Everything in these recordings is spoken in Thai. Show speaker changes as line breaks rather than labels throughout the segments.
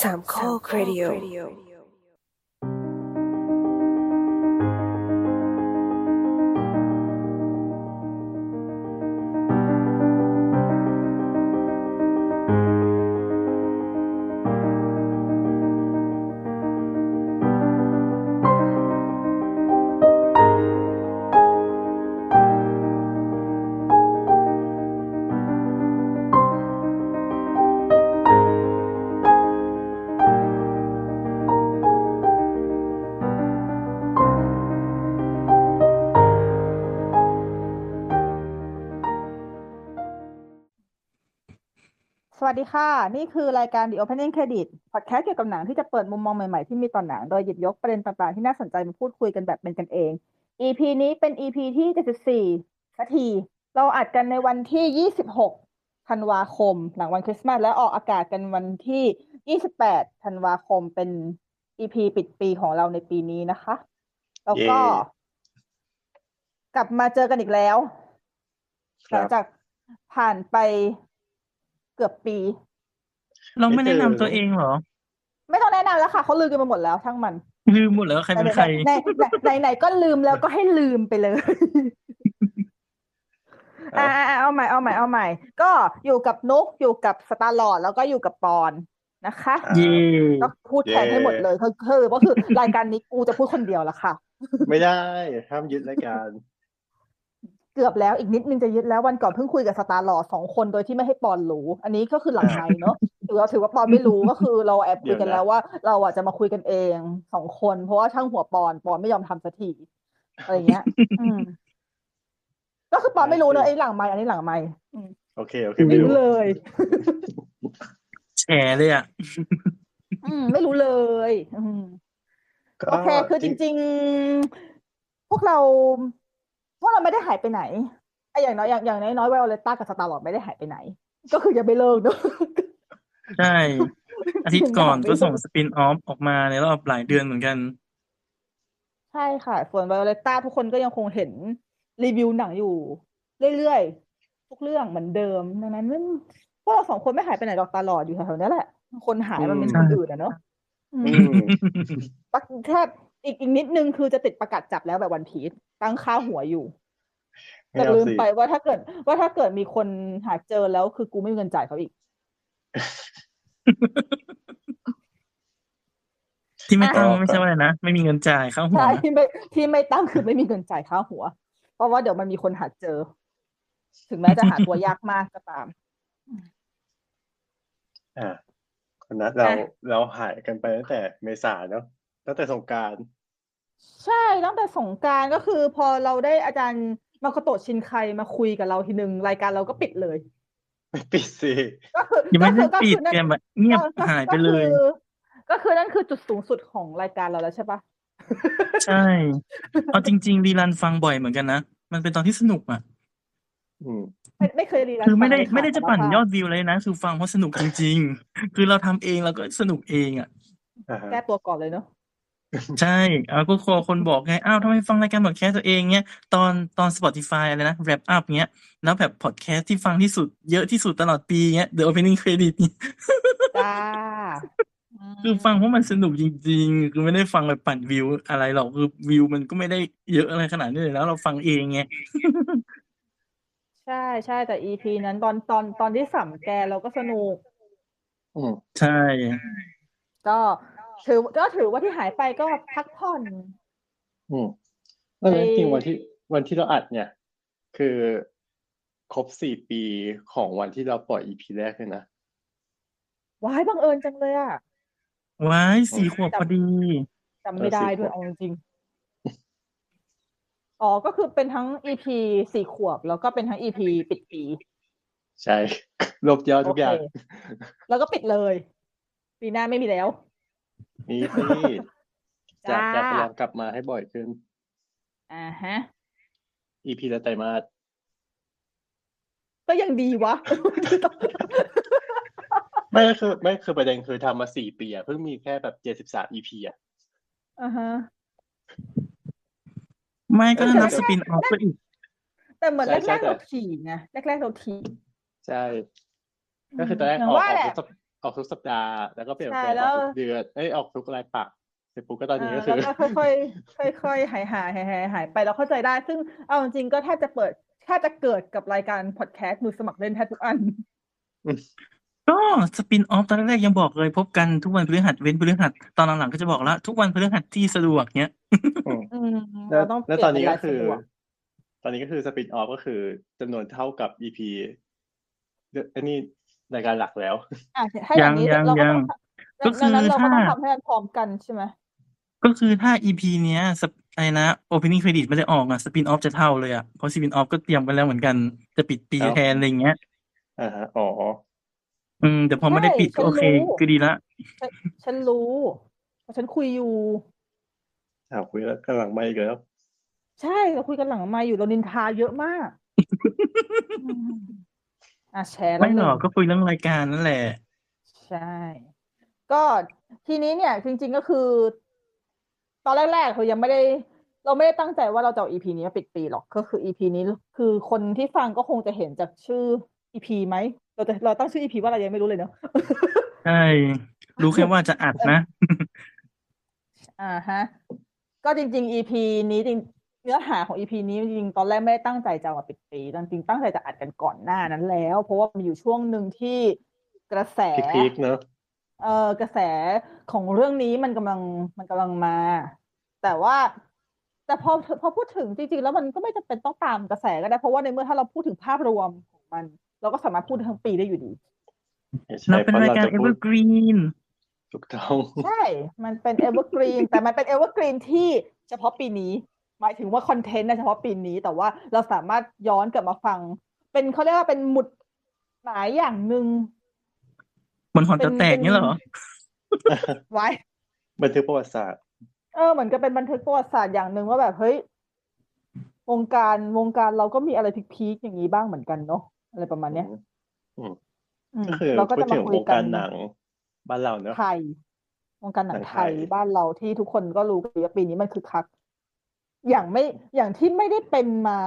สามข้อครดิโอ
สวัสดีค่ะ นี่คือรายการ The Opening Credit พอดแคสต์เกี่ยวกับหนังที่จะเปิดมุมมองใหม่ๆที่มีต่อหนัง โดยหยิบยกประเด็นต่างๆที่น่าสนใจมาพูดคุยกันแบบเป็นกันเอง EP นี้เป็น EP ที่ 74สักที เราอัดกันในวันที่ 26 ธันวาคม หลังวันคริสต์มาสและออกอากาศกันวันที่ 28 ธันวาคมเป็น EP ปิดปีของเราในปีนี้นะคะ แล้วก็
เย้
กลับมาเจอกันอีกแล้ว
ค
หลั
รั
ง
บ
จากผ่านไปเกือบปี
เราไม่แนะนำ
ไม่เจอ
ตัวเองเหรอ
ไม่ต้องแนะนำแล้วค่ะเขาลืมกันไปหมดแล้วช่างมัน
ลืมหมดแล้วาใครเป็นใคร
ไหนไหนไหนไหนก็ลืมแล้วก็ให้ลืมไปเลย
ครั
อ่า
บ
เอาใหม่เอาใหม่เอาใหม่ ก็อยู่กับนุกอยู่กับสตาร์ลอร์ดแล้วก็อยู่กับปอนนะคะ
อ่า
เย่
ก็พูดแทนให้หมดเลยคือคือก็คือรายการนี้กูจะพูดคนเดียวละค่ะ
ไม่ได้ห้ามยึดรายการ
เกือบแล้วอีกนิดนึงจะยึดแล้ววันก่อนเพิ่งคุยกับสตาร์ลอร์ดสองคนโดยที่ไม่ให้ปอนรู้อันนี้ก็คือหลังไมค์เนาะ ถือว่าถือว่าปอนไม่รู้ก็คือเราแอบคุยกันแล้วว่า เราอ่ะจะมาคุยกันเองสองคนเพราะว่าช่างหัวปอนปอนไม่ยอมทำสักทีอะไรอย่างเงี้ย อืมก็คือปอนไม่รู้เนอะไอ้หลังไมค์อันนี้หลังไมค์อืม
โอเคโอเค
ไม่
ไม่
รู้
รู้
เลย
แฉเลยอ่ะ
อืม ไม่รู้เลย อืม
ก็
โอเค คือจริง ๆ พวกเราพวกเราไม่ได้หายไปไหนไอ้อย่างน้อยอย่างอย่างน้อยๆไวโอเลต้ากับสตาร์ลอดไม่ได้หายไปไหน ก็คือยังไม่เลิกเนอะ
ใช่ อาทิตย์ก่อน
ไม่
ก็
รู้
ส่งสปินออฟออกมาในรอบหลายเดือนเหมือนกัน
ใช่ค่ะ ส่วนไวโอเลต้าทุกคนก็ยังคงเห็นรีวิวหนังอยู่เรื่อยๆ ทุกเรื่องเหมือนเดิม ดังนั้นพวกเราสองคนไม่หายไปไหนหรอกตลอดอยู่แถวๆนี้แหละ คนหายมันเป็นคนอื่นอะเนาะอืม
อืม
ปักแทบอีกอีกนิดนึงคือจะติดประกาศจับแล้วแบบวันพีชตั้งค่าหัวอยู่
ไม่
แต่
เอา
ลืม
สิ
ไปว่าถ้าเกิด ว่าถ้าเกิดมีคนหาเจอแล้วคือกูไม่มีเงินจ่ายเขาอีก
ที่ไม่ตั้ง
อ่ะ
ไม่ใช่ว่าอะไรนะ ไม่มีเงินจ่ายเข้าหัว
ใช่ที่ไม่ที่ไม่ตั้งคือไม่มีเงินจ่ายค่าหัว เพราะว่าเดี๋ยวมันมีคนหาเจอ ถึงแม้จะหาตัวยากมากก็ตาม
อ่าคนนัดเรา
อ่ะ
เราหายกันไปตั้งแต่เมษาเนาะตั้งแต่สงกราร
ใช่ตั้งแต่สงกรานต์ก็คือพอเราได้อาจารย์มาโคโตะชินไคมาคุยกับเราทีหนึ่งรายการเราก็ปิดเลย
ไม่ ปิดสิ
ก็คือ
ยังไม่ได้
ก็
ปิ
คื
ด
อนั่น
แกแบบเงียบ
ก็ก็
หายไปเลย
ก็คือก็คือนั่นคือจุดสูงสุดของรายการเราแล้วใช่ปะ
ใช่เอาจริงๆรีรันฟังบ่อยเหมือนกันนะ มันเป็นตอนที่สนุกอ่ะ
อืม
ไม่ไม่เคยรีรัน
คือไม่ได้
ฟังเลยค่
ไม่ได้จะปั่น
สารภาพ
ยอดวิวเลยนะ คือฟังเพราะสนุกจริงๆ คือเราทำเองแล้วก็สนุกเองอ่ะ
อ่าฮะ
แก้ตัวก่อนเลยเนาะ
ใช่เอาก็คอคนบอกไง อ้าวทำไมฟังรายการพอดแคสต์ตัวเองเงี้ย ตอนตอน Spotify อะไรนะ Wrap Up เงี้ย แล้วแบบพอดแคสต์ที่ฟังที่สุดเยอะที่สุดตลอดปีเงี้ย The Opening Credit เนี่ย
จ้า
คือฟังเพราะมันสนุกจริง ๆ คือไม่ได้ฟังแบบปั่นวิวอะไรหรอก คือวิวมันก็ไม่ได้เยอะอะไรขนาดนี้เลยแล้วเราฟังเองไง
ใช่ใช่แต่ EP นั้นตอนตอนตอนที่สัมแกเราก็สนุก
อืม
ใช่
ก็ถือก็ถือว่าที่หายไปก็พักผ่อน
อืมแล้วจริง
ไอ้
ๆวันที่วันที่เราอัดเนี่ย คือครบสี่ปีของวันที่เราปล่อยอีพีแรกเลยนะ
ว้ายบังเอิญจังเลยอ่ะ
ว้ายสี่ขวบพอดี
จำไม่ได้ด้วย
เอ
เอา
อ
จริงๆอ๋อก็คือเป็นทั้ง EP สี่ขวบ แล้วก็เป็นทั้ง EP ปิดปี
ใช่ ลบยอดทุกอย่าง
โเคแล้วก็ปิดเลย ปีหน้าไม่มีแล้ว
นี่สิ จะ
จ้า
จะพยายามกลับมาให้บ่อยขึ้น
อ่าฮะ
อีพีละไตรมาส
ก็ยังดีวะ
ไม่คือไม่คือประเด็นคือทำมาสี่ปีอะเพิ่งมีแค่แบบเจ็ดสิบสามอีพีอะ
อ่าฮะ
ไม่ก็นับ
เออ
สปินออฟไปอีก
แต่เหมือน
ใช่
แร
ใช่
กๆ
แต่
เราถี่นะแรกๆเราถี่
ใช่ ก็คือตอนแรก
ย่าง
ออก
ว่า
ออก
แหละ
พฤษ ออกทุกสัปดาห์แล้วก็เปลี่ยน
ใช่
แปลงออก
แล้ว
ทุกเดือนเอ้ยออกทุกรายปักเสร็จปุ๊บก็ตอนนี้
เอ
ก็
อ
คือ
แล้วก็ค่อยค่อยๆค่อยๆหายหายหายหายหายไปเราเข้าใจได้ ซึ่งเอาจริงๆก็แทบจะเปิดแทบจะเกิดกับรายการพอดแคสต์มือสมัครเล่นแทบทุกอัน
ก็สปินออฟตอนแรกๆยังบอกเลยพบกันทุกวันพฤหัสเว้นพฤหัสตอนหลังๆก็จะบอกแล้ว ทุกวันพฤหัสที่สะดวกเนี้ย
อืม
แล้ว
เราต้องเป
แล้ว
ลี่ย
ตอน
น
นี้
เวลา
ก็คือ
สะดวก
ตอนนี้ก็คือสปินออฟก็คือจำนวนเท่ากับ EP เดอะอันนี้รายการหลักแล้ว
อ่ะถ้าอย่างนี้
ยัง
เราก็
ยัง
ต้อง
ก็คือ
ดังนั้นเราก็ต้อง
ถ้า
ทำให้มันพร้อมกันใช่ไหม
ก็คือถ้า EP เนี้ยสปอะไรนะ opening credit ไม่ได้ออกอ่ะสปินออฟจะเท่าเลยอ่ะเพราะสปินออฟก็เตรียมไปแล้วเหมือนกันจะปิดปี
ครับ
แทนอะไรอย่างเงี้ย
อ่าฮะอ๋อ
อืมแต่พอไม่ได้ปิดก็โอเคก็ดีละ
ฉันรู้เพราะฉันคุยอยู่
ถามคุยแล้วกำลังไม่อีกแล้ว
ใช่เราคุยกันหลังไมาอยู่เรานินทาเยอะ มากอืมอ่ะแชร์แล้ว
ไม่หรอก
ง
ก็คุยเรื่องรายการนั่นแหละ
ใช่ ก็ทีนี้เนี่ย จริง ๆก็คือ ตอนแรกๆคือยังไม่ได้ เราไม่ได้ตั้งใจว่าเราจะเอา EP นี้มาปิดปีหรอกก็คือ EP นี้คือคนที่ฟังก็คงจะเห็นจากชื่อ EP ไหมเราจะเราตั้งชื่อ EP ว่าอะไรยังไม่รู้เลยเนาะ
ใช่ รู้แค่ว่าจะอัดนะ
อ่าฮะ ก็จริง ๆ EP นี้จริงเนื้อหาของ EP นี้จริงๆตอนแรกไม่ได้ตั้งใจจะเอามาปิดปีจริงๆตั้งใจจะอัดกันก่อนหน้านั้นแล้ว เพราะว่ามันอยู่ช่วงหนึ่งที่กระแส
พีคๆเนอะ
เออกระแสของเรื่องนี้มันกำลังมันกำลังมา แต่ว่าแต่พอพอพูดถึงจริงๆ แล้วมันก็ไม่จำเป็นต้องตามกระแสก็ได้ เพราะว่าในเมื่อถ้าเราพูดถึงภาพรวมของมัน เราก็สามารถพูดทั้งปีได้อยู่ดี
เราเป็นรายการ
ใช่พะจะพูด
Evergreen
ถูกต้อง
ใช่ มันเป็นเอเวอร์กรีน แต่มันเป็นเอเวอร์กรีนที่เฉพาะปีนี้ หมายถึงว่าคอนเทนต์นะเฉพาะปีนี้ แต่ว่าเราสามารถย้อนกลับมาฟัง เป็นเขาเรียกว่าเป็นหมุดหมายอย่างหนึ่ง
เหมือนหอนจะแตกเนี้ยเหรอ
ไว้
บันทึกประวัติศาสตร์
เออเหมือนกับเป็นบันทึกประวัติศาสตร์อย่างหนึ่งว่าแบบเฮ้ยวงการวงการเราก็มีอะไรพีคๆอย่างนี้บ้างเหมือนกันเนาะอะไรประมาณเนี้ยอืม
ก็คือ
เราก็
พูด
จะมา
ถึง
คุ
วย ง
กั
การ
น
หนังบ้านเราเนอะ
ไทยวงการหนั
หนั
ง
ง
ไท
ไทย
ยบ้านเราที่ทุกคนก็รู้กันดีว่าปีนี้มันคือคัก อย่างไม่อย่างที่ไม่ได้เป็นมา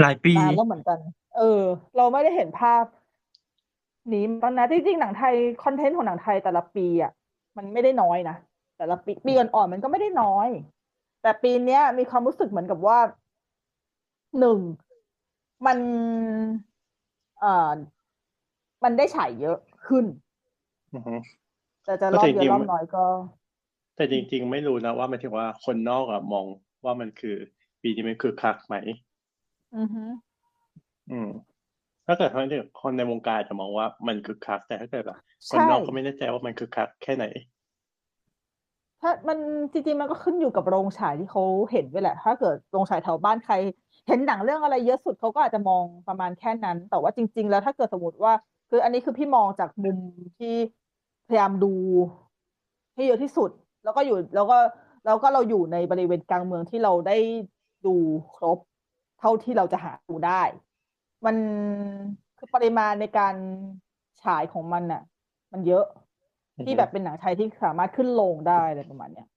หลายปี
นานแล้วเหมือนกัน เออ เราไม่ได้เห็นภาพ นี้ตอนนะจริงๆหนังไทยคอนเทนต์ของหนังไทยแต่ละปีอ่ะมันไม่ได้น้อยนะแต่ละปีปีอ่อนๆมันก็ไม่ได้น้อย แต่ปีเนี้ย มีความรู้สึกเหมือนกับว่าหนึ่งมันเอ่อมันได้ฉายเยอะขึ้น
อือฮึ
แต่จะรอบเย
ก็จริ
อะ
งๆ
รอบน้อยก็
แต่จริง ๆ ไม่รู้นะว่าหมายถึงว่าคนนอกอะมองว่ามันคือ ปีนี้มันคือคักไหม
อือฮึ
อืม ถ้าเกิดคนที่คนในวงการจะมองว่ามันคือคัก แต่ถ้าเกิดแบบคน
ใช่
นอกก็ไม่แน่ใจว่ามันคือคักแค่ไหน
ถ้ามันจริงๆมันก็ขึ้นอยู่กับโรงฉายที่เขาเห็นด้วยแหละ ถ้าเกิดโรงฉายแถวบ้านใคร เห็นหนังเรื่องอะไรเยอะสุดเขาก็อาจจะมองประมาณแค่นั้น แต่ว่าจริง ๆ แล้วถ้าเกิดสมมติว่า คืออันนี้คือพี่มองจากมุมที่พยายามดูให้เยอะที่สุด แล้วก็อยู่แล้วก็แล้วก็เราอยู่ในบริเวณกลางเมืองที่เราได้ดูครบ เท่าที่เราจะหาดูได้ มันคือปริมาณในการฉายของมันน่ะ มันเยอะ
อือฮึ
ที่แบบเป็นหนังไทยที่สามารถขึ้นลงได้อะไรประมาณเนี้ย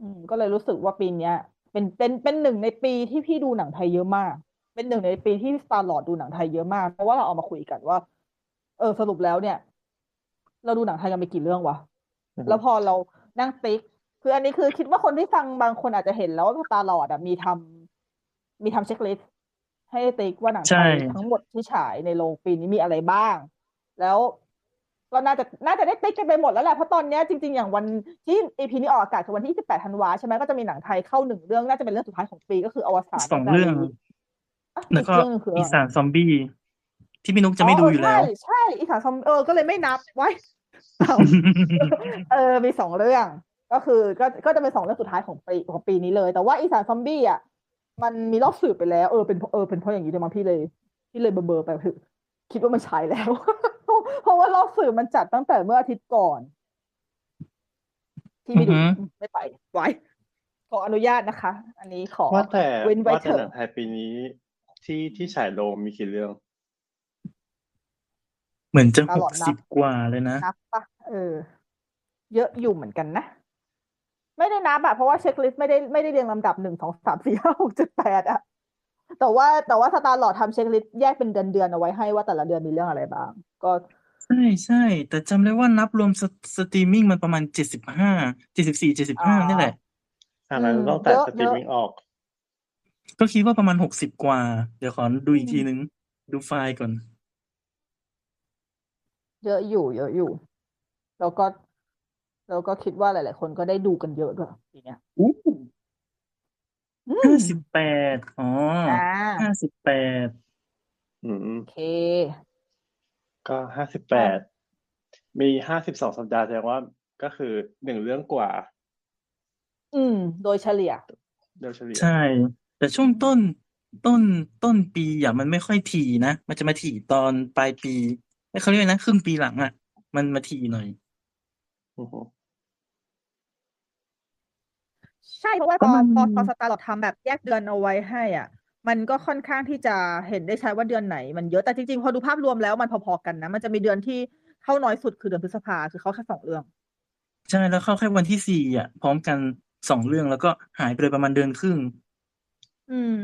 อืมก็เลยรู้สึกว่าปีเนี้ย เป็นเป็นเป็นหนึ่งในปีที่พี่ดูหนังไทยเยอะมาก เป็นหนึ่งในปีที่สตาร์ลอดดูหนังไทยเยอะมาก เพราะว่าเราเอามาคุยกันว่า เออสรุปแล้วเนี่ย เราดูหนังไทยกันไปกี่เรื่องวะ
อือฮึ
แล้วพอเรานั่งติ๊ก คืออันนี้คือคิดว่าคนที่ฟังบางคนอาจจะเห็นแล้วว่าสตาร์ลอดอะมีทำมีทำเช็คลิสต์ให้ติ๊กว่าหนังไท
ใช่
ยทั้งหมดที่ฉายในโรงปีนี้มีอะไรบ้าง แล้วก็น่าจะน่าจะได้ติ๊กกันไปหมดแล้วแหละเพราะตอนเนี้ยจริงๆ อย่างวันที่ EP นี้ออกอากาศคือวันที่ 28 ธันวาใช่ไหมก็จะมีหนังไทยเข้าหนึ่งเรื่อง น่าจะเป็นเรื่องสุดท้ายของปีก็คืออวสาน
สองเรื่อง
อ่ะอี
แล้วก็
เรื่องหนึ่งคืออะไร
อีสานซอมบี้ ที่พี่นุกจะไม่ดูอยู่แล้ว
เใช่ใช่อีสานซอมเออก็เลยไม่นับ ไว้เอาเออมีสองเรื่อง ก็คือก็ก็จะเป็นสองเรื่องสุดท้ายของปีของปีนี้เลย แต่ว่าอีสานซอมบี้อ่ะมันมีรอบสื่อไปแล้วเออเป็นเออเป็นเพราะอย่างนี้เลยมั้งพี่เลยพี่เลยเบอร์ไป คือคิดว่ามันฉายแล้ว เพราะว่ารอบสื่อมันจัดตั้งแต่เมื่ออาทิตย์ก่อนที่ไม่ดู
อือฮึ
ไม่ไปไว้ขออนุญาตนะคะ อันนี้ขอ
ว่าแต่
เว้นไว้
ว่า
เถ
แต่
อะ
หนังไทยปีนี้ ที่ที่ฉายโรงมีกี่เรื่อง
เหมือนจะ
ต
ห
ลอก ดนะ
สิบกว่าเลยนะ
นับปะเออ เยอะอยู่เหมือนกันนะ ไม่ได้นับอะเพราะว่าเช็คลิสต์ไม่ได้ไม่ได้เรียงลำดับหนึ่งสองสามสี่ห้าหกเจ็ดแปดอะแต่ว่าแต่ว่าสตาร์หลอดทำเช็คลิสต์แยกเป็นเดือนเดือนๆเอาไว้ให้ว่าแต่ละเดือนมีเรื่องอะไรบ้าง ก็
ใช่ใช่ แต่จำได้ว่านับรวมสสตรีมมิ่งมันประมาณเจ็ดสิบห้าเจ็ดสิบสี่เจ็ดสิบห้านี่แหละ
อ่ะงั้น
อืม
ต้องตัด
เยอะ
สตรีมมิ่งออก
ก็คิดว่าประมาณหกสิบกว่า เดี๋ยวขอดูอีก
อืม
ทีนึง ดูไฟล์ก่อน
เยอะอยู่ เยอะอยู่ แล้วก็แล้วก็คิดว่าหลาย ๆ คนก็ได้ดูกันเยอะด้วยปีเนี้ย
อู้
อื
ห้าม สิบแปดอ๋อ
อ่า
ห้าสิบแปด
อืม
โอเค
ก็ห้าสิบแปด มีห้าสิบสองสัปดาห์แสดงว่าก็คือหนึ่งเรื่องกว่า
อืม โดยเฉลี่ย
โดยเฉลี่ย
ใช่ แต่ช่วงต้นต้นต้นปีอ่ะมันไม่ค่อยถี่นะ มันจะมาถี่ตอนปลายปีเขาเรียกว่านะ ครึ่งปีหลังอ่ะ มันมาถี่หน่อย
อือฮึ
ใช่เพราะว่า
ก็
พอ
มัน
พอพอสตาร์ลอตทำแบบแยกเดือนเอาไว้ให้อ่ะ มันก็ค่อนข้างที่จะเห็นได้ชัดว่าเดือนไหน มันเยอะแต่จริง ๆ พอดูภาพรวมแล้วมันพอ ๆ กันนะ มันจะมีเดือนที่เข้าน้อยสุดคือเดือนพฤษภาคือเขาแค่สองเรื่อง
ใช่แล้วเข้าแค่วันที่สี่อ่ะ พร้อมกันสองเรื่องแล้วก็หายไปเลยประมาณเดือนครึ่ง
อืม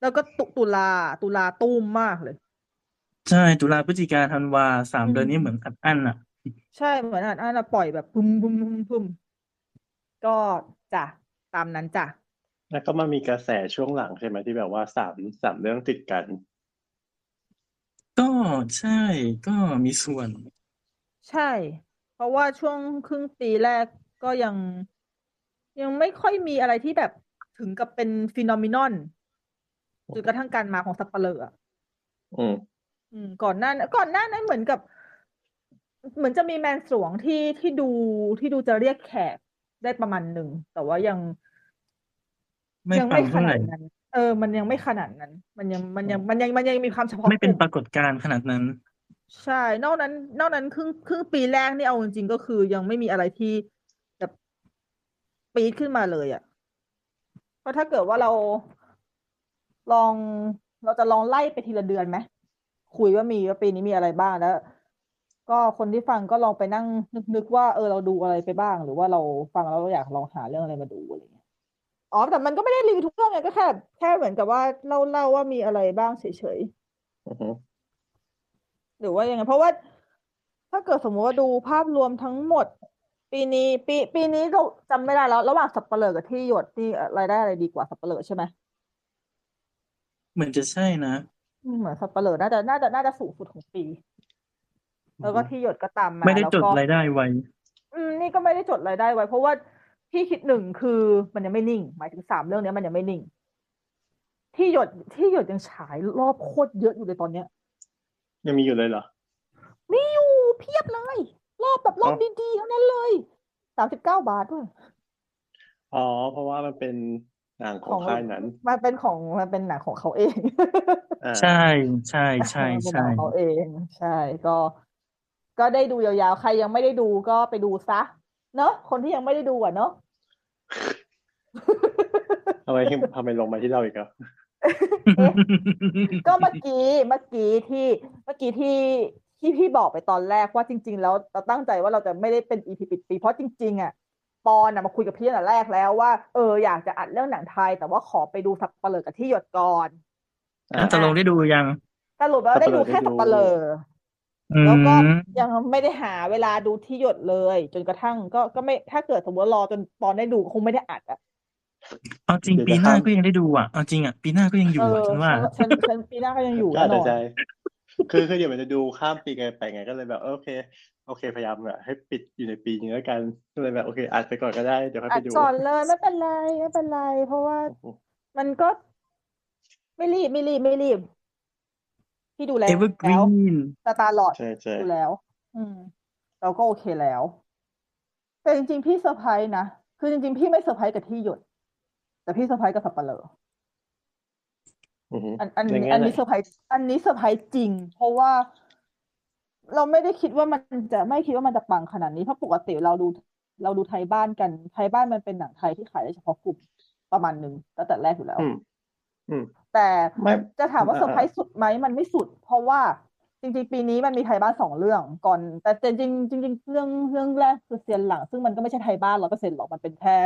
แล้วก็ตุตุลาตุลาตุ้มมากเลย
ใช่ตุลาพฤศจิกาธันวาสาม
อืม
เดือนนี้เหมือนอัดอั้นอ่ะ
ใช่เหมือนอ่านอ่านแล้วปล่อยแบบพุ่มพุ่มพุ่มพุ่มก็จ้ะตามนั้นจ้ะ
แล้วก็มามีกระแสช่วงหลังใช่ไหมที่แบบว่าสามสามเรื่องติดกัน
ก็ใช่ก็มีส่วน
ใช่ เพราะว่าช่วงครึ่งปีแรกก็ยัง ยังไม่ค่อยมีอะไรที่แบบถึงกับเป็นฟีนอมินอนจนกระทั่งการมาของสับปะเลออะ
อืม
อืม ก่อนหน้านั้นก่อนหน้านั้นเหมือนกับ เหมือนจะมีแมนสวงที่ที่ดูที่ดูจะเรียกแขกได้ประมาณหนึ่งแต่ว่ายัง
ไม่
ยัง
ปั
ไม่
ง
ข
เท่าไห
นา
ร่
ดนั้น เออ มันยังไม่ขนาดนั้น มันยัง มันยัง มันยัง มันยังมีความเฉพาะ
ไม่เป็น
กลุ่
ปรากฏการณ์ขนาดนั้น
ใช่ นอกนั้น นอกนั้นครึ่ง ครึ่งปีแรกนี่เอาจริงๆก็คือยังไม่มีอะไรที่แบบปีดขึ้นมาเลยอ่ะ เพราะถ้าเกิดว่าเราลอง เราจะลองไล่ไปทีละเดือนไหม คุยว่ามีว่าปีนี้มีอะไรบ้างแล้ว ก็คนที่ฟังก็ลองไปนั่งนึกๆว่าเออเราดูอะไรไปบ้าง หรือว่าเราฟังแล้วเราอยากลองหาเรื่องอะไรมาดูอะไรเงี้ย อ๋อ แต่มันก็ไม่ได้รีวิวทุกเรื่องไงก็แค่แค่เหมือนกับว่าเล่าเล่าว่ามีอะไรบ้างเฉยๆ
อือฮึ
หรือว่ายังไงเพราะว่าถ้าเกิดสมมติว่าดูภาพรวมทั้งหมด ปีนี้ปีปีนี้เราจำไม่ได้แล้ว ระหว่างสับปะเลอกับที่หยดนี่อะไรายได้อะไรดีกว่าสับปะเลอใช่ไหม
เหมือนจะใช่นะ
อืมเหมือนสับปะเลอน่าจะน่าจะน่าจะสูงสุดของปี แล้วก็
อือฮึ
ที่หยดก็ตามมา
ไม่ได้
แล้ว
จด
ก็
รายได้ไว้
อืมนี่ก็ไม่ได้จดรายได้ไว้เพราะว่าพี่คิดหนึ่งคือมันยังไม่นิ่ง หมายถึงสามเรื่องเนี้ยมันยังไม่นิ่ง ที่หยดที่หยดยังฉายรอบโคตรเยอะอยู่เลยตอนเนี้ย
ยังมีอยู่เลยเหรอ
มีอยู่เพียบเลย รอบแบบรอบ
อ๋อ
ดีๆทั้งนั้นเลยสามสิบเก้าบาทด้วย
อ๋อ เพราะว่ามันเป็นหนังของ
ของ
ค่ายนั้น
มันเป็นของมันเป็นหนังของเขาเอง
อ่า
ใช่ใช่ใช่
มันเป็นห
ใช่
นังของเขาเอง ใช่ ก็ ก็ได้ดูยาวๆ ใครยังไม่ได้ดูก็ไปดูซะ เนอะคนที่ยังไม่ได้ดูอ่ะเนอะ
ทำไมทำไมลงมาที่เราอีกอ่ะ
ก็เมื่อกี้เมื่อกี้ที่เมื่อกี้ที่ที่พี่บอกไปตอนแรกว่าจริง ๆ แล้วเราตั้งใจว่าเราจะไม่ได้เป็นอีพีปิดปีเพราะจริง ๆ อ่ะ ปอนอะมาคุยกับพี่ตั้งแต่แรกแล้วว่าเอออยากจะอัดเรื่องหนังไทย แต่ว่าขอไปดูสับปะเลอกับที่หยดก่อน
อ่ะ
แล้วตกลงได้ดูยัง
สรุปแล้วได้ดูแค่
สั
สั
ป
บ
ปะ
ปะ
เล
เล
อ
อ
อื
แล้วก็
ม
ยังไม่ได้หาเวลาดูที่หยดเลย จนกระทั่งก็ก็ไม่ถ้าเกิดสมมติว่ารอจนปอนได้ดูก็คงไม่ได้อัดอ่ะ
เอาจริง
เดี๋ยว
ปี
จะ
หน้า
ทำ
ก็ยังได้ดูอ่ะเอาจริงอ่ะปีหน้าก็ยังอยู่
เออ
อ่ะฉันว่า
ฉันฉันปีหน้าก็ยังอยู่
ก็
แน่
อาจ
น
จะ
อน
ใจ คือคือเดี๋ยวมันจะดูข้ามปีไงไปไงก็เลยแบบ โอเค โอเคพยายามแบบให้ปิดอยู่ในปีนี้แล้วกันก็เลยแบบโอเคอัดไปก่อนก็ได้เดี๋ยวค่อย
อั
ไป
ด
ดู
ก่อนเลยไม่เป็นไรไม่เป็นไร เพราะว่า
โอ้โห
มันก็ไม่รีบไม่รีบไม่รีบพี่ดูแล้ว
Evergreen
สตาร์ลอด
ใช่ใช่
ดูแล้ว อืม เราก็โอเคแล้ว แต่จริงๆพี่เซอร์ไพรส์นะคือจริงๆพี่ไม่เซอร์ไพรส์กับที่หยด แต่พี่เซอร์ไพรส์กับสับปะเลอ
อือฮึ
อันอัน
ยั
นี้
งไง
อันนี้
น่ะ
เซอร์ไพรส์อันนี้เซอร์ไพรส์จริง เพราะว่า เราไม่ได้คิดว่ามันจะไม่คิดว่ามันจะปังขนาดนี้เพราะปกติเราดู เราดูไทยบ้านกัน ไทยบ้านมันเป็นหนังไทยที่ขายได้เฉพาะกลุ่มประมาณหนึ่งตั้งแต่แรกอยู่แล้ว
อืม อืม
แต่
ไม่
จะถามว่า
อ่า
เซอร์ไพรส์สุดไหมมันไม่สุด เพราะว่าจริงๆ ปีนี้มันมีไทยบ้านสองเรื่องก่อน แต่จริงๆจริง ๆ เรื่องเรื่องแรกคือเซียนหลัง ซึ่งมันก็ไม่ใช่ไทยบ้านร้อยเปอร์เซ็นต์หรอกมันเป็นแค่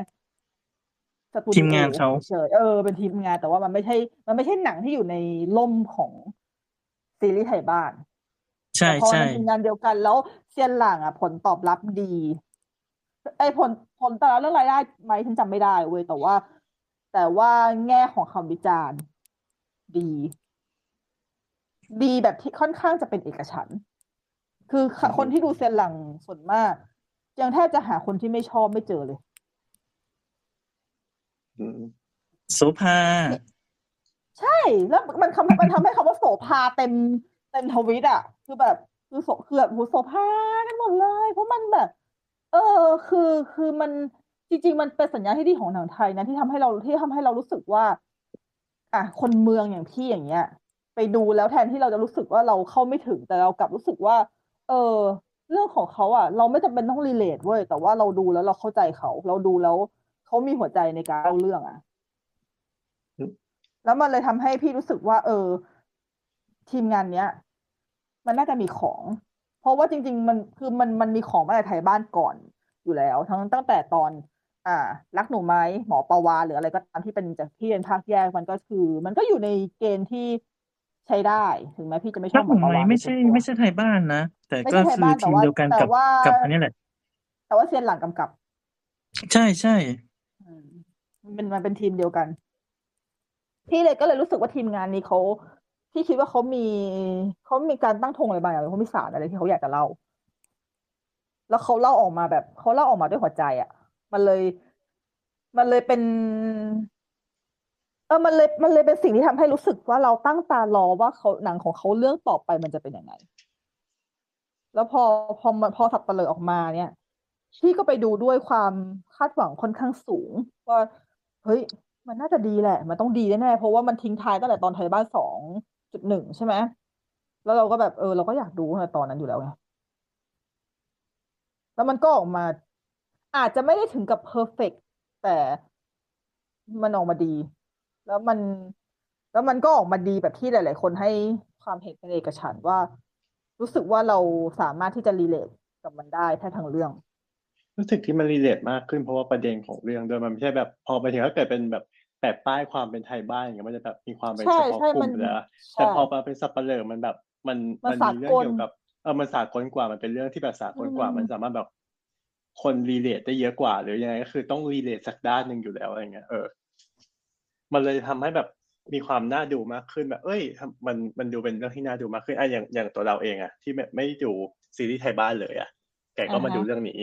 สตูดิ
ทีมงานเขา
เฉยๆเออเป็นทีมงานแต่ว่ามันไม่ใช่ มันไม่ใช่หนังที่อยู่ในร่มของซีรีส์ไทยบ้าน
ใช่
แต่พอ
ใช่
มันเป็นงานเดียวกันแล้วเซียนหลังอ่ะ ผลตอบรับดีไอ้ยผลผลตอบรับเรื่องรายได้ไหมฉันจำไม่ได้เว้ยแต่ว่า แต่ว่าแง่ของคำวิจารณ์ดี ดีแบบที่ค่อนข้างจะเป็นเอกฉันท์คือค่ะ
อืม
คนที่ดูเซียนหลังส่วนมาก ยังแทบจะหาคนที่ไม่ชอบไม่เจอเลย
อืม
โสภา
ใช่ แล้วมันคำมันทำให้คำว่าโสภาเต็มเต็มทวิตอ่ะ คือแบบคือโสคือแบบโหโสภากันหมดเลย เพราะมันแบบ เออ คือคือมันจริง ๆ มันเป็นสัญญาณที่ดีของหนังไทยนะที่ทำให้เราที่ทำให้เรารู้สึกว่า อ่ะคนเมืองอย่างพี่อย่างเงี้ย ไปดูแล้วแทนที่เราจะรู้สึกว่าเราเข้าไม่ถึงแต่เรากลับรู้สึกว่า เออ เรื่องของเขาอ่ะ เราไม่จำเป็นต้องรีเลทเว้ยแต่ว่าเราดูแล้วเราเข้าใจเขา เราดูแล้วเขามีหัวใจในการเล่าเรื่องอ่ะ แล้วมันเลยทำให้พี่รู้สึกว่า เออ ทีมงานเนี้ย มันน่าจะมีของ เพราะว่าจริง ๆ มันคือมันมันมีของมาจากไทยบ้านก่อนอยู่แล้ว ทั้งตั้งแต่ตอน อ่า รักหนูไหมหมอปาวาหรืออะไรก็ตามที่เป็นจากที่เป็นภาคแยกมันก็คือ มันก็อยู่ในเกณฑ์ที่ใช้ได้ ถึงแม้พี่จะไม่ช
ถ้า
อบห
ผม
อ
ม
ปาวา
ไม่
ใน
ไม่
ส่ว
ใช่
นตัว
ไม่ใช่ไทยบ้านนะ แต่
ไม่
ก็
ใช่ไทย
คือ
บ้าน
ทีมเดียวกัน
แต่
กับ
ว่าแต่
กับ
ว่า
อันนี้แหละ
แต่ว่าเซียนหลังกำกับ
ใช่ใช่
อืมมันเป็นมันเป็นทีมเดียวกัน พี่เลยก็เลยรู้สึกว่าทีมงานนี้เขาพี่คิดว่าเขามีเขามีการตั้งธงอะไรบางอย่างเขามีสารอะไรที่เขาอยากจะเล่า แล้วเขาเล่าออกมาแบบเขาเล่าออกมาด้วยหัวใจอ่ะ มันเลย มันเลยเป็น เออมันเลยมันเลยเป็นสิ่งที่ทำให้รู้สึกว่าเราตั้งตารอว่าเขาหนังของเขาเรื่องต่อไปมันจะเป็นยังไง แล้วพอพอมันพอสับเปลือออกมาเนี่ย พี่ก็ไปดูด้วยความคาดหวังค่อนข้างสูง ว่า เฮ้ย มันน่าจะดีแหละ มันต้องดีแน่ๆเพราะว่ามันทิ้งท้ายตั้งแต่ตอนไทยบ้านสองจุดหนึ่งใช่ไหมแล้วเราก็แบบเออเราก็อยากดูตั้งแต่ตอนนั้นอยู่แล้วไงแล้วมันก็ออกมา อาจจะไม่ได้ถึงกับเพอร์เฟกแต่มันออกมาดี แล้วมัน แล้วมันก็ออกมาดีแบบที่หลาย ๆ คนให้ความเห็นเป็นเอกฉันท์ว่า รู้สึกว่าเราสามารถที่จะรีเลทกับมันได้แท้ทั้งเรื่อง
รู้สึกที่มันรีเลทมากขึ้นเพราะว่าประเด็นของเรื่องด้วยมันไม่ใช่แบบพอไปถึงถ้าเกิดเป็นแบบแปะป้ายความเป็นไทยบ้านอย่างเงี้ยมันจะแบบมีความเป็น
ใช่
เฉพาะ
ใช่
กลุ่
มัน
มอยู่แล้ว
ใช่
แต่พอมาเป็นสับเปลือมันแบบ มัน
มัน
มันมีเรื่อง
สากล
เกี่ยวกับเออมันสากลกว่ามันเป็นเรื่องที่แบบสากลกว่า
อืม
มันสามารถแบบคนรีเลทได้เยอะกว่า หรือยังไงก็คือต้องรีเลทสักด้านหนึ่งอยู่แล้วอะไรเงี้ยเออ มันเลยทำให้แบบมีความน่าดูมากขึ้นแบบ เอ้ยทำมันมันดูเป็นเรื่องที่น่าดูมากขึ้นอ่ะอย่างอย่างตัวเราเองอะที่ไม่ไม่ดูซีรีส์ไทยบ้านเลยอะแต่ก็มา
อ่าฮะ
ดูเรื่องนี้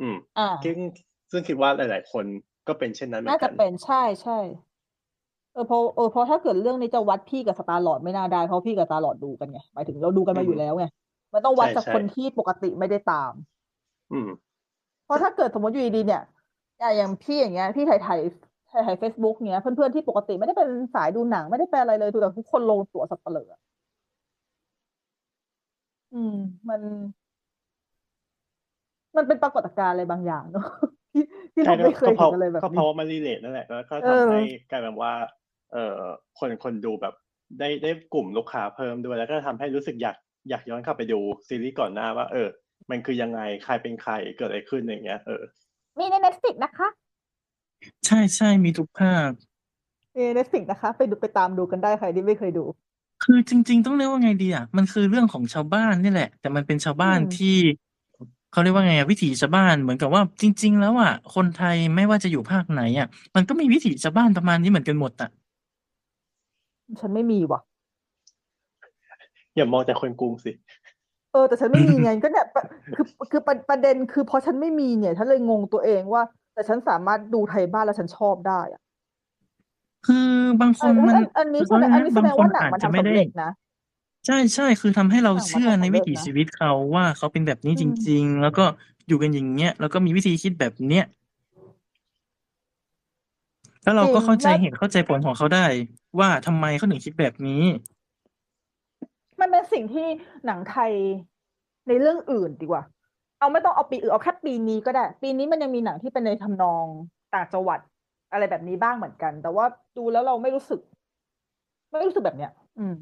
อืม
อ่า
ซึ่งซึ่งคิดว่าหลาย ๆ คนก็เป็นเช่นนั้นเหมือ
น่านจะ
กัน
เป็นใช่ใช่เออเพราะเออเพราะถ้าเกิดเรื่องนี้จะวัดพี่กับสตาร์ลอร์ดไม่น่าได้เพราะพี่กับสตาร์ลอร์ดดูกันไงหมายถึงเราดูกันมาอยู่
อืม
แล้วไงมันต้องวัด
ใช่
จาก
ใช่
คนที่ปกติไม่ได้ตาม
อืม
เพราะถ้าเกิดสมมติอยู่ดีๆเนี่ยอย่างอย่างพี่อย่างเงี้ยพี่ถ่ายถ่ายถ่ายถ่ายเฟซบุ๊กเงี้ยเพื่อนๆที่ปกติไม่ได้เป็นสายดูหนังไม่ได้เป็นอะไรเลยดูแต่ทุกคนลงตั๋วสับเปลืออะอืม มัน มันเป็นปรากฏการณ์อะไรบางอย่างเนอะ ที่ที่เรา
ใช่
ไม่เคย
ก็พ
เห็น
ราะ
อะไรแบบ
ก็
นี้
เพราะว่ามันรีเลทนั่นแหละแล้วก็
เออ
ทำให้กลายเป็นว่า เอ่อคนคนดูแบบ ได้ได้กลุ่มลูกค้าเพิ่มด้วยแล้วก็ทำให้รู้สึกอยากอยากย้อนกลับไปดูซีรีส์ก่อนหน้าว่า เออ มันคือยังไงใครเป็นใครเกิดอะไรขึ้นอย่างเงี้ยเออ
มีใน Netflix นะคะ
ใช่ใช่มีทุกภาค
เอเน็ตฟิกนะคะ ไปดูไปตามดูกันได้ใครที่ไม่เคยดู
คือจริง ๆ ต้องเรียกว่าไงดีอ่ะ มันคือเรื่องของชาวบ้านนี่แหละ แต่มันเป็นชาวบ้าน
อืม
ที่เขาเรียกว่าไงอะวิถีชาวบ้านเหมือนกับว่าจริง ๆ แล้วอ่ะคนไทยไม่ว่าจะอยู่ภาคไหนอ่ะ มันก็มีวิถีชาวบ้านประมาณนี้เหมือนกันหมดอ่ะ
ฉันไม่มีว่ะ
อย่ามองแต่คนกรุงสิ
เออแต่ฉันไม่มี ไง ก็เนี่ยปะคือคือประประเด็นคือพอฉันไม่มีเนี่ยฉันเลยงงตัวเองว่า แต่ฉันสามารถดูไทยบ้านแล้วฉันชอบได้อะ
คือบางค
เออน
มัน
อันอันนี้แสดงอันนี้แสดงว่าหนังมันทำสำเร็จนะ
ใช่ใช่คือทำให้เรา
ต่างวัฒน
เชื่อใน
ธรรม
วิ
ด้วย
ถี
นะ
ชีวิตเขาว่าเขาเป็นแบบนี้
อื
จ
ม
ริง ๆ แล้วก็อยู่กันอย่างเงี้ยแล้วก็มีวิธีคิดแบบเนี้ยแล้วเราก็เข้าใจเหตุเข้าใจผลของเขาได้ ว่าทำไมเขาถึงคิดแบบนี้
มันเป็นสิ่งที่หนังไทยในเรื่องอื่นดีกว่า เอาไม่ต้องเอาปีอื่นเอาแค่ปีนี้ก็ได้ ปีนี้มันยังมีหนังที่เป็นในทำนองต่างจังหวัดอะไรแบบนี้บ้างเหมือนกัน แต่ว่าดูแล้วเราไม่รู้สึก ไม่รู้สึกแบบเนี้ย อืม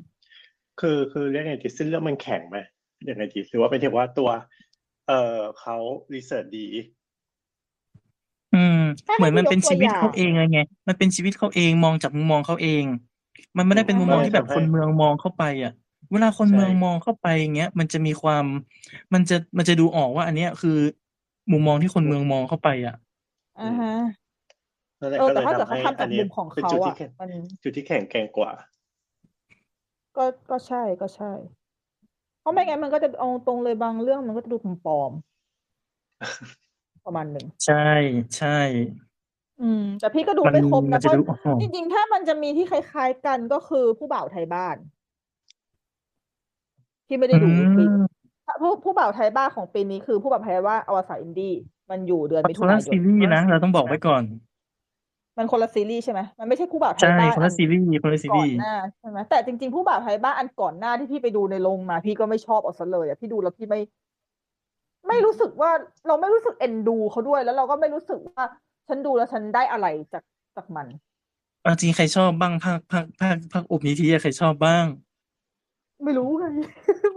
คือคือเรื่องไงดีเส้นเรื่องมันแข็งไหมอย่างไงดีหรือว่าเป็นถึงว่าตัว เอ่อเขารีเสิร์ชดี
อืม
ถ้า
เหมือนมัน
ให้พี่ยกตัว
เป็นชีวิต
อย่า
เขา
ง
เองไงมันเป็นชีวิตเขาเองมองจากมุมมองเขาเอง มันไม่ได้เป็นมุมมองที่แบบคนเมืองมองเข้าไปอ่ะ เวลาคน
ใช่
เมืองมองเข้าไปอย่างเงี้ย มันจะมีความ มันจะมันจะดูออกว่า อันเนี้ยคือ มุมมองที่คนเมืองมองเข้าไปอ่ะ
อ่าฮะ
นั่นแหละ
เออ
ก็เล
แต่
ย
ถ้าเกิด
ทำ
เขา
ให้
ทำ
อั
จาน ก
นี้
มุมของ
เป็น
เขา
จุด
อ่ะ
ที่แข็ง
มัน
จุดที่แข็งแกร่งกว่า
ก็ก็ใช่ก็ใช่ เพราะไม่งั้นมันก็จะเอาตรงเลยบางเรื่องมันก็จะดูปลอม ๆประมาณหนึ่ง
ใช่ใช่
อืม แต่พี่ก็ดู
มัน
ไม่ครบ
มั
นะ
น
เพ
จะ
ราะ
ดูออก
จริงๆ ถ้ามันจะมีที่คล้ายๆกันก็คือผู้บ่าวไทยบ้าน ที่ไม่ได้ดู
อืม
ปีนี้ถ้าผู้ผู้บ่าวไทยบ้านของปีนี้คือผู้บ่าวไทยบ้านอวสานอินดี้มันอยู่เดือน
มัน
มิ
ค
ถุ
น
นา
ละ
ย
ซี
น
รีส์นะ เราต้องบอกไว้ก่อน
มันคนละซีรีส์ใช่ไหมมันไม่ใช่ผู้บ่าวไท
ใช่
ยบ้าน
คน
อั
ละซีรีส์คนละซี
ก่อ
รี
น
ส์
หน้าใช่ไหมแต่จริงๆ ผู้บ่าวไทยบ้านอันก่อนหน้าที่พี่ไปดูในโรงมา พี่ก็ไม่ชอบเอาซะเลยอ่ะพี่ดูแล้วพี่ไม่ ไม่รู้สึกว่าเราไม่รู้สึกเอ็นดูเขาด้วย แล้วเราก็ไม่รู้สึกว่า ฉันดูแล้วฉันได้อะไรจากจากมัน
เอาจริงใครชอบบ้างภาคภาคภาคภาคอบนิธิอะใครชอบบ้าง
ไม่รู้ไง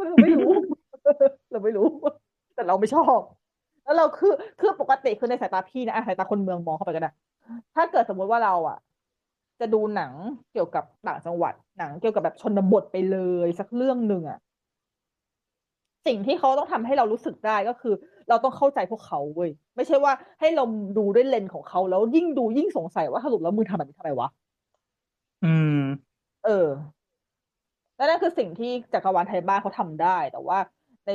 เราไม่รู้ เราไม่รู้ แต่เราไม่ชอบ แล้วเราคือคือปกติคือในสายตาพี่นะอ่ะสายตาคนเมืองมองเข้าไปก็ได้ถ้าเกิดสมมติว่าเราอ่ะ จะดูหนังเกี่ยวกับต่างจังหวัดหนังเกี่ยวกับแบบชนบทไปเลยสักเรื่องหนึ่งอ่ะสิ่งที่เขาต้องทำให้เรารู้สึกได้ก็คือ เราต้องเข้าใจพวกเขาเว้ยไม่ใช่ว่าให้เราดูด้วยเลนส์ของเขาแล้วยิ่งดูยิ่งสงสัยว่าสรุปแล้วมึงทำแบบนี้ทำไมวะ
อืม
เออและนั่นคือสิ่งที่จักรวาลไทยบ้านเขาทำได้ แต่ว่าใน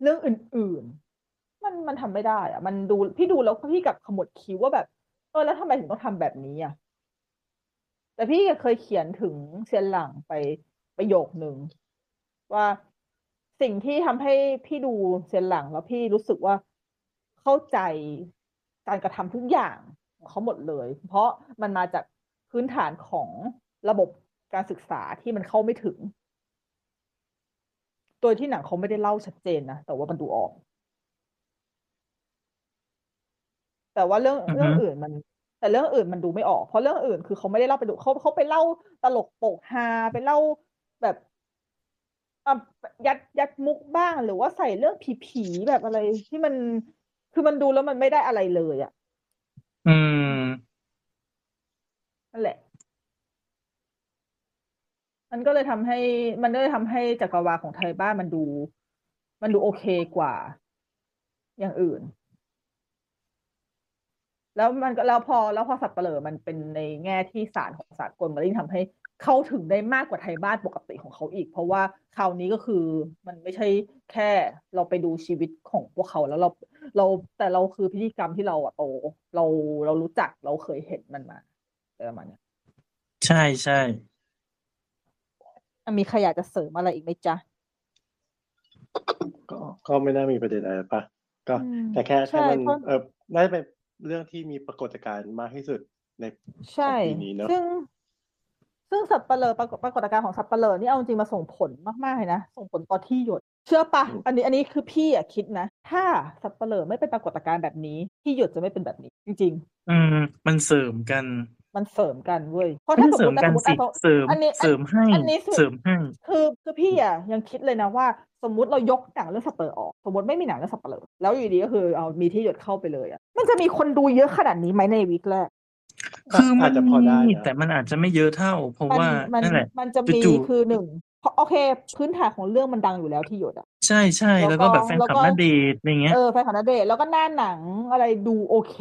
เรื่องอื่น ๆ มันมันทำไม่ได้อะมันดูพี่ดูแล้วพี่กลับขมวดคิ้วว่าแบบ เออแล้วทำไมถึงต้องทำแบบนี้อ่ะ แต่พี่เคยเขียนถึงเซียนหลังไปประโยคหนึ่งว่าสิ่งที่ทำให้พี่ดูเซียนหลังแล้วพี่รู้สึกว่าเข้าใจการกระทำทุกอย่างของเขาหมดเลย เพราะมันมาจากพื้นฐานของระบบการศึกษาที่มันเข้าไม่ถึง โดยที่หนังเขาไม่ได้เล่าชัดเจนนะแต่ว่ามันดูออก แต่ว่าเรื่อง
อือฮึ
เรื่องอื่นมัน แต่เรื่องอื่นมันดูไม่ออก เพราะเรื่องอื่นคือเขาไม่ได้เล่าไปดูเขาเขาไปเล่าตลกโปกฮาไปเล่าแบบอ่ะยัดยัดมุกบ้างหรือว่าใส่เรื่องผีผีๆแบบอะไร ที่มันคือมันดูแล้วมันไม่ได้อะไรเลยอ่ะ
อืม
นั่นแหละ มันก็เลยทำให้ มันก็เลยทำให้จักรวาลของไทยบ้านมันดู มันดูโอเคกว่า อย่างอื่น แล้วมันก็แล้วพอแล้วพอสับเปลอมันเป็นในแง่ที่สารของสากลมันยิ่งทำให้เข้าถึงได้มากกว่าไทยบ้านปกติของเขาอีก เพราะว่าคราวนี้ก็คือมันไม่ใช่แค่เราไปดูชีวิตของพวกเขาแล้วเราเราแต่เราคือพิธีกรรมที่เราอะโตเราเรารู้จักเราเคยเห็นมันมาอะไรประมาณเนี้ย
ใช่ใช่
อ่ะมีใครอยากจะเสริมอะไรอีกไหมจ๊ะ
ก็ก็ไม่น่ามีประเด็นอะไรปะก็
อืม
แต่แค่
ใช่
ถ้ามัน
เพราะ
เออน่าจะเป็นเรื่องที่มีปรากฏการณ์มากที่สุดใน
ใช่
ปีนี้เนอะ
ซึ่ง ซึ่งสับเปะเลอปรากฏปรากฏการณ์ของสับเปะเลอนี่เอาจริงมาส่งผลมากๆเลยนะ ส่งผลต่อที่หยด เชื่อปะอันนี้อันนี้คือพี่อะคิดนะ ถ้าสับเปะเลอไม่เป็นปรากฏการณ์แบบนี้ ที่หยดจะไม่เป็นแบบนี้ จริง
อืม มันเสริมกัน
ๆ มันเสริมกันเว้ยเพราะ
ไม่
ถ้า
ใช่
สม
เสริ
มตินะ
มกั
ส
น
มมติ
สิ
อะ
เสริม
อันนี้อัน
เสริมให้
อันนี้สุด
เสริมให้
คือคือพี่อ่ะยังคิดเลยนะว่าสมมติเรายกหนังเรื่องสับเปะเลอออก สมมติไม่มีหนังเรื่องสับเปะเลอแล้วอยู่ดีก็คือเอามีที่หยดเข้าไปเลยอะมันจะมีคนดูเยอะขนาดนี้ไหมในวีคแรก
คือมั
อาจจะพอได้
มี
นะ
แต่มันอาจจะไม่เยอะเท่า เพราะ
มัน
ว่า
มัน
นั่นแหละ
มันจะมี
จู่ๆ
คือหนึ่งเพราะโอเค พื้นฐานของเรื่องมันดังอยู่แล้วที่หยดอ่ะ
ใช่ใช่
แล้ว
แล้วก็แบบ
ก็
แฟน
แล้ว
คลับ
ก็
ณเดชน์อะไรเงี้ย
เออแฟนของณเดชน์แล้วก็หน้าหนังอะไรดูโอเค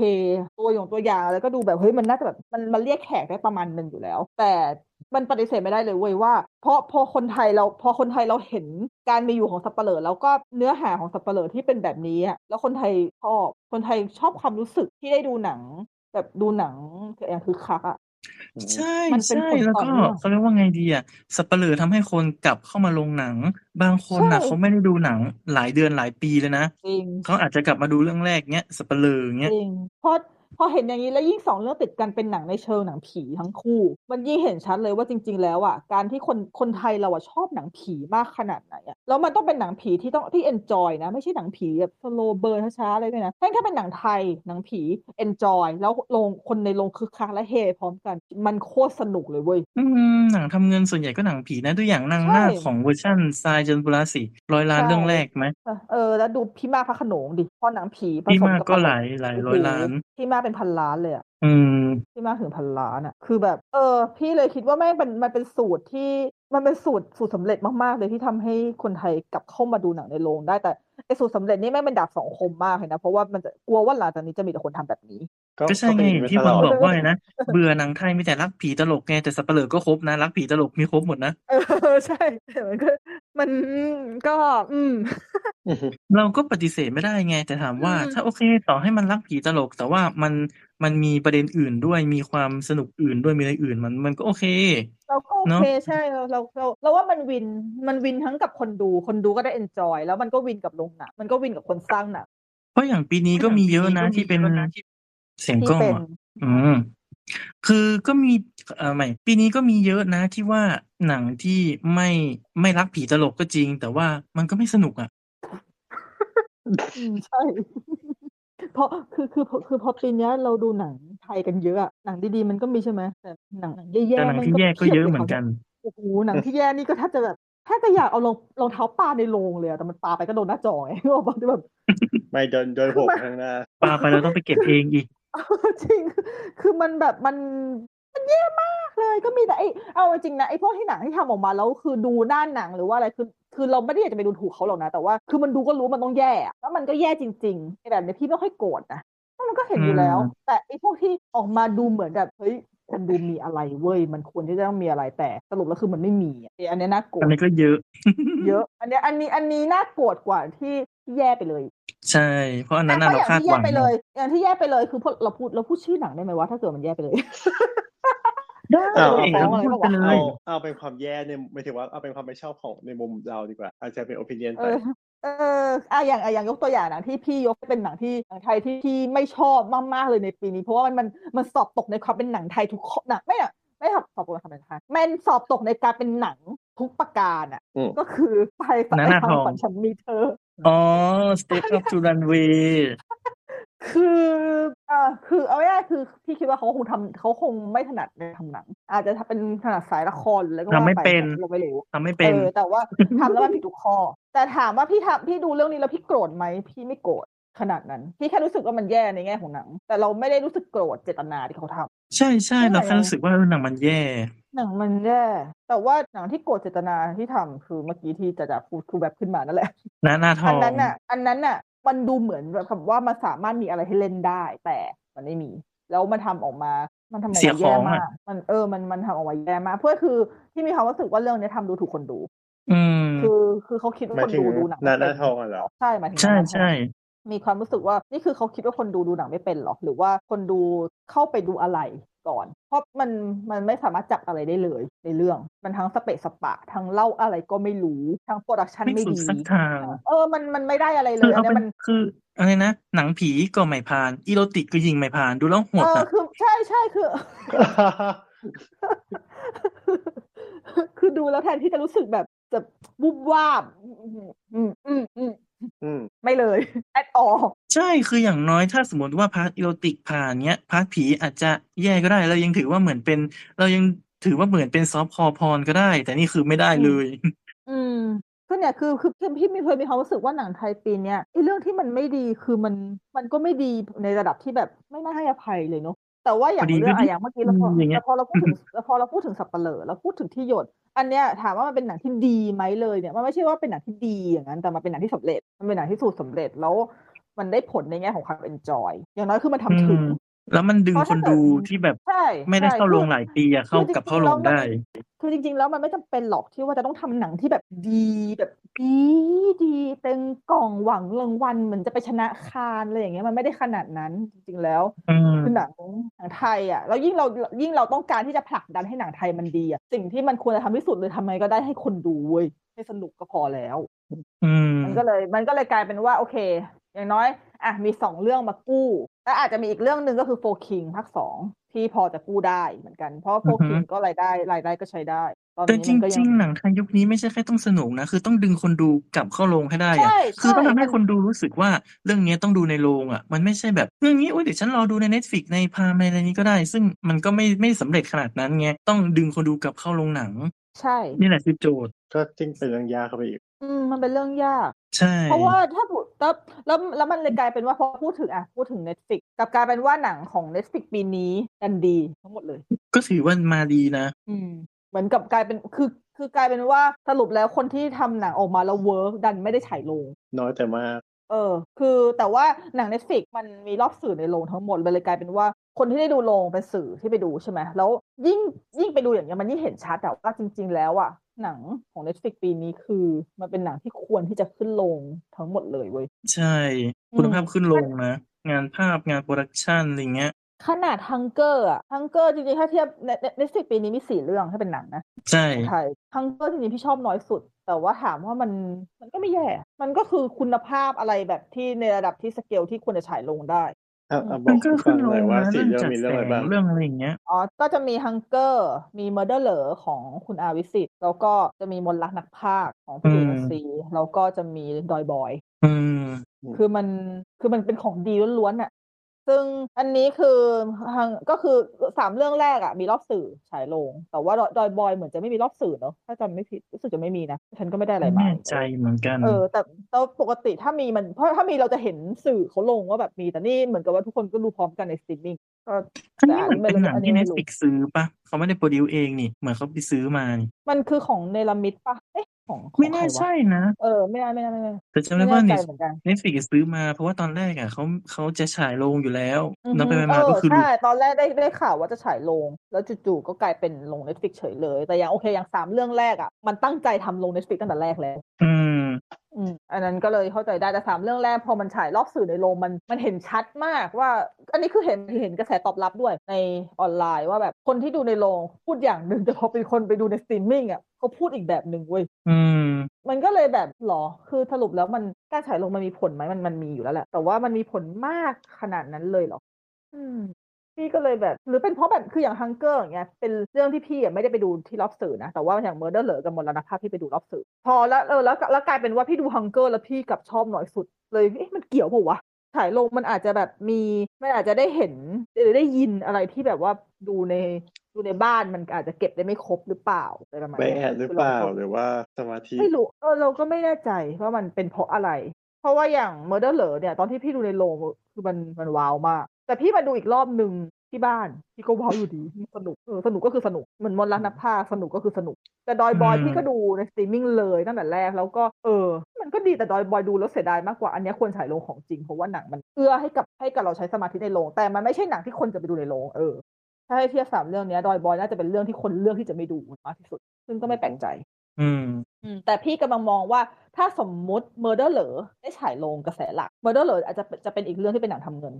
ตัวอย่างตัวอย่างอะไรก็ดูแบบเฮ้ยมันน่าจะแบบมันมันเรียกแขกได้ประมาณหนึ่งอยู่แล้ว แต่มันปฏิเสธไม่ได้เลยเว้ยว่า เพราะพอคนไทยเราพอคนไทยเราเห็นการมีอยู่ของสับเปะเหร่อแล้วก็เนื้อหาของสับเปะเหร่อที่เป็นแบบนี้อะแล้วคนไทยชอบคนไทยชอบความรู้สึกที่ได้ดูหนัง แบบดูหนังอย่างคือคักอะ
อืม
ใช่
มันเป็น
ใช่
ผล
แล้ว
ต่อ
ก็
เนื่อง
เขาเรียกว่าไงดีอ่ะสับเปลือทำให้คนกลับเข้ามาลงหนัง บางคนน่ะ
ใช่
เขาไม่ได้ดูหนังหลายเดือนหลายปีเลยนะ
จริง
เขาอาจจะกลับมาดูเรื่องแรกเงี้ยสับเปลือ
จ
เงี้ย
ริงพอพอเห็นอย่างนี้แล้วยิ่งสองเรื่องติดกันเป็นหนังในเชิงหนังผีทั้งคู่ มันยิ่งเห็นชัดเลยว่าจริง ๆ แล้วอ่ะการที่คนคนไทยเราอ่ะชอบหนังผีมากขนาดไหนอ่ะแล้วมันต้องเป็นหนังผีที่ต้องที่เอนจอยนะ ไม่ใช่หนังผีแบบสโลเบิร์นช้าๆอะไรด้วยนะถ้าถ้าเป็นหนังไทยหนังผีเอนจอยแล้วลงคนในโรงคึกคักและเฮพร้อมกัน มันโคตรสนุกเลยเว้ย
อืมหนังทำเงินส่วนใหญ่ก็หนังผีนะตัวอย่างนาง
ใช่
นาคของเวอร์ชั่นทรายจันทบุราสีร้อยล้านเรื่องแรกไหม
เออเออแล้วดูพี่มากพระโขนงดิพอหนังผีผ
พี่
สม
มาก
กับ
ก็
ตล
ห
ก
ลายหลาย
โอ้
ร้อย
โห
ล้าน
พี่มากเป็นพันล้านเลยอ่ะ
อืม
ที่มากถึงพันล้านอะคือแบบ เออ พี่เลยคิดว่าแม่งเป็นมันเป็นสูตรที่ มันเป็นสูตรสูตรสำเร็จมากๆเลยที่ทำให้คนไทยกลับเข้ามาดูหนังในโรงได้แต่ไอ้สูตรสำเร็จนี่แม่งเป็นดาบสองคมมากเลยนะเพราะว่ามันจะกลัวว่าหลังจากนี้จะมีแต่คนทำแบบนี้
ก็
ก็ใช่
ก็
ไง
เป็นอย่า
อย่าง ง
นี้
ที่
มา
บ
ต
อ
ล
ล
อด
บอกว่าไงนะเบื่อหนังไทยมีแต่รักผีตลกไงแต่สับเปลือก็ครบนะรักผีตลกมีครบหมดนะ
เออ ใช่แต่มันก็มันก็ อืม
อือฮึ
เราก็ปฏิเสธไม่ได้ไง แต่ถามว่า
อืม
ถ้าโอเคต่อให้มันรักผีตลก แต่ว่ามันมันมีประเด็นอื่นด้วยมีความสนุกอื่นด้วยมีอะไรอื่นมันมันก็โอเค
เราก็โอ
เนอะ
เคใช่เราเราเราเราว่ามันวินมันวินทั้งกับคนดู คนดูก็ได้เอนจอย แล้วมันก็วินกับโรงหนังมันก็วินกับคนสร้างหนัง
เพราะอย่างปีนี้ก็มีเยอะนะที่เป็นเสียง
ที่
กล้อง
เป็น
อะ อืมคือก็มีเอ่อไม่ปีนี้ก็มีเยอะนะที่ว่าหนังที่ไม่ไม่รักผีตลกก็จริง แต่ว่ามันก็ไม่สนุกอ่ะ
อืมใช่ เพราะคือคือคือคือพอปีเนี้ยเราดูหนังไทยกันเยอะอะหนังดีๆมันก็มีใช่ไหมแต่หนังแย่
แต่ห
ๆ
นัง
มัน
ที่
ก็
แย่ก็
พียบ
เยอะ
ล
เหมือน
ค
กั
รับ
น
โอ้โหหนังที่แย่นี่ก็แทบจะแบบแทบจะอยากเอารองรองเท้าปาในโรงเลยอะแต่มันปาไปก็โดนหน้าจอไง ก็บอกแบบ
ไม่โดนโดน
คือ
หก
มัน
ข้างหน้า
ปาไปแล้วต้องไปเก็บเองอีก
จริง คือมันแบบมันมันแย่มากเลย ก็มีแต่ไอเอาจริงนะไอพวกที่หนังที่ทำออกมาแล้วคือดูหน้าหนังหรือว่าอะไรคือคือเราไม่ได้อยากจะไปดูถูกเขาหรอกนะแต่ว่าคือมันดูก็รู้ว่ามันต้องแย่อะแล้วมันก็แย่จริงๆไอแบบเนี้ยพี่ไม่ค่อยโกรธนะเพราะมันก็เห็นอยู่แล้ว
อืม
แต่ไอพวกที่ออกมาดูเหมือนแบบเฮ้ยคนดูมีอะไรเว้ยมันควรที่จะต้องมีอะไรแต่สรุปแล้วคือมันไม่มีอะไอ้อันเนี้ยน่าโกร
อั
ธ
นนี้ก็เยอะ
เยอะ อันเนี้ยอันนี้อันนี้น่าโกรธกว่าที่ที่แย่ไปเลย
ใช่ เพราะอันนั้นน่ะ
เพ
เรา
ราะอย่า
คาง ด
ที่
ห
แย่
วัง
ไปเลย อย่างที่แย่ไปเลยคือพวกเราพูดเราพูดชื่อหนังได้ไหมวะถ้าเกิดมันแย่ไปเลย
ได้
อ้าว
เองเราพูดไปเล
เอา
ย
เอาเป็นความแย่ในหมายถึงว่าเอาเป็นความไม่ชอบของในมุมเราดีกว่า อาจจะเป็นโอปิเนียน
เอ
ไป
อเอออ่ะอย่างอ่ะอย่างยกตัวอย่างหนังที่พี่ยกเป็นหนังที่หนังไทยที่พี่ไม่ชอบมากๆเลยในปีนี้ เพราะว่ามันมันมันสอบตกในความเป็นหนังไทยทุกข้อหนังไม่หนังไม่สอบตกในความเป็นหนังไทยมันสอบตกในการเป็นหนังทุกประการอ่ะ
อืม
ก็คือไปฝัน
หนังหน้า
ทาง
ทอง
ฝันฉันมีเธอ
อ๋อ Step Up to Runway
คือเอ่อคือเอาง่ายๆคือพี่คิดว่าเขาคงทำเขาคงไม่ถนัดในทำหนัง อาจจะเป็นถนัดสายละครหรืออะไรก็ว่า
ทำไม่
ไป
เป็น
แต่เราไม่รู้
ทำไม่เป็น
เออแต่ว่า ทำแล้วมันผิดทุกข้อ แต่ถามว่าพี่ทำพี่ดูเรื่องนี้แล้วพี่โกรธไหมพี่ไม่โกรธขนาดนั้น พี่แค่รู้สึกว่ามันแย่ในแง่ของหนัง แต่เราไม่ได้รู้สึกโกรธเจตนาที่เขาทำ
ใช่ใช่
ไม่ไหว
เราแค่
อะ
รู้สึกว่าเออหนังมันแย่
หนังมันแย่แต่ว่าหนังที่โกรธเจตนาที่ทำคือเมื่อกี้ที่จะจะพูดคือแบบขึ้นมานั่นแหละ
หน้าหน้าท
อัน
อง
นั้นน่ะ อันนั้นน่ะ มันดูเหมือนแบบคำว่ามันสามารถมีอะไรให้เล่นได้ แต่มันไม่มี แล้วมันทำออกมา มันทำออก
เสีย
มาแย่
ของ
มา
อะ
ก มันเออ มันมันทำออกมาแย่มาก เพื่อคือที่มีความรู้สึกว่าเรื่องเนี้ยทำดูถูกคนดู
อืม
คือคือเขาคิด
ห
ว่า
มา
คน
ยถึง
ดูดูหนัง
หน้า
ไม่
หน้า
เป็น
ทองอ่ะเหรอ
ใช่หมายถึง
ใช่
หน้าทอง
ใช่
มีความรู้สึกว่านี่คือเขาคิดว่าคนดูดูหนังไม่เป็นหรอหรือว่าคนดูเข้าไปดูอะไรก่อน เพราะมันมันไม่สามารถจับอะไรได้เลยในเรื่อง มันทั้งสเปะสปะทั้งเล่าอะไรก็ไม่รู้ทั้งโปรดักชัน
ไม่
ไม่
สุด
ดี
สักทาง
เออมันมันไม่ได้อะไรเล
คือย
อั
เอา
นเนี้ย
เป็
มัน น
คืออะไรนะ หนังผีก็ไม่ผ่าน อีโรติกก็ยิงไม่ผ่านดูแล้วโหด
เออ
อ่ะ
คือใช่ใช่คือ คือดูแล้วแทนที่จะรู้สึกแบบจะบุบวาบอืมอืมอืม
อืม
ไม่เลย at all
ใช่คืออย่างน้อยถ้าสมมติว่าพาร์ทอีโรติกผ่านเนี้ยพาร์ทผีอาจจะแย่ก็ได้ เรายังถือว่าเหมือนเป็น เรายังถือว่าเหมือนเป็นซอฟต์คอร์พรก็ได้ แต่นี่คือไม่ได้เลย
อืมก็เนี่ยคือคือคือพี่มีเคยมีความรู้สึกว่าหนังไทยปีเนี้ยไอ้เรื่องที่มันไม่ดีคือมันมันก็ไม่ดีในระดับที่แบบไม่น่าให้อภัยเลยเนาะแต่ว่าอย่าง
พอดี
เรื่อง
ไม่
อะอ
ได้
ย่างเมื่อกี้แล้วพอ
อย่างเงี้
แล้
ย
วพอเราพูดถึงแล้วพอเราพูดถึงสับปะเหร่อเราพูดถึงที่หยด อันเนี้ยถามว่ามันเป็นหนังที่ดีไหมเลยเนี่ยมันไม่ใช่ว่าเป็นหนังที่ดีอย่างนั้นแต่มันเป็นหนังที่สำเร็จ มันเป็นหนังที่สูตรสำเร็จแล้ว มันได้ผลในแง่ของความเอนจอยอย่างน้อยคือมันทำถึง
อืม แล้วมันดึง
เพราะ
ค
ถ้านเกิด
ดูที่แบบ
ใช่
ไม่ได้
ใช่
เข้าโรง
คือ
หลายปีอะเข้า
คือจริงๆ
กลับเข้าโรง
แล้วมัน
ได้
คือจริงๆ แล้วมันไม่จำเป็นหรอกที่ว่าจะต้องทำหนังที่แบบดีแบบดีดีเต็มกล่องหวังรางวัลเหมือนจะไปชนะคานอะไรอย่างเงี้ยมันไม่ได้ขนาดนั้นจริงๆแล้ว
อืม
คือหนังหนังไทยอ่ะแล้วยิ่งเรายิ่งเราต้องการที่จะผลักดันให้หนังไทยมันดีอ่ะสิ่งที่มันควรจะทำที่สุดเลยทำไงก็ได้ให้คนดูเว้ยให้สนุกก็พอแล้ว
อืม
มันก็เลยมันก็เลยกลายเป็นว่าโอเค อย่างน้อยอ่ะมีสองเรื่องมากู้ และอาจจะมีอีกเรื่องหนึ่งก็คือโฟคิงภาคสองที่พอจะกู้ได้เหมือนกัน เพราะโฟคิงก็รายได้รายได้ก็ใช้ได้ ตอน
แต่
นี้
จ
มันก็ยั
ริ
ง
ง ๆ หนังไทยยุคนี้ไม่ใช่แค่ต้องสนุกนะ คือต้องดึงคนดูกลับเข้าโรงให้ได้อะ
ใช่
คือต้องทำให้
ใช่
คนดูรู้สึกว่าเรื่องเนี้ยต้องดูในโรงอะมันไม่ใช่แบบเรื่องนี้โอ้ยเดี๋ยวฉันรอดูใน Netflix ในพามในอะไรนี้ก็ได้ ซึ่งมันก็ไม่ไม่สำเร็จขนาดนั้นไงต้องดึงคนดูกลับเข้าโรงหนัง
ใช่
นี่แหละคือโจทย์
ก็จิ้งเป็นเรื่องยากเข้าไปอีก
อืมมันเป็นเรื่องยาก
ใช่
เพราะว่าถ้าพูดแล้วแล้วแล้วมันเลยกลายเป็นว่าพอพูดถึงอ่ะพูดถึง Netflix กลับกลายเป็นว่าหนังของ Netflix ปีนี้ดันดีทั้งหมดเลย
ก็ถือว่ามาดีนะ
อืมเหมือนกับกลายเป็นคือ คือกลายเป็นว่าสรุปแล้วคนที่ทำหนังออกมาแล้วเวิร์กดันไม่ได้ฉายโรง
น้อยแต่มาก
เออ คือแต่ว่าหนัง Netflix มันมีรอบสื่อในโรงทั้งหมดเลยเลยกลายเป็นว่าคนที่ได้ดูโรงเป็นสื่อที่ไปดูใช่ไหมแล้วยิ่งยิ่งไปดูอย่างเงี้ยมันยิ่งเห็นชัดอะว่าจริง ๆ แล้วอะหนังของ Netflix ปีนี้คือ มันเป็นหนังที่ควรที่จะขึ้นโรงทั้งหมดเลยเว้ย
ใช่ คุณภาพขึ้นลงนะ งานภาพงานโปรดักชันอะไรเงี้ย
ขนาดฮังเกอร์อะฮังเกอร์จริงๆถ้าเทียบในใน Netflix ปีนี้มีสี่เรื่องถ้าเป็นหนังนะ
ใช่
ไทยฮังเกอร์จริงๆพี่ชอบน้อยสุด แต่ว่าถามว่ามันมันก็ไม่แย่ มันก็คือคุณภาพอะไรแบบที่ในระดับที่สเกลที่ควรจะฉายลงได้
อ่ะอ่ะบ
มั
อก
น
คุ
ก็
ณ
ขึ้
ฟั
น
ง
ล
หน่
ง
อยว่า
นะ
สีเรื่อ
เรื่อง
ง
จัด
มี
แส
เรื่องอะไร
ง
บ้าง
เรื่องอะไรอย่างเงี้ย
อ๋อ ก็จะมีฮังเกอร์ มีเมอร์เดอร์เหลอของคุณอาวิสิตแล้วก็จะมีมนต์รักนักภาคของพี่
อื
ดู
ม
นซีแล้วก็จะมีดอยบอย
อืม
อืม
คือมันคือมันเป็นของดีล้วนๆน่ะ ซึ่งอันนี้คือทางก็คือสามเรื่องแรกอ่ะ มีรอบสื่อฉายลง แต่ว่าดอยบอยเหมือนจะไม่มีรอบสื่อเนอะถ้าจำไม่ผิดรู้สึกจะไม่มีนะ ฉันก็ไม่ได้อะไรมา
ไม่แน่ใจเหมือนกัน
เออ แต่แต่ปกติถ้ามีมันเพราะถ้ามีเราจะเห็นสื่อเขาลงว่าแบบมีแต่นี่เหมือนกับว่าทุกคนก็รู้พร้อมกันในสตรีมมิ่งก็
อันนี้เหมือนเป็นหนัง
อันนี้
ที่
ไม่รู้
Netflix ซื้อปะเขาไม่ได้โปรดิวเองนี่ เหมือนเขาไปซื้อมานี่
มันคือของเนลามิดปะเอ๊ะของของ
ไม่แน่
ครวะ
ใช่นะ
เออไม่ได้ไม่ได้ไม่ได้
แต่จำได้
ไม่
ว่า
แน่ใจ
Net-
เหมือนกัน
Netflix ซื้อมา เพราะว่าตอนแรกอ่ะเขาเขาจะฉายโรงอยู่แล้ว
อือ
แล้วไป
ฮึ
ไปมา
เอ
ก็
อ
คือหลุ
ใช่
ด
ตอนแรกได้ได้ข่าวว่าจะฉายลง แล้วจู่ๆก็กลายเป็นลง Netflix เฉยเลย แต่อย่างโอเคอย่างสามเรื่องแรกอะ่ะ มันตั้งใจทำลง Netflix ตั้งแต่แรกแล้ว
อืม
อืมอันนั้นก็เลยเข้าใจได้แต่สามเรื่องแรกพอมันฉายรอบสื่อในโรงมันมันเห็นชัดมากว่า อันนี้คือเห็นเห็นกระแสตอบรับด้วยในออนไลน์ว่าแบบคนที่ดูในโรงพูดอย่างหนึ่งแต่พอเป็นคนไปดูในสตรีมมิ่งอ่ะเขาพูดอีกแบบหนึ่งเว้ย
อืม
มันก็เลยแบบหรอ คือสรุปแล้วมันการฉายลงมันมีผลไหมมันมันมีอยู่แล้วแหละ แต่ว่ามันมีผลมากขนาดนั้นเลยเหรอ อืม พี่ก็เลยแบบ หรือเป็นเพราะแบบคืออย่างฮังเกอร์อย่างเงี้ย เป็นเรื่องที่พี่อ่ะไม่ได้ไปดูที่รอบสื่อนะ แต่ว่าอย่างเมอร์เดอร์เหลอกับมรณภาพพี่ไปดูรอบสื่อ พอแล้วเออแล้วแล้วแล้วกลายเป็นว่าพี่ดูฮังเกอร์แล้วพี่กลับชอบน้อยสุด เลยเอ๊ะมันเกี่ยวเปล่าวะ ฉายลงมันอาจจะแบบมีมันอาจจะได้เห็นหรือได้ยินอะไรที่แบบว่าดูในดูในบ้านมันอาจจะเก็บได้ไม่ครบหรือเปล่าอะไรประมาณ
ไป
เนี้ย
แอดหรือ
คื
เปล่า
ก็
หรือว่าสมาธิ
ไม่รู้เออเราก็ไม่แน่ใจว่ามันเป็นเพราะอะไร เพราะว่าอย่าง Murder เหลอเนี่ย ตอนที่พี่ดูในโรงคือมันมันว้าวมาก แต่พี่มาดูอีกรอบหนึ่งที่บ้าน พี่ก็ว้าวอยู่ดีมันสนุกเออสนุกก็คือสนุกเหมือนมนต์รักนักภาคสนุกก็คือสนุก แต่ดอยบอย
อืม
พี่ก็ดูในสตรีมมิ่งเลยตั้งแต่แรกแล้วก็เออ มันก็ดีแต่ดอยบอยดูแล้วเสียดายมากกว่าอันเนี้ยควรฉายโรงของจริงเพราะว่าหนังมันเอื้อให้กับให้กับเราใช้สมาธิในโรงแต่มันไม่ใช่หนังที่คนจะไปดูในโรงเออถ้าให้เทียบสามเรื่องเนี้ยดอยบอยน่าจะเป็นเรื่องที่คนเลือกที่จะไม่ดูมากที่สุด ซึ่งก็ไม่แปลกใจ
อืม
อืมแต่พี่กำลังมองว่าถ้าสมมุติ Murder เหลอได้ฉายลงกระแสหลัก Murder เหลออาจจะจะเป็นอีกเรื่องที่เป็นหนังทำเงิน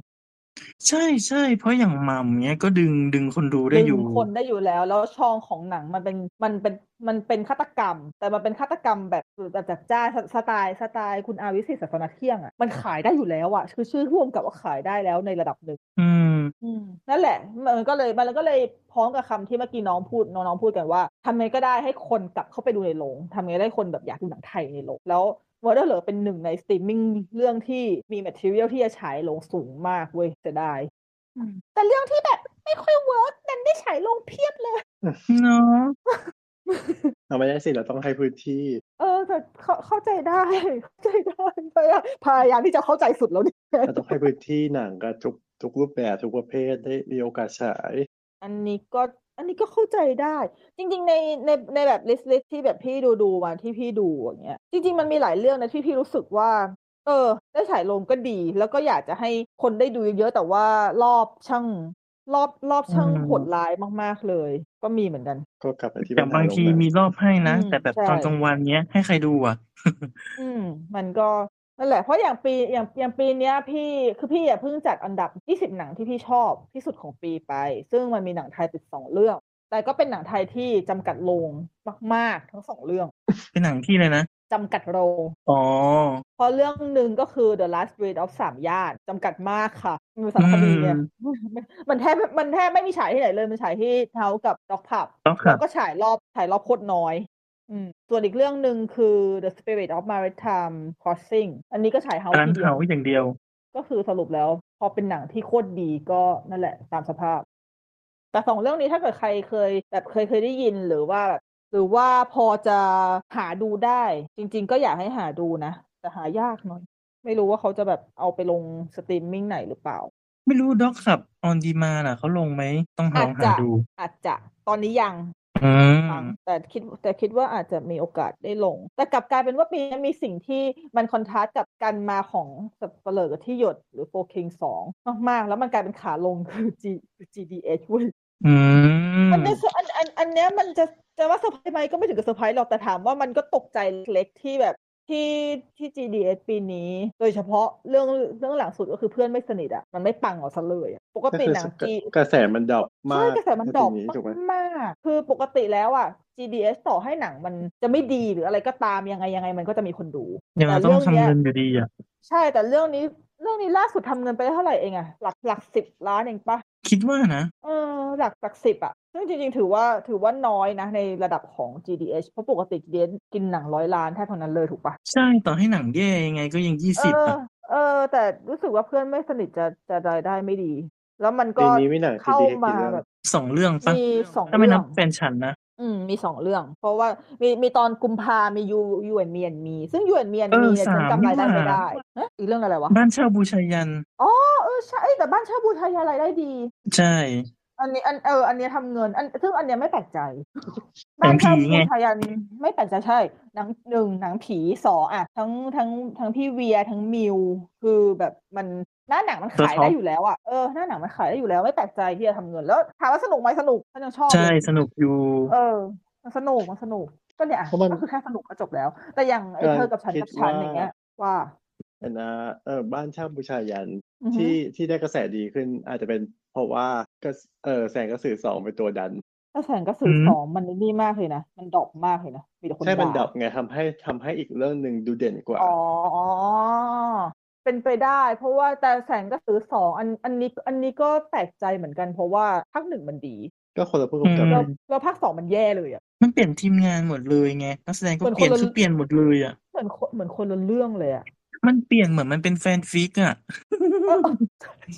ใช่ใช่ เพราะอย่างหมัมเนี้ยก็ดึงดึงคนดูได้
ดึ
อง ยู่
คนได้อยู่แล้ว แล้วช่องของหนังมันเป็นมันเป็นมันเป็นฆาตกรรม แต่มันเป็นฆาตกรรมแบบแบบจัดจ้านสสไตล์สไตล์คุณอาวิสิตศาสนาเที่ยงอ่ะมันขายได้อยู่แล้วอ่ะคือชื่อร่วมกับว่าขายได้แล้วในระดับหนึ่ง
อืม
อืมนั่นแหละ มันก็เลยมันก็เลยพร้อมกับคำที่เมื่อกี้น้องพูดน้องๆพูดกันว่าทำไงก็ได้ให้คนกลับเข้าไปดูในโรงทำไงได้คนแบบอยากดูหนังไทยในโรงแล้ววอร์เดอร์เลอเป็นหนึ่งในสตรีมมิ่งเรื่องที่มีแมทเทียลที่จะฉายลงสูงมากเว้ยจะได้ แต่เรื่องที่แบบไม่ค่อยเวิร์กดันได้ฉายลงเพียบเลย
เนาะ
เอาไม่ได้สิเราต้องให้พื้นที่
เออแต่เข้าเข้าใจได้ เข้าใจได้พยายามพยายามที่จะเข้าใจสุดแล้วเนี่ย
เราต้องให้พื้นที่หนังกับทุกทุกรูปแบบทุกประเภทได้มีโอกาสฉาย
อันนี้ก็อันนี้ก็เข้าใจได้ จริง ๆ ในในในแบบลิสต์ลิสที่แบบพี่ดูดูมาที่พี่ดูอย่างเงี้ยจริง ๆ มันมีหลายเรื่องนะที่พี่รู้สึกว่า เออ ได้ฉายลงก็ดี แล้วก็อยากจะให้คนได้ดูเยอะๆแต่ว่ารอบช่างรอบรอบช่าง
อืม
โหดร้ายมากๆเลย ก็มีเหมือนกัน
ก็กลับไปที่
แต่
ปัญห
บาง
โรง
ที
หนัง
มีรอบให้นะ
อืม
แต่แบบ
ใช่
ตอนกลางวันเนี้ยให้ใครดูอ่ะ
อืมมันก็นั่นแหละเพราะอย่างปีอย่างอย่างปีเนี้ยพี่คือพี่อ่ะเพิ่งจัดอันดับ 20 หนังที่พี่ชอบที่สุดของปีไป ซึ่งมันมีหนังไทยติดสองเรื่อง แต่ก็เป็นหนังไทยที่จำกัดโรงมาก ๆ ทั้งสองเรื่อง
เป็นหนังที่เลยนะ
จำกัดโรง
อ๋อ
เพราะเรื่องหนึ่งก็คือ The Last Street of สามย่านจำกัดมากค่ะมันสารคดีเนี่ย มันมันแทบมันแทบไม่มีฉายที่ไหนเลย มันฉายที่เท้ากับด็อกผับ
Dog Pub
แล้วก็ฉายรอบฉายรอบโคตรน้อย อืมส่วนอีกเรื่องหนึ่งคือ The Spirit of Maritime Crossing อันนี้ก็ฉายเฮา
อันนั้น
ทีเดีย
เผาว อย่างเดียว
ก็คือสรุปแล้ว พอเป็นหนังที่โคตรดีก็นั่นแหละตามสภาพ แต่สองเรื่องนี้ถ้าเกิดใครเคย แบบเคยเคยได้ยินหรือว่าแบบหรือว่าพอจะหาดูได้ จริง ๆ ก็อยากให้หาดูนะ แต่หายากหน่อย ไม่รู้ว่าเขาจะแบบเอาไปลงสตรีมมิ่งไหนหรือเปล่า
ไม่รู้ด็อกขับออนดีมาน่ะเขาลงไหม ต้องล
อา
อ
จ
งหา
จะ
ดู
อาจจะตอนนี้ยัง
อื
ฟัง
ม
แต่คิดแต่คิดว่าอาจจะมีโอกาสได้ลง แต่กลับกลายเป็นว่าปีนี้มีสิ่งที่มันคอนทราสต์กับการมาของสับเปลือกบที่หยดหรือโฟคิงสองมากๆ แล้วมันกลายเป็นขาลงคือ G GDH เว้ย
อืม
มันจะอันอันอันเนี้ยมันจะจะว่าเซอร์ไพรส์ไหมก็ไม่ถึงกับเซอร์ไพรส์หรอกแต่ถามว่ามันก็ตกใจเล็กๆที่แบบที่ที่ GDH ปีนี้ โดยเฉพาะเรื่องเรื่องหลังสุดก็คือเพื่อนไม่สนิทอ่ะมันไม่ปังออกซะเลยอะปก
ก็
ติ
คือ
หนังจี
กระแสมันดรอปมา
ใช่
ก
กระแสมันด
ใปี
รอป
นี้ถูกไหม
มากๆคือปกติแล้วอ่ะ GDS ต่อให้หนังมันจะไม่ดีหรืออะไรก็ตามยังไงยังไงมันก็จะมีคนดู
ยังไง
แต่
ต้อง
เรื่องเนี้ย
ทำเงินอยู่ดีอ่ะ
ใช่แต่เรื่องนี้เรื่องนี้ล่าสุดทำเงินไปเท่าไหร่เองอะหลักหลักสิบล้านเองปะ
คิดว่านะ
เออหลักหลักสิบอะซึ่งจริงๆ ถือว่าถือว่าน้อยนะในระดับของ GDH เพราะปกติ GDS กินหนังร้อยล้านแทบเท่านั้นเลยถูกปะ
ใช่ต่อให้หนังแย่ยังไงก็ยังยี่
เอ
สิบ
อ
อ่ะ
เออ แต่รู้สึกว่าเพื่อนไม่สนิทจะจะรายได้ไม่ดี แล้วมันก็
ปีนี้มีหนัง
เข้า
GDS
มา
กี่เรื่อง
แบบ
สองเรื่องปะ
มีสอง
ถ้าไม่นับ
เรื่อง
แฟนฉันนะ
อืมมีสองเรื่อง เพราะว่ามีมีตอนกุมภามียูยูแอนมีแอนมี ซึ่งยูแอนมีแอน
เออ
มีเนี่ยฉัน
สาม
จำรายได้ไม่ได้
นี่หว่า
ฮะอีกเรื่องอะไรวะ
บ้านเช่าบูชายัน
เออเออใช่เอ้ยแต่บ้านเช่าบูชายารายได้ดี
ใช่
อันนี้อันเอออันเนี้ยทำเงินอันซึ่งอันเนี้ยไม่แปลกใจ
ห นั
บ้าง น
ผี
เช่า
ไง
บูชายันไม่แปลกใจใช่หนังหนึ่งหนังผีสองอ่ะทั้งทั้งทั้งพี่เวียทั้งมิวคือแบบมันหน้าหนังมันขาย
ตัวท็อป
ได้อยู่แล้วอ่ะเออหน้าหนังมันขายได้อยู่แล้วไม่แปลกใจที่จะทำเงินแล้วถามว่าสนุกไหมสนุกฉันยังชอบ
ใช่
เลย
สนุกอยู่
เออ มันสนุก มันสนุก ก็เนี่ยอ่ะ
เพราะมัน
ก็คือแค่สนุกก็จบแล้ว แต่อย่างไอ้
เออ
เธอกับฉัน
คิด
กับฉัน
ว่า
อย่างเงี้ย ว่า
แต่นะเออบ้านเช่าบูชายัน
อือหื
ที่
อ
ที่ได้กระแสดีขึ้นอาจจะเป็นเพราะว่าก็เออแสงกระสือสองเป็นตัวดัน
ถ้าแสงกระสือสองมันนี่มากเลยนะ มันดรอปมากเลยนะ มีแต่คน
ใช่มันดั
ด่า
บไงทำให้ทำให้อีกเรื่องหนึ่งดูเด่นกว่า
อ๋อ เป็นไปได้ เพราะว่าแต่แสงกระสือสองอันอันนี้อันนี้ก็แปลกใจเหมือนกัน เพราะว่าภาคหนึ่งมันดี
ก็คนละผู้กำกับ
แล้วแล้วภาคสองมันแย่เลยอ่ะ
มันเปลี่ยนทีมงานหมดเลยไงนักแสดงก็
เหมือน
เปลี่ยน
คนละ
คือเปลี่ยนหมดเลยอ่ะ
เหมือนคนเหมือนคนละเรื่องเลยอ่ะ
มันเปลี่ยนเหมือนมันเป็นแฟนฟิกอ่ะ
เออ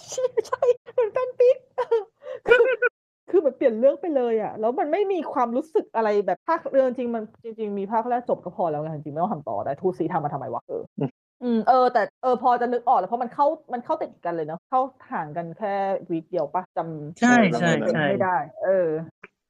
ใช่ใช่เหมือนแฟนปิ๊กเออคือคือเหมือนเปลี่ยนเรื่องไปเลยอ่ะ แล้วมันไม่มีความรู้สึกอะไรแบบภาคเรื่องจริงมันจริง ๆ มีภาคแรกจบก็พอแล้วไงจริงๆไม่ต้องทำต่อแต่ทูตสีทำมาทำไมวะเออออืมเออแต่เออพอจะนึกออกแล้วเพราะมันเข้ามันเข้าติดกันเลยเนาะเข้าห่างกันแค่วีคเดียวปะจำ
ใช่
จำ
ใช่
เป็น
ใช่
ไม่ได้ เออ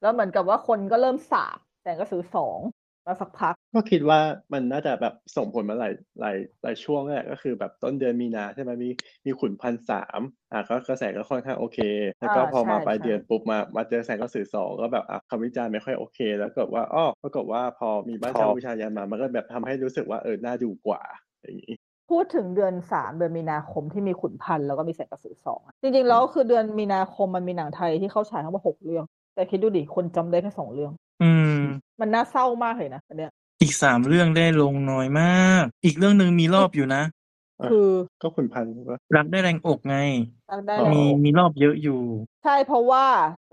แล้วเหมือนกับว่าคนก็เริ่มสาบแต่ก็ซื้อสองมาสักพัก
ก็คิดว่ามันน่าจะแบบส่งผลมาหลายหลายหลายช่วงแหละก็คือแบบต้นเดือนมีนาใช่ไหมมีมีขุนพันสามอ่ะก็กระแสก็ค่อนข้างโอเค แล้วก็
อ่า
พอมา
ใช่
ปลาย
ใช่
เดือนปุ๊บมามาเจอแสงกระสือสองก็แบบอ่ะคำวิจารณ์ไม่ค่อยโอเค แล้วก็ว่าอ้อปรากฏว่าพอมีบ้านเช่าบูชายันมามันก็แบบทำให้รู้สึกว่าเออน่าดูกว่าอย่างนี้
พูดถึงเดือนสามเดือนมีนาคมที่มีขุนพันธ์แล้วก็มีแสงกระสือสองอะจริงๆแล้วคือเดือนมีนาคมมันมีหนังไทยที่เข้าฉายทั้งหมดหกเรื่อง แต่คิดดูดิคนจำได้แค่สองเรื่อง
อืม
มันน่าเศร้ามากเลยนะอันเนี้ย
อีกสามเรื่องได้ลงน้อยมาก อีกเรื่องหนึ่งมีรอบอยู่นะ
อ่ะ
คือ
ก็ขุนพันธุ์ใช่ปะ
รักได้แรงอกไง
ตั้งได้
อ๋อ
แล้ว
มีมีรอบเยอะอยู่
ใช่เพราะว่า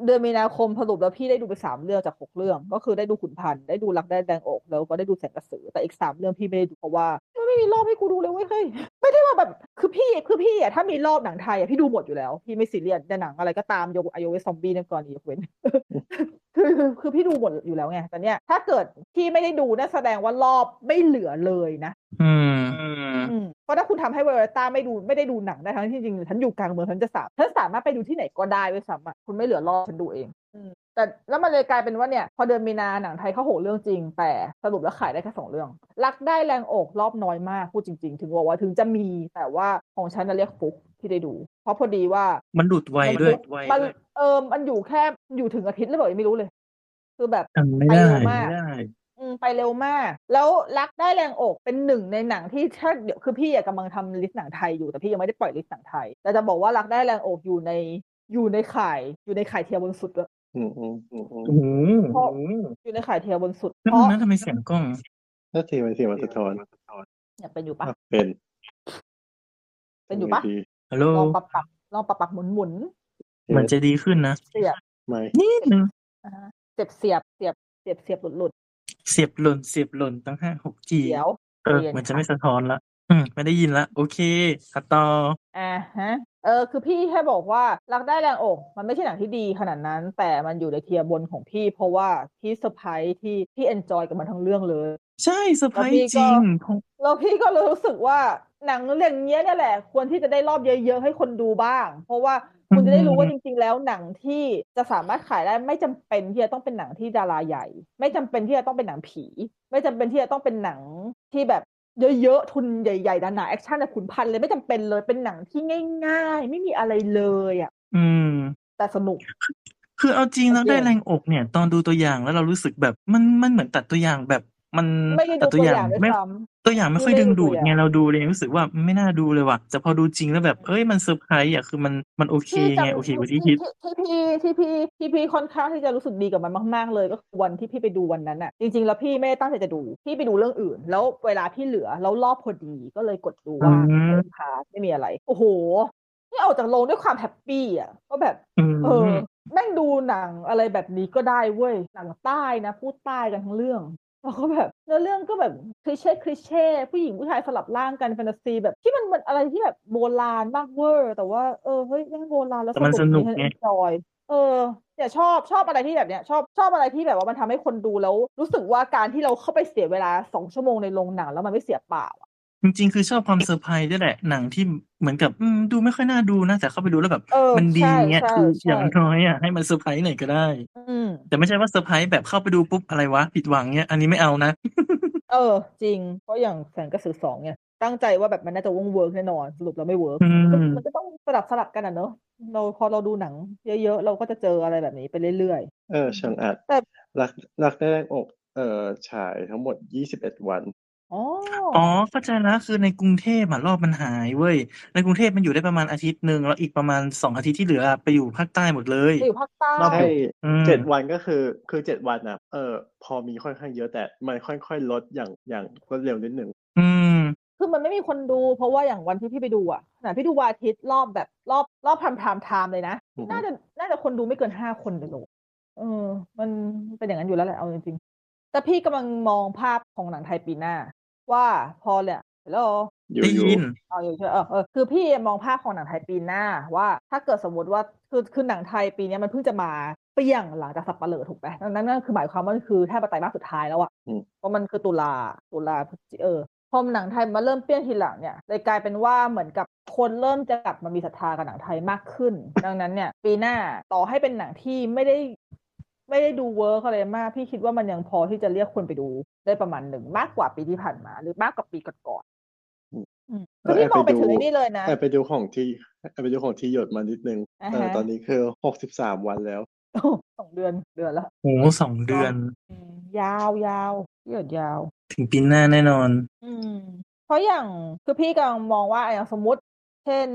เดือนมีนาคมสรุปแล้วพี่ได้ดูไปสามเรื่องจากหกเรื่อง ก็คือได้ดูขุนพันธ์ได้ดูรักได้แดงอกแล้วก็ได้ดูแสงกระสือแต่อีกสามเรื่องพี่ไม่ได้ดูเพราะว่ามันไม่มีรอบให้กูดูเลยเว้ยเฮ้ยไม่ได้ว่าแบบคือพี่คือพี่อ่ะถ้ามีรอบหนังไทยอ่ะพี่ดูหมดอยู่แล้วพี่ไม่ซีเรียสแต่หนังอะไรก็ตามยกอโยเวซอมบี้นั่นก่อนอีกเว้น คือคือคือพี่ดูหมดอยู่แล้วไงแต่เนี่ยถ้าเกิดพี่ไม่ได้ดูนั่นแสดงว่ารอบไม่เหลือเลยนะ
อืม
อืมเพราะถ้าคุณทำให้เวอร์ต้าไม่ดูไม่ได้ดูหนังได้ทั้งที่จริงฉันอยู่กลางเมืองฉันจะสามฉันสามารถไปดูที่ไหนก็ได้ด้วยซ้ำอ่ะคุณไม่เหลือรอบฉันดูเองอืมแต่แล้วมันเลยกลายเป็นว่าเนี่ย พอเดือนมีนาหนังไทยเข้าหกเรื่องจริง แต่สรุปแล้วขายได้แค่สองเรื่อง รักได้แรงอกรอบน้อยมากพูดจริง ๆ ถึงบอกว่าถึงจะมีแต่ว่าของฉันน่ะเรียกฟุกที่ได้ดู เพราะพอดีว่า
มันดูดไว
มัน
ด้วย
มันเออมันอยู่แค่อยู่ถึงอาทิตย์หรือเปล่ายังไม่รู้เลย คือแบบ
จำไม่ได้
ไปเร็วมาก
ไม่ได้
อืมไปเร็วมาก แล้วรักได้แรงอกเป็นหนึ่งในหนังที่ถ้าเดี๋ยวคือพี่อะกำลังทำลิสต์หนังไทยอยู่แต่พี่ยังไม่ได้ปล่อยลิสต์หนังไทย แต่จะบอกว่ารักได้แรงอกอยู่ในอยู่ในข่ายอยู่ในข่ายเทียร์บนสุดด้วย
อืมอืมอืมอืม
โอ้โห
เพราะ อยู่ในข่ายเทียร์บนสุด
แล้ว
เพ ราะ
มันนั้นทำไมเสียงกล้อง
น่าเสียมันเสียมันสะท้อน
อยากเป็นอยู่ปะ
อ่ะเป็น
เป็นอยู่ปะ
ดี
ฮัลโหล
ลองปรับปรับลองปรับปรับหมุนหมุน
เหมือนจะดีขึ้นนะ
เสียบ
ไม่
นิดนึง
อ่าฮะเสียบเสียบเสียบเสียบเสียบหลุดหลุด
เสียบหล่นเสียบหล่นตั้งห้าหกจี
เดี๋ยว
เออ
เปลี่ยน
มันจะ
ค่ะ
ไม่สะท้อนละ อืมไม่ได้ยินละ โอเคตัดต่อ
อ่าฮะ เออ คือพี่แค่บอกว่ารักได้แรงอก มันไม่ใช่หนังที่ดีขนาดนั้น แต่มันอยู่ในเทียร์บนของพี่ เพราะว่าพี่เซอร์ไพรส์ที่พี่เอนจอยกับมันทั้งเรื่องเลย
ใช่เซอร์ไพรส์
แล้วพี่
จ
ก็
ริงเพ
แล้วพี่ก็
ราะ
รู้สึกว่าหนังเรื่องเนี้ยเนี่ยแหละ ควรที่จะได้รอบเยอะๆให้คนดูบ้าง เพราะว่า คุณจะได้รู้ว่าจริง ๆ แล้วหนังที่จะสามารถขายได้ไม่จำเป็นที่จะต้องเป็นหนังที่ดาราใหญ่ ไม่จำเป็นที่จะต้องเป็นหนังผี ไม่จำเป็นที่จะต้องเป็นหนังที่แบบเยอะๆทุนใหญ่ๆหนาๆแอคชั่นแบบขุนพันเลยไม่จำเป็นเลยเป็นหนังที่ง่าย ๆ ไม่มีอะไรเลยอ่ะ
อืม
แต่สนุก
คือเอาจริงแล้ว
โอเค
ได้แรงอกเนี่ย ตอนดูตัวอย่างแล้วเรารู้สึกแบบมันมันเหมือนตัดตัวอย่างแบบมัน
ไม่ได้
ตั
ดู
ด
ตัวอย่างด้วย
ไม่
ซ้
ตัวอย่างไม่ค่อย
ไม่ได้
ดึง
ดู
ดู
ตัว
ด
อย่าง
ไงเราดูเลยรู้สึกว่าไม่น่าดูเลยว่ะแต่พอดูจริงแล้วแบบเอ้ยมันเซอร์ไพรส์อ่ะคือมันมันโอ
ำ
เค
ที่จำ
ไงโอเคกว่าที่
ที่
คิด
ที่พี่ที่พี่ที่พี่ค่อนข้างที่จะรู้สึกดีกับมันมาก ๆ เลยก็คือวันที่พี่ไปดูวันนั้นอ่ะจริง ๆ แล้วพี่ไม่ได้ตั้งใจจะดูพี่ไปดูเรื่องอื่น แล้วเวลาพี่เหลือแล้วรอบพอดีก็เลยกดดูว่า
อืม
เออพาไม่มีอะไร โอ้โหนี่ออกจากโรงด้วยความแฮปปี้อ่ะก็แบบ
อืม
เออแม่งดูหนังอะไรแบบนี้ก็ได้เว้ย หนังใต้นะพูดใต้กันทั้งเรื่องแล้วก็แบบเนื้อเรื่องก็แบบคลิเช่คลิเช่ผู้หญิงผู้ชายสลับร่างกันแฟนตาซีแบบที่มันมันอะไรที่แบบโบราณมากเวอร์ แต่ว่าเออเฮ้ยแม่งโบราณแล้ว
แต่มันสนุก
ดีให้
ไง
enjoy เออเนี่ยชอบชอบอะไรที่แบบเนี้ยชอบชอบอะไรที่แบบว่ามันทำให้คนดูแล้ว รู้สึกว่าการที่เราเข้าไปเสียเวลาสองชั่วโมงในโรงหนังแล้วมันไม่เสียเปล่าอะ
จริงๆ คือชอบความเซอร์ไพรส์ด้วยแหละหนังที่เหมือนกับอืมดูไม่ค่อยน่าดูนะแต่เข้าไปดูแล้วแบบ
เออ
มันดี
ใช่
เงี้ย
ใช่
คืออ
ใช่
ย่างน้อยอ่ะให้มันเซอร์ไพรส์หน่อยก็ได้
อืม
แต่ไม่ใช่ว่าเซอร์ไพรส์แบบเข้าไปดูปุ๊บอะไรวะผิดหวังเงี้ยอันนี้ไม่เอานะ
เออ จริง เพราะอย่างแสงกระสือสองเนี่ย ตั้งใจว่าแบบมันน่าจะวงเวิร์กแน่นอน สรุปเราไม่เวิร์ก
อื
ก็
ม
มันก็ต้องสลับสลับกันอ่ะเนอะเราพอเราดูหนังเยอะๆ เราก็จะเจออะไรแบบนี้ไปเรื่อย
เออช่างอัด
แต่
รักรักได้แรงอก เอ่อฉายทั้งหมดยี่สิบเอ็ดวัน
ๆ อ๋ออ
อ๋อเข้าใจแล้วคือในกรุงเทพอ่ะรอบมันหายเว้ยในกรุงเทพมันอยู่ได้ประมาณอาทิตย์หนึ่งแล้วอีกประมาณสองอาทิตย์ที่เหลือไปอยู่ภาคใต้หมดเลย
ไปอยู่ภาคใต้
รอบ
ใช่
อยู่ อืม
เจ็ดวันก็คือคือเจ็ดวันนะเออ พอมีค่อนข้างเยอะแต่มันค่อยๆลดอย่างอย่างรวดเร็วนิดหนึ่ง
อืม
คือมันไม่มีคนดู เพราะว่าอย่างวันที่พี่ไปดูอ่ะขณะพี่ดูวันอาทิตย์รอบแบบรอบรอบพรามพรามไทม์เลยนะ
อือฮึ
น่าจะน่าจะคนดูไม่เกินห้าคนเลยโลกเออ มันเป็นอย่างนั้นอยู่แล้วแหละเอาจริงๆ แต่พี่กำลังมองภาพของหนังไทยปีหน้า ว่าพอเลยแล้ว
อยู่
ได้
อยู่
ยิน
เอาอยู่ใช่ไหมเออเออคือพี่มองภาพของหนังไทยปีหน้าว่า ถ้าเกิดสมมติว่าคือคือหนังไทยปีเนี้ยมันเพิ่งจะมาเปรี้ยงหลังจากสับปะเหร่อถูกไหมนั่นนั่นนั่นคือหมายความว่ามันคือแทบจะไตรมาสสุดท้ายแล้วอะ
อืม
เพราะมันคือตุลาตุลาพฤศจิเออพอหนังไทยมาเริ่มเปรี้ยงทีหลังเนี่ยเลยกลายเป็นว่าเหมือนกับคนเริ่มจะกลับมามีศรัทธากับหนังไทยมากขึ้น ดังนั้นเนี่ย ปีหน้าต่อให้เป็นหนังที่ไม่ได้ ไม่ได้ดูเวิร์กอะไรมาก พี่คิดว่ามันยังพอที่จะเรียกคนไปดูได้ประมาณหนึ่งมากกว่าปีที่ผ่านมา หรือมากกว่าปีก่อนๆอืม
เอ
คือพี่
อ
มองไป
แอบไปดู
ถึงไอ้นี่เลยนะ
แอบไปดูของที่แอบไปดูของที่หยดมานิดนึง
อ่า
เอ
ฮะ
อตอนนี้คือหกสิบสามวันแล้ว
โอ้สองเดือนเดือนละ
โหสองเดือน
อืมยาวยาวยืดยาว
ถึงปีหน้าแน่นอน
อืม เพราะอย่างคือพี่กำลังมองว่าอย่างสมมติ เช่น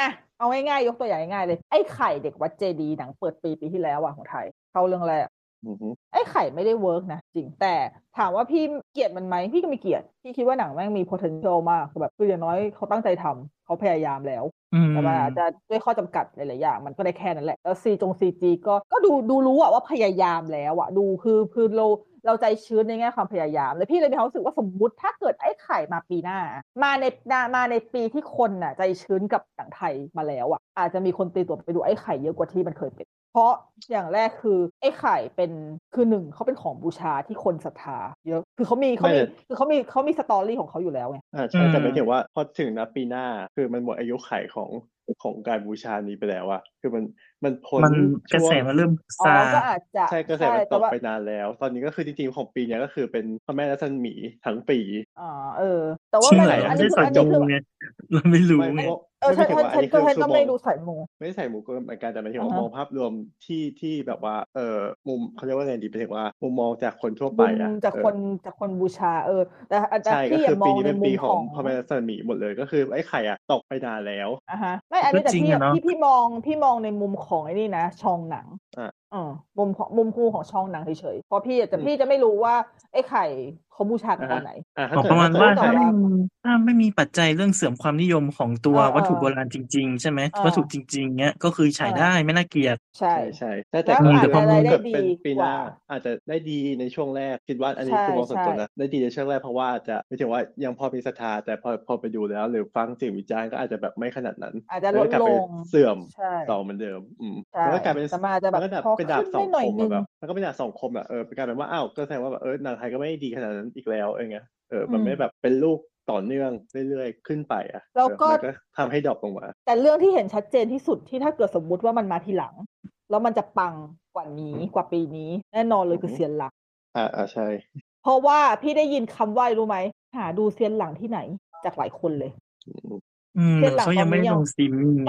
อ่ะเอาง่ายๆยกตัวอย่างง่ายๆเลยไอ้ไข่เด็กวัดเจดีย์หนังเปิดปีปีที่แล้วอะของไทยเข้าเรื่องแรก
อือฮึ
ไอ้ไข่ไม่ได้เวิร์กนะจริงแต่ถามว่าพี่เกลียดมันไหมพี่ก็ไม่เกลียดพี่คิดว่าหนังแม่งมี potential มากแบบคืออย่างน้อยเขาตั้งใจทำเขาพยายามแล้ว
อืม
แต่มันอาจจะด้วยข้อจำกัดหลาย ๆ อย่าง มันก็ได้แค่นั้นแหละ แล้วซีจงซีจีก็ก็ดูดูรู้อะว่าพยายามแล้วอะดูคือคือเราเราใจชื้นในแง่ความพยายาม แล้วพี่เลยมีความรู้สึกว่าสมมุติถ้าเกิดไอ้ไข่มาปีหน้า มาในนามาในปีที่คนน่ะใจชื้นกับหนังไทยมาแล้วอะอาจจะมีคนตีตัวไปดูไอ้ไข่เยอะกว่าที่มันเคยเป็น เพราะอย่างแรกคือไอ้ไข่เป็นคือหนึ่งเขาเป็นของบูชาที่คนศรัทธาเยอะคือเขามีเขามีคือเขามีเขามีสตอรี่ของเขาอยู่แล้วไง
อ่าใช่แต่ไม่ถึงว่าพอถึงนะปีหน้าคือมันหมดอายุขัยของของการบูชานี้ไปแล้วอะคือมันมันพ้น
มันกระ
ช่ว
แส
ง
มันเริ่ม
อ๋อ
ซา
ก็อาจจะ
ใช่กระแสมันต
แต่
ก
ว่า
ไปนานแล้ว ตอนนี้ก็คือจริงๆของปีเนี้ยก็คือเป็นพระแม่รัศมีทั้งปี
อ๋อเออ แต่ว่า
ใช่
มัน
เหรอ
อัน
ไม่
นี้คือ
ใช่สา
อั
ย
น
จ
นี้
ง
คือ
ไงเราไม่รู้
ไม่
ไง
เพราะ
เออฉัน
ไม่
ฉันฉันก็
ไม่
เห็นก็
ถึงว่า
ไม่
อันนี้คือชั่วโง
ดูสายมู
ไม่ได้ใส่หมูกรอบเหมือนกันแต่หมายถึง
อ่า
ว่า
ฮะ
มองภาพรวมที่ที่แบบว่า เออมุมเขาเรียกว่าไงดีหมายถึงว่า มุมมองจากคนทั่วไป
ุ
อ่ะ
มจาก
เออ
คนจากคนบูชา เออ แต่แต่
ใช่ก็
พี่
คื
ยั
อง
ม
ปี
อง
นี้
ใน
เป็น
มุ
ปี
ม
ข
ข
อ
อง ง
พระแม่รัศมีหมดเลยก็คือไอ้ไข่อ่ะตกไปนานแล้ว
อ่ะฮะไม่อันนี้
ก็
แต่
จริง
พี่
อะเนาะ
พี่พี่มองพี่มองในมุมของไอ้นี่นะชองหนัง
อ่ะ
เออมุมของมุมคู่ของชองหนังเฉยๆเพราะพี่อะแต่
อืม
พี่จะไม่รู้ว่าไอ้ไข่เขาบูชากันตอนไหน
อ่ะถ้า
บอก
เกิ
ป
ด
ระมาณ
ถ้า
ว่า
เกิด
ถ้า
ไข่
ไม่มีถ้าไม่มีปัจจัยเรื่องเสื่อมความนิยมของตัว
เออเออ
วัตถุโบราณจริง ๆ ใช่ไหม
เออ
วัตถุจริงๆเนี้ยก็คือฉายได้ไม่น่าเกลียด
ใช่
ใช่ใช่แต่แต่
แล้ว
อืม
ถ้าเกิ
แต่
ด
พอ
ถ้า
มา
ได้
เกิด
ดี
เป็นปีห
ก
น้า
ว่า
อาจจะได้ดีในช่วงแรกคิดว่าอันนี้
ใช่
คือมองส่วน
ใช่
ตัวนะได้ดีในช่วงแรกเพราะว่าอาจจะไม่ถึงว่ายังพอมีศรัทธาแต่พอพอไปดูแล้ว หรือฟังเสียงวิจารณ์ก็อาจจะแบบไม่ขนาดนั้น
อาจจะ
แล้
ล
ว
ด
ก็กลับ
ล
ไป
ง
เสื่อม
ใช่
ต่อเหมือนเดิม อืม
ใช่
แล้วก็กลายเป็น
แต่มันอาจจะแบบ
มันก็แบบ
พอ
เป็นดาบส
ขึ้
อน ง
ได้หน่อ
ค
ย
ม
นึ
อะ
ง
แบบมันก็เป็นดาบสองคมอะเออเป็นกลารแบบว่าอ้าวก็แสดงว่าแบบเออหนังไทยก็ไม่ได้ดีขนาดนั้นอีกแล้วเองอะเออ มัน
อืม
ไม่แบบเป็นลูกต่อเนื่องเรื่อยๆขึ้นไปอะ
แล้วก็
เออมันก็ทำให้ดรอปลงมา
แต่เรื่องที่เห็นชัดเจนที่สุดที่ถ้าเกิดสมมุติว่ามันมาทีหลัง แล้วมันจะปังกว่านี้กว่าปีนี้ แน่นอนเลยคือ
อือฮึ
เซียนหลัง
อ่าอ่าใช่
เพราะว่าพี่ได้ยินคำว่าอะไรรู้ไหมหาดูเซียนหลังที่ไหน จากหลายคนเลย
อืม
เส้นหลัง
เขายังไม่ได้
ตอนนี้ยัง
ลงสตรีมมิ่งไง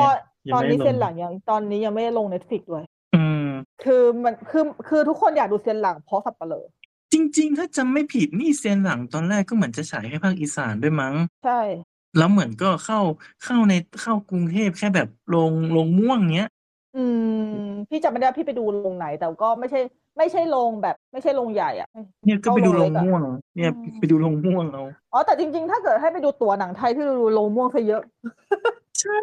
ตอนตอน
ยังไม่ได้
นี้
ล
เซีย
ง
นหลังยังตอนนี้ยังไม่ได้ลงเน็ตฟิกเลย
อืม
คือมันคือคือทุกคนอยากดูเซียนหลังเพราะสับปะเลอ
จริง ๆ ถ้าจำไม่ผิดนี่เซียนหลังตอนแรกก็เหมือนจะฉายให้ภาคอีสานด้วยมั้ง
ใช่
แล้วเหมือนก็เข้าเข้าในเข้ากรุงเทพแค่แบบลงลงม่วงเนี้ย
อืม พี่จำไม่ได้ว่าพี่ไปดูลงไหน แต่ก็ไม่ใช่ ไม่ใช่ลงแบบ ไม่ใช่ลงใหญ่อะ
เนี่ยก็ไปดู
เข้าโร
ล
ง
ง
เล็กอะ
ม่วง เนี่ย
อืม
ไปดูลงม่วงเอา
อ๋อแต่จริงๆ ถ้าเกิดให้ไปดูตัวหนังไทยพี่ดูลงม่วงซะเยอะ
ใช่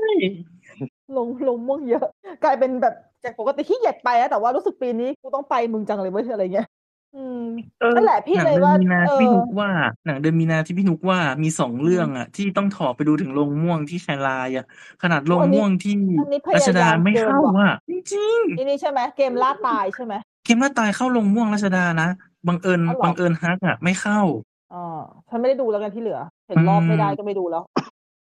ลงลงม่วงเยอะ กลายเป็นแบบจากปกติขี้เกียจไปนะแต่ว่ารู้สึกปีนี้กูต้องไปมึงจังเลยเว้ยอะไรเงี้ยอืม
เออ
นั่นแหละพี่
หนัง
เลย
เดือน
ว่า
มีนา
เอ
ที่พี่
อ
นุกว่าหนังเดือนมีนาที่พี่นุกว่ามีสองเรื่องอะที่ต้องถอไปดูถึงลงม่วงที่แครายอะขนาดลง
อันนี้
ม่วงที่
อันนี้พยายาม
รัชดาไม่
เกิน
เข้า
ว่ะ
อะจริงๆ
นี่นี่ใช่ไหมเกมล่าตายใช่ไหม
เกมล่าตายเข้าลงม่วงรัชดานะบังเอิญ
อ๋อเหรอ
บังเอิญฮักอ่ะไม่เข้า
อ๋อฉันไม่ได้ดูแล้วกันที่เหลือ เห็นรอบไม่ได้ก็ไม่ดูแล้ว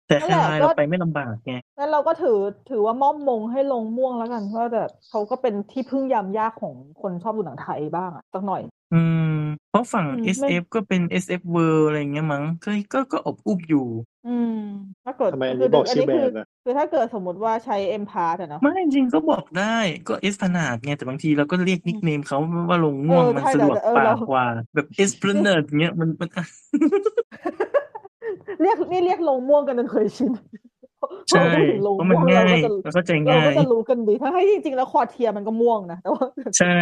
แต่
นั่
แคน
แหละ
ราย
ก็
เราไปไม่ลำบากไง
งั้นเราก็ถือถือว่ามอบมงให้ลงม่วงแล้วกันว่าแต่เขาก็เป็นที่พึ่งยามยากของคนชอบดูหนังไทยบ้างอะสักหน่อย
อืม เพราะฝั่ง
อืมไม่
SF ก็เป็น SF World อะไรอย่างเงี้ยมั้งก็ก็ก็อบอุบอยู่
อืม ถ้าเกิด
ทำไมอันนี้
คื
บอกชื่อแบร
คื
นด์อะ
คือถ้าเกิดสมมติว่าใช้เอ็มพาร์ตอะเนาะ
ไม่จริงก็บอกได้ก็เอสพนาดไงแต่บางทีเราก็เรียกนิกเนมเขาว่าลงม่วง
เออ
มัน
ใช่
สะดวก
เดี๋ยวเออ
ปา
เรา
กกว่า แบบเอสพลเนดเงี้ยมันมัน
เรียกนี่เรียกลงม่วงกันจนเคยชิน
ใช่
พอพูดถึงลง
เพราะมัน
ม่วงเรา
ง่าย
ก็จะ
แล้วก็ใจ
เรา
ง่า
ก็
ย
จะรู้กันดีทั้งที่จริงๆแล้วคอเทียมันก็ม่วงนะแต่ว่า
ใช่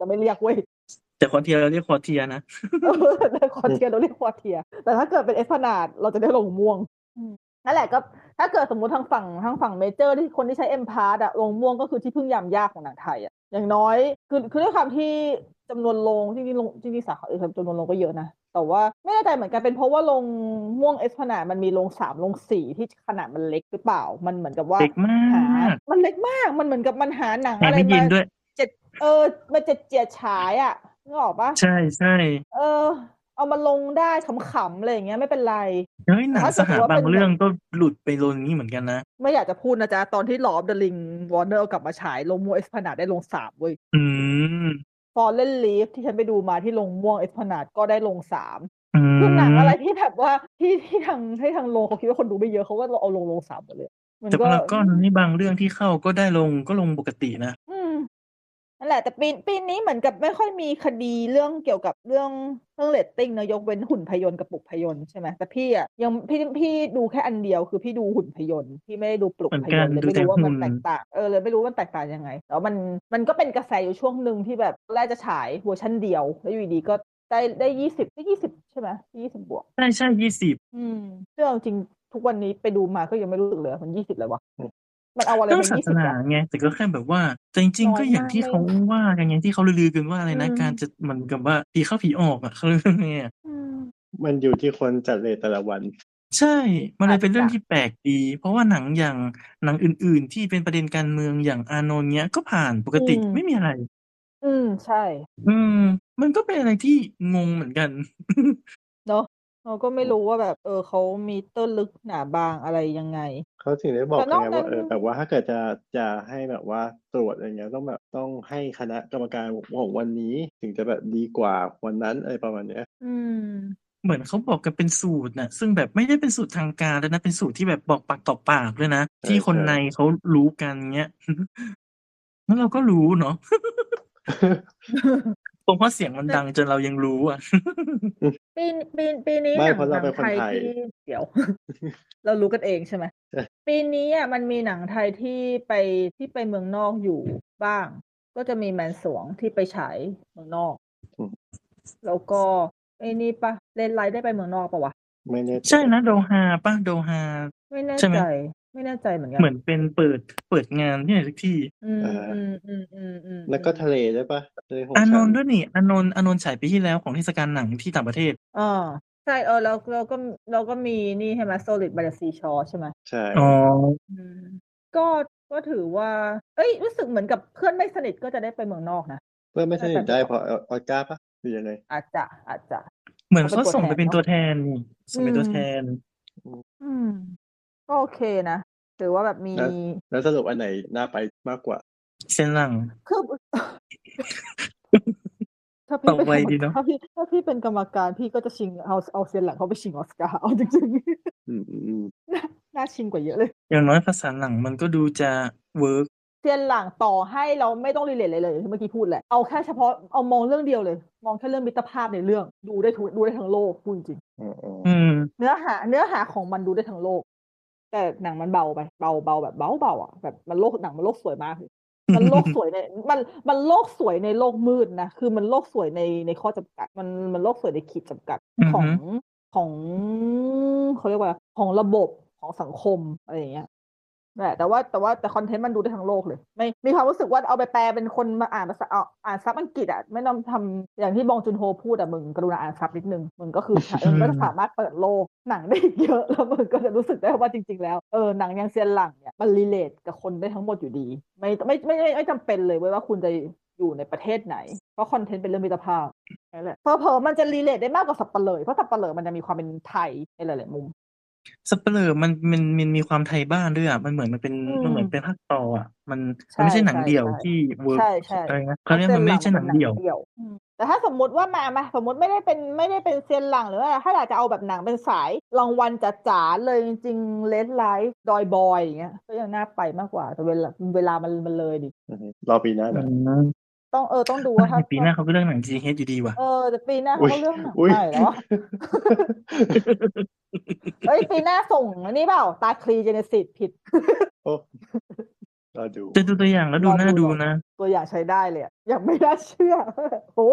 จะไม่เรียกเว้ย
แต่ควอเทียเราเรียกควอเทียนะ
เออแต่คอเทียเราเรียกคอเทีย แต่ถ้าเกิดเป็นเอสพนาดเราจะได้ลงม่วงอืมนั่นแหละก็ถ้าเกิดสมมติทางฝั่งทางฝั่งเมเจอร์ที่คนที่ใช้เอ็มพาร์ตอะลงม่วงก็คือที่พึ่งยามยากของหนังไทยอะอย่างน้อยคือคือด้วยความที่จำนวนลงจริงๆลงจริงๆสาขาอื่นจำนวนลงก็เยอะนะแต่ว่าไม่แน่ใจเหมือนกันเป็นเพราะว่าลงม่วงเอสพนาดมันมีลงสามลงสี่ที่ขนาดมันเล็กหรือเปล่ามันเหมือนกับว่า
เด็กมา
หาก มันเล็กมาก มันเหมือนกับมันหาหนัง
หา
อะไร
ไม่ยิ
มาน
ด้วย
เออ มันจะเจียดฉายอ่ะนึกออกปะ
ใช่ใช่
เออ เอามาลงได้ขำๆอะไรอย่างเงี้ยไม่เป็นไร
เฮ้ยหนัง
แต่
ส
ถ้าเกิ
ห
ดว่า
บา
เป็น
ง
แบบ
เรื่องก็หลุดไปโลนนี้เหมือนกันนะ
ไม่อยากจะพูดนะจ๊ะ ตอนที่หลอบเดลิงวอร์เนอร์เอากลับมาฉายลงม่วงเอสพนาดได้ลงสามเว้ย
อืม
ฟอลเลนลีฟที่ฉันไปดูมาที่ลงม่วงเอสพนาดก็ได้ลงสาม
อืม
คือหนังอะไรที่แบบว่าที่ที่ทางให้ทางลงเขาคิดว่าคนดูไม่เยอะเขาก็เอาลงลงสามหมดเลย มัน
แต่
ก็
พารากอนนี่บางเรื่องที่เข้าก็ได้ลงก็ลงปกตินะ
อืมนั่นแหละ แต่ปีปีนี้เหมือนกับไม่ค่อยมีคดีเรื่องเกี่ยวกับเรื่องเรื่องเรตติ้งเนอะยกเว้นหุ่นพยนต์กับปลุกพยนต์ใช่ไหมแต่พี่อ่ะยังพี่พี่ดูแค่อันเดียวคือพี่ดูหุ่นพยนต์พี่ไม่ได้ดูปลุก
เหมือน
พ
กั
ยน
น
ต์เลย
ดู
ไม่
แต่
รู้ว่ามัน
หุ่น
แตกต่างเออเลยไม่รู้ว่ามันแตกต่างยังไงแล้วมันมันก็เป็นกระแสอยู่ช่วงหนึ่งที่แบบแรกจะฉายเวอร์ชันเดียวแล้วอยู่ดีๆก็ได้ได้ยี่สิบได้ยี่สิบใช่ไหมยี่สิบบวก
ใช่ใช่ยี่สิบ
อืมซึ่งเอาจริงทุกวันนี้ไปดูมาก็ยังไม่รู้สึกเลยว่ามันยี่สิบเลยวะมันเอาอะไร
เรื่อง
เป็น
ศา
ยี่
ส
สิบ
นาว
ะ
ไงแต่ก็แค่แบบว่าแต่จริง
น้อย
ๆก็อย่าง
มาก
ที่
เลย
เขาว่ากันไงที่เขาลือๆกันว่าอะไรนะ
อืม
การจะเหมือนกับว่าผีเข้าผีออกอ่ะเขาเรื่องไงอะ
อืม
มันอยู่ที่คนจัดเลทแต่ละวัน
ใช่มันเลยเป็นเรื่อง
อาจจะ
ที่แปลกดี เพราะว่าหนังอย่างหนังอื่น ๆ ที่เป็นประเด็นการเมืองอย่างอานนท์เนี้ยก็ผ่านปกติไม่มีอะไร
อืมใช่
อืม มันก็เป็นอะไรที่งงเหมือนกัน
เนาะเราก็ไม่รู้ว่าแบบ เออเขามีเต้นลึกหนาบางอะไรยังไง
เขาถึงได้บอก
แต่นอก
ไงว่า
นั้น
เออแบบว่าถ้าเกิดจะจะให้แบบว่าตรวจอะไรเงี้ยต้องแบบต้องให้คณะกรรมการของวันนี้ ถึงจะแบบดีกว่าวันนั้นอะไรประมาณเนี้ย
อืม
เหมือนเขาบอกกันเป็นสูตรนะซึ่งแบบไม่ได้เป็นสูตรทางการแล้วยนะเป็นสูตรที่แบบบอกปากต่อปากด้วยนะ
ใช่
ที่คน
ใช่
ในเขารู้กันเงี้ย แล้วเราก็รู้เนาะผมว่าเสียงมันดังจนเรายังรู้อ่ะ
ปีนปีนปีนี้
ไม่
หนัง
เพราะ
ห
เรา
นัง
เป็นคน
ไทย
ไทย
ที่เดี๋ยว เรารู้กันเองใช่ไหม
ใช่
ปีนี้อ่ะมันมีหนังไทยที่ไปที่ไปเมืองนอกอยู่บ้าง ก็จะมีแมนสวงที่ไปฉายเมืองนอก
อืม
แล้วก็ไอ้นี่ปะเลนไลท์ได้ไปเมืองนอกปะวะ
ไม่แน่ใจ
ใช่นะโดฮาป่ะโดฮา
ไม่แน่
ใช่ไหม
ใจ ไม่แน่ใจเหมือนกัน
เหมือนเป็นเปิดเปิดงานที่ไหนสักที่
อืมอืมอืมอืมอืม
แล้วก็ทะเลด้วยปะทะเลของฉั
อาน
น
นท์ด้วยนี่อานนท์อานนท์ฉายปีที่แล้วของเทศกาลหนังที่ต่างประเทศ
อ่าใช่เออเราเราก็เราก็มีนี่ใช่ไหม Solid by the Seashore ใช่ไหม
ใช่
อ๋อ
อืมก็ ก็ถือว่า เอ้ย รู้สึกเหมือนกับเพื่อนไม่สนิทก็จะได้ไปเมืองนอกนะ
เพื่อนไม่สนิทได้เพราะออสการ์ปะหรือยังไง
อาจจะอาจจะ
เหมือนเขาส่งไปเป็น
เอาเป็นตั
ตัว
ว
แท
แท
น
น
นี่ส่งเป็นตัวแทน
อืมก็โอเคนะหรือว่าแบบมี
นะ แล้วสรุปอันไหนน่าไปมากกว่า
เส้นหลัง
คือถ้า
ต่
พี่
อ
เป็นก
ไป
รรม
ดีเนอะ
ถ้าพี่ถ้าพี่เป็นกรรมการพี่ก็จะชิงเอาเอาเซียนหลังเขาไปชิงออสการ์เอาจริง
อืมอืมอืม
ๆ น่าชิงกว่าเยอะเลย
อย่างน้อยภาษาหลังมันก็ดูจะเวิร์ก
เซียนหลังต่อให้เราไม่ต้องรีเลทเลยเลยที่เมื่อกี้พูดแหละเอาแค่เฉพาะเอามองเรื่องเดียวเลย มองแค่เรื่องมิตรภาพในเรื่อง ดูได้ทุกดูได้ทั้งโลกพูดจริง
อ๋ออ๋อ
อืม
เนื้อหา เนื้อหาของมันดูได้ทั้งโลก แต่หนังมันเบาไปเบาเบาแบบเบาเบาๆอ่ะแบบมันโลกหนังมันโลกสวยมาก มันโลกสวยในมันมันโลกสวยในโลกมืดนะคือมันโลกสวยในในข้อจำกัด มันมันโลกสวยในขีดจำกัด
อือฮึ
ของของเขาเรียกว่าอะไรของระบบของสังคมอะไรอย่างเงี้ยนั่นแหละแต่ว่าแต่ว่าแต่คอนเทนต์มันดูได้ทั้งโลกเลย ไม่มีความรู้สึกว่าเอาไปแปลเป็นคนมาอ่านภาษาเอาอ่านซับอังกฤษอ่ะไม่ต้องทำอย่างที่บองจุนโฮพูดอ่ะมึงกรุณาอ่านซับนิดนึงมึงก็คือมึงก็จะสามารถเปิดโลกหนังได้อีกเยอะ แล้วมึงก็จะรู้สึกได้ว่าจริง ๆ แล้วเออหนังยังเซียนหลังเนี่ยมันรีเลทกับคนได้ทั้งหมดอยู่ดี ไม่ไม่ไม่ไม่ไม่จำเป็นเลยเว้ยว่าคุณจะอยู่ในประเทศไหน เพราะคอนเทนต์เป็นเรื่องมิตรภาพนั่นแหละเพอเพอๆมันจะรีเลทได้มากกว่าสับปะเลยเพราะสับปะเลยมันจะมีความเป็นไทยในหลายๆมุม
สเปเหร่อมันมันมันมีความไทยบ้านด้วยอ่ะมันเหมือนมันเป็น
อืม
มันเหมือนเป็นภาคต่ออ่ะ มัน
ใช่
มันไม่ใช่หนัง
ใช่
เดี่ยว
ใช่
ที่เวิร์ก
ใช่ใช่
อะไรนะเขาเรียกมันไม่ใช่หนังเดี่ยว
อืมแต่ถ้าสมมติว่ามามาสมมติไม่ได้เป็นไม่ได้เป็นเซียนหลังหรือว่าอะไรถ้าอยากจะเอาแบบหนังเป็นสายรางวัลจ๋าๆเลยจริงๆเลดไลท์ดอยบอยอย่างเงี้ยก็ยังน่าไปมากกว่าแต่เวลาเวลามันมันเลยดิ
อืมรอปีหน้านะ
ต้องเออต้องดู
ว่า
ว่าถ้า
ปีหน้าเขาก็เรื่องหนัง GH อยู่ดีว่ะ
เออแต่ปีหน้า
อุ๊
เขา
ย
ก็เรื่องหนัง
อุ้ย
ใหม่แล้วอะ เอ้ยปีหน้าส่งอันนี้เปล่าตาคลีเจเนซิสผิด
โอ้รอดู
จะดูตัวอย่างแล้วดู
รอดู
น่าดู
รอดู
นะ
ตัวอย่างใช้ได้เลยอะยังไม่น่าเชื่อ โอ้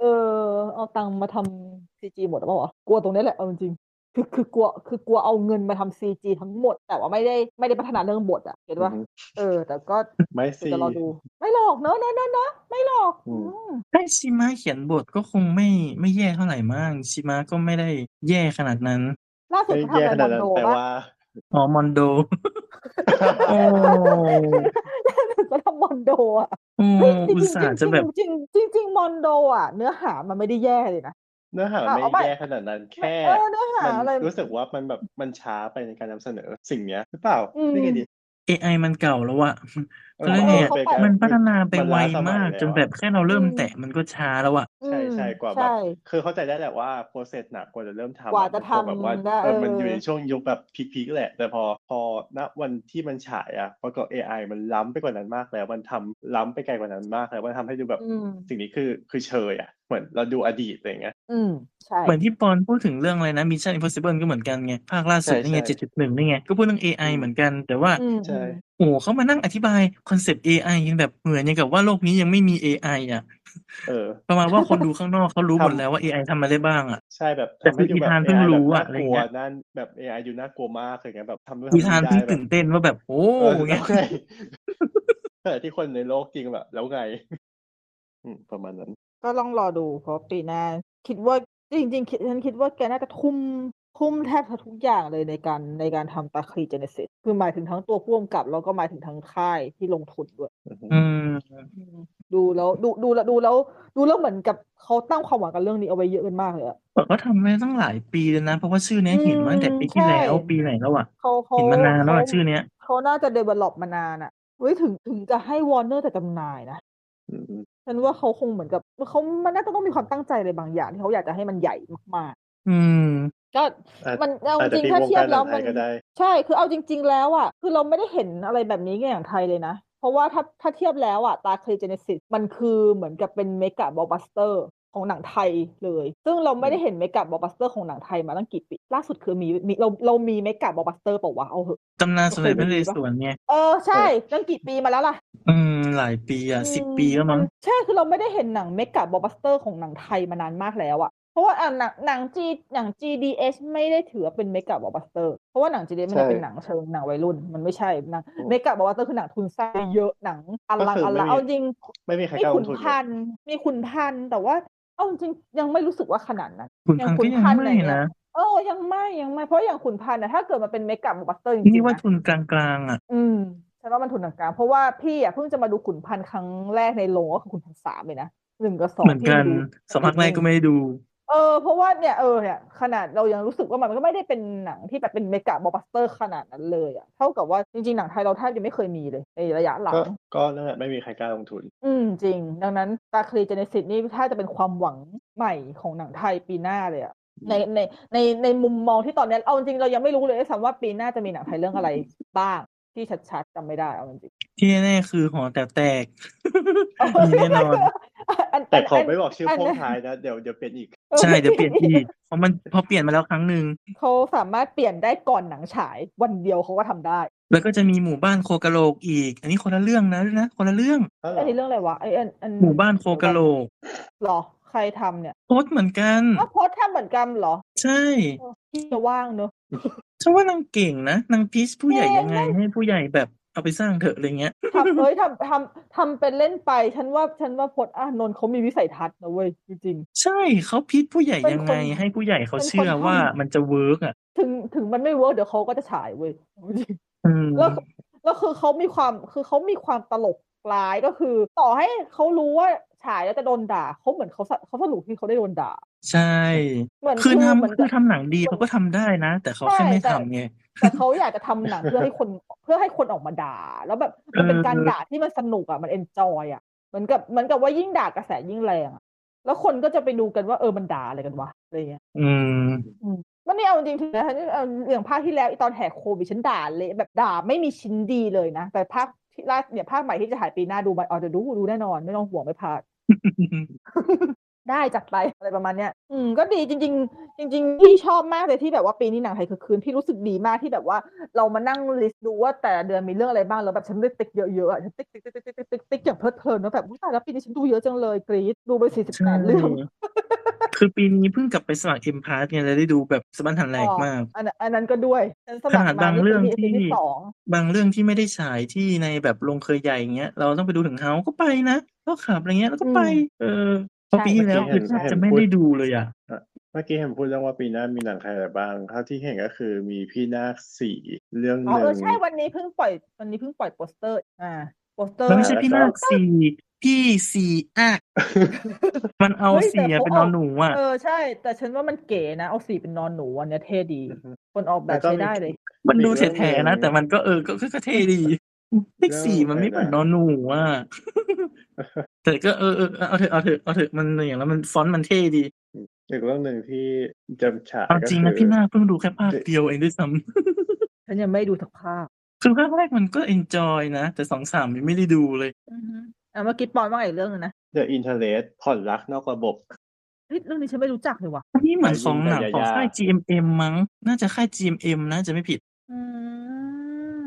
เออ เอาตังค์มาทำซีจีหมดหรือเปล่าวะกลัวตรงนี้แหละเอาจริงๆคือคือกลัวคือกลัวเอาเงินมาทำซีจีทั้งหมด แต่ว่าไม่ได้ไม่ได้พัฒนาเรื่องบทอะเห็นว่า
อือฮึ
เออ แต่ก็
ไม่สิ
จะรอดู ไม่หลอกเนอะเนอะเนอะเนอะไม่หลอก
อืม
อืม
ถ้าชิมะเขียนบทก็คงไม่ไม่แย่เท่าไหร่มั้งชิมะก็ไม่ได้แย่ขนาดนั้น
ล่าสุด
ไม่
เขาทำ
แย่
อะไรม
ขนา
อน
ดนั้น
โด
แต่
ปะ
ว่า
อ๋อมอนโด โอ้
เขาทำมอนโดอะ
โอ้
เฮ้ยจริ
อุ
ง
ต
ๆ
ส่าห์จะแบบ
จริงๆจริงๆจริงๆมอนโดอ่ะ เนื้อหามันไม่ได้แย่เลยนะ
เนื้อหา
อ่ะ
ไม่
เอาใหม่
แย่ขนาดนั้นแค่
เออเนื้อหา
มั
อะไร
รู้สึกว่ามันแบบมันช้าไปในการนำเสนอสิ่งเนี้ยหรือเปล่า
อืม
นี่ไงดิ
เอไอมันเก่าแล้วอะ
ออ
เขาเรียกไงอะ
ปกั
มันพัฒนาไป
มัน
ไว
ล้สย
มาก
ล้ว
จนแบบแค่เราเริ่มแตะมันก็ช้าแล้วอะ
อื
ใช่
ม
ใช่กว่าแบบ
ใช่
คือเข้าใจได้แหละว่าโปรเซสหนักกว่าจะเริ่มทำอก
ว่าจะ
มันคงแบบว่า
ทำได้
เออมัน
เออ
อ
อ
ยู่ในช่วงยุคแบบพีคๆแหละ แต่พอพอณวันที่มันฉายอ่ะประกอบ AI มันล้ำไปกว่านั้นมากแล้ว มันทำล้ำไปไกลกว่านั้นมากแล้วมันทำให้ดูแบบ
อืม
สิ่งนี้คือคือเชยอ่ะเหมือนเราดูอดีตอะไรอย่างเงี้ย
อืมใช่
เหมือนที่ปอนพูดถึงเรื่องอะไรนะ Mission Impossible ก็เหมือนกันไง ภาคล่าสุดนี่ไง
ใช่ใช่
7.1นี่ไง ก็พูดเรื่อง AI
อืม
เหมือนกันแต่ว่า
อืม
ใช่
อืม
โอ้โหเขามานั่งอธิบายคอนเซปต์ AI ยังแบบเหมือนอย่างกับว่าโลกนี้ยังไม่มี AI อ่ะ
เออ
ประมาณ ว่าคนดูข้างนอกเขารู้
ทำ
หมดแล้วว่า AI ทำอะไรได้บ้างอ่ะ
ใช่แบบ
แต่
ทำให้
คือ
ดูแบ
อี
บ
ธาน
AI
เพิ่งรู้
แบบน่า
อะอะไร
กลั
เงี้
วย นั่นแบบ AI ดูน่ากลัวมากอะไรเงี้ยแบบทำนู่น
อี
ทำ
ธาน
นี่ได้แบบ
เพิ่งตื่นเต้นว่าแบบ โอ้
เออ
ไง
แล้ว ไงแต่ที่คนในโลกจริงแบบแล้วไง อืมประมาณนั้น
ก็ลองรอดูเพราะปีหน้าคิดว่าจริงๆคิดฉันคิดว่าแกน่าจะทุ่มทุ่มแทบจะทุกอย่างเลยในการในการทำตาคลีเจเนซิสคือหมายถึงทั้งตัวพ่วงกับ แล้วก็หมายถึงทั้งค่ายที่ลงทุนด้วย
อืม
อืมดูแล้วดูดูแล้วดูแล้วดูแล้วเหมือนกับเขาตั้งความหวังกับเรื่องนี้เอาไว้เยอะกันมากเลยอะ
แต่ก็ทำมาตั้งหลายปีแล้วนะ เพราะว่าชื่อเนี้ยเห็นมาตั้งแต่ปีที่
อืมใช่
แล้วปีไหนแล้วอ่ะ
เขาเขา
เห็นมานานแล้วอะ
เขา
ชื่อเนี้ย
เขาน่าจะเดเวล็อปมานานอะเว้ยถึงถึงจะให้วอร์เนอร์แต่จำหน่ายนะ
อืมอืม
ฉันว่าเขาคงเหมือนกับเขามันน่าจะต้องมีความตั้งใจอะไรบางอย่างที่เขาอยากจะให้มันใหญ่มาก
อืม
ๆ ก็
อาจ
มันเอา
อาจ
จ
จะ
ริง
ตี
ๆถ้าว
ง
เทีย
กา
บ
รห
แล้
นั
ว
งไท
มั
ย
น
ก็ได้
ใช่ คือเอาจริง ๆ แล้วอ่ะ คือเราไม่ได้เห็นอะไรแบบนี้ไงอย่างไทยเลยนะ เพราะว่าถ้าถ้าเทียบแล้วอ่ะ ตาคลีเจเนซิสมันคือเหมือนกับเป็นเมกะบอบัสเตอร์ของหนังไทยเลย ซึ่งเราไม่ได้เห็นเมกะบอบัสเตอร์ของหนังไทยมาตั้งกี่ปี ล่าสุดคือมีมีเราเรามีเมกะบอบัสเตอร์เปล่าวะ เอาเหอะ
ตำนานสมเด็จพระนเรศวรไง
เออ ใช่ ตั้งกี่ปีมาแล้วล่ะ
อืม หลายปีอ่ะสิบปีแล้วมั้ง
ใช่คือเราไม่ได้เห็นหนังเมกะบล็อกบัสเตอร์ของหนังไทยมานานมากแล้วอะเพราะว่าอ่ะหนังหนังจีหนัง GDH ไม่ได้ถือว่าเป็นเมกะบล็อกบัสเตอร์เพราะว่าหนัง GDH มัน
ใช่
จะเป็นหนังเชิงหนังวัยรุ่นมันไม่ใช่หนัง
อืม
เมกะบล็อกบัสเตอร์คือหนังทุนสร้างเยอะหนังอลัง
ก็คือ
อ
ไม่
ลัง
มี
เอาจริง
ไม่มีใคร
มี
กล้าล
ขุ
ง
น
ทุนเลย
พันธุ์มีขุนพันธุ์แต่ว่าเอาจริงยังไม่รู้สึกว่าขนาดนั้น
คุณพั
อย่างขุนพัน
นธุ์ก็ยัง
ธุ์
ไม่
ไหนเนี่ย
นะ
เออยังไม่ยังไม่เพราะอย่างขุนพันธุ์นะถ้าเกิดมาเป็นเมกะบล็อกบัสเตอร์จริ
นี่
งๆ
ว่า
นะ
ทุนกลางๆอ่ะ
อืม ฉันว่ามันทุนหนังกลางเพราะว่าพี่อ่ะเพิ่งจะมาดูขุนพันธ์ครั้งแรกในโรงก็คือขุนพันธ์สามเลยนะหนึ่งกับสอง
เหมือนกัน
ที่ดู
สองภาคแรกก็ไม่ได้ดู
เออเพราะว่าเนี่ยเออเนี่ยขนาดเรายังรู้สึกว่ามันก็ไม่ได้เป็นหนังที่แบบเป็นเมกะบล็อกบัสเตอร์ขนาดนั้นเลยอะเท่ากับว่าจริงๆหนังไทยเราแทบจะไม่เคยมีเลยในระยะหลั
ก็
ง
ก็นั่นแหละไม่มีใครกล้าลงทุน
อืมจริง ดังนั้นตาคลีเจเนซิสนี่ถ้าจะเป็นความหวังใหม่ของหนังไทยปีหน้าเลยอะในในในในมุมมองที่ตอนเนี้ยเอาจริงๆเรายังไม่รู้เลยด้วยซ้ำว่าปีหน้าจะมีหนังไทยเรื่องอะไรบ้างที่ชัดๆจำไม่ได้เอาจริง
ที่แน่ๆคือหอแตกแตก
ๆ
มีแน่นอน
อัน
แต่ขอ
อัน
ไม่บอกชื่อ
อัน
พ่วงท้ายนะ เดี๋ยวเดี๋ยวเป็นอีก
ใช่เดี๋ยวเปลี่ยนอีกเพราะมันพอเปลี่ยนมาแล้วครั้งหนึ่ง
เขาสามารถเปลี่ยนได้ก่อนหนังฉายวันเดียวเขาก็ทำได้
แล้วก็จะมีหมู่บ้านโคกะโหลกอีก อันนี้คนละเรื่องนะนะคนละเรื่อง
อันนี้เรื่องอะไรวะไออันอัน
หมู่บ้านโคกะโหลก
เหรอ ใครทำเนี่ย
โพสต์เหมือนกัน
อ้าวโพสต์ทำเหมือนกันเหรอ
ใช่
ที่จะว่างเนอะ
ฉันว่านางเก่งนะนางพีชผู้ใหญ่ยังไง ให้ผู้ใหญ่แบบเอาไปสร้างเถอะอะไรเงี้ย
ทำ เอ้ยทำทำทำเป็นเล่นไป ฉันว่าฉันว่าโพสต์อานนท์เขามีวิสัยทัศน์นะเว้ยจริง
ใช่เขาพีชผู้ใหญ่
เป็น
ยัง
ค
ไง
น
ให้ผู้ใหญ่เขา
เป็นคน
เชื่อว่า
ทำ
มันจะเวิร์กอ่ะ
ๆถึงถึงมันไม่เวิร์กเดี๋ยวเขาก็จะฉายเว้ย จริง
อืม
แล้ว แล้วคือเขามีความคือเขามีความตลกร้ายก็คือ ต่อให้เขารู้ว่าฉายแล้วจะโดนด่าเขาเหมือนเขาสะเขาสรุปที่เขาได้โดนด่า
ใช่
เหมือน
คือทำ
เหมืน
คือ
กับ
ทำหนังดีเขาก็ทำได้นะ แต่เขาแค่
ใช่
ไม่
แต่
ทำไง
แต่เขาอยากจะทำหนังเพื่อให้คนเพื่อให้คนออกมาด่า แล้วแบบมันเป็น
เออ
การด่าที่มันสนุกอ่ะมันเอนจอยอ่ะเหมือนกับเหมือนกับว่ายิ่งด่ากระแสยิ่งแรงอะแล้วคนก็จะไปดูกันว่าเออมันด่าอะไรกันวะอะไรเงี้ย
อืม
มันนี่เอาจริงๆถึงนะเอาอย่างภาคที่แล้วไอ้ตอนแหกโควิดฉันด่าเละแบบด่าไม่มีชิ้นดีเลยนะ แต่ภาคที่ล่าเนี่ยภาคใหม่ที่จะถ่ายปีหน้าดูไหมอ๋อเดี๋ยวดูดูแน่นอนไม่ต้องห่วงไม่พลาด ได้จัดไปอะไรประมาณเนี้ย อืมก็ดีจริง ๆ จริง ๆ ที่ชอบมากเลยที่แบบว่าปีนี้หนังไทยคือคืนพี่รู้สึกดีมากที่แบบว่าเรามานั่งลิสต์ดูว่าแต่ละเดือนมีเรื่องอะไรบ้างแล้วแบบฉันได้ติ๊กเยอะๆอ่ะฉันติ๊กติ๊กติ๊กติ๊กติ๊กติ๊กติ๊กอย่างเพลิดเพลินว่าแบบอุ๊ยตายแล้วปีนี้ฉันดูเยอะจังเลยกรี๊ดดูไปสี่สิบแป
ใช่
ดเรื่อง
คือปีนี้เพิ่งกลับไปสมัครเอ็มพาร์เนี่ยเลยได้ดูแบบสะบันหันแหลกมาก
อันนั้นอันนั้นก็ด้วยฉันสมัคร
ขนาด
มา
บางเรื่อง
นี่คื
ที่
มีที่สอง
บางเรื่องที่ไม่ได้ฉายที่ในแบบโรงเคยใหญ่อย่างเงี้ย เราต้องไปดูถึงเฮาก็ไปนะก็ขับอะไรเงี้ยแล้วก็ไป เออเพอปีที่แล้วคือแทบจะไม่ได้ดูเลยอ่ะ
เมื่อกี้เห็นพูดเรื่องว่าปีหน้ามีหนังใครอะไรบ้างเท่าที่เห็นก็คือมีพี่นาคสี่เรื่อง
อ๋อ
หนึ่
เอง อใช่วันนี้เพิ่งปล่อยวันนี้เพิ่งปล่อยโปสเตอร์อ่าโปสเตอร์
มันไม่ใช่พี่นาคสี่พี่สี่อากมันเอา
เฮ้ยแต่
สี่อะ
เขา
เป็นน
อ
อ
อก
นหนูอ่ะ
เออใช่ แต่ฉันว่ามันเก๋นะเอาสีเป็นนอนหนูอันเนี้ยเท่ดี
อือฮึ
คนออกแบ
ล้ว
บ
ก็
ใช้
มี
ได้เลย
มันดู
มีเรื่อง
แถะๆนะ
หนึ่ง
แต่มันก็เออก็ก็ก็เท่ดีเลขสี่มันไม่เหมือน
เรื่อ
นอง
อะไรนะ
นหนู อ่ะ แต่ก็เออเออเอาเถอะเอาเถอะเอาเถอะมันอย่างแล้วมันฟอนต์มันเท่ดี
อีกเรื่องหนึ่งที่จำฉาย
เอา
ก็
จริง
คื
นะ
อ
พี่นาคเพิ่งดูแค่ภาค
เดี๋ยว
เดียวเองด้วยซ้ำ
ฉันยังไม่ดูสักภาค
คือภาคแรกมันก็ enjoy นะ แต่สองสามยังไม่ได้ดูเลย
อ่ะเมื่อกี้ปอนว่าไงอีกเรื่องหนึงนะ
The Interest ผ่อนรักนอกระบบ
เฮ้ยเรื่องนี้ฉันไม่รู้จักเลยว่ะ
อันนี้เหมือน
อ่ะ
ของหนัง
ยิงกับ
ของ
ยาย่า
ค่าย GMM มั้ง น่าจะค่าย GMM นะจะไม่ผิด
อื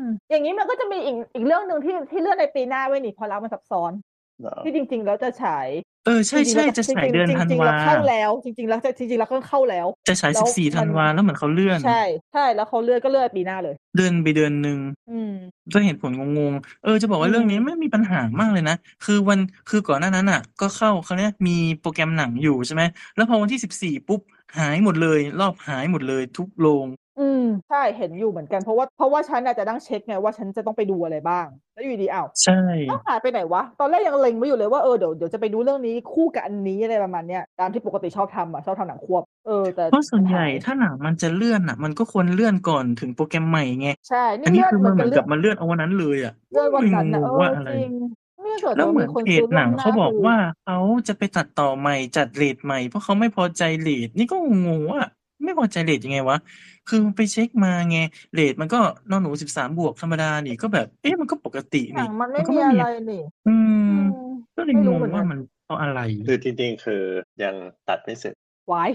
ม อย่างนี้มันก็จะมีอีกอีกเรื่องหนึ่งที่ที่เลื่อนในปีหน้าไว้ยนี่พอรักมันซับซ้อน
เหรอ
ที่จริง ๆ แล้วจะฉาย
เออ ใช่ใช่จะ
ริงๆ
ฉายเดือนธัน
จริงๆแล้
วา
วเข้าแล้ว จริง ๆ แล้วจะจริงๆแล้วก็เข้าแล้ว
จะฉาย
แล้ว
สิบสี่
มั
ธั
น
นวาแล้วเหมือนเขาเลื่อน
ใช่ ใช่แล้วเขาเลื่อนก็เลื่อนปีหน้าเลย
เดือนไปเดือนหนึ่ง
อืม
ก็เห็นผลงงๆ เออจะบอกว่าเรื่องนี้
อืม
ไม่มีปัญหามากเลยนะ คือวันคือก่อนหน้านั้นอ่ะ ก็เข้าเขาเนี้ยมีโปรแกรมหนังอยู่ใช่ไหม แล้วพอวันที่สิบสี่ปุ๊บหายหมดเลย รอบหายหมดเลยทุกโรง
อืมใช่เห็นอยู่เหมือนกันเพราะว่าเพราะว่าฉันอาจจะตั้งเช็คไงว่าฉันจะต้องไปดูอะไรบ้าง แล้วอยู่ดีอ้าว
ใช่
เอ้าหายไปไหนวะ ตอนแรกยังเล็งไว้อยู่เลยว่าเออเดี๋ยวเดี๋ยวจะไปดูเรื่องนี้คู่กับอันนี้อะไรประมาณเนี้ยตามที่ปกติชอบทำอ่ะชอบทำหนังควบเออแต่
เพราะส่วนใหญ่
มัาย
ถ้าหนังมันจะเลื่อนอ่ะ มันก็ควรเลื่อนก่อนถึงโปรแกรมใหม่ไง
ใช่
อันนี้
เลื่
คือมันเหมือน
เลื่
กับมันเลื่อนเอาวันนั้นเลยอ่ะ
เลื่อนวันนั้นนะเอ
ไม่รู้ว่า
อ
อะไร
จริงไม่เกิด
แล้วเหมือน
คน
เพจ
ซื้อ
หนัง
ล่ว
เขาบอก
คื
ว่าเขาจะไปตัดต่อใหม่จัดเรทใหม่เพราะเขาไม่พอใจเรทนี่ก็งงๆว่าไม่พอใจเรทยังไงวะ คือไปเช็คมาไงเรทมันก็นอนหนูสิบสามบวกธรรมดานี่ก็แบบ เอ๊ะมันก็ปกติ
หนั
นี่
งมันไม่
ก็
มีอะไรนี่
อืม
อืม
ก็เลย
ไม่
ง
รู้
ง
เหมือนกัน
ว่ามันเพราะอะไร
คือจริงๆคือยังตัดไม่เสร็จ
วาย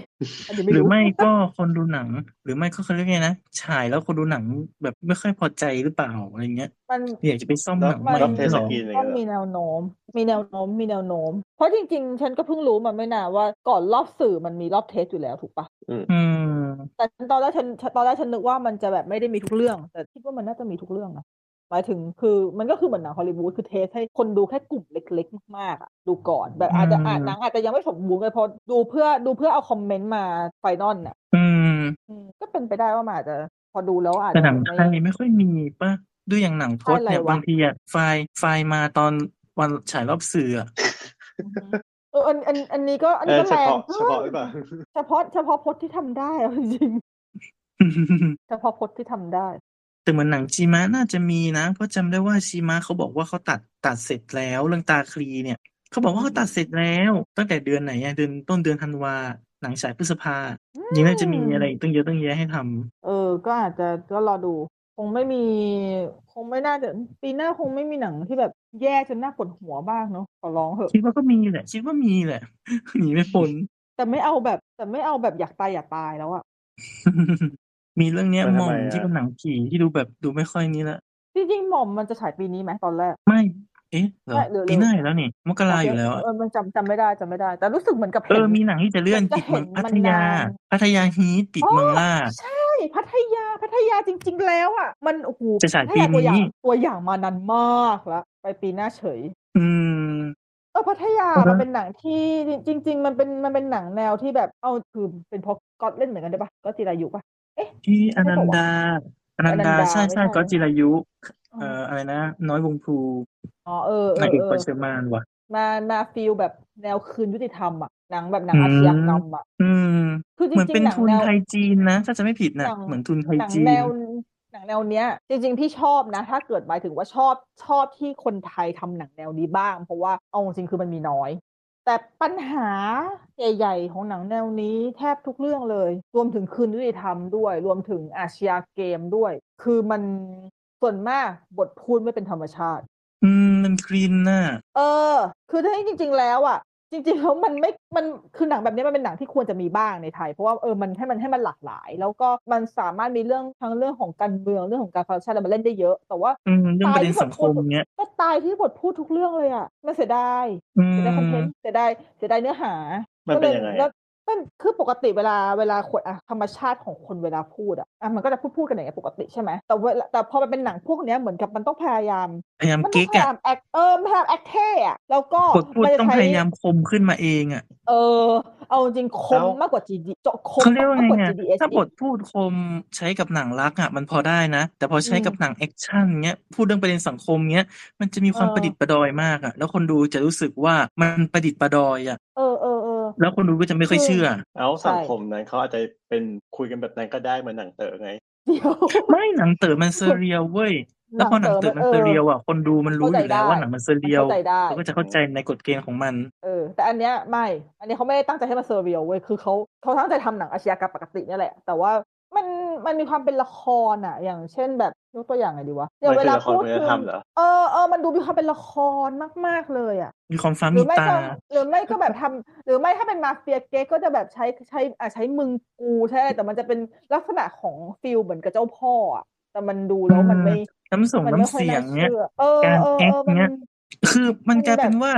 อันนี้
ห
ไม่
รือ
รู้
ไม่ก็คนดูหนัง หรือไม่ก็เขาเรียกไงนะฉายแล้วคนดูหนังแบบไม่ค่อยพอใจหรือเปล่าอะไรเงี้ย
มัน
อยากจะไปซ่อมหนัง
มั
ใหม่
รอบเท
ห
ศ
รอ
กาลอะไร
ก็
เงี้ย
มี
เหรอ
แนวโน้ม มีแนวโน้ม มีแนวโน้ม เพราะจริงๆ ฉันก็เพิ่งรู้มาไม่นานว่าก่อนรอบสื่อมันมีรอบเทสอยู่แล้วถูกปะ
อืม
แต่ตอนแรกฉันตอนแรกฉันนึกว่ามันจะแบบไม่ได้มีทุกเรื่อง แต่คิดว่ามันน่าจะมีทุกเรื่องนะหมายถึงคือมันก็คือเหมือนหนังฮอลลีวูดคือเทสให้คนดูแค่กลุ่มเล็กๆ มากๆอะดูก่อนแบบอาจจะ
อืม
อ่านหนังอาจจะยังไม่สมบูรณ์เลยเพอดูเพื่อดูเพื่อเอาคอมเมนต์มาไฟนอลน่ะ
อืม
อืมก็เป็นไปได้ว่ามันอาจจะพอดูแล้วอาจ
แต่
จะ
หนังไท
ไม่
ยไม่ค่อยมีป่ะ ด้วยอย่างหนังพจน์เนี่ย
ไฟล์อะไรวะ
บางทีอะไฟล์ไฟล์มาตอนวันฉายรอบสื่ออะ
เอออันอันอันนี้ก็อัน
เอ
นี้
อ
ก็
เฉ
แรง
พาะเฉพาะหรือเปล่า
เฉพาะเฉพาะพจน์ที่ทำได้เอาจริงๆเฉพาะพจน์ที่ทำได้
แต่เหมือนหนังชีมะน่าจะมีนะ เพราะจำได้ว่าชีมะเขาบอกว่าเขาตัดตัดเสร็จแล้วเรื่องตาคลีเนี่ยเขาบอกว่าเขาตัดเสร็จแล้ว ตั้งแต่เดือนไหนอะเดือนต้นเดือนธันวาหนังฉายพฤษภายังน่าจะมีอะไรอีกตั้งเยอะตั้งแยะให้ทำ
เออ ก็อาจจะก็รอดู คงไม่มี คงไม่น่าจะปีหน้าคงไม่มีหนังที่แบบแย่จนน่าปวดหัวบ้างเนาะขอร้องเถอะ
คิดว่าก็มีแหละ คิดว่ามีแหละ หนีไม่พ้น
แต่ไม่เอาแบบ แต่ไม่เอาแบบอยากตายอยากตายแล้วอะ
มีเรื่องเนี้ย
มันทำ
หม่อม
ไมอะ
ที่เป็นหนังผีที่ดูแบบดูไม่ค่อยนี้ละ
จริงๆหม่อมมันจะฉายปีนี้ไหมตอนแรก
ไม่ เอ๊ะเหรอ
ใช่เร็วๆ
ปีหน้าอยู่แล้วนี่มกราอยู่แล้วอะ
เออมันจำจำไม่ได้จำไม่ได้ แต่รู้สึกเหมือนกับ
เอ
เห็น
อ มีหนังที่จะเลื่อน
มันจะ
ปิดเมือง
เห็น
พั
มัน
ทยา
นาน
พัทยาฮีทปิดเมืองล่า
ใช่ พัทยาพัทยาจริง ๆ แล้วอ่ะ มันโอ้โห
จะฉาย
พัทยาตั
ปี
วอย่า
นี้
งตัวอย่างมานันมากละไปปีหน้าเฉย
อืม
เออพัทยา
อือฮะ
มันเป็นหนังที่จริง ๆ มันเป็นมันเป็นหนังแนวที่แบบเอาคือเป็นเพราะก็อตเล่นเหมือนกันได้ปะก็อตจิรายุปะ
ที่อนันดา อนัน
อนัน
ดา
ดา
ใช่ใช่
ไม่ใช่
ก็จิรายุ เอ่ออะไรนะ น้อยวงพลู
อ๋อเออเอน
าง
อ
เอก
เอ
คอ
อ
เชอร์มานว่ะ
มามาฟีลแบบแนวคืนยุติธรรมอ่ะหนังแบบหนังอาชญากรรมอ่ะ
อืม
คือจ
เหมือน
ริ
เป็
ง
น
ๆหนัง
ทุน
แนว
ไทยจีนนะ ถ้าจะไม่ผิด
ห
น่ะ
นัง
เหมือนทุนไทย
หนัง
จี
แน
น
วหนังแนวเนี้ย จริง ๆ พี่ชอบนะ ถ้าเกิดหมายถึงว่าชอบชอบที่คนไทยทำหนังแนวนี้บ้าง เพราะว่าเอาจริงๆคือมันมีน้อย แต่ปัญหาใหญ่ๆของหนังแนวนี้แทบทุกเรื่องเลย รวมถึงคืนยุติธรรมด้วย รวมถึงอาชญาเกมด้วย คือมันส่วนมากบทพูดไม่เป็นธรรมชาติ
อืมมันคลีนน่ะ
เออ คือถ้าให้จริง ๆ แล้วอ่ะ จริงๆแล้วมันไม่ มัน คือหนังแบบนี้มันเป็นหนังที่ควรจะมีบ้างในไทย เพราะว่าเออ มันให้มันให้มันหลากหลาย แล้วก็มันสามารถมีเรื่องทั้งเรื่องของการเมือง เรื่องของการคอร์รัปชันอะไรมาเล่นได้เยอะ แต่ว่า
อืมเรื่องประเด็นสังคมเนี้ย
ก็ตายที่บทพูดทุกเรื่องเลยอ่ะมันเสียดาย
อื
เสียดายคอนเท
ม
นต์ เสียดาย เสียดายเนื้อหา
มันเป็นยังไง
ก็ล
อะ
มันคือปกติเวลาเวลาคนอะธรรมชาติของคนเวลาพูดอะอ่ะมันก็จะพูดพูดกันอย่างเงี้ยปกติใช่ไหมแต่เวลาแต่พอมันเป็นหนังพวกเนี้ยเหมือนกับมันต้องพยายาม
พยายาม
มันต้องพ
เก๊ก
ยา
อะ
ยามแอคเออมันพยายามแอคเท่อะแล้วก็
บทพูด
มันจะ
ต้อง
ใช้
พยายามคมขึ้นมาเองอะ
เออเอาจริงๆค
แล้
ม
ว
มากกว่า GD เจาะคม
เขาเรียกว่า
มา
ไง
กกว่า
อะ
GDS
ถ้าบท
อีก
พูดคมใช้กับหนังรักอะมันพอได้นะ แต่พอใช้
อืม
กับหนังแอคชั่นเงี้ย พูดเรื่องประเด็นสังคมเงี้ย มันจะมีความ
เออ
ประดิษฐ์ประดอยมากอะแล้วคนดูจะรู้สึกว่ามันประดิษฐ์ประดอยอะ
เออเออเออ
แล้วคนดูก็จะไม่ค่อยเชื่อ
เอา
ใช่
สังคมนั้นเขาอาจจะเป็นคุยกันแบบนั้นก็ได้เหมือนหนังเต๋อไง
เดี๋ยว
ไม่หนังเต๋อมันเซเรียลเว้ ย แล้วพอหนังเต๋อมันเซเรียลอะคนดูมันรู้อยู่แล้วว่าหนังมันเซ
มัน
เรียล
เข้าใจได้
เขาก็จะเข้าใจในกฎเกณฑ์ของมัน
เออแต่อันเนี้ยไม่ อันนี้เขาไม่ได้ตั้งใจให้มาเซอร์เรียลเว้ยคือเขาเขาตั้งใจทำหนังอาชญากรรมปกติเนี่ยแหละ แต่ว่ามันมันมีความเป็นละครอ่ะ อย่างเช่นแบบยกตัวอย่างไงดีวะอย่าง
มั
เว
นคือ
ลา
ละคร
พูด
วัฒนธรรมเหรอ
เออเออมันดูมีความเป็นละครมากๆเลยอ่ะ
มีความฟ้า
หรื
มี
อไม่
ตา
ก็หรือไม่ก็แบบทำหรือไม่ถ้าเป็นมาเฟียเก๊กก็จะแบบใช้ใช้อ่ะใช้มึงกูใช้อะไรแต่มันจะเป็นลักษณะของฟิลเหมือนกับเจ้าพ่ออ่ะแต่มันดูแล้วมันไม่
น้ำส่ง
มันไม่
น้ำ
ค่อย
เสีย
น่าง
เนี้ย
เชื่อ เออ
การ
เออ
แอ
เอ
ค
อมัน
เนี้ย คือมัน
มัน
กลายเป็น
แบบ
ว่า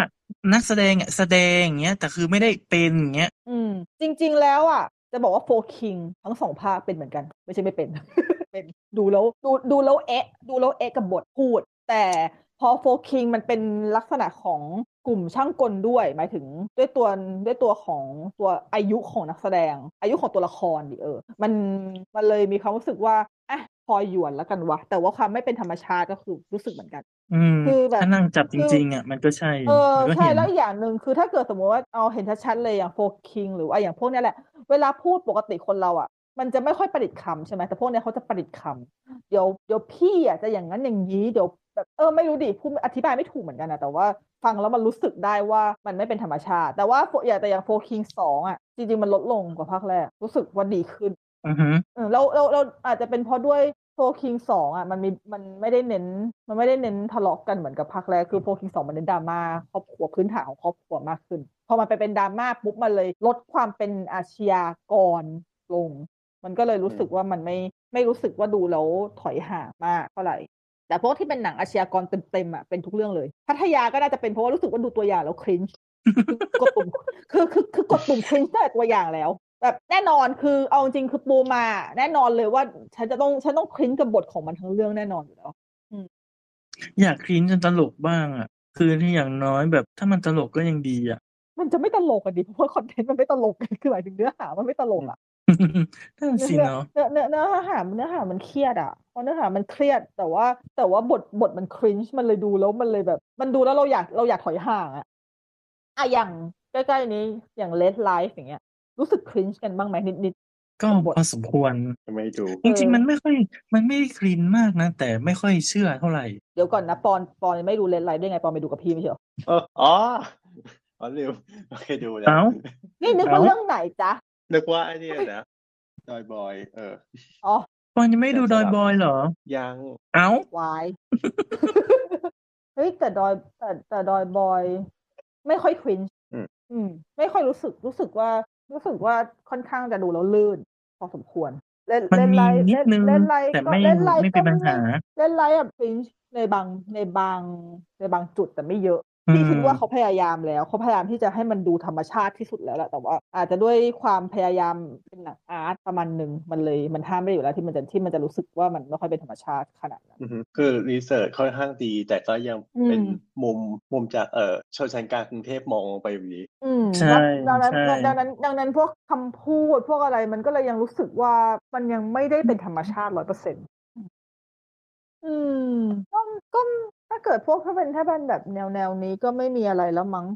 นักแสดงอ่ะแสดงอย่างเงี้ย แต่คือไม่ได้เป็นอย่างเงี้ย
อืมจริง ๆ แล้วอ่ะ จะบอกว่าโฟคิงทั้งสองภาคเป็นเหมือนกัน ไม่ใช่ไม่เป็น เป็นดูแล้วดูดูแล้วเอ๊ะ ดูแล้วเอ๊ะกับบทพูด แต่พอโฟคิงมันเป็นลักษณะของกลุ่มช่างกลด้วย หมายถึงด้วยตัวด้วยตัวของตัวอายุของนักแสดง อายุของตัวละครดิเออ มันมันเลยมีความรู้สึกว่าอ่ะพอหยวนแล้วกันวะแต่ว่าความไม่เป็นธรรมชาติก็คือรู้สึกเหมือนกัน
อืม
คือแบบ
ถ้านั่งจับจริง ๆอ่ะมันก็ใช่
เออ
มันก็
ใช่
เห็น
แล้วอีกอย่างหนึ่งคือถ้าเกิดสมมติว่าเอาเห็นชัดๆเลยอย่างโฟกิงหรือว่าอย่างพวกเนี้ยแหละ เวลาพูดปกติคนเราอ่ะ มันจะไม่ค่อยประดิษฐ์คำใช่ไหมแต่พวกเนี้ยเขาจะประดิษฐ์คำเดี๋ยวเดี๋ยวพี่อ่ะจะอย่างนั้นอย่างนี้เดี๋ยวแบบเออไม่รู้ดิพูดอธิบายไม่ถูกเหมือนกันนะแต่ว่าฟังแล้วมันรู้สึกได้ว่ามันไม่เป็นธรรมชาติ แต่ว่าโฟอย่างแต่อย่างโฟคิงสองอ่ะจริงๆมันลดลงกว่าภาคแรกรู้สึกว่าดีขึ้น
อือฮึ
เออเราเราเราอาจจะเป็นเพราะด้วยโฟคิงสองอ่ะมันมีมันไม่ได้เน้น มันไม่ได้เน้นทะเลาะกันเหมือนกับภาคแรกคือโฟคิงสองมันเน้นดราม่าครอบครัวพื้นฐานของครอบครัวมากขึ้น พอมันไปเป็นดราม่าปุ๊บมันเลยลดความเป็นอาชญากรลง มันก็เลยรู้สึกว่ามันไม่ไม่รู้สึกว่าดูแล้วถอยห่างมากเท่าไหร่ แต่พวกที่เป็นหนังอาชญากรเต็มๆอ่ะเป็นทุกเรื่องเลย พัทยาก็น่าจะเป็นเพราะว่ารู้สึกว่าดูตัวอย่างแล้วคริ้น กดปุ่มคือคือคือกดปุ่มคริ้นตั้งแต่ตัวอย่างแล้ว แบบแน่นอนคือเอาจริงๆคือปูมา แน่นอนเลยว่า ฉันจะต้องฉันต้องคลิ้นกับบทของมันทั้งเรื่องแน่นอนอยู่แล้ว
อยากคลีนจนตลกบ้างอ่ะ คือที่อย่างน้อยแบบถ้ามันตลกก็ยังดีอ่ะ
มันจะไม่ตลกอ่ะดิเพราะว่าคอนเทนต์มันไม่ตลก คือหมายถึงเนื้อหามันไม่ตลกอ่ะ
นั่นสิเนาะ
เนื้อเนื้อเนื้อหาเนื้อหามันเครียดอ่ะเพราะเนื้อหามันเครียด แต่ว่า แต่ว่าบทบทมันคริ้นช์มันเลยดูแล้วมันเลยแบบ มันดูแล้วเราอยากเราอยากถอยห่างอ่ะอะอย่างใกล้ๆนี้อย่างเลสไลฟ์อย่างเงี้ย รู้สึกคริ้นช์กันบ้างไหมนิด
ก็
บท
พอสมควร
ไม่ดู
จริงๆ มันไม่ค่อย มันไม่ได้คลีนมากนะ แต่ไม่ค่อยเชื่อเท่าไหร่
ๆเดี๋ยวก่อนนะปอนปอนไม่ดูเลสไลฟ์ได้ไงปอนไปดูกับพี่ไม่ใช่เหรอ
เอออ๋ออ๋อเร็วโอเคดูแล้ว
เอ้า
นี่นึกว่า
เอ้า
เรื่องไหนจ๊ะ
นึกว่าไอ้เนี่ยนะดอยบอย เออ
อ๋อ
ปอนยังไม่ดู
แต่สำหรั
ดอย
บ
บอยเหรอ
ยัง
เอ้าว
าย เฮ้ยแต่ดอยแต่แต่ดอยบอย ไม่ค่อยควินช์อืม ไม่ค่อยรู้สึกรู้สึกว่า รู้สึกว่าค่อนข้างจะดูแล้วลื่น พอสมควร เล่น
มัน
เล่น
มี
ไลฟ์
นิด
เล่น
นึง
เล่นไลฟ์
แต่
ก็
ไม่
เล่นไลฟ์
ไม่เป็น
ก็
ปัญหา
เล่นไลฟ์อะควินช์ในบางในบางในบางจุดแต่ไม่เยอะ พี่คิดว่าเขาพยายามแล้วเขาพยายามที่จะให้มันดูธรรมชาติที่สุดแล้วแหละแต่ว่า อาจจะด้วยความพยายามเป็นหนังอาร์ตประมาณหนึ่งมันเลยมันห้ามไม่ได้อยู่แล้วที่มันจะที่มันจะรู้สึกว่ามันไม่ค่อยเป็นธรรมชาติขนาดนั้น
อือฮึคือรีเสิร์ชค่อนข้างดี แต่ก็ยังเป็น
อืม
มุมมุมจากเออชนชั้นกลางกรุงเทพมองลงไปอยู่ดี
อืม
ใช่
ดังนั้น
ใช่
ดังนั้นดังนั้นพวกคำพูดพวกอะไรมันก็เลยยังรู้สึกว่ามันยังไม่ได้เป็นธรรมชาติร้อยเปอร์เซ็นต์อืมก็ก็ถ้าเกิดพวกถ้าเป็นถ้าเป็นแบบแนวแนวนี้ก็ไม่มีอะไรแล้วมั้ง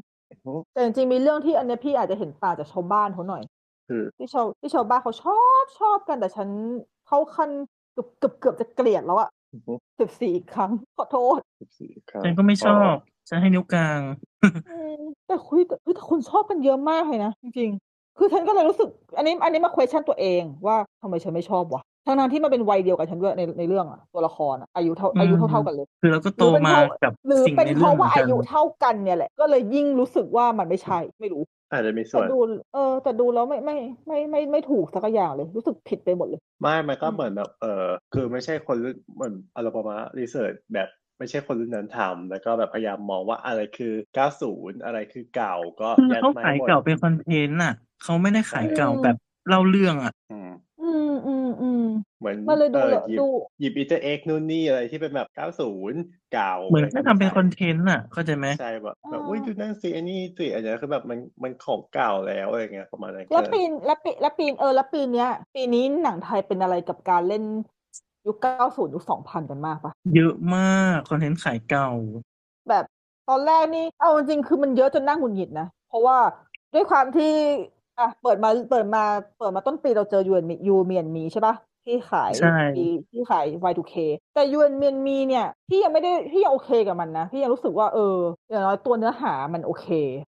แต่จริงๆมีเรื่องที่อันเนี้ยพี่อาจจะเห็นต่างจากชาวบ้านเขาหน่อย
คือ
ที่ชาวที่ชาวบ้านเขาชอบชอบกันแต่ฉันเขาคันเกือบเกือบเกือบจะเกลียดแล้วอะสิบสี่อีกครั้งขอโทษ
สิบสี่ครั้ง
ฉันก็ไม่ชอบฉันให้นิ้วกลาง
อืมแต่คุยแต่เฮ้ยแต่คนชอบกันเยอะมากเลยนะจริงๆ คือฉันก็เลยรู้สึก อันนี้อันนี้มา question ตัวเองว่าทำไมฉันไม่ชอบวะทั้งนั้นที่มันเป็นวัยเดียวกับฉันด้วยในในเรื่องอะตัวละครอะอายุเท่า
อืม
อายุเท่าๆกันเลย
คือเราก็โตมากับ
หรือ
สิ่ง
เป็น
ใน
เพ
เรื่อ
ราะ
งเหมื
ว่า
อนกั
อาน ยุเท่ากันเนี่ยแหละก็เลยยิ่งรู้สึกว่ามันไม่ใช่ไม่รู้
อาจจะมีส่
แต่
วน
ดู เออ แต่ดูแล้วไม่ไม่ไม่ไม่ไม่ถูกสักอย่างเลยรู้สึกผิดไปหมดเลย
ไม่มันก็
อืม
เหมือนแบบ เออคือไม่ใช่คนรุ่นเหมือนอารมณ์ประมาณรีเสิร์ชแบบไม่ใช่คนรุ่นนั้นทำแล้วก็แบบพยายามมองว่าอะไรคือ 90 อะไรคือเก่าก็
คือ
ยัด
เขา
มา
ขา
ให้
ย
หมด
เก่าเป็นคอนเทนต์น่ะ เขาไม่ได้ขายเก่าแบบเล่าเรื่องอ่ะ
อืม
อืมอืมอืม
เหมือน
มันเลยดู
เออ
แล้ว
หยิบ
ดู
หยิบอีเตอร์เอ็กนู่นนี่อะไรที่เป็นแบบ 90 เก่า
เหมือนะ
ไร
เขา
ก็
ทำเป็น
ใส่
คอนเทนต์น่ะ เข้าใจไหม
ใช่แบบ
อ่า
แบบอุ้ยดูนั่นสิอันนี้สิอันนี้คือแบบมันมันของเก่าแล้วอะไรเงี้ยประมาณนั้น
แล้ว
เกิน
ปีนแล้วปีแล้วปีนเออแล้วปีเนี้ย ปีนี้หนังไทยเป็นอะไรกับการเล่นยุคเก้าศูนย์ยุคสองพันกันมากปะ
เยอะมากคอนเทนต์ขายเก่า
แบบตอนแรกนี่เอาจริงๆคือมันเยอะจนน่าหงุดหงิดนะ เพราะว่าด้วยความที่อ่ะเปิดมาเปิดมาเปิดมาต้นปีเราเจอยูเอ็นมียูเมียนมีใช่ปะที่ขาย
ใช่
ปีที่ขาย Y2K แต่ยูเอ็นเมียนมีเนี่ยพี่ยังไม่ได้พี่ยังโอเคกับมันนะพี่ยังรู้สึกว่าเอออย่างน้อยตัวเนื้อหามันโอเค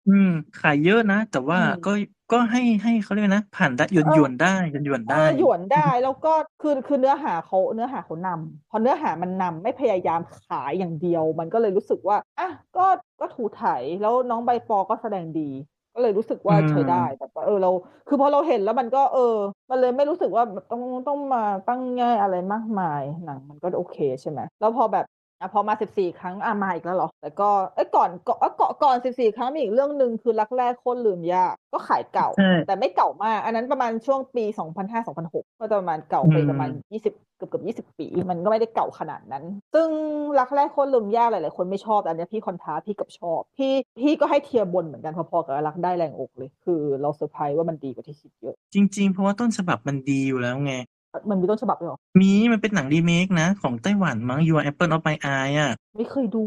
อืม ขายเยอะนะ แต่ว่า
อืม
ก็ก็ให้ให้เขาเรียกนะ ผ่านได้หยวน
เออ
หยวนได้หยวนหยวน
เอ
ได้
อหยวนได้แล้วก็คือคือเนื้อหาเขาเนื้อหาเขานำพอเนื้อหามันนำไม่พยายามขายอย่างเดียว มันก็เลยรู้สึกว่าอ่ะก็ก็ถูไถแล้วน้องใบปอก็แสดงดี ก็เลยรู้สึกว่าใช้ได้แบบว่าเออเรา คือพอเราเห็นแล้วมันก็เออ มันเลยไม่รู้สึกว่าต้องต้องมาตั้งแง่อะไรมากมายหนังมันก็โอเคใช่ไหมแล้วพอแบบอ่ะพอมาสิบสี่ครั้งอ่ะมาอีกแล้วเหรอแต่ก็เอ้ยก่อนก่อนเอ้ยก่อนก่อนสิบสี่ครั้งมีอีกเรื่องหนึ่งคือรักแรกโคตรลืมยากก็ขายเก่า
ใช่
แต่ไม่เก่ามาก อันนั้นประมาณช่วงปี 2005-2006 ก็จะประมาณเก่าไป
อืม
ประมาณ 20 เกือบเกือบ20 ปี มันก็ไม่ได้เก่าขนาดนั้น ซึ่งรักแรกโคนลืมยากหลาย ๆ คนไม่ชอบแต่อันเนี้ยพี่คอนทราสต์พี่กับชอบ พี่พี่ก็ให้เทียร์บนเหมือนกันพอ ๆ กับรักได้แรงอกเลย คือเราเซอร์ไพรส์ว่ามันดีกว่าที่คิดเยอะ
จริง ๆ เพราะว่าต้นฉบับมันดีอยู่แล้วไง
มันมีต้นฉบับด้วยเหรอ
มีมันเป็นหนังรีเมคนะ ของไต้หวันมั้ง Your Apple of My Eye อ่ะ
ไม่เคยดู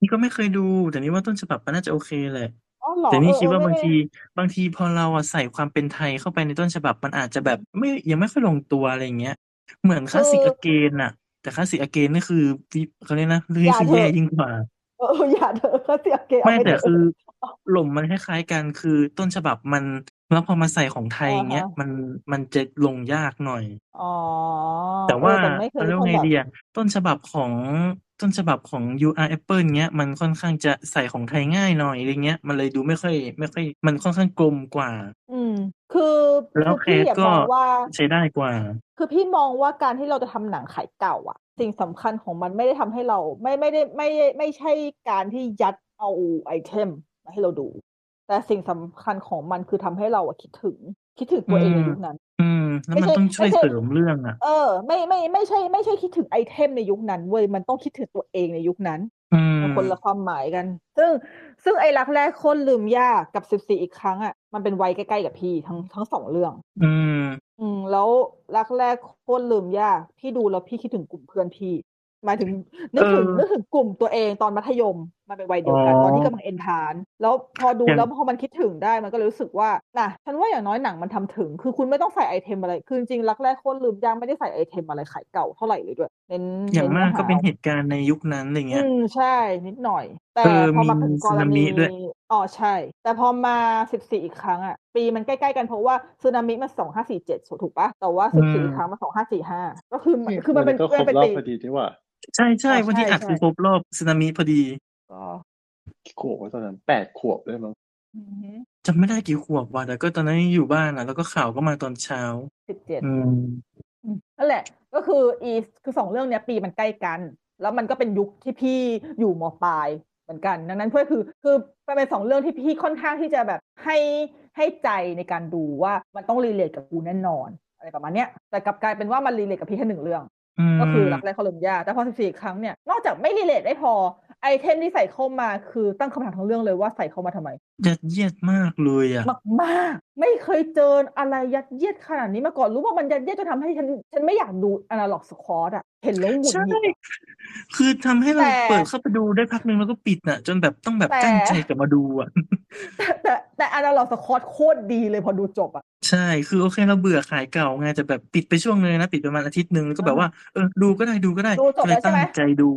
นี่ก็ไม่เคยดู แต่นี่ว่าต้นฉบับมันน่าจะโอเคแหละ
อ๋อเหรอ
แต่นี่
เออ
คิด
เออบ
ว่าาง
ไม่แ
ที
น่
บางทีพอเราอะใส่ความเป็นไทยเข้าไปในต้นฉบับมันอาจจะแบบไม่ยังไม่ค่อยลงตัวอะไรอย่างเงี้ย เหมือนคลาสสิกอเกนอะแต่คลาสสิกอเกนนี่คือวิเขาเรียกนะนี่คือแย่ยิ่งกว่า
เออเอออย่าเถอะเขาเสียเกเอา
ไม่
ไม่
แต่
เถอะ
คือหล่มมันคล้ายๆกันคือต้นฉบับมันแล้วพอมาใส่ของไทย
อ่าฮะ
เงี้ยมันมันจะลงยากหน่อย
อ๋อ
แต่
เอ
ว่า
อแต่ไม่เค
เขา
ย
เรียกว่า
ฉ
ไง
บับ
ดีอะต้นฉบับของต้นฉบับของ UR Apple เงี้ยมันค่อนข้างจะใส่ของไทยง่ายหน่อยอะไรเงี้ยมันเลยดูไม่ค่อย ไม่ค่อย มันค่อนข้างกลมกว่า
อืม คือ
แล้
คื
ว
อ
เค
พี่
ส
อย่า
ก็
มองว่า
ใช้ได้กว่า
คือพี่มองว่าการที่เราจะทำหนังขายเก่าอะสิ่งสำคัญของมันไม่ได้ทำให้เรา ไม่ไม่ได้ไม่ไม่ไม่ใช่การที่ยัดเอาไอเทมมาให้เราดู แต่สิ่งสำคัญของมันคือทำให้เราอะคิดถึง คิดถึงตัวเองใน
อื
ยุ
ม
คนั้น
อืม แล้ว
ไม่ใช่
มันต้องช่วย
ไม่ใช่
เสริมเรื่องอ่ะ
เออ ไม่ไม่ไม่ใช่ ไม่ใช่คิดถึงไอเทมในยุคนั้นเว้ยมันต้องคิดถึงตัวเองในยุคนั้น
อืม
มันคนละความหมายกัน ซึ่งซึ่งไอ้รักแรกโคนลืมยากกับสิบสี่อีกครั้งอะ มันเป็นวัยใกล้ๆกับพี่ทั้งทั้งสองเรื่อง
อืม
อืมแล้วรักแรกโคตรลืมยากพี่ดูแล้วพี่คิดถึงกลุ่มเพื่อนพี่หมายถึงนึกถึง
เออ
นึกถึงกลุ่มตัวเองตอนมัธยมมันเป็นวัยเดียวกัน
อ๋อ
ตอนที่กำลังเอนทรานซ์แล้วพอดู
อย่าง
แล้วพอมันคิดถึงได้มันก็เลยรู้สึกว่าน่ะฉันว่าอย่างน้อยหนังมันทำถึง คือคุณไม่ต้องใส่ไอเทมอะไร คือจริงๆรักแรกโคตรลืมยากไม่ได้ใส่ไอเทมอะไรขายเก่าเท่าไหร่เลยด้วยเน้น
อย่าง
น้น
มาก
ห
ก็เป็นเหตุการณ์ในยุคนั้นอะไรเงี้
อื
ย
มใช่ นิดหน่อย แต่
เออ
พอมา
มี
ถึงก
สึ
ร
นามิ
ณี
ด้วย
อ๋อใช่ แต่พอมาสิบสี่อีกครั้งอ่ะ ปีมันใกล้ๆกันเพราะว่าสึนามิมันสองห้าสี่เจ็ดถูกปะแต่ว่าสิบสี่
อืม
อีกครั้งมันสองห้าสี่ห้าก็คือมันคือมันเป็น
ก็คร
มั
บ
นเป็น
รอบ
ปี
พอดีที่ว่า
ใช่ใช่
อ๋อ
วันที่
ใช่
อัด
ใช่
คือครบรอบสึนามิพอดี
อ๋อ
ขวบตอนนั้นแปดขวบด้วยมั้ง
อือหือ
จำไม่ได้กี่ขวบว่ะแต่ก็ตอนนั้นอยู่บ้านอ่ะ แล้วก็ข่าวก็มาตอนเช้า
สิบเจ็ด
อืม
นั่นแหละก็คืออีคือสองเรื่องเนี้ยปีมันใกล้กัน แล้วมันก็เป็นยุคที่พี่อยู่มปลายเหมือนกัน ดังนั้นเพื่อคือคือมันเป็นสองเรื่องที่พี่ค่อนข้างที่จะแบบให้ให้ใจในการดูว่ามันต้องรีเลทกับกูแน่นอนอะไรประมาณเนี้ยแต่กลับกลายเป็นว่ามันรีเลทกับพี่แค่หนึ่งเรื่อง
อืม
ก็คือรักแรกเขาลืมยาแต่พอสิบสี่ครั้งเนี่ยนอกจากไม่รีเลทได้พอไอเทมที่ใส่เข้ามาคือตั้งคำถามทั้งเรื่องเลยว่าใส่เข้ามาทำไม
ยัดเยียดมากเลยอ่ะ
มากมากๆไม่เคยเจออะไรยัดเยียดขนาดนี้มาก่อนรู้ว่ามันยัดเยียดจนทำให้ฉันฉันไม่อยากดูอนาล็อกสคอร์อะเห็นแล้วหงุด
ใช่
หงิดอะ
คือทำให้เรา
แต่
เปิดเข้าไปดูได้พักหนึ่งแล้วก็ปิดน่ะ จนแบบต้องแบบ
แต่
กั้นใจกลับมาดูอ่ะ
แต่แต่แต่อนาล็อกสคอร์โคตรดีเลยพอดูจบอะ
ใช่ คือโอเคเราเบื่อขายเก่าไงแต่แบบปิดไปช่วงนึงนะ ปิดประมาณอาทิตย์หนึ่งแล้วก็แบบว่าเออดูก็ได้ดูก็ได้
ดูจบ
ก็เล
แล้
ย
วใช่
ตั้
ไหม
งใจดู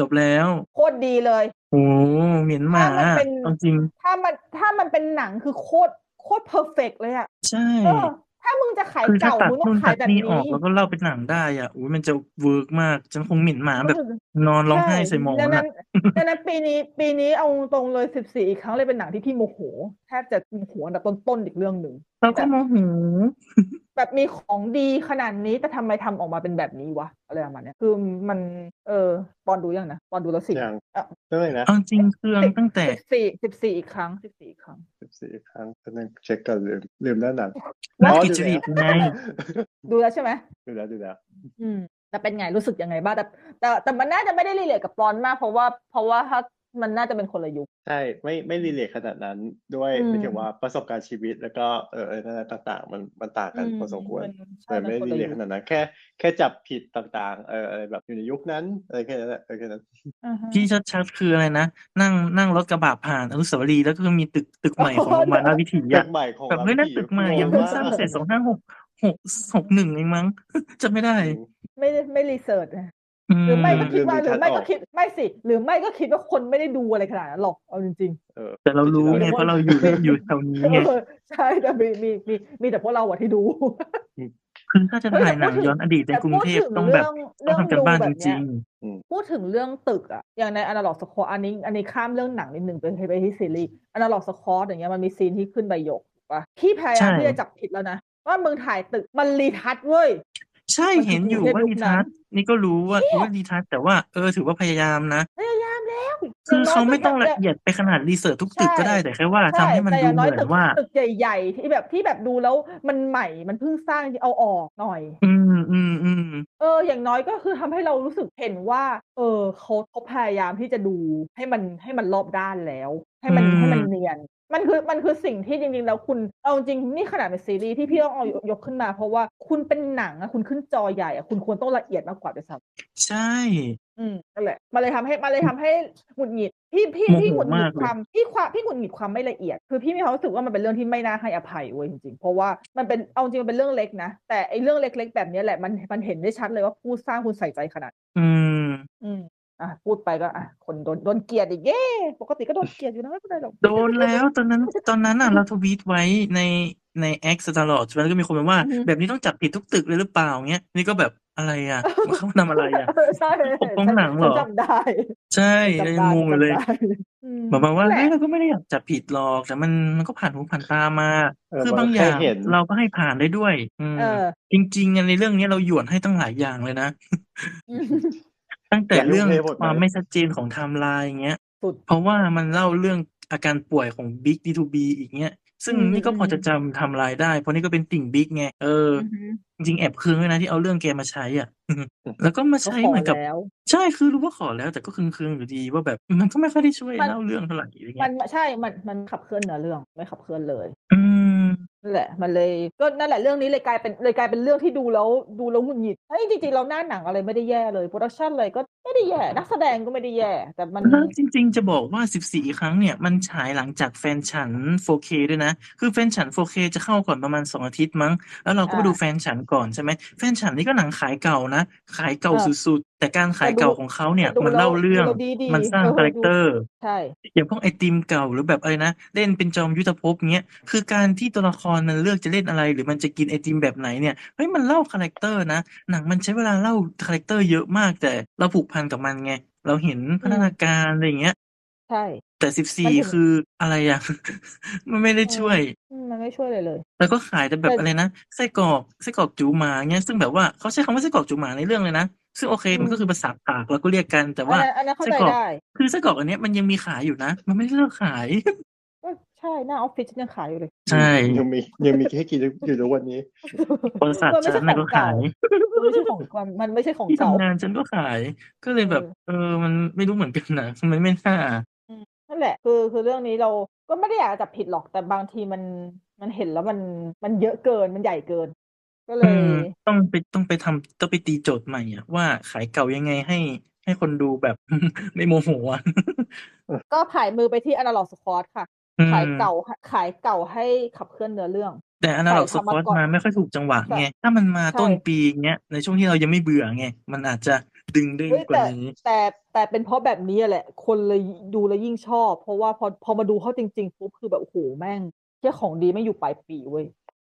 จบแล้ว
โคตรดีเลย
โอ้โหเหม็นหมา
ถ้ามันเป็น
เอาจริง
ถ้ามันถ้ามันเป็นหนังคือโคตรโคตรเพอร์เฟกเลยอะ
ใช่
เออถ้ามึงจะขาย
คือถ้า
เก่า
ตัด
มึงต้อ
นู่
ง
น
ขาย
ตัด
แบบ
นี่
นี้
ออกแล้วก็เล่าเป็นหนังได้อ่ะอุ้ยมันจะเวิร์กมาก ฉันคงเหม็นหมาแบบ นอนร้องไห้ใส่หมอน
ดังนั้
อ่ะ
น ดังนั้นปีนี้ปีนี้เอาตรงๆเลยสิบสี่อีกครั้งเลยเป็นหนังที่พี่โมโหแทบจะโมโหอันดับต้นๆอีกเรื่องหนึ่ง
เราก็โมโห
แบบมีของดีขนาดนี้แต่ทำไมทำออกมาเป็นแบบนี้วะอะไรประมาณเนี้ยคือมัน เออปอนดูยังนะปอนดูแล้วสิ
อย่าง
อ่ะ
เท่าไหร่นะ
เอาจริงเครื่องตั้งแต่
สิบสี่สิบสี่อีกครั้งสิบสี่อีกครั้ง
สิบสี่ครั้งตอนนั้นเช็คก่อนลืมลืมหน้าหนัง
นัก
อ๋อ
กิ
ดู
จ
แล้
ริ
ว
ตไง
ดูแล้วใช่ไหม
ดูแล้วดูแล้ว
อืมแต่เป็นไงรู้สึกยังไงบ้างแต่แต่แต่มันน่าจะไม่ได้รีเลทกับปอนมาก เพราะว่าเพราะว่าถ้ามันน่าจะเป็นคนละยุค
ใช่ไม่ไม่รีเลทขนาดนั้นด้วย
อืม
ไม่ถึงว่าประสบการณ์ชีวิตแล้วก็เอออะไรต่างๆ มันมันต่างกันพอสมควร
นใช่
แต่
น
ไม่
คน
ได้รี
ละ
เลท
ยุ
ข
ค
นาดนั้นแค่แค่จับผิดต่างๆเอออะไรแบบอยู่ในยุคนั้นอะไรแค่นั้นแหละเออแค่นั้น
อ่าฮะ
ที่ชัดๆคืออะไรนะ นั่งนั่งรถกระบะผ่านอนุสาวรีย์แล้วก็มีตึกตึกใหม่ของโรงพยาบาลราชวิถี
ตึ
อะ
กใหม่ของ
แบบ
เรา
เฮ้ยนั่นตึกใหม่ยังเพิ่งสร้างเสร็จสองห้าหกหกหกหนึ่งเองมั้ง จะไม่ได้
ไม่ได้ไม่รีเสิร์ชนะ
อื
หรือไม่ก็คิดว่าห
ลื
รือ
ม
ไม่
ทั
ก็
นออก
คิดไม่สิ หรือไม่ก็คิดว่าคนไม่ได้ดูอะไรขนาดนั้นหรอกเอาจริง
เออ
แต่เรารู้ไงเพราะเราอยู่ อยู่แถว
ๆ
นี้
เอ
ไง
อ ใช่แต่มีมีมีมีแต่พวกเราอะที่ดู
คือถ้าจะถ่ายหนังย้อนอดีตใน
แต่
กรุง
พูด
เทพ
ถึง
ต้องแบ
เรื่องเรื่
บต้อ
อ
ง
ง
ทำกัน
ดู
บ้าน
แบ
จ
บเนี้
ริ
ย
ง
พูดถึงเรื่องตึกอะอย่างในอนาล็อกสคอร์อันนี้อันนี้ข้ามเรื่องหนังนิดนึงไปไปที่ซีรีส์อนาล็อกสคอร์อย่างเงี้ยมันมีซีนที่ขึ้นใบหยกถูกปะพี่พยายามที่จะจับผิดแล้วนะว่ามึงถ่ายตึกมันรีทัชเว้ย
ๆ ใช่เห็นอยู่ว่ารีทัศน์นี่ก็รู้ว่า
เนี่ย
ว่ารีทัศน์แต่ว่าเออถือว่าพยายามนะ
พยายามแล้ว
คือเขา
ย่น้ยก็
ไม่ต้องละ
แบบ
เอียดไปขนาดรีเสิร์ชทุกตึกก็ได้
ใช่
แต่แค่ว่า
ใช่
ทำให้มัน
แต่อ
ดู
ย่าง
เห
น้อย
มือ
ตึ
น
ก
ว่า
ตึกใหญ่ๆที่แบบที่แบบดูแล้วมันใหม่มันเพิ่งสร้างเอาออกหน่อย
อืมอืมอืม
เออ อย่างน้อยก็คือทำให้เรารู้สึกเห็นว่า เออเขาเขาพยายามที่จะดูให้มันให้มันรอบด้านแล้ว ให้มัน
อืม
ให้มันเนียน มันคือมันคือสิ่งที่จริงๆแล้วคุณเอาจริงนี่ขนาดเป็นซีรีส์ที่พี่ต้องเอายกขึ้นมา เพราะว่าคุณเป็นหนังอะคุณขึ้นจอใหญ่อะคุณควรต้องละเอียดมากกว่าด้วยซ้ำ
ใช่
อืมนั่นแหละมันเลยทำให้มันเลยทำให้หงุดหงิดพี่พี่
โมโห
พี่หงุดหงิด
มากเลย
ความพี่ความพี่หงุดหงิดความไม่ละเอียด คือพี่มีความรู้สึกว่ามันเป็นเรื่องที่ไม่น่าให้อภัยเว้ยจริงๆเพราะว่ามันเป็นเอาจริงมันเป็นเรื่องเล็กนะแต่ไอ้เรื่องเล็ก ๆ แบบเนี้ยแหละมันมันเห็นได้ชัดเลยว่าผู้สร้างคุณใส่ใจขนาด
อืม
อืมอ่ะพูดไปก็อ่ะคนโดนโดนเกลียดอีกเย้ปกติก็โดนเกลียดอยู่นะไม่เป็นไรหรอก
โดนแล้วตอนนั้นตอนนั้นอ่ะ เราทวีตไว้ในในแอคตลอดใช่ไหมแล้วก็มีคนบอกว่า
อือฮึ
แบบนี้ต้องจับผิดทุกตึกเลยหรือเปล่าเงี้ยนี่ก็แบบอะไรอ่ะเขาทำอะไรอ่ะ
ใช่
ปกป้องหนังเหรอ
ฉัจำได้
ใช่เรา
จำ
ยัง
ได้
งงอยู่เลย
จำได้อืม
บอกมาว่า
นั่นแหละ
เฮ้ยเราก็ไม่ได้อยากจับผิดหรอกแต่มันมันก็ผ่านหูผ่านตามา
เออ
คือ
มัน
บาง
แค่
อย่าง
เห็น
เราก็ให้ผ่านได้ด้วย อืม
เออ
จริงๆอะในเรื่องนี้เราหยวนให้ตั้งหลายอย่างเลยนะ ตั้งแต่
อยากรู้
เรื่อง
เหตุผลไหม
ความไม่ชัดเจนของไทม์ไลน์อย่างเงี้ย
สุด
เพราะว่ามันเล่าเรื่องอาการป่วยของบิ๊กดีทูบีอีกเงี้ย ซึ่ง
อืม
นี่ก็
อืม
พอจะจำไทม์ไลน์ได้ เพราะนี่ก็เป็นติ่งบิ๊กไง เออ
อือฮึ
จริงๆแอบเคืองด้วยนะที่เอาเรื่องแกมาใช้อ่ะ แล้วก็มา
ก็
ใช้
ขอ
เหมือนกับ
แล้ว
ใช่คือรู้ว่าขอแล้ว แต่ก็เคืองๆอยู่ดีว่าแบบมันก็ไม่ค่อยได้ช่วย
มัน
เล่าเรื่องเท่าไหร่อะไร
มั
เงี้
น
ย
ใช่ มัน มันขับเคลื่อนเนื้อเรื่อง ไม่ขับเคลื่อนเลย
อืม
นั่นแหละ มันเลยก็นั่นแหละเรื่องนี้เลยกลายเป็นเลยกลายเป็นเรื่องที่ดูแล้วดูแล้วหงุดหงิดเฮ้ยจริงๆเราหน้าหนังอะไรไม่ได้แย่เลยโปรดักชันอะไรก็ไม่ได้แย่นักแสดงก็ไม่ได้แย่ แต่มัน
แล้วจริงๆ จะบอกว่า 14 ครั้งเนี่ย มันฉายหลังจากแฟนฉัน 4K ด้วยนะ คือแฟนฉัน 4K จะเข้าก่อนประมาณ 2 อาทิตย์มั้ง แล้วเราก็ไป
อ่า
ดูแฟนฉันก่อนใช่ไหม แฟนฉันนี่ก็หนังขายเก่านะ ขายเก่า
เออ
สุดๆ แต่การขายเก่าของเขาเนี่ย
แต่ดู
มันเล่า
แล้ว
เรื่อง
ดูแล้วดีๆ
มันสร้าง
เออ
คาแรค
ดู
เตอร์
ใช่
อย่างพวกไอติมเก่าหรือแบบอะไรนะ เล่นเป็นจอมยุทธภพเงี้ย คือการที่ตัวละครมันเลือกจะเล่นอะไร หรือมันจะกินไอติมแบบไหนเนี่ย เฮ้ยมันเล่าคาแรคเตอร์นะ หนังมันใช้เวลาเล่าคาแรคเตอร์เยอะมากแต่เราผูกพันกับมันไง เราเห็นพัฒนาการอะไรอย่างเงี้ย
ใช่
แต่สิบ
มั
สี่
นถึง
คืออะไรอ่ะ มันไม่ได้
เออ
ช่วย
อืมมันไม่ช่วยเลยเลย
แล้วก็ขายแต่แบ
แต่
บอะไรนะไส้กรอกไส้กรอกจูหมาเงี้ยซึ่งแบบว่าเขาใช้คำว่าไส้กรอกจูหมาในเรื่องเลยนะ ซึ่งโอเค
อื
มัน
ม
ก็คือภาษาปากเราก็เรียกกัน แต่
อัน
ว่า
นั้นอันนั้นเข้า
ไส้
ใจ
กรอก
ได้
คือไส้กรอกอันเนี้ยมันยังมีขายอยู่นะ มันไม่ได้เลิกขาย
ก็ใช่หน้าออฟฟิศฉันยังขายอยู่เลย
ใช่
ยังมียังมีให้กินอยู่ทุกวันนี้
บริษัท
มันไม่
ฉั
ใช่
น
ของ
น่ะก็ขา
เก่า
ย
มันไม่ใช่ของเก่ามันไม่ใช่ของ
ที่
เก่า
ทำงานฉันก็ขาย ก็เล
เอย อ
แบบเออมันไม่รู้เหมือนกันนะมันไม่น่า
อืมนั่นแหละคือคือเรื่องนี้เราก็ไม่ได้อยากจะจับผิดหรอกแต่บางทีมันมันเห็นแล้วมันมันเยอะเกินมันใหญ่เกิน ก็เล
อื
ย
มต้องไปต้องไปทำต้องไปตีโจทย์ใหม่อ่ะว่าขายเก่ายังไงให้ ให้คนดูแบบ ไม่โมโหอ่ะ
ก็ผายมือไปที่อนาล็อกสควอตค่ะ
อื
ขาย
ม
เก่าขายเก่าให้ขับเคลื่อนเนื้อเรื่อง
แต่อนา
ใส่
ล็อก
ธ
ส
รร
คว
ม
อต
กร
มาไม่ค่อยถูกจังหวะ
ใส่
ไงถ้ามันมา
ใช่
ต้นปีเงี้ยในช่วงที่เรายังไม่เบื่อไงมันอาจจะดึงได้
เฮ้ย
กว่า
แต่
นี้
แต่แต่เป็นเพราะแบบนี้แหละ คนเลยดูแล้วยิ่งชอบ เพราะว่าพอพอมาดูเข้าจริงๆปุ๊บคือแบบโอ้โหแม่งเที่ยของดีไม่อยู่ปลายปีเว้ย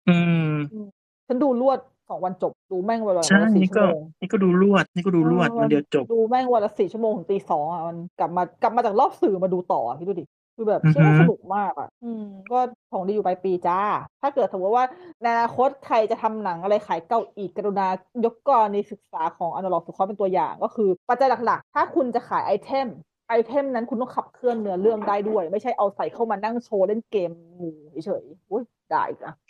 อืม
อืมฉันดูรวดสองวันจบดูแม่งวันละ
ใช่
วันละสี่
นี่
ชั่ว
ก็
โมง
นี่ก็ดูรวด นี่ก็ดู
เออ
รวด
มั
วัน
น
เดียวจบ
ดูแม่งวันละสี่ชั่วโมงถึงตีสองอ่ะมันกลับมากลับมาจากรอบสื่อมาดูต่ออ่ะพี่ดูดิคือแบบ
อือ
เชื่อว่า
ฮึ
สนุกมากอ่ะ อืม ก็ของดีอยู่ปลายปีจ้า ถ้าเกิดสมมติว่าในอนาคตใครจะทำหนังอะไรขายเก่าอีกกรุณายกกรณีศึกษาของอนาล็อกสุคอเป็นตัวอย่าง ก็คือปัจจัยหลักๆ ถ้าคุณจะขายไอเทม ไอเทมนั้นคุณต้องขับเคลื่อนเนื้อเรื่องได้ด้วย ไม่ใช่เอาใส่เข้ามานั่งโชว์เล่นเกมงูเฉยๆอุ้ยได้อีกอ่ะ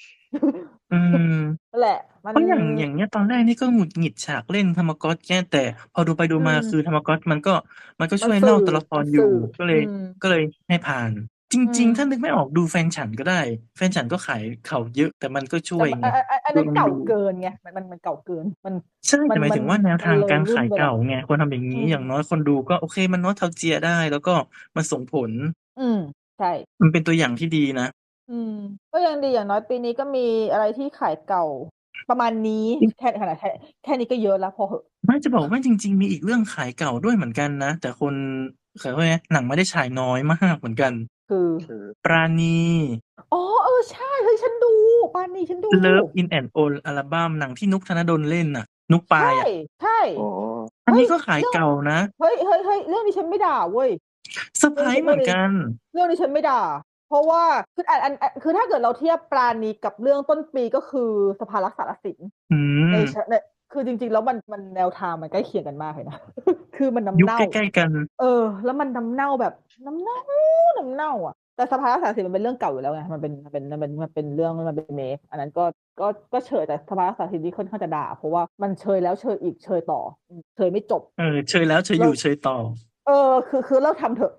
อืม
นั่นแหละ มั
เพ
น
ราะอย่างอย่างเนี้ยตอนแรกนี่ก็หงุดหงิดฉากเล่นธรรมก๊อตแก่แต่พอดูไปดู
อื
มาม คือธรรมก๊อตมันก็มันก็
มั
ช่
น
วย
สื่
เล่า
อ
ตัวละค
มัน
รอยู่
สื่อ
ก็เล
อื
ย
ม
ก็เลยให้ผ่าน จ
อื
ริง
ม
ๆ ถ้านึกไม่ออกดูแฟนฉันก็ได้ แฟนฉันก็ขายเขาเยอะ แต่มันก็ช่
แต่
วย
มัน
ไง
อันอันอันนั้น
ดูมัน
เก่า
ดู
เกินไงมันมันมันเก่าเกิน มัน
ใช่
มั
แต่
น
หมาย
มั
ถึ
น
งว่าแนว
มั
ทาน ง
เลย
การ
รุ่น
ขาย
ไปละ
เก่าไงควรทำอย่าง
อื
นี้
ม
อย่างน้อยคนดูก็โอเค มันนอสทัลเจียได้ แล้วก็มันส่งผล
อืม ใช่
มันเป็นตัวอย่างที่ดีนะ
อืม ก็ยังดีอย่างน้อยปีนี้ก็มีอะไรที่ขายเก่า ประมาณนี้แค่ขนาดแค่แค่นี้ก็เยอะแล้วพอเหอะ
ไม่จะบอกว่าจริง ๆ มีอีกเรื่องขายเก่าด้วยเหมือนกันนะ แต่คนเขาเรียกว่าไงหนังไม่ได้ฉายน้อยมากเหมือนกัน
คือ
คือ
ปราณี
อ๋อเออใช่เฮ้ยฉันดูปานนี้ฉันดู
Love in and Old อัลบั้มหนังที่นุกธนดลเล่นน่ะ นุกปา
ใช่
ยอ่ะ
ใช่
อ๋อ
อัน
เฮ้ย
นี้ก็ขาย
เรื่อง
เก่านะ
เฮ้ยเฮ้ยเฮ้ยเรื่องนี้ฉันไม่ด่าเว้ย
เซอร์ไพ
เรื่อ
รง
นี้
ส์เห
เรื่อนี้
มือง นกัน
เรื่องนี้ฉันไม่ด่า เพราะว่าคืออันอันอันคือถ้าเกิดเราเทียบปราณีกับเรื่องต้นปีก็คือสภารักษาศิลป์
อืม
ในเชในคือจริง ๆ แล้วมันมันแนวทางมันใกล้เคียงกันมากเลยนะ คือมันน้ำ
ยุค
เน่า
ใกล้ๆกัน
เออ แล้วมันน้ำเน่าแบบน้ำเน่าน้ำเน่า อ่ะ แต่สภารักษาศิลป์มันเป็นเรื่องเก่าอยู่แล้วไงมันเป็นมันเป็นมันเป็นมันเป็นเรื่องมันเป็นเมฟอันนั้นก็ก็ก็เชยแต่สภารักษาศิลป์นี่ค่อนข้างจะด่า เพราะว่ามันเชยแล้วเชยอีกเชยต่ออืมเชยไม่จบ
เออเชยแล้วเชยอ
เลิ
ยู่
ก
เชยต่อ
เออคือคือเลิกทำเถอะ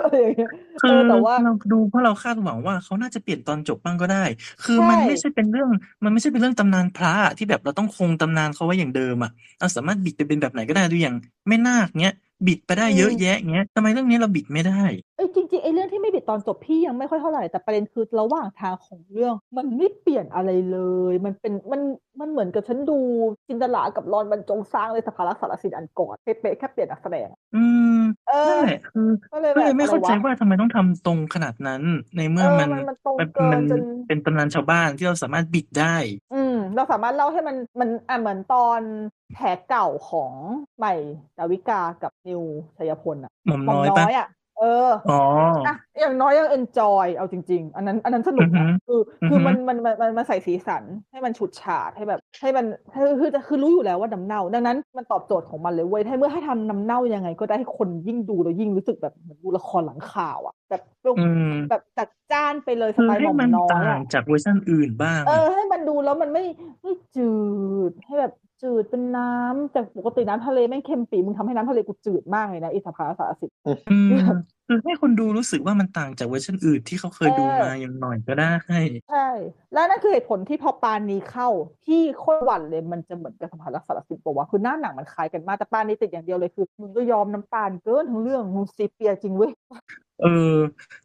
อะไรอย่างเงี้ย
คื
เอ
อ
อแต่ว่า
เราดูเพราะเราคาดหวังว่าเขาน่าจะเปลี่ยนตอนจบบ้างก็ได้ คือ
ใช่
มันไม่ใช่เป็นเรื่อง มันไม่ใช่เป็นเรื่องตำนานพระอะที่แบบเราต้องคงตำนานเขาไว้อย่างเดิมอ่ะเราสามารถบิดไปเป็นแบบไหนก็ได้ดูอย่างแม่นาคเนี้ย บิดไปได้
อื
เย
ม
อะแยะเงี้ยทำไมเรื่องนี้เราบิดไม่ได้
เอ้ยจริงๆไอ้เรื่องที่ไม่บิดตอนจบพี่ยังไม่ค่อยเท่าไหร่แต่ประเด็นคือระหว่างทางของเรื่อง มันไม่เปลี่ยนอะไรเลย มันเป็นมันมันเหมือนกับฉันดูจินตลากับรอนบรรจงสร้างเลยสภารักษาศิลป์อันก่อนเป๊ะๆแค่เปลี่ยนนักแสดงอะ
อืม
เออ
นั่นแหละคือ
ก็เลย
ก็
แบ
เล
บ
ยไม่
อะไร
เข้าใจ
วะ
ว่าทำไมต้องทำตรงขนาดนั้น ใน
เอ
เมื่
อ
อมัน
มันมันตรง
มัน
เกิ
มัน น
จน
เป็นตำนานชาวบ้านที่เราสามารถบิดได้
อืม เราสามารถเล่าให้มันมันอ่ะเหมือนตอนแผลเก่าของใหม่ดาวิกากับนิวชัยพลอ่ะ
หม่อม
หม่อ
น้
ม
อย
น้อ
ปะ
ยอ่ะ เออ
อ๋อ
อ่ะอย่างน้อยยังเอนจอย เอาจริง ๆ อันนั้นอันนั้นสนุ
อื
ก
อหื
นะ
อ
คือ
อือ
คือ
หือ
มันมันมันมันมันใส่สีสันให้มันฉูดฉาดให้แบบ ให้มันคือคือคือรู้อยู่แล้วว่าน้ำเน่า ดังนั้นมันตอบโจทย์ของมันเลยเว้ยให้เมื่อให้ทำน้ำเน่ายังไง ก็ได้ให้คนยิ่งดูแล้วยิ่งรู้สึกแบบเหมือนดูละครหลังข่าวอ่ะ แบบ
อืม
แบบจัดจ้านไปเลยส
คือ
ไตล์ห
ให้
ม่อม
มัน
น้อย
ต่าง
อ่ะ
จากเวอร์ชันอื่นบ้าง
เออ
อ่ะ
ให้มันดูแล้วมันไม่ไม่จืดให้แบบจืดเป็นน้ำจากปกติน้ำทะเลแม่งเค็มปีมึงทำให้น้ำทะเลกูจืดมากเลยนะไอิสภาสารสิทธิ์
อืม คือให้คนดูรู้สึกว่ามันต่างจากเวอร์ชันอื่นที่เขาเคยดูมาอย่างหน่อยก็ได้
ใช่ แล้วนั่นคือเหตุผลที่พอปานนี้เข้าที่โคตรหวั่นเลยมันจะเหมือนกับสัมภาษณ์สารสินบอกว่าวะคือหน้าหนังมันคล้ายกันมากแต่ปานนี้ติดอย่างเดียวเลยคือมึงก็ยอมน้ำตาลเกินทั้งเรื่องมึงซีเปียจริงเว้ย
เออ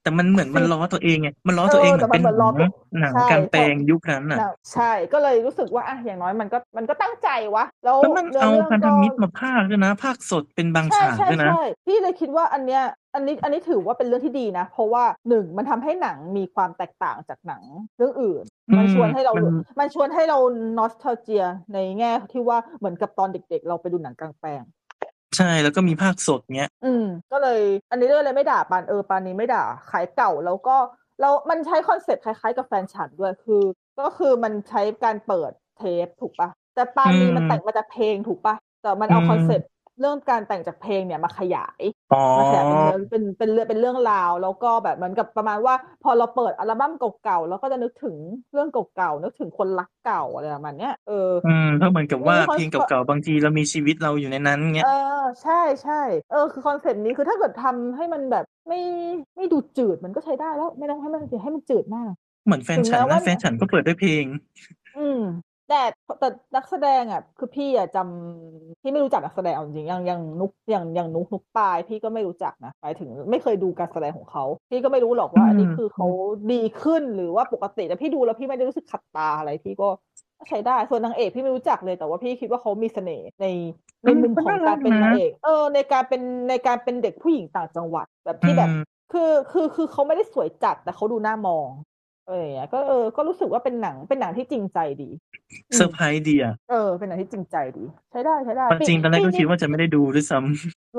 แต่มันเหมือนมันล้อตัวเองไงมันล้อตัวเองเหมือนเป็นหนังหนังกลางแปลงยุคนั้นน่ะ
แล้วใช่ก็เลยรู้สึกว่าอ่ะอย่างน้อยมันก็มันก็ตั้งใจวะ แล้ว
แล้วมันเอา
รื่ง
พันธมิตร
ก็
มาภาคด้วยนะ ภาคสดเป็นบาง
ใช่
ฉาก
ใช่
ด้วยนะ
ใช่พี่เลยคิดว่าอันเนี้ยอันนี้อันนี้ถือว่าเป็นเรื่องที่ดีนะ เพราะว่าหนึ่งมันทำให้หนังมีความแตกต่างจากหนังเรื่องอื่น
อืม
มันชวนให้เรา
มัน
มันชวนให้เรานอสเทลเจียในแง่ที่ว่าเหมือนกับตอนเด็ก ๆ เราไปดูหนังกลางแปลง
ใช่แล้วก็มีภาคสดเนี้ย
อืมก็เลยอันนี้เลยไม่ด่าปานเออปานนี้ไม่ด่าขายเก่าแล้วก็เรามันใช้คอนเซปต์คล้ายๆ กับแฟนฉันด้วยคือ ก็คือมันใช้การเปิดเทปถูกปะแต่ปานนี้
อืม
มันแต่งมาจากเพลงถูกปะแต่มันเอา
อืม
คอนเซปต์เรื่องการแต่งจากเพลงเนี่ยมาขยาย
อ๋อ
มาขยายเป็นเนื้อเป็นเป็นเรื่องเป็นเรื่องราว แล้วก็แบบเหมือนกับประมาณว่า พอเราเปิดอัลบั้มเก่าๆเราก็จะนึกถึงเรื่องเก่าๆนึกถึงคนรักเก่าอะไรประมาณเนี้ยเออ
อืมเพราะเหมือนกับว่า
มีคน
เพลงเก่าๆบางทีเรามีชีวิตเราอยู่ในนั้นเงี้ย
เออใช่ใช่เออคือคอนเซปต์นี้คือถ้าเกิดทำให้มันแบบไม่ไม่ดูจืดมันก็ใช้ได้แล้วไม่ต้องให้มันให้มันจืดมาก
เหมือนแฟนฉัน
ถึงแม้ว่า
นะแฟนฉันก็เปิดด้วยเพลง
อืมแต่แต่นักแสดงอ่ะคือพี่อ่ะจำพี่ไม่รู้จักนักแสดงเอาจริงๆอย่างอย่างนุกอย่างอย่างนุกนุกปาย พี่ก็ไม่รู้จักนะหมายถึงไม่เคยดูการแสดงของเขาพี่ก็ไม่รู้หรอกว่า อันนี้
อืม
คือเขาดีขึ้นหรือว่าปกติแต่พี่ดูแล้วพี่ไม่ได้รู้สึกขัดตาอะไรพี่ก็ก็ใช้ได้ส่วนนางเอกพี่ไม่รู้จักเลยแต่ว่าพี่คิดว่าเขามีเสน่ห์ใน ในมุมของการเป็นนางเอก เออ ในการเป็นในการเป็นเด็กผู้หญิงต่างจังหวัดแบบที่แบบ
อืม
คือคือคือเขาไม่ได้สวยจัดแต่เขาดูหน้ามองเอออย่างเงี้ยก็เออก็รู้สึกว่าเป็นหนังเป็นหนังที่จริงใจดี อืม
เซอร์ไพรส์ดีอ่ะ
เออ เป็นหนังที่จริงใจดี ใช้ได้ใช้ได้
ความจริงตอนแรกก็คิด
ปี
ว่าจะไม่ได้ดูด้วยซ้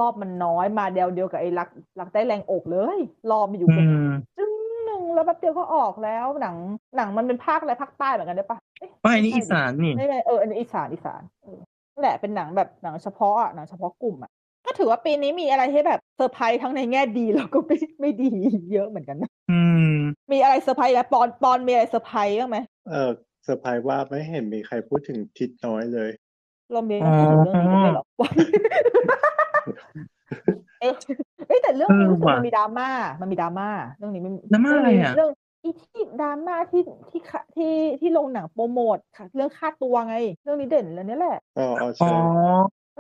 รอบมันน้อยมาเดียวเดียวกับไอ้รักรักได้แรงอกเลย รอบมันอ
ำ
ยู่
อื
เป็น
ม
จึ้งหนึ่งแล้วแป๊บเดียวก็ออกแล้วหนังหนังมันเป็นภาคอะไรภาคใต้เหมือนกันได้ปะเอ๊ะ
ป้ายนี่
ไม่
อี
ใช่ดิ
สานนี่
ไม่ไม่เอออันนี้อีสานอีสานเออนั่นแหละเป็นหนังแบบหนังเฉพาะอะหนังเฉพาะกลุ่มอ่ะก็ถือว่าปีนี้มีอะไรที่แบบเซอร์ไพรส์ทั้งในแง่ดีแล้วก็ไม่ไม่ดีเยอะเหมือนกันนะ
อืม
มีอะไรเซอร์ไพรส์แล้วปอนปอนมีอะไรเซอร์ไพรส์บ้างไหม
เออเซอร์ไพรส์ว่าไม่เห็นมีใครพูดถึงทิศน้อยเลย
เรามีพูดถึงเรื่องนี้กันด้วยเหรอ วะเอ๊ะเอ๊ะแต่เรื่องนี้
เออ
รู้สึก
ว่ะ
มันมีดราม่ามันมีดราม่าเรื่องนี้มัน
ดราม่าอะไรอะ
เรื่องอีที่ดราม่าที่ที่ค่ะที่ที่ลงหนังโปรโมทค่ะ เรื่องค่าตัวไง เรื่องนี้เด่นแล้วเนี่ยแหละ
อ๋ออ๋อ
อ๋
ใช่
อ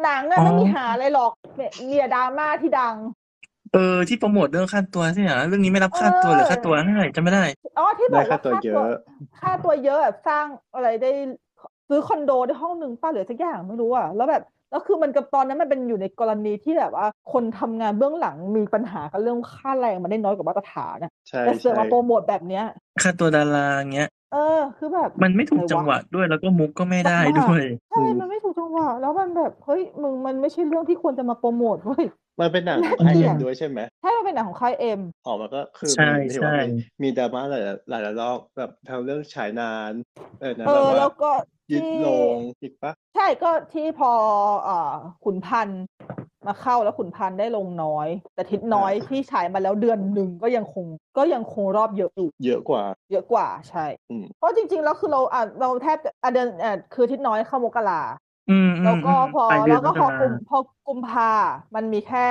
หนังอะ
อ๋อ
ไม่มีหาอะไรหรอกเนี่ยมีแต่ดราม่าที่ดัง
เออที่โปรโมทเรื่องค่าตัวใช่ไหมเรื่องนี้ไม่รับค่าตัวหรือค่าตัวเท่าไหร่จำไม่ได้
อ๋อที่บ
ได้
อก
ค่า
ว่า
ตัว
ค่า
เย
ตัว
อะ
ค่าตัวเยอะแบบสร้างอะไรได้ซื้อคอนโดได้ห้องหนึ่งป้าหรือสักอย่างไม่รู้อ่ะแล้วแบบแล้วคือมันกับตอนนั้นมันเป็นอยู่ในกรณีที่แบบว่า คนทำงานเบื้องหลังมีปัญหากันเรื่องค่าแรงมันได้น้อยกว่ามาตรฐานนะ
ใช่
แต่เสือก
ใช่
มาโปรโมทแบบเนี้ย
ค่าตัวดาราเงี้ย
เออ คือแบบ
มันไม่ถูก
อะร
จังหวะด้วยแล้วก็มุกก็ไม่ได้ด้วย
ใช่มันไม่ถูกจังหวะแล้วมันแบบเฮ้ยมึงมันไม่ใช่เรื่องที่ควรจะมาโปรโมทเว้ย
มันเป็นหนังของ
น่าเก
ไอ
ลี
เอ็
ยด
มด้วยใช่ไหม
ใช่มันเป็นหนังของค่ายเอ็ม
ออกมาก็คือ
ใช่
มีที่ว่า
ใช่
มีมีดราม่าหลายหลายรอบแบบทั้งเรื่องฉายนานเออนะ
เอ
แบบ
อ
ว่า
แล้วก็
ยึด
ที่
โลงอีกปะ
ใช่ก็ที่พอเอ่อขุนพันธุ์มาเข้าแล้วขุนพันธุ์ได้ลงน้อย แต่ทิศน้อยที่ฉายมาแล้วเดือนหนึ่งก็ยังคงก็ยังคงรอบเยอะอยู่
เยอะกว่า
เยอะกว่าใช่
อืม
เพราะจริงๆแล้วคือเราอ่ะเราแทบจะอ่ะเดือนอ่ะคือทิศน้อยเข้ามกรา
อืมอื
แล้ว
ม
ก็
อืม
พอ
ปลายเดื
แล้
อน
วก็พอ
มกรา
กุมพอกุมภามันมีแค่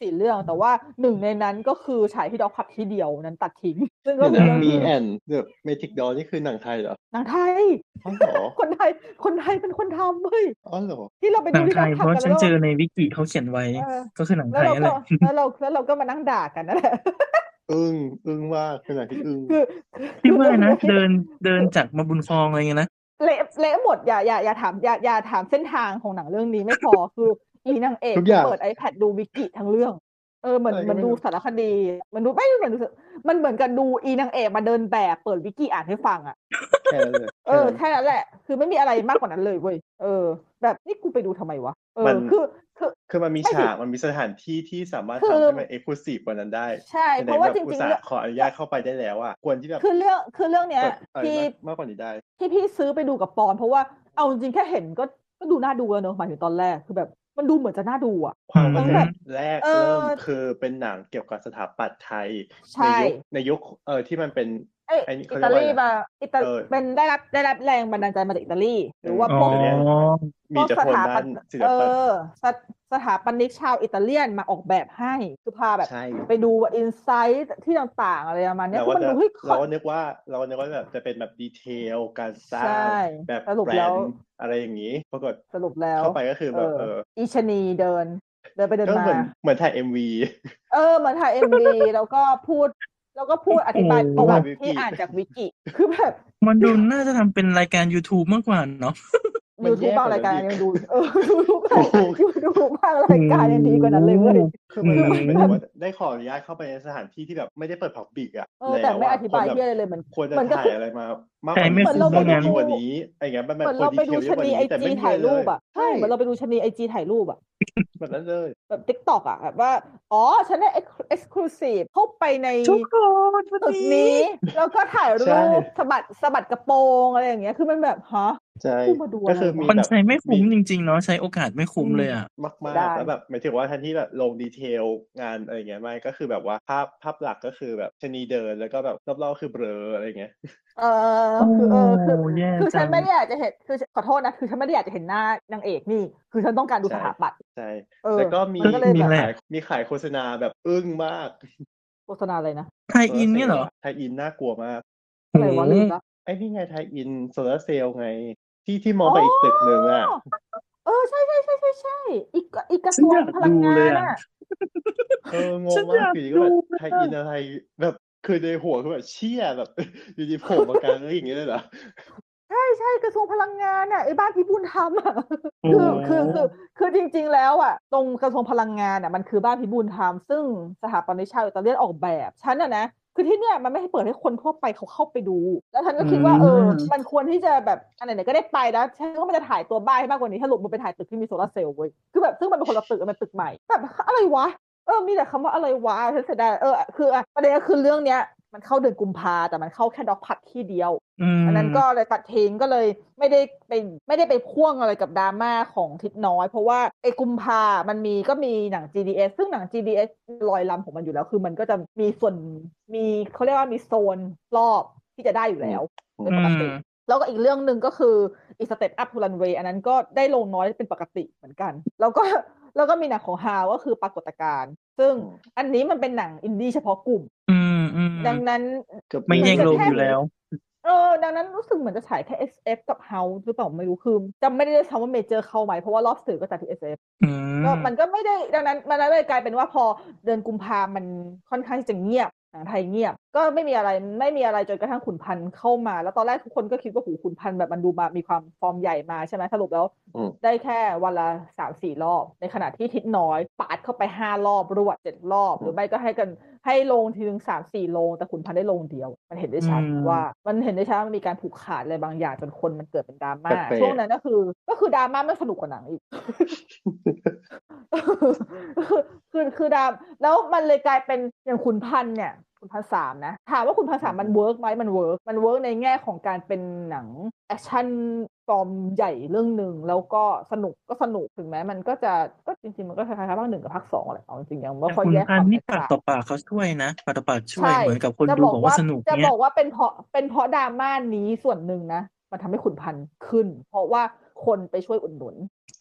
สี่เรื่องแต่ว่าหนึ่งในนั้นก็คือฉายที่ดอกพับที่เดียวนั้นตัดทิ้ง ซึ่งก็
เดี๋ยว
คือ
นะ
เรื่อง
มี
ที่
แอนเดอะเมทิกดอนี่คือหนังไทยเหรอ
หนังไทย
อ๋อเหรอ
คนไทยคนไทยเป็นคนทำเว้ย
อ๋อเหรอ
ที่เราไป
หนั
ดู
ง
ที่ด
ไท
อก
ย
พั
เพ
บ
ราะ
กัน
ฉัน
แล้ว
เจ
เรา
อในวิกิเขาเขียนไว้
เออ
ก็คือหนัง
แล้
ไท
วย เรา
นั่น
ก็แล้ว
แหละ
เราแล้วเราก็มานั่งด่ากันนั่นแหละ
อึ้งอึ้งว่าเป็นหนังที่อึ้ง
คือ
คิดว่า
คือ
นะ
รื่อง
เดินเดินจากมาบุญคลองอะไรเงี้ยนะ
เละเละหมดอย่าอย่าอย่าถามอย่าอย่าถามเส้นทางของหนังเรื่องนี้ไม่พอ คืออีนางเอก
ทุกอย่าง
เปิด iPad ดูวิกิทั้งเรื่อง เออเหมือน
อะไร
เห
ก็
มัน
ไม่
ดู
รู้
สารคดีเหมันดูไม่เหมือนดูมันเหมือนกับดูอีนางเอกมาเดินแบบเปิดวิกิอ่านให้ฟังอ่ะ
แค่นั้นเลย
เออ
แค่นั้
แค่นั้
น
นแหละ คือไม่มีอะไรมากกว่านั้นเลยเว้ยเออ แบบนี่กูไปดูทำไมวะเอ
มั
อน คือคือ
คือมันมี
ไม่สิ
ฉากมันมีสถานที่ที่สามารถ
คือ
ทำให้มันเอกซ์คลูซีฟกว่านั้นได้
ใช่เพราะว่าจริงๆ
ๆ
เรื่อง
ขออนุญาตเข้าไปได้แล้วอ่ะควรที่แบบ
คือเรื่องคือเรื่องเนี้ย
เปิดอะไร
ที่
มากมากกว่านี้ได้
ที่พี่ซื้อไปดูกับปอนเพราะว่าเอาจริงๆแค่เห็นก็ก็ดูน่าดูแล้วเนอะหมายถึงตอนแรกคือแบบ มันดูเหมือนจะน่าดูอ่ะ
ความ
อืม
มัน
แบบ
แรก
เออ
เริ่มคือเป็นหนังเกี่ยวกับสถาปัตย์ไทย ใน
ใช่
ยุคในยุคเออที่มันเป็น
ไอ อ้ย
ไอ้นี่
อิ
เขา
ตาก
เรียว่า
ลีมาอิตา
เออ
เป็นได้รับได้รับแรงบันดาลใจมาจากอิตาลี หรือว่า
อ๋
พ
อ
วก
มีแต่คนด้านศิล
เอ
ปะ
อสถสถาปนิกชาวอิตาเลียนมาออกแบบให้คือพาแบบ
ใช่
ไปดูว่าอินไซต์ที่ต่างๆอะไรประมาณเนี้ย
เรา
คือมัน
ก็จะ
ดูเฮ้ยค
เรา
น
ก็นึกว่าเราก็นึกว่าแบบจะเป็นแบบดีเทลการสร้า
ใช่
งแบบ
สรุป
แปล
แล้ว
นอะไรอย่างนี้ปรากฏ
สรุปแล้ว
เข้าไปก็คือแบบ
เออ
เออ
อีชะนีเดิน เดินไปเดิน
ก็
มา
เหมือนเหมือนถ่ายเอ็มวี
เออเหมือนถ่ายเอ็มดี แล้วก็พูด แล้วก็พูดอธิบายประวัติที่อ่านจากวิกิ คือแบบ
มันดูน่าจะทำเป็นรายการ YouTube มากกว่าเนาะ
มั
ยู
น
ทู
แย่
บ
ก
บาง
ว่านั้น
รายการ
อีก
ยังดูเออยูทูบ
โอ้โห
ยูทูบบางรายการยังดีกว่านั้นเลยเว้ย
คือมัน
อื
แบ
ม
บเป็นแบบว่าได้ขออนุญาตเข้าไปในสถานที่ที่แบบไม่ได้เปิดพับบิกอ่ะ
เออแต่ไม่
ล้วะ
อธิบาย
คนแบบ
เหี้ยอะไรเลยเหมือน
ควรจะ
เหมือนกับ
ถ่ายอะไรมามากก
ใช่
ว่า
ไม่
นี้
เหมือนเราไป
ควร
ดู
จะดีกว่านี้อะไรเงี้ยมันแบบ
เหมือนเราไปดูชะนีไอ
ควรดีเทลเยอะกว่านี้แต่
จี
ไม่มี
ถ่าย
เล
รู
ย
ปอ่ะใช่เหมือนเราไปดูชะนีไอจีถ่ายรูปอ่ะ
แบบนั้นเลย
แบบติ๊กต็อกอ่ะแบบว่า อ๋อ ฉันได้เอ็กซ์คลูซีฟเข้าไปใน
ทุกคน
ตึกนี้ แล้วก็ถ่ายรูปสะบัดสะบัดกระโปรงอะไรอย่างเงี้ย คือมันแบบฮะ
ใช่
เพิ่งมาดูอะไร
ก็คือมี
มัน
แบบ
ใช้ไม่คุ้มจริงๆเนาะใช้โอกาสไม่คุ้มเลยอ่ะ
มาก
ได้
ๆแล้วแบบหมายถึงว่าแทันที่แบบลงดีเทลงานอะไรเงี้ยไม่ก็คือแบบว่าภาพภาพหลักก็คือแบบชะนีเดินแล้วก็แบบรอบๆคือเบลออะไรเงี้ย
เออคือเออคือ
โอ้แย่
คือฉั
จั
น
ง
ไม่ได้อยากจะเห็นคือขอโทษนะ คือฉันไม่ได้อยากจะเห็นหน้านางเอกนี่ คือฉันต้องการดู
ใช่
สถาปัตย์
ใช่
เออ
แล้วก็มี
มันก็เลย
มี
แบบ
อะไร
ขายมีขายโฆษณาแบบอึ้งมาก
โฆษณาอะไรนะ
ไทยอินเนี่ยเหรอ
ไทยอินน่ากลัวมาก
อะไรวะลืมละ
ไอ้นี่ไงไทยอินโซลาร์เซลล์ไง ที่ที่มองไปอีกตึกหนึ่งอ่ะ
เออ ใช่ใช่ใช่ใช่ใช่อีกอีกกระ
ฉั
ทร
น
ว
อง ยาก
พลัง
ดู
งา
เลย
น
อ่ะ
อ่ะ
เออง
ฉั
ง
น
มาก
อยาก
อยู่ดีก็แบบ
ดู
ไทยอินอะไรแบบคือในหัวคือแบบเชี่ยแบบ อยู่ดีโผล่มากลางอะไรอย่างเงี้ยเลยเหรอ
ใช่ใช่กระทรวงพลังงานอ่ะไอ้บ้านพี่บุญธรรมอ่ะ
โอ้
คือคือคือคือจริง ๆ แล้วอ่ะ ตรงกระทรวงพลังงานอ่ะมันคือบ้านพิบูลธรรมซึ่งสถาปนิกชาวอิตาเลียนออกแบบฉันอ่ะนะคือที่เนี่ยมันไม่ให้เปิดให้คนทั่วไปเขาเข้าไปดู แล้วฉันก็คิดว่า
อืม
เออ มันควรที่จะแบบอันไหนๆก็ได้ไปแล้วฉันก็มันจะถ่ายตัวบ้านให้มากกว่านี้ถ้าหลบมันไปถ่ายตึกที่มีโซลาร์เซลล์เว้ยคือแบบซึ่งมันเป็นคนละตึกมันเป็นตึกใหม่แบบอะไรวะ เออ มีแต่คำว่าอะไรวะฉันเสียดายเออ คืออ่ะประเด็นก็คือเรื่องเนี้ย มันเข้าเดือนกุมภาแต่มันเข้าแค่ด็อกพัดที่เดียว
อืม
อันนั้นก็เลยตัดทิ้งก็เลยไม่ได้ไปไม่ได้ไปพ่วงอะไรกับดราม่าของทิศน้อย เพราะว่าไอ้กุมภามันมีก็มีหนัง GDS ซึ่งหนัง GDS ลอยลำของมันอยู่แล้ว คือมันก็จะมีส่วนมีเขาเรียกว่ามีโซนรอบที่จะได้อยู่แล้ว
อืม
เป็นปกติ แล้วก็อีกเรื่องหนึ่งก็คืออีสเต p อัพทูรันเวย์อันนั้นก็ได้ลงน้อยเป็นปกติเหมือนกัน แล้วก็แล้วก็มีหนังของฮาวก็คือปรากฏการณ์ซึ่งอันนี้มันเป็นหนังอินดี้เฉพาะกลุ่ม
อืมอืม
ดังนั้น
เกือบ
ไม่แย่งลงอยู่แล้ว
เออดังนั้นรู้สึกเหมือนจะฉายแค่ SF กับ House หรือเปล่าไม่รู้คือจำไม่ได้คำว่าเมเจอร์เข้าไหมเพราะว่ารอบสื่อก็จัดที่ SF
อืม
ก็มันก็ไม่ได้ดังนั้นมันเลยกลายเป็นว่าพอเดือนกุมภามันค่อนข้างที่จะเงียบหนังไทยเงียบ ก็ไม่มีอะไรไม่มีอะไรจนกระทั่งขุนพันธ์เข้ามา แล้วตอนแรกทุกคนก็คิดว่าหูขุนพันธ์แบบมันดูมามีความฟอร์มใหญ่มาใช่ไหมสรุปแล้ว
อืม
ได้แค่วันละสามสี่รอบ ในขณะที่ทิศน้อย ปาดเข้าไปห้ารอบรวดเจ็ดรอบ หรือไม่ก็ให้กันให้ลงทีนึงสามสี่ลง แต่ขุนพันธ์ได้ลงเดียว มันเห็นได้ชัดว่ามันเห็นได้ชัดว่ามันมีการผูกขาดอะไรบางอย่างจนคนมันเกิดเป็นดราม่า
แปลกๆ
ช่วงนั้นก็คือ ก็คือดราม่าไม่สนุกกว่าหนังอีก คือคือดราแล้วมันเลยกลายเป็นอย่างขุนพันธ์เนี่ยขุนพันธ์สามนะถามว่าขุนพันธ์สามมันเวิร์กไหมมันเวิร์กมันเวิร์กในแง่ของการเป็นหนังแอคชั่นฟอร์มใหญ่เรื่องหนึ่งแล้วก็สนุกก็สนุกถึงแม้มันก็จะก็จริงๆมันก็คล้ายๆภาคหนึ่งกับภาคสองแหละเอาจริงๆยังไม่
แต่
ค่อย
คุณ
แยกค
อัน
วาม
นี่
แตก
ปาก
ต่าง
ต่อปากเขาช่วยนะปากต่อปากช่วย
ใช่
เหมือนกับคน
จะ
ดู
บอก
บอก
ว่า
ว่าสนุก
จะ
เนี่
บ
ย
อกว่าเป็นเพราะเป็นเพราะดราม่านี้ส่วนหนึ่งนะ มันทำให้ขุนพันธ์ขึ้น เพราะว่าคนไปช่วยอุดหนุน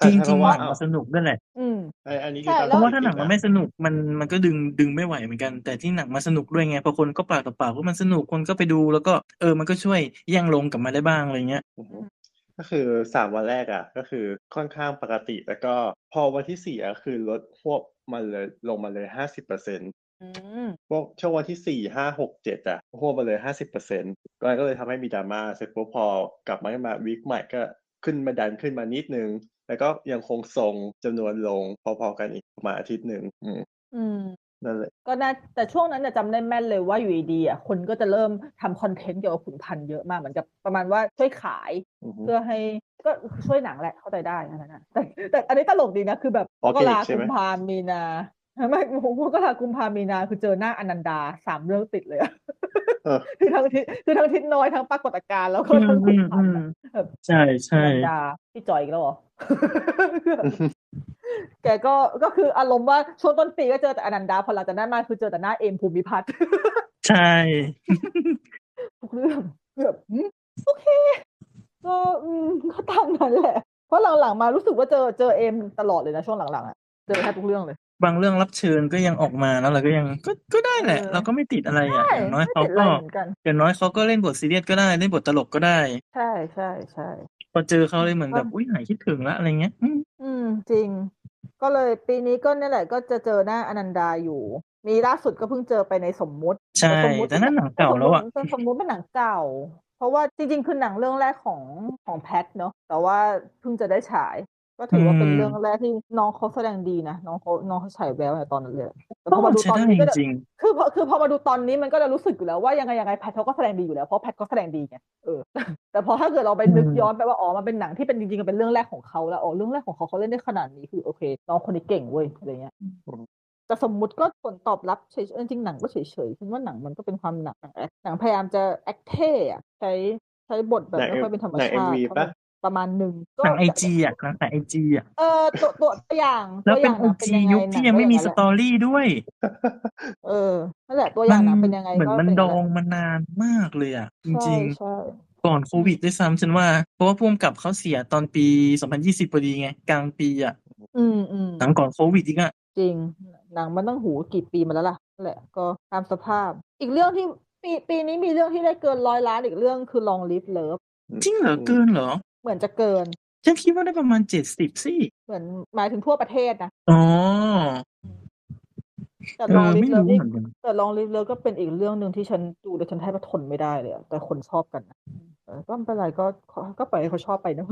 จริงจริง
เพาะ
ๆห
ว่า
นังมันสนุกด้วยแหละ
อืม
ไอ้อันนี้
ใช่
คือตม
เพราะว่า
จ
ถ้าหนัง
ๆ
มั
อะ
นไม่สนุกมันมันก็ดึงดึงไม่ไหวเหมือนกัน แต่ที่หนังมันสนุกด้วยไงพอคนก็ปากต่อปากว่ามันสนุกคนก็ไปดูแล้วก็เออมันก็ช่วยแย่งลงกลับมาได้บ้างอะไรเงี้ย
อือฮึก็คือสามวันแรกอ่ะ ก็คือค่อนข้างปกติแล้วก็พอวันที่สี่อะคือลดพวกมันเลยลงมาเลยห้าสิบเปอร์เซ็นต์
อืม
พวกช่วงวันที่สี่ห้าหกเจ็ดอะพวกมาเลยห้าสิบเปอร์เซ็นต์ก็เลยทำให้มีดราม่าเสร็จปุ๊บพอกลับมาขึ้นมาวีคใหม่ก็ขึ้นมาดันขึ้นมานิดนึง แล้วก็ยังคงทรงจำนวนลงพอๆกันอีกประมาณอาทิตย์หนึ่งอืม
อืม
นั่นแหละ
ก็น่าแต่ช่วงนั้นน่ะจำได้แม่นเลยว่าอยู่ดีๆอ่ะคนก็จะเริ่มทำคอนเทนต์เกี่ยวกับขุนพันธ์เยอะมากเหมือนกับประมาณว่าช่วยขาย
อือฮึ
เพื่อให้ก็ช่วยหนังแหละเข้าใจได้อันนั้นนะแต่แต่อันนี้ตลกดีนะคือแบบ
ออร์
ก็
แกนิ
ลา
กใช่
กุ
ไหม
มภามีนาไม่ผมก็ลากุมภามีนาคือเจอหน้าอนันดาสามเรื่องติดเลยอะ
เออ
คือทั้งทิศคือทั้งทิศน้อยทั้งปรากฏการณ์แล้วก็ทั้งขุนพันธ์อะแบบ
ใช่ใช่
อนันดาพี่จอยอีกแล้วเหรอ แกก็ก็คืออารมณ์ว่าช่วงต้นปีก็เจอแต่อนันดาพอหลังจากนั้นมาคือเจอแต่หน้าเอมภูมิพัฒน์
ใช่
เรื่องเกือบอืมโอเคก็อืมก็ตามนั้นแหละ เพราะหลังๆมารู้สึกว่าเจอเจอเอมตลอดเลยนะช่วงหลังๆอ่ะเจอแทบทุกเรื่องเลย
บางเรื่องรับเชิญก็ยังออกมาแล้วเราก็ยังก็ก็ได้แหละ
เออ
เราก็ไม่ติดอะไรอ่ะ
ใช่
อย่างน้อย
ไม่
เขา
ติดอะไร
ก็
เหมือนกัน
อย่างน้อยเขาก็เล่นบทซีเรียสก็ได้เล่นบทตลกก็ได้
ใช่ใช่ใช่
พอเจอเขาเลยเหมือนแบบอุ้ยหายคิดถึงละอะไรเงี้ยอืม
อืม จริง ก็เลยปีนี้ก็นี่นแหละก็จะเจอหน้าอนันดาอยู่ มีล่าสุดก็เพิ่งเจอไปในสมมุติ
ใช่
แต่สมมุติ
แต่นั่นหนังเก่าแล้วอ่ะ
สมมุติสมมุติเป็นหนังเก่า เพราะว่าจริง ๆ คือหนังเรื่องแรกของของแพทเนาะแต่ว่าเพิ่งจะได้ฉาย ก็ถือว่าเป็น
อืม
เรื่องแรกที่น้องเขาแสดงดีนะน้องเขาน้องเขาฉายแววในตอนนั้นเลยแต่พ
ก็
อมาดู
ใช้
ตอน
ได้
นี้
จ
ก็จะ
ริง
คือพอคือพอมาดูตอนนี้มันก็จะรู้สึกอยู่แล้วว่ายังไงยังไงแพทเขาก็แสดงดีอยู่แล้วเพราะแพทก็แสดงดีไงเอ อ แต่พอถ้าเกิดเราไปนึกย้อนไปว่าอ๋อมันเป็นหนังที่เป็นจริงๆมันเป็นเรื่องแรกของเขาแล้วอ๋อเรื่องแรกของเขาเขาเล่นได้ขนาดนี้คือโอเค น้องคนนี้เก่งเว้ยอะไรเงี้ย แต่สมมุติก็ผลตอบรับเฉยๆเออจริงๆหนังก็เฉยๆฉันว่าหนังมันก็เป็นความหนังหนังแอคหนังพยายามจะแอคเท่อะใช้ใช้บทแบบ
หนัง
ไม่ค่อยเป็นธรรม
หนัง
ชาติ
MV
เท่าไหร่
ปะ
ประมาณหนึ่ง
ๆหนังไอจีอ่ะหนังไอจีอ่ะ
เออตัวตัวตัวอย่าง
แล้ว
ตัวอ
เป็น
ย่างห
ไอ
นังเป็นยังไง
จียุคที่ยังไม่มีสต
อ
อรี่ด้วย
เออนั่นแหละตัวอย่างหนัง
มั
เป็นยังไง
เหมือน
ก็
มัน
เป็
ด
ย่า
อง งมานานมากเลยอ่ะ จ
ใช่
ริง
ใช่
ๆ ก่อนโควิดด้วยซ้ำฉันว่า เพราะว่าพ่วงกับเขาเสียตอนปี 2020พอดีไง กลางปีอ่ะ
อืมอืม
หลังก่อนโควิดอีกอ่ะ
จริงหนังมันต้องหูกี่ปีมาแล้วล่ะนั่นแหละก็ตามสภาพ อีกเรื่องที่ปีปีนี้มีเรื่องที่ได้เกินร้อยล้านอีกเรื่องคือลองลิฟเลิฟ
จริงเหรอเกินเหรอ
เหมือนจะเกิน
ฉันคิดว่าได้ประมาณ 70สิ
เหมือนหมายถึงทั่วประเทศนะ
อ๋อ
แต่
เอ
ลอง
อ
ลิฟ
ไม่
เลิฟ
รู้
นี่
เหมือนกัน
แต่ลองลิฟเลิฟก็เป็นอีกเรื่องหนึ่งที่ฉันดูแล้วฉันแทบจะทนไม่ได้เลยอะแต่คนชอบกันนะเออก็ไม่เป็นไรก็ก็ก็ปล่อยให้เขาชอบไปนะ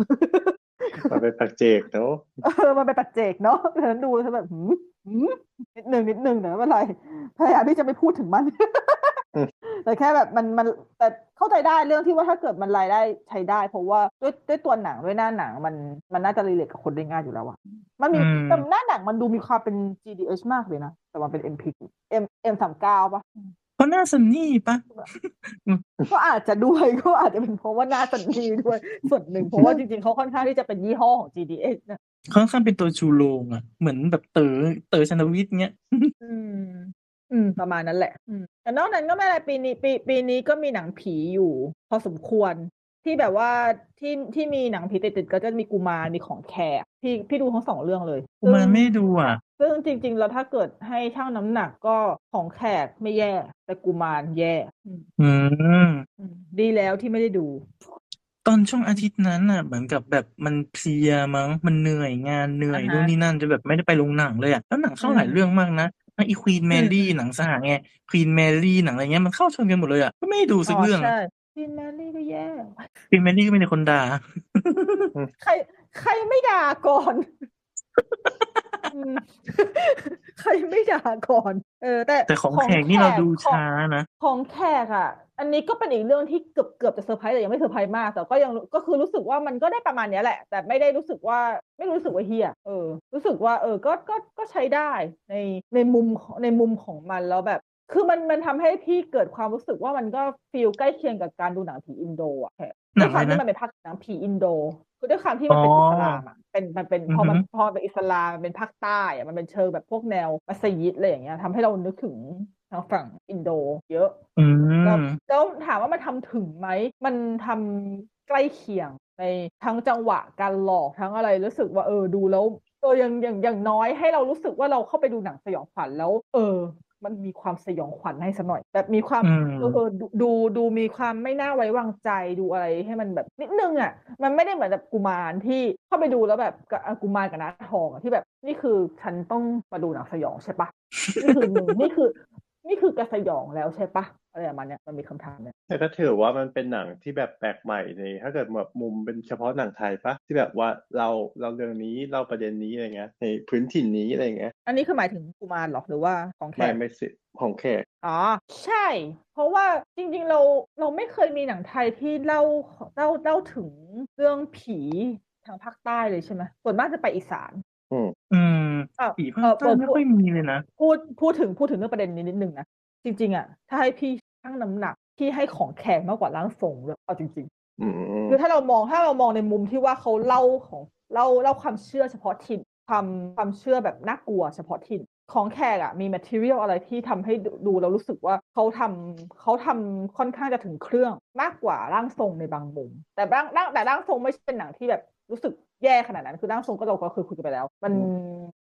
มาเป็นปัจเจกเนาะ
เออมันเป็นปัจเจกเนาะแต่ฉันดูแล้วฉันแบบหืมหืมนิดหนึ่งนิดหนึ่งนะไม่เป็นไรพยายามที่จะไม่พูดถึ งมัน แต่แค่แบบมันมันแต่เข้าใจได้เรื่องที่ว่าถ้าเกิดมันรายได้ใช้ได้ เพราะว่าด้วยด้วยตัวหนังด้วยหน้าหนังมันมันน่าจะรีเลทกับคนได้ง่ายอยู่แล้วอะมันมี
อืม
แต่หน้าหนังมันดูมีความเป็น GDH มากเลยนะแต่มันเป็น MP M M สามเก้าปะ
เพราะหน้าซันนี่ปะ
ก็อาจจะด้วย ก็อาจจะเป็นเพราะว่าหน้าสันดีด้วยส่วนหนึ่งเพราะว่าจริงๆเขาค่อนข้างที่จะเป็นยี่ห้อของ GDS นะ
ค่อนข้างเป็นตัวชูโรงอ่ะ เหมือนแบบเต๋อเต๋อชนวิทย์เงี้ย
อืม อืม ประมาณนั้นแหละ อืม แต่นอกนั้นก็ไม่อะไรปีนี้ปีปีนี้ก็มีหนังผีอยู่ พอสมควร ที่แบบว่าที่ที่มีหนังผีติดๆก็จะมีกุมารมีของแขกพี่พี่ดูทั้งสองเรื่องเลย
กูมารไม่
ซึ่ง
ได้ดูอ่ะ
ซึ่งจริง ๆ แล้วถ้าเกิดให้ช่างน้ำหนักก็ของแขกไม่แย่ แต่กุมารแย่อืม
อืม
อืมดีแล้วที่ไม่ได้ดู
ตอนช่วงอาทิตย์นั้นน่ะ เหมือนกับแบบมันเพลียมั้งมันเหนื่อยงานเหนื่อย
อ่าฮะ
นู่นนี่นั่นจะแบบไม่ได้ไปลงหนังเลยอ่ะแล้วหนังเข้า
อืม
หลายเรื่องมากนะทั้งอีควีนแมรี่
อืม
หนังสหไงควีนแมรี่หนังอะไรเงี้ยมันเข้าชนกันหมดเลยอ่ะก็ไม่ได้ดูสักเรื่อง
ใช่ฟินแมรี่ก็แย่
ควีนแมรี่ก็ไม่ได้คนด่า
ใครใครไม่ด่าก่อน อืม ใครไม่ด่าก่อน เออ แต่
แต่ของแขกนี่เราดู
ของ
ช้านะ
ของแขกอ่ะ อันนี้ก็เป็นอีกเรื่องที่เกือบเกือบจะเซอร์ไพรส์แต่ยังไม่เซอร์ไพรส์มากแต่ก็ยังก็คือรู้สึกว่ามันก็ได้ประมาณเนี้ยแหละ แต่ไม่ได้รู้สึกว่าไม่รู้สึกว่าเฮียเออ รู้สึกว่า เออ ก็ก็ก็ใช้ได้ในในมุมของในมุมของมันแล้วแบบ คือมันมันทำให้พี่เกิดความรู้สึกว่ามันก็ฟีลใกล้เคียงกับการดูหนังผีอินโดอ่ะแขก
ห
ด้
นั
ว
ง
ย
อะ
ค
ไร
วามที่
นะ
มันเป็นภาคหนังผีอินโดคือด้วยความที่มันเป็น
อ๋อ
อิ
อิ
สลามอะเป็นมันเป็นพอมัน
อือฮึ
พอมันเป็นอิสลามมันเป็นภาคใต้อะมันเป็นเชิงแบบพวกแนวมัสยิดอะไรอย่างเงี้ยทำให้เรานึกถึงทางฝั่งอินโด เยอะ
อื
แล้ว
ม
แล้วถามว่ามันทำถึงไหม มันทำใกล้เคียงในทั้งจังหวะการหลอกทั้งอะไรรู้สึกว่าเออดูแล้วเออยังยังยังน้อยให้เรารู้สึกว่าเราเข้าไปดูหนังสยองขวัญแล้ว เออ มันมีความสยองขวัญให้สักหน่อย แบบมีความ
อืม
เออเออดูดูดูมีความไม่น่าไว้วางใจดูอะไรให้มันแบบนิดนึงอ่ะ มันไม่ได้เหมือนแบบกุมารที่เข้าไปดูแล้วแบบกับอ่ะกุมารกับนาทองอะที่แบบ นี่คือฉันต้องมาดูหนังสยองใช่ปะนี่คือมึงนี่คือ นี่คือกระสยองแล้วใช่ปะอะไรประมาณเนี้ยมันมีคำถามเนี่ย
แต่ก็ถือว่ามันเป็นหนังที่แบบแปลกใหม่ในถ้าเกิดแบบมุมเป็นเฉพาะหนังไทยปะที่แบบว่าเราเราเรื่องนี้เราประเด็นนี้อะไรเงี้ยในพื้นถิ่นนี้อะไรเงี้ย
อันนี้คือหมายถึงกุมารเหรอหรือว่าของแข
ไม่
ก
ไม่สิของแขก
อ๋อใช่ เพราะว่าจริงๆเราเราไม่เคยมีหนังไทยที่เล่าเล่าเล่าถึงเรื่องผีทางภาคใต้เลยใช่ไหมส่วนมากจะไปอีสาน
อืม
อ้าว
ผีภา
เอ่
ค
อ
ใต้
เปิด
ไม่
พูด
ค่อยมีเลยนะ
พูดพูดถึงพูดถึงเรื่องประเด็นนี้นิดนึงนะจริง ๆอ่ะถ้าให้พี่ชั่งน้ำหนักที่ให้ของแขกมากกว่าร่างทรงเลยเอาจริง ๆ
อืม
คือถ้าเรามองถ้าเรามองในมุมที่ว่าเขาเล่าของเล่าเล่าความเชื่อเฉพาะถิ่น ความความเชื่อแบบน่ากลัวเฉพาะถิ่นของแขกอะมี material อะไรที่ทำให้ดูดูแล้วรู้สึกว่าเขาทำเขาทำค่อนข้างจะถึงเครื่องมากกว่าร่างทรงในบางมุม แต่ร่างร่างแต่ร่างทรงไม่ใช่เป็นหนังที่แบบรู้สึกแย่ขนาดนั้น คือร่างทรงก็เราก็คือคุยกันไปแล้ว มัน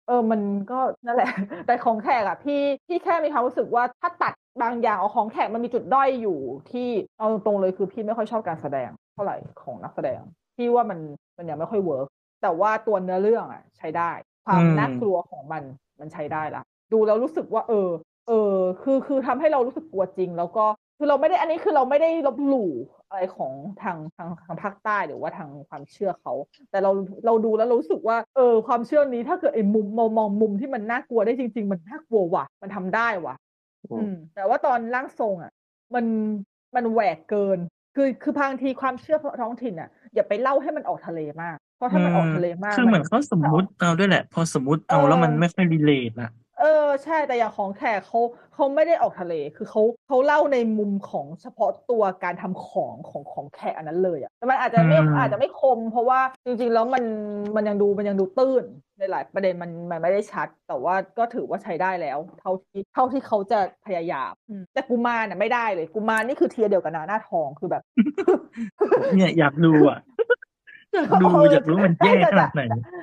เออ มันก็นั่นแหละ แต่ของแขกอะพี่พี่แค่มีความรู้สึกว่าถ้าตัดบางอย่างเอาของแขกมันมีจุดด้อยอยู่ที่เอาตรงๆเลยคือพี่ไม่ค่อยชอบการแสดงเท่าไหร่ของนักแสดงพี่ว่ามันมันยังไม่ค่อยเวิร์กแต่ว่าตัวเนื้อเรื่องอะใช้ได้ ความ
อืม
น่ากลัวของมันมันใช้ได้ละดูแล้วรู้สึกว่า เออ เออ คือคือทำให้เรารู้สึกกลัวจริง แล้วก็คือเราไม่ได้อันนี้คือเราไม่ได้ลบหลู่อะไรของทางทางทางภาคใต้หรือว่าทางความเชื่อเขา แต่เราเราดูแล้วเรารู้สึกว่าเออความเชื่อนี้ถ้าเกิดไอ้มุมมองมองมุมที่มันน่ากลัวได้จริง ๆ มันน่ากลัวว่ะ มันทำได้ว่ะ
อืม
อืมแต่ว่าตอนร่างทรงอ่ะ มันมันแหวกเกิน คือคือบางทีความเชื่อท้องถิ่นอ่ะ อย่าไปเล่าให้มันออกทะเลมาก เพราะถ้ามันออกทะเลมาก
คือเหมือนเขาสมมุติ
น
เอาด้วยแหละ พอสมมุติเอาแล้วมัน
เออ
ไม่ค่อยรีเลทอ่ะ
เออใช่แต่อย่างของแขกเขาเขาไม่ได้ออกทะเล คือเขาเขาเล่าในมุมของเฉพาะตัวการทำของของของแขกอันนั้นเลยอ่ะแต่มันอาจจะไม่
อืม
อาจจะไม่คม เพราะว่าจริงๆแล้วมันมันยังดูมันยังดูตื้นในหลายประเด็นมันมันไม่ได้ชัด แต่ว่าก็ถือว่าใช้ได้แล้ว เท่าที่เท่าที่เขาจะพยายามอืมแต่กุมารน่ะไม่ได้เลยกุมารนี่คือเทียร์เดียวกับนาหน้าทองคือแบบ
เนี่ยอยากดู อ่ะ ดูอยากรู้มันแย่ขนาดไหน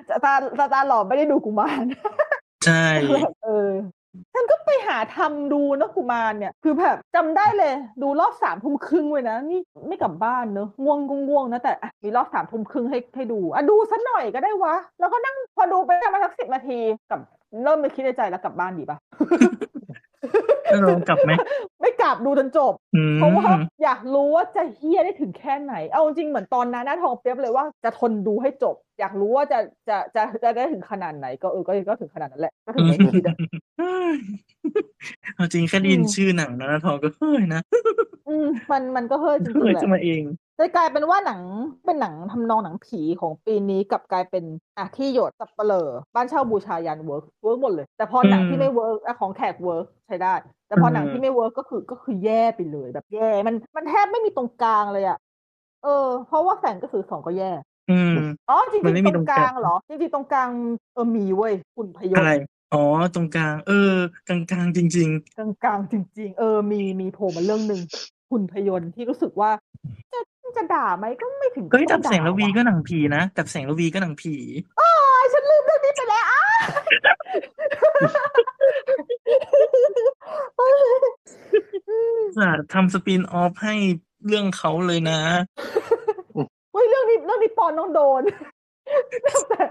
สตาร์สตาร์หลอดไม่ได้ดูกุมาร
ใช่
แบบเออฉันก็ไปหาทำดูนะกุมารเนี่ย คือแบบจำได้เลย ดูรอบสามทุ่มครึ่งเว้ยนะ นี่ไม่กลับบ้านเนอะง่วงก็ง่วงนะ แต่อ่ะมีรอบสามทุ่มครึ่งให้ให้ดูอ่ะดูสักหน่อยก็ได้วะ แล้วก็นั่งพอดูไปประมาณสักสิบนาทีกลับเริ่มไปคิดในใจแล้วกลับบ้านดีปะ
แล้วลองกลับไหม
ไม่กลับดูจนจบ
อืม
เพราะว่าอยากรู้ว่าจะเฮี้ยได้ถึงแค่ไหน เอาจริงเหมือนตอนนั้นหน้าทองเปรียบเลยว่าจะทนดูให้จบ อยากรู้ว่าจะจะจะจะได้ถึงขนาดไหน ก็เออก็ก็ถึงขนาดนั้นแหละก็ถึงไม่คิดอะ
เอาจริงแค่ได้ยิน
อืม
ชื่อหนังนะทองก็เฮ้ย นะ
อืมมันมันก็เฮ้ยจริงๆ
เฮ้ย
แหละ
จะมาเอง
เลยกลายเป็นว่าหนังเป็นหนังทำนองหนังผีของปีนี้กลับกลายเป็นอ่ะที่หยดสับเปลอบ้านเช่าบูชายันเวิร์กเวิร์กหมดเลย แต่พอหนัง
อืม
ที่ไม่เวิร์กอ่ะของแขกเวิร์กใช้ได้ แต่พอหนัง
อืม
ที่ไม่เวิร์กก็คือก็คือแย่ไปเลยแบบแย่ มันมันแทบไม่มีตรงกลางเลยอะเออ เพราะว่าแสงก็คือสองก็แย่
อืม
อ๋อจริง
มันไม่
ๆ
มี
ตรง
ตรงก
ก
ลา
ลา
ง
งเหรอจริงๆตรงกลางเออมีเว้ยหุ่นพยน
อะไร
ต์
อ๋อตรงกลาง เออกลางกลางจริง
กลางกลางๆจริง ๆ เออมีมีโผล่มาเรื่องหนึ่งหุ่นพยนต์ที่รู้สึกว่า จะจะด่าไหมก็ไม่ถึง
ๆ เฮ้ย
ต้
ดั
อบ
แสงระวี
ด่าะ
ก็หนังผีนะดับแสงระวีก็หนังผี
อ้ายฉันลืมเรื่องนี้ไปแล้วอ้าย
จะทำสปินออฟให้เรื่องเขาเลยนะ
เฮ้ยเรื่องนี้เรื่องนี้ปอนต้องโดนดับแสง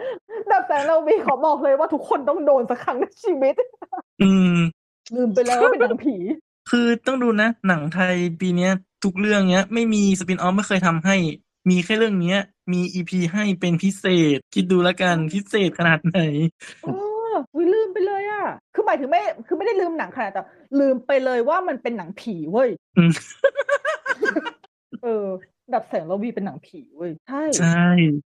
ดับแสงเรามีขอบอกเลยว่าทุกคนต้องโดนสักครั้งในชีวิต
อืม
ลืมไปแล้วว่าเป็นหนังผี
คือต้องดูนะ หนังไทยปีเนี้ย ทุกเรื่องเนี้ย ไม่มีสปินออฟไม่เคยทำให้ มีแค่เรื่องเนี้ย มีอีพีให้เป็นพิเศษ คิดดูแล้วกันพิเศษขนาดไหน
เออวิลืมไปเลยอะคือหมายถึงไม่ คือไม่ได้ลืมหนังขนาดแต่ลืมไปเลยว่ามันเป็นหนังผีเว้ย
อืม
เออ ดับแสงระวีเป็นหนังผีเว้ย ใช่
ใช่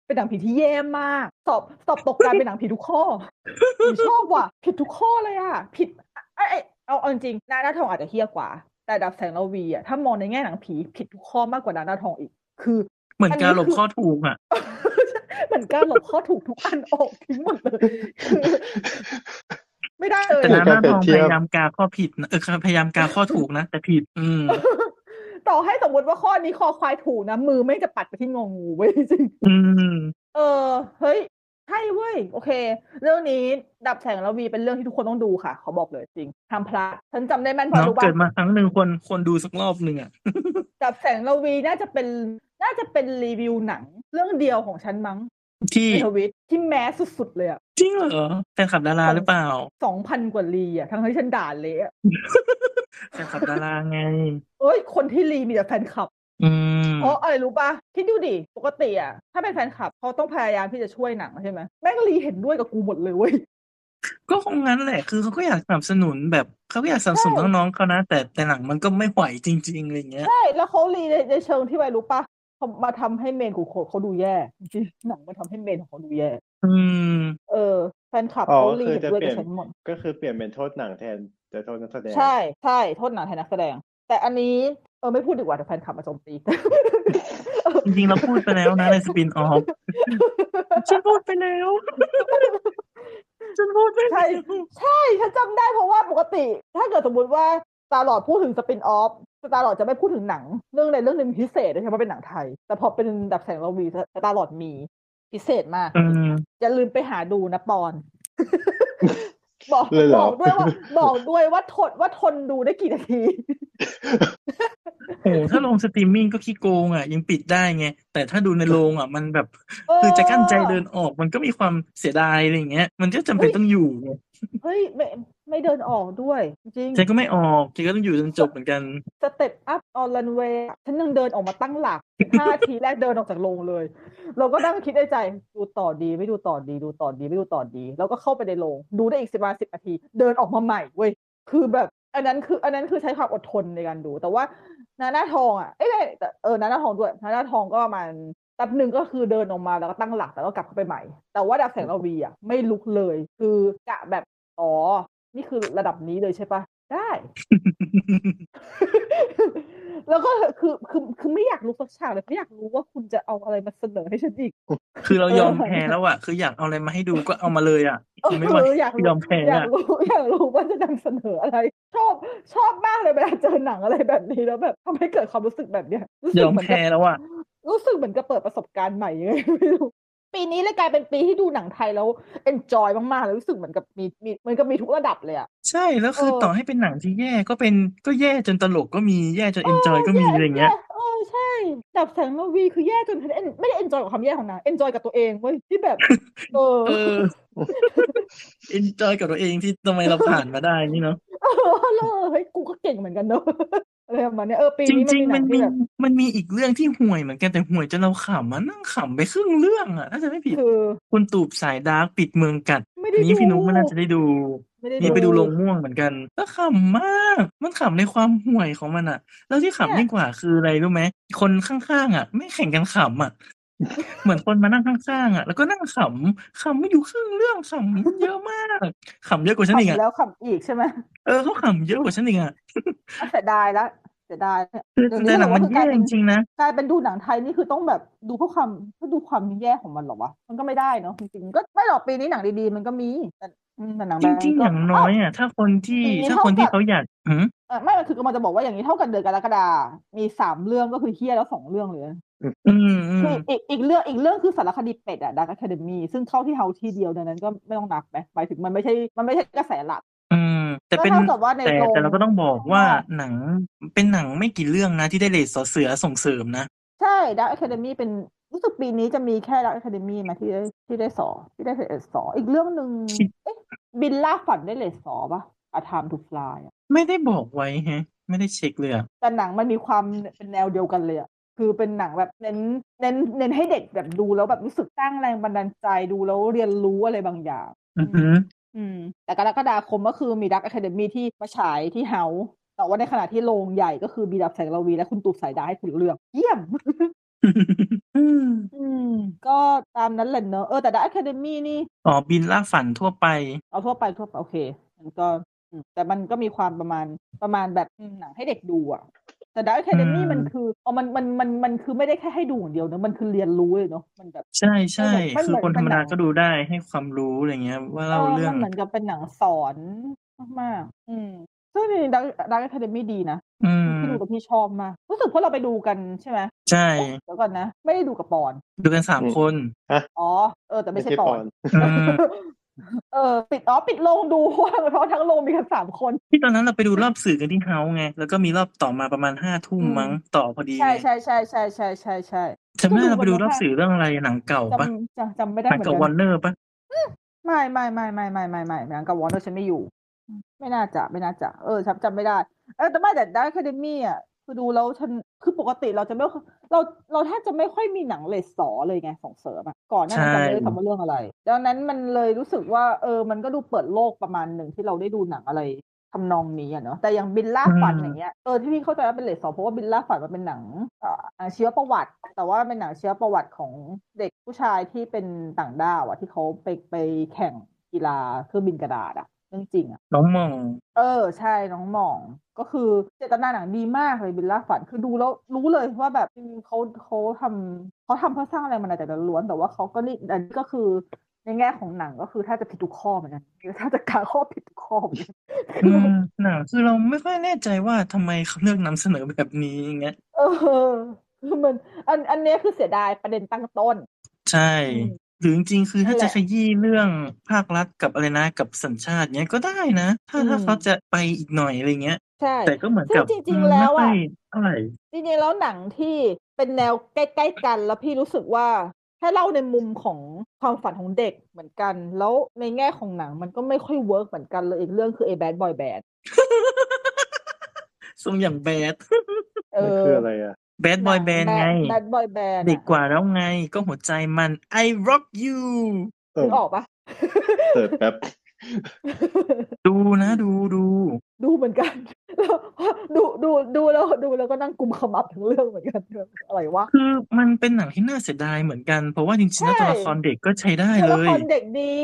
เป็นหนังผีที่แย่มาก สอบสอบตกการเป็นหนังผีทุกข้อหนูชอบว่ะ ผิดทุกข้อเลยอะผิดเอ้ยเอ้ยเอาเอาจริงๆนาหน้าทองอาจจะเฮี้ยกว่า แต่ดับแสงระวีอะถ้ามองในแง่หนังผีผิดทุกข้อมากกว่านาหน้าทองอีก คือ
เหมือน
อันนี้
การหลบ
คือ
ข้อถูกอ่ะ
เหมือนการหลบข้อถูกทุกอันออกทิ้งหมดเลยคือไม่ได้เลย
แต่
คื
นา
อกา
ห
ร
น้า
เปรี
ท
ยบ
อง
เที
พ
ยบ
ยายามกาข้อผิดนะเออพยายามกาข้อถูกนะ แต่ผิด อืม
ต่อให้สมมติว่าข้อนี้คอควายถูกนะ มือไม่งจะปัดไปที่งองูเว้ยจริง
อืม
เออ เฮ้ยใช่เว้ยโอเค เรื่องนี้ดับแสงระวีเป็นเรื่องที่ทุกคนต้องดูค่ะ เขาบอกเลยจริงห้ามพลาดฉันจำได้แม่นเพราะ
เนาะ
รู้ว่า
เกิดมาครั้งหนึ่งคนคนดูสักรอบหนึ่งอ่ะ
ดับแสงระวีน่าจะเป็นน่าจะเป็นรีวิวหนัง เรื่องเดียวของฉันมั้ง
ที่
ในทวิตที่แมสสุดๆเลยอะ
จริงเหรอแฟนคลับดาราหรือเปล่า
สองพันกว่ารีอะทั้งที่ฉันด่าเละอะ
แฟนคลับดา ราไง
เอ้ยคนที่รีมีแต่แฟนคลับ
อืม
เพราะอะไรรู้ป่ะคิดดูดิปกติอะถ้าเป็นแฟนคลับเขาต้องพยายามที่จะช่วยหนังใช่ไหมแม่งรีเห็นด้วยกับกูหมดเลยเว้ย
ก็คงงั้นแหละ คือเขาก็อยากสนับสนุนแบบเขาก็อยากสนับสนุน
ใช่
น้องๆเขานะ แต่แต่หลังมันก็ไม่ไหวจริงๆอะไรเงี้ย
ใช่แล้วเขารีในในเชิงที่ไปรู้ป่ะเขามาทำให้เมนของเขาเขาดูแย่จริงๆหนังมาทำให้เมนของเขาดูแย่
อืม
เออแฟนคลับ
อ๋อ
เขารี
คือ
เห็น
จะ
ด้วย
เปลี่
กับ
ยน
ฉันหมด
ก็คือเปลี่ยนเป็นโทษหนังแทนแต่โทษนักแสดง
ใช่ใช่โทษหนังแทนนักแสดง แต่อันนี้เออไม่พูดดีกว่าแต่แฟนคลับมาโจมตี
จ ริงๆเราพูดไปแล้วนะในสปินออฟฉันพูดไปแล้ว ฉันพูดไม่
ใช่ ใช่ฉันจำได้เพราะว่าปกติ ถ้าเกิดสมมติว่าตาหลอดพูดถึงสปินออฟตาหลอดจะไม่พูดถึงหนัง เรื่องใดเรื่องหนึ่งพิเศษโดยเฉพาะเป็นหนังไทย แต่พอเป็นดับแสงระวีตาหลอดมีพิเศษมาก
อืม
อย่าลืมไปหาดูนะปอน บอก
เลยเหร
บ
อ
อกด้วยว่า บอกด้วยว่าทนว่าทนดูได้กี่นาที
โอ้โหถ้าลงสตรีมมิ่งก็ขี้โกงอ่ะ ยังปิดได้ไง แต่ถ้าดูในโรงอ่ะ มันแบบ
เออ
คือจะกั้นใจเดินออกมันก็มีความเสียดายอะไรอย่างเงี้ย มันก็จำเป็นต้องอยู่ไง
เฮ้ยไม่ไม่เดินออกด้วย จริง
ฉันก็ไม่ออกฉันก็ต้องอยู่จนจบเหมือนกัน
สเต็ปอัพออนลันเวย์ฉันยังเดินออกมาตั้งหลัก ห้าทีแรกเดินออกจากโรงเลย เราก็นั่งคิดในใจ ดูต่อดีไม่ดูต่อดีดูต่อดีไม่ดูต่อดี แล้วก็เข้าไปในโรงดูได้อีกสิบาสิบนาที เดินออกมาใหม่เว้ยคือแบบ อันนั้นคือ อันนั้นคือใช้ความอดทนในการดู แต่ว่านาหน้าทองอ่ะเอ้ยไม่แต่เออนาหน้าทองด้วยนาหน้าทองก็ประมาณแป๊บหนึ่งก็คือเดินออกมาแล้วก็ตั้งหลักแล้วก็กลับเข้าไปใหม่ แต่ว่าดับแสงระวีอ่ะไม่ลุกเลย คือกะแบบอ๋อนี่คือระดับนี้เลยใช่ปะได้ แล้วก็คือคือคือไม่อยากรู้สักฉากเลยไม่อยากรู้ว่าคุณจะเอาอะไรมาเสนอให้ฉันอีก
คือเรายอมแพ้แล้วอ่ะ คืออยากเอาอะไรมาให้ดูก็เอามาเลยอ่ะ
เออ
ไม่ไหว
อยากรู้
ยอมแพ้
อยาก
อ่ะ
รู้อยากรู้ว่าจะนำเสนออะไร ชอบชอบมากเลยเวลาเจอหนังอะไรแบบนี้แล้วแบบทำให้เกิดความรู้สึกแบบเนี้ยรู้สึ
ย
ก
อม
เหมือนกั
แพ้แล้วอ่ะ
รู้สึกเหมือนกับเปิดประสบการณ์ใหม่ยังไงไม่รู้ปีนี้เลยกลายเป็นปีที่ดูหนังไทยแล้ว enjoy มากๆเลยรู้สึกเหมือนกับมีมีเหมือนกับมีทุกระดับเลยอะ
ใช่แล้วคือ
เออ
ต่อให้เป็นหนังที่แย่ก็เป็นก็แย่จนตลกก็มีแย่จนเอนจอยก็มีอะไรอย่างเงี้ย
เออใช่ดับแสงระวีคือแย่จนไม่ได้ enjoy กับความแย่ของหนาง enjoy กับตัวเองเว้ยที่แบบ เออ
เออ เอนจอยกับตัวเองที่ทำไมเราผ่านมาได้นี่เนาะ
เออเลยเฮ้ยกูก็เก่งเหมือนกันเนอะ อะไรประมาณเนี้ยเออปี
จริง
นี้
จริงๆ
มั
มัน น
มี
มี
หนังที่แบบ
มันมีอีกเรื่องที่ห่วยเหมือนกันแต่ห่วยจนเราขำมันนั่งขำไปครึ่งเรื่องอ่ะถ้าจะไม่ผิด
คือ
คุณตูบสายดาร์กปิดเมืองกัด
ไม่
อั
ได้
นนี้
ดู
พี่นุ๊กไม่น่าจะได้ดู
ไม่ได้
นี่ไปดูลงม่วงเหมือนกันแล้วขำมาก มันขำในความห่วยของมันอ่ะ แล้วที่ขำยิ่งกว่าคืออะไรรู้ไหมคนข้างๆอ่ะ ไม่แข่งกันขำอ่ะ เหมือนคนมานั่งข้างๆอ่ะ แล้วก็นั่งขำขำไม่อยู่ครึ่งเรื่องขำเยอะมากขำเยอะกว่าฉันอีกอ่ะ
ขำแล้วขำอีกใช่ไหม
เออเขาขำเยอะกว่าฉันอีกอ่ะ
อ่ะเสียดายละเสียดายเนี่ย
คือ
เดี๋ยวนี้
แต่หนังมัน
เขาบอกว่าคือการ
แย่
เป็
จ
น
ริงๆนะ
กลายเป็นดูหนังไทยนี่คือต้องแบบดูเพื่อความเพื่อดูความแย่ของมันเหรอวะมันก็ไม่ได้เนาะจริงๆก็ไม่หรอกปีนี้หนังดีๆมันก็มีแต่อืมแต่หนัง
จ
แบบ
ริงๆ อย่างน้อยอ่ะ ถ้าคนที่
อย่างนี้
ถ้า
เท่า
คนที่
กับ
เขาอยากหืม
เออไม่คือกำลังจะบอกว่าอย่างนี้เท่ากันเดือนกรกฎามีสามเรื่องก็คือเฮี้ยแล้วสองเรื่องเลยนะ
อืมอื
คือ
ม
อีกอีกเรื่องอีกเรื่องคือสารคดีเป็ดอะดักอะคาเดมีซึ่งเข้าที่เฮาที่เดียวดังนั้นก็ไม่ต้องนับไปหมายถึงมันไม่ใช่มันไม่ใช่กระแสหลัก
อืมแต่
ก็
เป็น
เท่ากับว่าใน
แต่
โรง
แต่เราก็ต้องบอกว่าหนังเป็นหนังไม่กี่เรื่องนะ ที่ได้เลทสอเสือส่งเสริมนะ
ใช่ดักอะคาเดมีเป็นรู้สึกปีนี้จะมีแค่ดักอะคาเดมีมาที่ได้ที่ได้สอที่ได้เลสสออีกเรื่องหนึ่ง
ชิ
เอ๊ะบินล่าฝันได้เลสสอปะอาทามทูฟลาย
ไม่ได้บอกไว้แฮะ ไม่ได้เช็คเลยอะ
แต่หนังมันมีความเป็นแนวเดียวกันเลยอะ คือเป็นหนังแบบเน้นเน้นเน้นให้เด็กแบบดูแล้วแบบรู้สึกสร้างแรงบันดาลใจดูแล้วเรียนรู้อะไรบางอย่าง
อือหือ
อืม แต่กรกฎาคมก็คือมีดักอะคาเดมีที่มาฉายที่เฮาแต่ว่าในขณะที่โรงใหญ่ก็คือบีดับแสงระวีและคุณตูบสายดาให้คุณเลือก เยี่ยม
อืม
อืม ก็ตามนั้นแหละเนอะเออแต่ดักอะคาเดมีนี่
อ๋อบินล่าฝันทั่วไป
เอาทั่วไปทั่วไปโอเค มันก็อืมแต่มันก็มีความประมาณประมาณแบบอืมหนังให้เด็กดูอะแต่ดักอะคาเดมี
อืม
มันคืออ๋อมันมันมันมันคือไม่ได้แค่ให้ดูอย่างเดียวเนอะมันคือเรียนรู้เลยเนอะมันแบบ
ใช่ใช่
ไม่เหมือน
คือคน
เป็
ธร
น
รม
หนั
ดาง ก็ดูได้ให้ความรู้อะไรเงี้ย ว่าเล่าเรื่อ
มั
ง
นเหมือนกับเป็นหนังสอนมากๆอืมซึ่งจริงๆดักดักอะคาเดมีดีนะ
อืม
พี่ดูกับพี่ชอบมากรู้สึกว่าเราไปดูกันใช่ไหม
ใช่
เอ๊ะเดี๋ยวก่อนนะ ไม่ได้ดูกับปอน
ดูกันสามคน
อ๋อ เออ แต่ไม่ใช่ปอน
อื ม
เออ ปิด อ๋อ ปิดโรงดู เพราะว่าเพราะทั้งโรงมีกันสามคน
ที่ตอนนั้นเราไปดูรอบสื่อกันที่เฮาส์ไง แล้วก็มีรอบต่อมาประมาณห้าทุ่ม
อืม
มั้งต่อพอดี
ใช่
ไง
ใช่ใช่ใช่ใช่ใช่ใช่
จำได้เราไปดูรอบสื่อเรื่องอะไรหนังเก่าปะ
จำจำจำไม่ได้
หนัง
เหมือน
เก่า
กั
วัน นเนอร์ปะ
ไม่ไม่ไม่ไม่ไม่ไม่ไม่ไม่หนังกับวอนเดอร์ฉันไม่อยู่ ไม่น่าจะไม่น่าจะ เออจำจำไม่ได้ เออแต่ไม่แต่ดักแคเดมี่อ่ะคือดูแล้วฉันคือปกติเราจะไม่ค่อยเราเราแทบจะไม่ค่อยมีหนังเลสสอเลยไงส่งเสริมอะก่อนหน้านั้นเราไม่ได้ทำว่าเรื่องอะไร ดังนั้นมันเลยรู้สึกว่า เออ มันก็ดูเปิดโลกประมาณหนึ่งที่เราได้ดูหนังอะไรทำนองนี้อะเนาะแต่อย่างบินล่าฝันอย่างเงี้ยเออที่พี่เข้าใจว่าเป็นเลสสอเพราะว่าบินล่าฝันมันเป็นหนังเอ่ออาชีวประวัติ แต่ว่าเป็นหนังอาชีวประวัติของเด็กผู้ชายที่เป็นต่างด้าวอะที่เขาไปไปแข่งกีฬาเครื่องบินกระดาษอะเรื่องจริงอะ
น้องหมอง
เออใช่น้องหม่องก็คือเจตนาหนังดีมากเลยบิลล่าฝันคือดูแล้วรู้เลยว่าแบบเขาเขาทำเขาทำเพื่อสร้างแรงบันดาลใจล้วนๆแต่ว่าเขาก็นี่อันนี้ก็คือ ในแง่ของหนังก็คือถ้าจะผิดทุกข้อเหมือนกันคือถ้าจะกาข้อผิดทุกข้อเหมือนกัน
อืมหนังคือเราไม่ค่อยแน่ใจว่าทำไมเขาเลือกนำเสนอแบบนี้อย่างเงี้ย
เออคือมันอันอันเนี้ยคือเสียดายประเด็นตั้งต้น
ใช่
อืม
หรือจริงๆคือถ้า
นั่นแห
จะ
ละ
ขยี้เรื่องภาครัฐกับอะไรนะกับสัญชาติเนี้ยก็ได้นะ ถ้า
อืม
ถ้าเขาจะไปอีกหน่อยอะไรเงี้ย
ใช่
แต่ก็เหมือนกับ
ซึ่งจริงๆ
อืม
แล้ว
ไม่ค่
อะ
อยเท่าไหร่
จริงๆแล้วหนังที่เป็นแนวใกล้ๆกัน แล้วพี่รู้สึกว่าถ้าเล่าในมุมของความฝันของเด็กเหมือนกัน แล้วในแง่ของหนังมันก็ไม่ค่อยเวิร์กเหมือนกันเลยอีกเรื่องคือ A Bad Boy Band
ทรงอย่างแบด
เอ
มัน
อ
คืออะไรอ่ะ
แบดบอยแบนไง
แบดบอยแบน
เด็กกว่าแล้วไงก็หัวใจมัน I rock you
เอ
นึ
อก
ออกปะ
เสิร์ชแป๊บ
ดูนะดูดู
ดูเหมือน กันแล้วดูดูดูแล้วดูแล้วก็นั่งกุมขมับทั้งเรื่องเหมือนกัน อะไรวะ
คือมันเป็นหนังที่น่าเสียดายเหมือนกัน เพราะว่าจริงๆแล้ว
ใช่
ตัวละครเด็กก็ใช้ได้
ตัว
เล
ละค
ย
รเด็กดี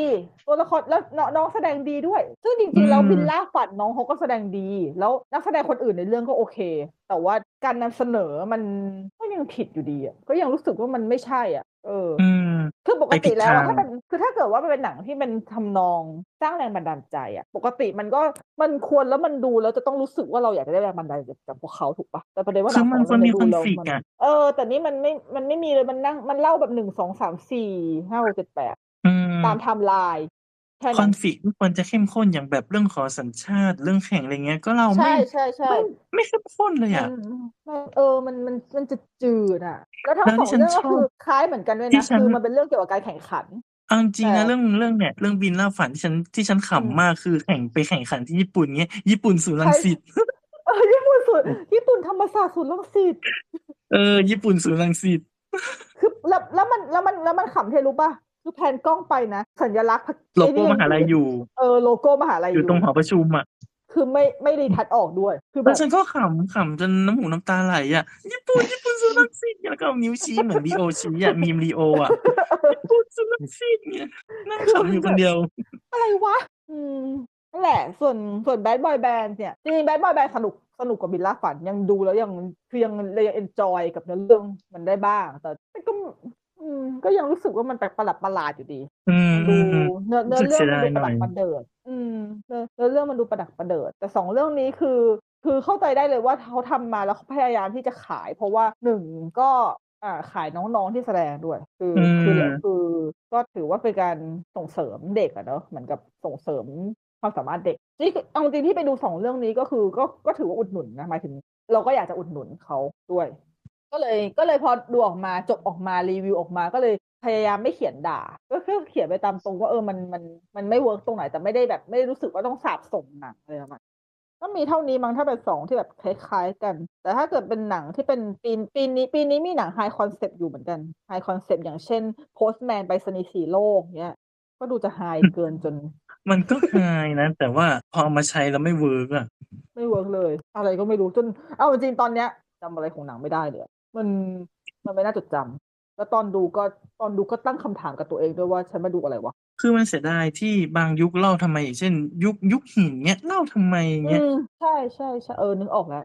ตัวละครแล้วนน้องแสดงดีด้วย ซึ่งจริงๆแล้ว
อืม
วิลล่าฝันน้องเขาก็แสดงดี แล้วนักแสดงคนอื่นในเรื่องก็โอเค แต่ว่าการนำเสนอมันก็ยังผิดอยู่ดีอะก็ยังรู้สึกว่ามันไม่ใช่อ่ะ เอออ
อืม
คือปกติแล้วอะ
ไปผิดทาง
ถ้าเป็นคือถ้าเกิดว่ามันเป็นหนังที่มันทำนองสร้างแรงบันดาลใจอ่ะ ปกติมันก็มันควรแล้วมันดูแล้วจะต้องรู้สึกว่าเราอยากจะได้แรงบันดาลใจจากพวกเขาถูกปะแต่ประเด็นว่าห
คื
นั
องมัน
ข
ค
อ
ว
ง
รมี
ดู
คอน
แล้ว
ฟ lict
มัน
อ่ะ
เออ แต่นี่มันไม่มันไม่มีเลยมันนั่งมันเล่าแบบหนึ่งสองสามสี่ห้าหกเจ็ดแปด
อืม
ตามไทม์ไลน์แค่
คอ
นั้น
นฟ lict มันควรจะเข้มข้นอย่างแบบเรื่องขอสัญชาติเรื่องแข่งอะไรเงี้ย ก็เรา
ใช่
ไม่
ใช่ใช่
ไม่ไม่เข้มข้นเลย
มั
อ่ะ
นมันเออมันมันมันจะจืดอ่ะ แล้วทั้ง
แล้ว
ส
ที่
อง
ฉัน
เรื่องก็
ชอบ
คือคล้ายเหมือนกันด้วย
ที่
นะ
ฉัน
คือมันเป็นเรื่องเกี่ยวกับการแข่งขัน
เอาจริงๆ
แต่
นะเรื่องเรื่องเนี่ยเรื่องบินล่าฝันที่ฉันที่ฉัน
อืม
ขำมากคือแข่งไปแข่งขันที่ญี่ปุ่นเงี้ยญี่ปุ่นสู่รังสิต
เออญี่ปุ่นสุดญี่ปุ่นธรรมศาสตร์สุดลังสิต
เออญี่ปุ่นสู่รังสิต
คือแล้วแล้วมันแล้วมันแล้วมันขำเทรู้ป่ะคือแผนกล้องไปนะสัญลักษณ์พรรค
โล
ไอ้
โก้
นี่
มหาลัยอยู่
เออโลโก้มหาลัย
อยู่ตรงหอประชุมอ่ะ
คือไม่ไม่รีทัชออกด้วยคือแบ
แล้ว
บ
ฉันก็ขำขำจนน้ำหูน้ำตาไหลอ่ะญี่ปุ่นญี่ปุ่นสู่รังสิตแล้วก็เอานิ้วชี้เหมือนลีโอชี้อ่ะมีมลีโออ่ะญี่ปุ่นสู่รังสิตเนี่ยนั่งขำอยู่คนเดียว
อะไรวะ อืมนั่นแหละ ส่วนส่วนแบดบอยแบนด์เนี่ย จริงๆแบดบอยแบนด์สนุกสนุกกว่าบิลล่าฝัน ยังดูแล้วยังคือยังเรายังเอนจอยกับเนื้อเรื่องมันได้บ้าง แต่มันก็ อืม ก็ยังรู้สึกว่ามันแปลกประหลาดประหลาดอยู่ดี
อืม
มัน
อื
ดู
มอืม
เนื้อเนื้อ
รู้
เรื่
สึ
อง
ก
มันดู
เสียดาย
ประดัก
หน่อย
ประเดิด อืมเนื้อเนื้อเรื่องมันดูประดักประเดิด แต่สองเรื่องนี้คือ คือเข้าใจได้เลยว่าเขาทำมาแล้วเขาพยายามที่จะขาย เพราะว่าหนึ่งก็ อ่าขายน้องๆที่แสดงด้วย คือ
อืม
คือคือก็ถือว่าเป็นการส่งเสริมเด็กอะเนอะเหมือนกับส่งเสริมความสามารถเด็กนี่คือเอาจริงที่ไปดูสองเรื่องนี้ก็คือก็ก็ถือว่าอุดหนุนนะหมายถึง เราก็อยากจะอุดหนุนเขาด้วย ก็เลยก็เลยพอดูออกมาจบออกมารีวิวออกมาก็เลยพยายามไม่เขียนด่า ก็คือเขียนไปตามตรงว่าเออมันมันมันไม่เวิร์กตรงไหนแต่ไม่ได้แบบไม่ได้รู้สึกว่าต้องสาบส่งหนังอะไรประมาณ ก็มีเท่านี้มั้งถ้าเป็นสองที่แบบคล้ายๆกัน แต่ถ้าเกิดเป็นหนังที่เป็นปีนปีนี้ปีนี้มีหนังไฮคอนเซปต์อยู่เหมือนกันไฮคอนเซปต์อย่างเช่น Postman ไปสนีย์สีโลกเนี้ย ก็ดูจะไฮเกินจน
มันก็คายนะ แต่ว่าพอเอามาใช้แล้วไม่เวิร์กอ่ะ
ไม่เวิร์กเลย อะไรก็ไม่รู้จน เอาจริงๆตอนเนี้ยจำอะไรของหนังไม่ได้เลยอะมันมันไม่น่าจดจำแล้วตอนดูก็ตอนดูก็ตั้งคำถามกับตัวเองด้วยว่าฉันมาดูอะไรวะ
คือมันเสียดายที่บางยุคเล่าทำไมอย่างเช่น ยุคยุคหินเนี้ยเล่าทำไม
อื
เนี้ย
มใช่ใช่ใช่เออนึกออกแล้ว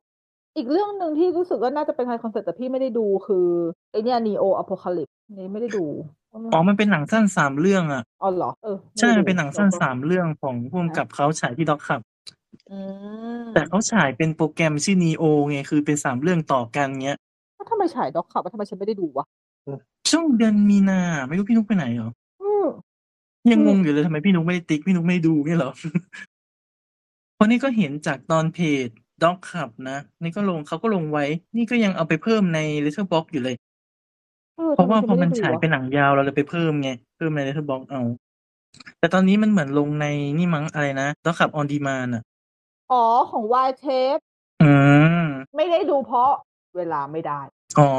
อีกเรื่องหนึ่งที่รู้สึกว่าน่าจะเป็นไฮคอนเซปต์แต่พี่ไม่ได้ดูคือไอเนี้ยนีโออโพคาลิปนี่ไม่ได้ดู
อ๋อมันเป็นหนังสั้นสามเรื่องอ่ะ
อ๋อเหรอเออ
ใช่
ไม่ได้
มันเป็นหนัง
ดู
สั้น
แล้วก็
สามเรื่องของพ่วงกับเขาฉายที่ด็อกครับ
อืม
แต่เขาฉายเป็นโปรแกรมชื่อนีโอไงคือเป็นสามเรื่องต่อกันเงี้ย
แล้วทำไมฉายด็อกขับทำไมฉันไม่ได้ดูวะ
ช่วงเดือนมีนาไม่รู้พี่นุกไปไหนเหรอ
อืม
ยัง
อืม
งงอยู่เลยทำไมพี่นุกไม่ได้ติ๊กพี่นุกไม่ดูเนี่ยเหรอ เพราะนี่ก็เห็นจากตอนเพจด็อกขับนะนี่ก็ลงเขาก็ลงไว้ นี่ก็ยังเอาไปเพิ่มใน Letterbox อยู่เลย
เออ
เพราะว่า
ทำ
พ
ไม
อ
ฉันไม่ได้
มันฉายว
ดูะ
เป็นหนังยาวเราเลยไปเพิ่มไง เพิ่มใน Letterbox เอา แต่ตอนนี้มันเหมือนลงในนี่มั้งอะไรนะต้องขับออนดีมานอ่ะ
อ๋อของวายเทป
อืม
ไม่ได้ดูเพราะเวลาไม่ได้
อ๋อ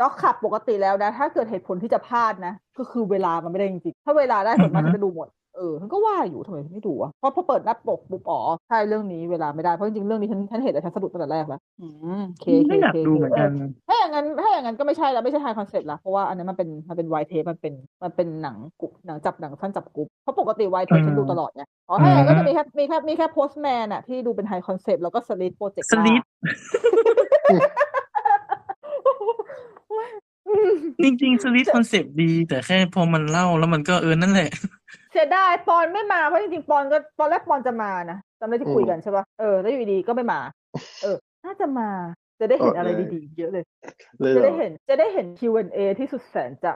ด็อกขับปกติแล้วนะ ถ้าเกิดเหตุผลที่จะพลาดนะ ก็คือเวลามันไม่ได้จริงๆถ้าเวลาได้
อื
ส่ว
อฮึ
นมากฉันจะดูหมดเออฉันก็ว่าอยู่ทำไมฉันไม่ดูวะเพราะพอเปิดหน้าปกปุ๊บอ๋อใช่เรื่องนี้เวลาไม่ได้เพราะจริงๆเรื่องนี้ฉันฉันเห็นแล้วฉันสะดุดตั้งแต่แรกแล้วอืมโอเคโอเค
ก็อยาก
โค
ดู
โค
เหมือน
เอ
กั
อ
น
ถ้าอย่างนั้นถ้าอย่างนั้นก็ไม่ใช่แล้วไม่ใช่ไฮคอนเซปต์ละเพราะว่าอันนั้นมันเป็นมันเป็นไวเทปมันเป็นมันเป็นหนังกรุ๊ปหนังจับหนังสั้นจับกรุ๊ปเพราะปกติไวเทป
อืม
ฉันดูตลอดไงอ๋อถ้าอย่างนั้น
อื
ก็
ม
จะมีแค่มีแค่มีแค่โพสแมนอะที่ดูเป็นไฮคอนเซปต์แล้วก็สลิปโปรเจกต์
สลิป
อืม
จริงๆสวิตคอนเซปต์ดี แต่แค่พอมันเล่าแล้วมันก็เออนั่นแหละ
เสียดายปอนไม่มาเพราะจริงๆปอนก็ตอนแรกปอนจะมานะจำได้ที่คุยกันใช่ปะเออแล้วอยู่ดีๆก็ไม่มา เออ น่าจะมา จะได้เห็นอะไร
เออเลย
ดีๆเยอะเลย
เลย
จะ
เหร
ได้
อ
เห็นจะได้เห็น Q&A ที่สุดแสนจะ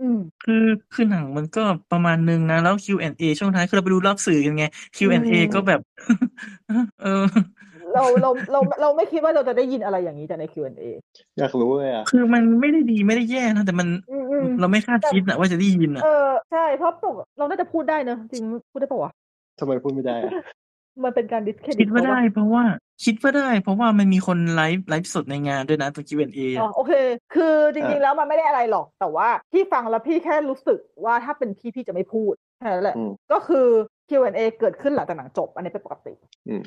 อืม
คือคือหนังมันก็ประมาณนึงนะ แล้ว Q&A ช่วงท้ายคือเราไปดูรอบสื่อกันไง Q&A
อืม
ก็แบบ เออ
เราเราเราเราไม่คิดว่าเราจะได้ยินอะไรอย่างนี้จากใน Q&A
อยากรู้เลยอ่ะ
คือมันไม่ได้ดีไม่ได้แย่นะ แต่มัน
อืมอืม
เราไม่คาด
แต่
คิดนะว่าจะได้ยินอ่ะ
เออใช่เพราะปกเราน่าจะพูดได้เนอะจริงพูดได้ปะวะ
ทำไมพูดไม่ได้อะ
มันเป็นการดิสเครดิ
คิ
ต
ดว่า
เขปะ
ได้เพราะว่า คิดว่าได้ เพราะว่ามันมีคนไลฟ์ไลฟ์สดในงานด้วยนะตัว Q&A
อ๋อ
อะ
โอเค คือจริงๆ แล้วมันไม่ได้อะไรหรอก แต่ว่าพี่ฟังแล้วพี่แค่รู้สึกว่าถ้าเป็นพี่พี่จะไม่พูดแค่นั้นแหละ
อืม
ก็คือ Q&A เกิดขึ้นหลังจากหนังจบ อันนี้เป็นปกติ
อืม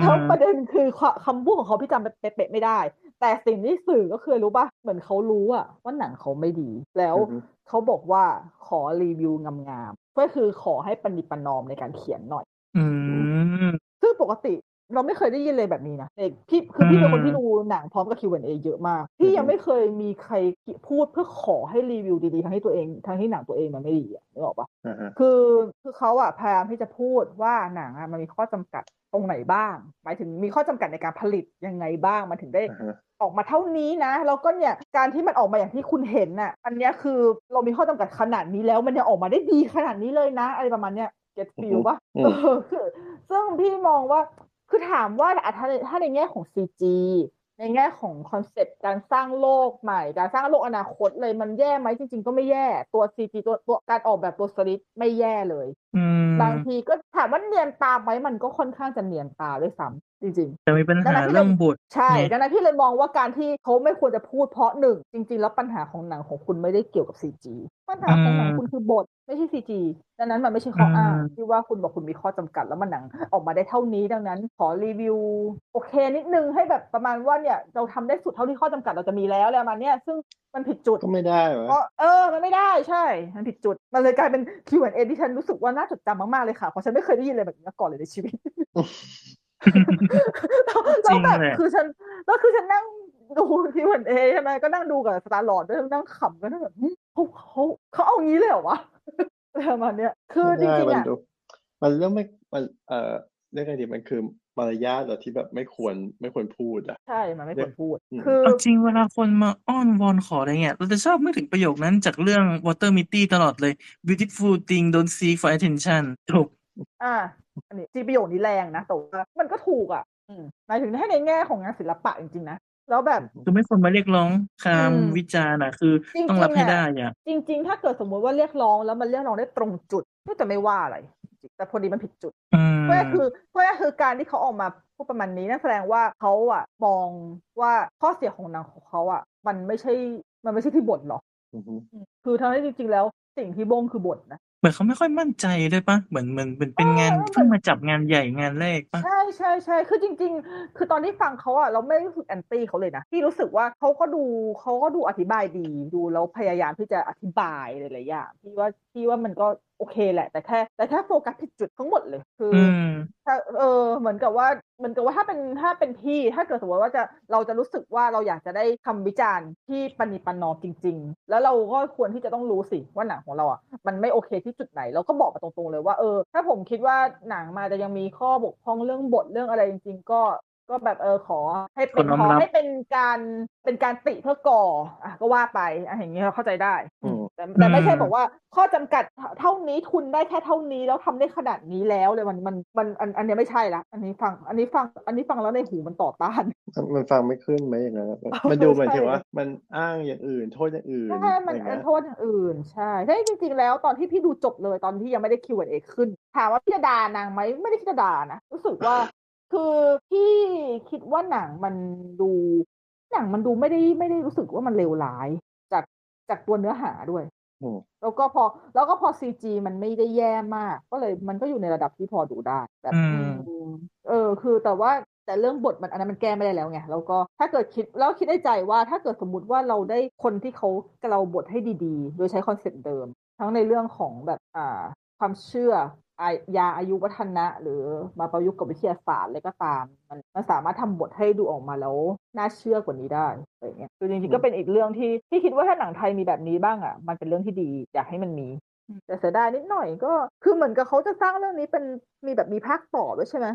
แล้วประเด็นคือความคำพูดของเขาพี่จำเป๊ะๆไม่ได้ แต่สิ่งที่สื่อก็คือรู้ป่ะ เหมือนเขารู้อะว่าหนังเขาไม่ดี แล้ว
อือฮึ
เขาบอกว่าขอรีวิวงามๆ ก็คือขอให้ปณิประนอมในการเขียนหน่อย
อืม
ซึ่งปกติเราไม่เคยได้ยินเลยแบบนี้นะเอกพี่คือพี่เป็นคน
อืม
ที่ดูหนังพร้อมกับ Q&A เยอะมาก พี่ยัง
อือฮึ
ไม่เคยมีใครพูดเพื่อขอให้รีวิวดีๆ ทั้งที่ตัวเองทั้งที่หนังตัวเองมันไม่ดีอะนึกออกปะ
อ่าฮะ
คือคือเขาอะพยายามที่จะพูดว่าหนังอะมันมีข้อจำกัดตรงไหนบ้าง หมายถึงมีข้อจำกัดในการผลิตยังไงบ้างมันถึงได้
อ่าฮะ
ออกมาเท่านี้นะแล้วก็เนี่ยการที่มันออกมาอย่างที่คุณเห็นน่ะ อันเนี้ยคือเรามีข้อจำกัดขนาดนี้แล้วมันยังออกมาได้ดีขนาดนี้เลยนะ อะไรประมาณเนี้ยเก็ตฟิลปะ
อื
เอ
ม
อคือซึ่งพี่มองว่าคือถามว่าอ่ะถ้าในถ้าในแง่ของ CG ในแง่ของคอนเซปต์การสร้างโลกใหม่ การสร้างโลกอนาคตเลยมันแย่ไหมจริง ๆ ก็ไม่แย่ตัว CG ตัวตัวการออกแบบตัวสลิปไม่แย่เลย
อืม
บางทีก็ถามว่าเนียนตาไหมมันก็ค่อนข้างจะเนียนตาด้วยซ้ำจริง ๆ
แต่มีปัญ
นั่น
หา
น่ะที่เรา
เรื่องบท
ใช่
ไง
ดังนั้นพี่เลยมองว่าการที่เขาไม่ควรจะพูดเพราะหนึ่ง จริง ๆ แล้วปัญหาของหนังของคุณไม่ได้เกี่ยวกับซีจีปัญหาของหนังคุณคือบทไม่ใช่ซีจีดังนั้นมันไม่ใช่ข้ออ้างที่ว่าคุณบอกคุณมีข้อจำกัดแล้วมันหนังออกมาได้เท่านี้ ดังนั้นขอรีวิวโอเคนิดนึงให้แบบประมาณว่าเนี่ยเราทำได้สุดเท่าที่ข้อจำกัดเราจะมีแล้วอะไรประมาณเนี้ยซึ่งมันผิดจุด
ก็ไม่ได้วะ
ก็เออ มันไม่ได้ใช่ มันผิดจุด มันเลยกลายเป็น Q&A ที่ฉันรู้สึกว่าน่าจดจำมาก ๆ เลยค่ะ เพราะฉันไม่เคยได้ยินอะไรแบบนี้มาก่อนเลยในชีวิต แล้ว
จริ
แล้ว
ง
แบบ
แหละ
คือฉันแล้วคือฉันนั่งดู Q&A ใช่ไหมก็นั่งดูกับสตาร์ลอดด้วยนั่งขำกันนั่งแบบหึเขาเขาเขาเอางี้เลยเหรอวะ อะไรประมาณเนี้ย คือจ
ไม่ได้
ริง ๆ
มัน
อ่ะ
ดูมันเรื่องไม่มันเอ่อเรื่องอะไรดีมันคือมารยาทเหรอที่แบบไม่ควรไม่ควรพูดอ่ะ
ใช่ มันไม่ควรพูด
อืม
คือ
เอาจริงเวลาคนมาอ้อนวอนขออะไรเงี้ยเราจะชอบนึกถึงประโยคนั้นจากเรื่อง Water Mitty ตลอดเลย Beautiful thing don't seek for attention จบ
อ่าอันนี้จริงประโยคนี้แรงนะแต่ว่ามันก็ถูกอ่ะอืมหมายถึงให้ในแง่ของงานศิลปะจริงๆนะแล้วแบบ
คือไม่ควรมาเรียกร้องค
อืม
ำวิจารณ์อะคือ
จริงๆ
ต้องรับให้
อะ
ได้อ่ะ
จริง ๆ ถ้าเกิดสมมุติว่าเรียกร้องแล้วมันเรียกร้องได้ตรงจุดก็จะไม่ว่าอะไรจริงแต่พอดีมันผิดจุด
อืม
เพราะคือเพราะคือการที่เขาออกมาพูดประมาณนี้นั่นแสดงว่าเขาอะมองว่าข้อเสียของหนังของเขาอะมันไม่ใช่มันไม่ใช่ที่บทหรอก
อือฮึ
คือทั้งที่จริง ๆ แล้วสิ่งที่บงคือบทนะ
เหมือนเขาไม่ค่อยมั่นใจด้วยปะเหมือนเหมือนเหมือนเป็
เออง
นาน
มัน
เพิ่งมาจับงานใหญ่งานแรกปะ
ใช่ใช่ใช่คือจริง ๆ คือตอนที่ฟังเขาอะเราไม่รู้สึกแอนตี้เขาเลยนะที่รู้สึกว่าเขาก็ดูเขาก็ดูอธิบายดีดูแล้วพยายามที่จะอธิบายหลายๆอย่างที่ว่าที่ว่ามันก็โอเคแหละ แต่แค่แต่แค่โฟกัสผิดจุดทั้งหมดเลยคือ
อื
อ
ม
ถ้าเออเหมือนกับว่าเหมือนกับว่าถ้าเป็นถ้าเป็นพี่ถ้าเกิดสมมติว่าจะเราจะรู้สึกว่าเราอยากจะได้คำวิจารณ์ที่ปณิปนอมจริง ๆ แล้วเราก็ควรที่จะต้องรู้สิว่าหนังของเราอ่ะมันไม่โอเคที่จุดไหนเราก็บอกมาตรงๆเลยว่าเออถ้าผมคิดว่าหนังมาจะยังมีข้อบกพร่องเรื่องบทเรื่องอะไรจริง ๆ ก็ก็แบบเออขอให้เป็น
ขอน้อม
ข
รั
อบ ให้เป็นการเป็นการติเพื่อก่ออ่ะก็ว่าไปอ่ะอย่างนี้ยเข้าใจได้
อืม
แต่แต่ไม่ใช่
อืม
บอกว่าข้อจำกัดเท่านี้ทุนได้แค่เท่านี้แล้วทำได้ขนาดนี้แล้วเลยมันมันมันอันอันเนี้ยไม่ใช่ละอันนี้ฟังอันนี้ฟังอันนี้ฟังแล้วในหูมันต่อต้าน
มันมันฟังไม่ขึ้นไหมอย่างนั้นอะ
เออ
มันมันดูเหมือน
ใช่
ถึงว่า มันอ้างอย่างอื่น โทษอย่างอื่น
ใช่ มัน
อย่าง
อั
เงี้
น
ย
โทษอย่างอื่นใช่ใช่จริง ๆ แล้วตอนที่พี่ดูจบเลยตอนที่ยังไม่ได้ Q&A ขึ้น ถามว่าพี่จะด่านางไหมไม่ได้คิดจะด่านะรู้สึกว่า คือพี่คิดว่าหนังมันดู หนังมันดูไม่ได้ไม่ได้รู้สึกว่ามันเลวร้าย จากจากตัวเนื้อหาด้วย
อืม
แล้วก็พอแล้วก็พอซีจีมันไม่ได้แย่มาก ก็เลยมันก็อยู่ในระดับที่พอดูได้แบบ
อืม
อืมเออ คือแต่ว่าแต่เรื่องบทมันอันนั้นมันแก้ไม่ได้แล้วไงแล้วก็ถ้าเกิดคิดแล้วคิดในใจว่าถ้าเกิดสมมติว่าเราได้คนที่เขาเราบทให้ดีๆ โดยใช้คอนเซ็ปต์เดิม ทั้งในเรื่องของแบบอ่าความเชื่อ อายาอายุวัฒนะ หรือมาประยุกต์กับวิทยาศาสตร์อะไรก็ตาม มันมันสามารถทำบทให้ดูออกมาแล้ว น่าเชื่อกว่านี้ได้อะไรเงี้ยคือจริงๆก็เป็นอีกเรื่องที่ที่คิดว่าถ้าหนังไทยมีแบบนี้บ้างอ่ะ มันเป็นเรื่องที่ดีอยากให้มันมี แต่เสียดายนิดหน่อยก็ คือเหมือนกับเขาจะสร้างเรื่องนี้เป็นมีแบบมีภาคต่อด้วยใช่ไหม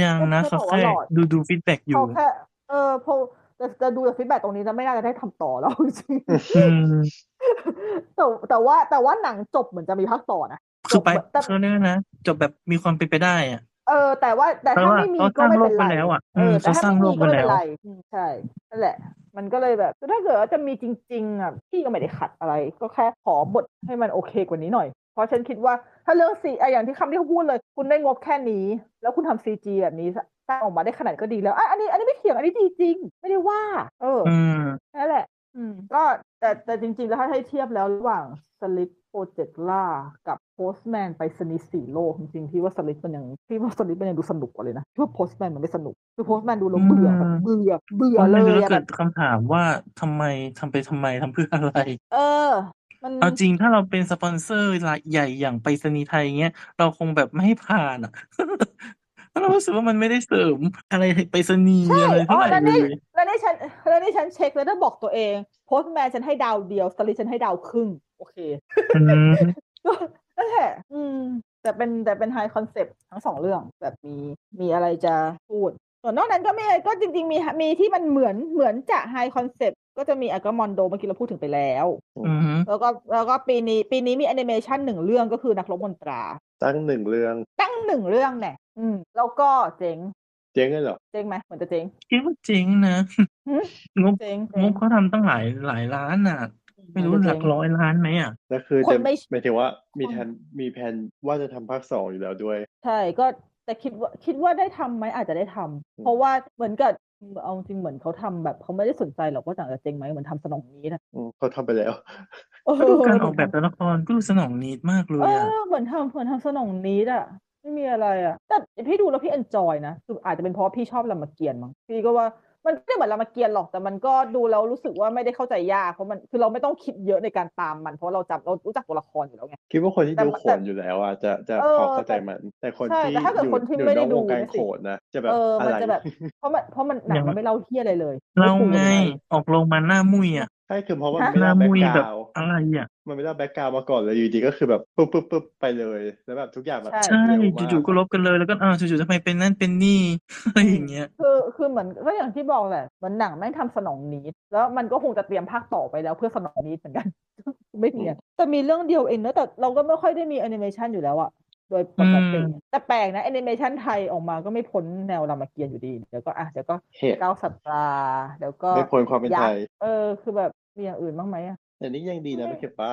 ยังนะ
เขา
เขา
บอกว่าหลอ
แค่
ด
ดูดูฟีดแบ็กอยู่
เขาแค่เออพอจะจะดูจากฟีดแบ็ตรงนี้จะไม่น่าจะได้ทำต่อแล้ว จริง
อืม
ๆแต่แต่ว่าแต่ว่าหนังจบเหมือนจะมีภาคต่อนะ
คือไป
จบแบบ
เขาเรียกว่านะจบแบบมีความเป็นไปได้อ่ะ
เออ แต่ว่าแต่
แปล
ถ้า
ว่า
ไม่มี
เขา
ก็ไม่เป็นไร
สร้างโลกไว้แล้วอะ
เออ
ม
แต่ถ้าไม่มีก็
เขาสร้างโลกไว้
ไม่
แล้
เป็น
ว
ไรอืมใช่นั่นแหละ มันก็เลยแบบถ้าเกิดว่าจะมีจริง ๆอ่ะพี่ก็ไม่ได้ขัดอะไร ก็แค่ขอบทให้มันโอเคกว่านี้หน่อย เพราะฉันคิดว่าถ้าเรื่องซีอะอย่างที่คำที่เขาพูดเลย คุณได้งบแค่นี้ แล้วคุณทำซีจีแบบนี้สร้างออกมาได้ขนาดก็ดีแล้วอ่ะอันนี้อันนี้ไม่เถียงอันนี้ดีจริง ไม่ได้ว่า เอออ
อืม
นั่นแหละ อืม ก็แต่แต่จริง ๆ แล้วถ้าให้เทียบแล้วระหว่างสลิปโปรเจกต์ล่ากับโพสแมนไปสนิทสีโลกจริงๆที่ว่าสลิปมันยังที่ว่าสลิปมันยังดูสนุกกว่าเลยนะที่ว่าโพสแมนมันไม่สนุกคือโพสแมนดูแล้วเบื่อ
อืม
เบื่อเบื่อ
มัน
เล
เลย ย
อะแบ
เกิด
บ
คำถามว่าทำไมทำไปทำไมทำเพื่ออะไร
เออ มัน
เอาจริงถ้าเราเป็นสปอนเซอร์รายใหญ่อย่างไปรษณีย์ไทยเงี้ยเราคงแบบไม่ให้ผ่านอ่ะ เพราะเรารู้สึกว่ามันไม่ได้เสริมอะไรไปรษณีย์อะไร
อ๋
เท่า
อ
ไหร่
แล้ว
เล
นี่
ย
แล้วนี่ฉันแล้วนี่ฉันเช็คแล้วถ้าบอกตัวเองโพสแมนฉันให้ดาวเดียวสลิปฉันให้ดาวครึ่งโอเค
อืม
นั่นแหละอืม แต่เป็นแต่เป็นไฮคอนเซปต์ทั้งสองเรื่องแบบมีมีอะไรจะพูด ส่วนนอกนั้นก็ไม่ก็จริง ๆ มีมีที่มันเหมือนเหมือนจะไฮคอนเซปต์ก็จะมีอากามอนโดเมื่อกี้เราพูดถึงไปแล้ว
อืม
แล้วก็แล้วก็ปีนี้ปีนี้มีแอนิเมชันหนึ่งเรื่องก็คือนักรบมนตรา
ตั้งหนึ่งเรื่อง
ตั้งหนึ่งเรื่องแน่อืม แล้วก็เจ๊ง
เจ๊งเลยเหรอ
เจ๊งไหมเหมือนจะเจ๊ง
คิดว่าเจริงนะ
หืม
งบ
เจ๊ง
ง
เจ๊ง
บเขาทำตั้งหลายหลายล้านอ่ะ ไม่รู้
เอน
ห
จะ
ลั
เจ๊
ก
ง
ร้อยล้านไหมอ่ะ
แล้วคือ
ค
จะ
นไม่
หมายถึงว่ามี
คน
แผนมีแผนว่าจะทำภาคสองอยู่แล้วด้วย
ใช่ก็แต่คิดว่าคิดว่าได้ทำไหมอาจจะได้ทำ
ม
เพราะว่าเหมือนกับเอาจริงเหมือนเขาทำแบบเขาไม่ได้สนใจหรอกว่าหนังจะเจ๊งไหมเหมือนทำสนองนี้นะ
อืมเขาทำไปแล้ว
เอ อ
ก็ดูการออกแบบแต่ละครก็ดูสนองนิดมากเล
เอย
อ่ะ
อเหมือนทำเหมือนทำสนองนี้อ่ะไม่มีอะไรอ่ะแต่พี่ดูแล้วพี่เอนจอยนะคืออาจจะเป็นเพราะพี่ชอบรามเกียรติ์มั้งพี่ก็ว่ามันไม่ได้เหมือนรามเกียรติ์หรอกแต่มันก็ดูแล้วรู้สึกว่าไม่ได้เข้าใจยากเพราะมันคือเราไม่ต้องคิดเยอะในการตามมัน เพราะเราจำเรารู้จักตัวละครอยู่แล้วไง
คิดว่าคนที่
แต่
ดู
มัน
โขนอยู่แล้วอ่ะจะจะ
เออ
พอเข้าใจมัน แต่คน
ใช่
ที่
แต่ถ้าเกิด
อยู่
คนที่
อยู่
ไม่ได้
นอกวง
ดู
การ
เนี่ยสิ
โขนนะจะแบบ
เอออ
อะไร
มันจะแบบ เพราะมันเพราะมันหนั
อย่าง ง
มันไม่เล่าเที่ยอะไรเลย
เรา
ม่ปู
ไง
อะไร
ออกโรงมาหน้ามุยอ่ะ
ใช่คือเพราะมัน
ฮะ
ไม่
หน้า
เล่าแบ็กก
มุยแบ
รา
บ
วด์
อะไรอ่ะ
มันไม่เล่าแบ็กกราวด์มาก่อนเลยอยู่ดีก็คือแบบปุ๊บปุ๊บปุ๊บไปเลย แล้วแบบทุกอย่างแบบ
ใช่
ใช่
เร็วมาก
จู่ๆก็ลบกันเลยแล้วก็อ้าวจู่ๆทำไมเป็นนั่นเป็นนี่ อะไรอย่างเงี้ย
คือคือเหมือนก็อย่างที่บอกแหละเหมือนหนังแม่งทำสนองนีดแล้วมันก็คงจะเตรียมภาคต่อไปแล้วเพื่อสนองนีดเหมือนกัน ไม่เนียนแต่มีเรื่องเดียวเองนะแต่เราก็ไม่ค่อยได้มีแอนิเมชันอยู่แล้วอะโดยปกติ
อืม
แต่แปลกนะแอนิเมชันไทยออกมาก็ไม่พ้นแนวรามเกียรติ์อยู่ดีเดี๋ยวก็อ่ะเดี๋ยวก็
เหตุ
เก้าสัตว์ปลาเดี๋ยวก็
ไม่พ้นความเป็นไทย
เออคือแบบมีอย่างอื่นบ้างไหมอะ
แต่นี่ยังดีนะ
ไม่
ไม่เก็บว่า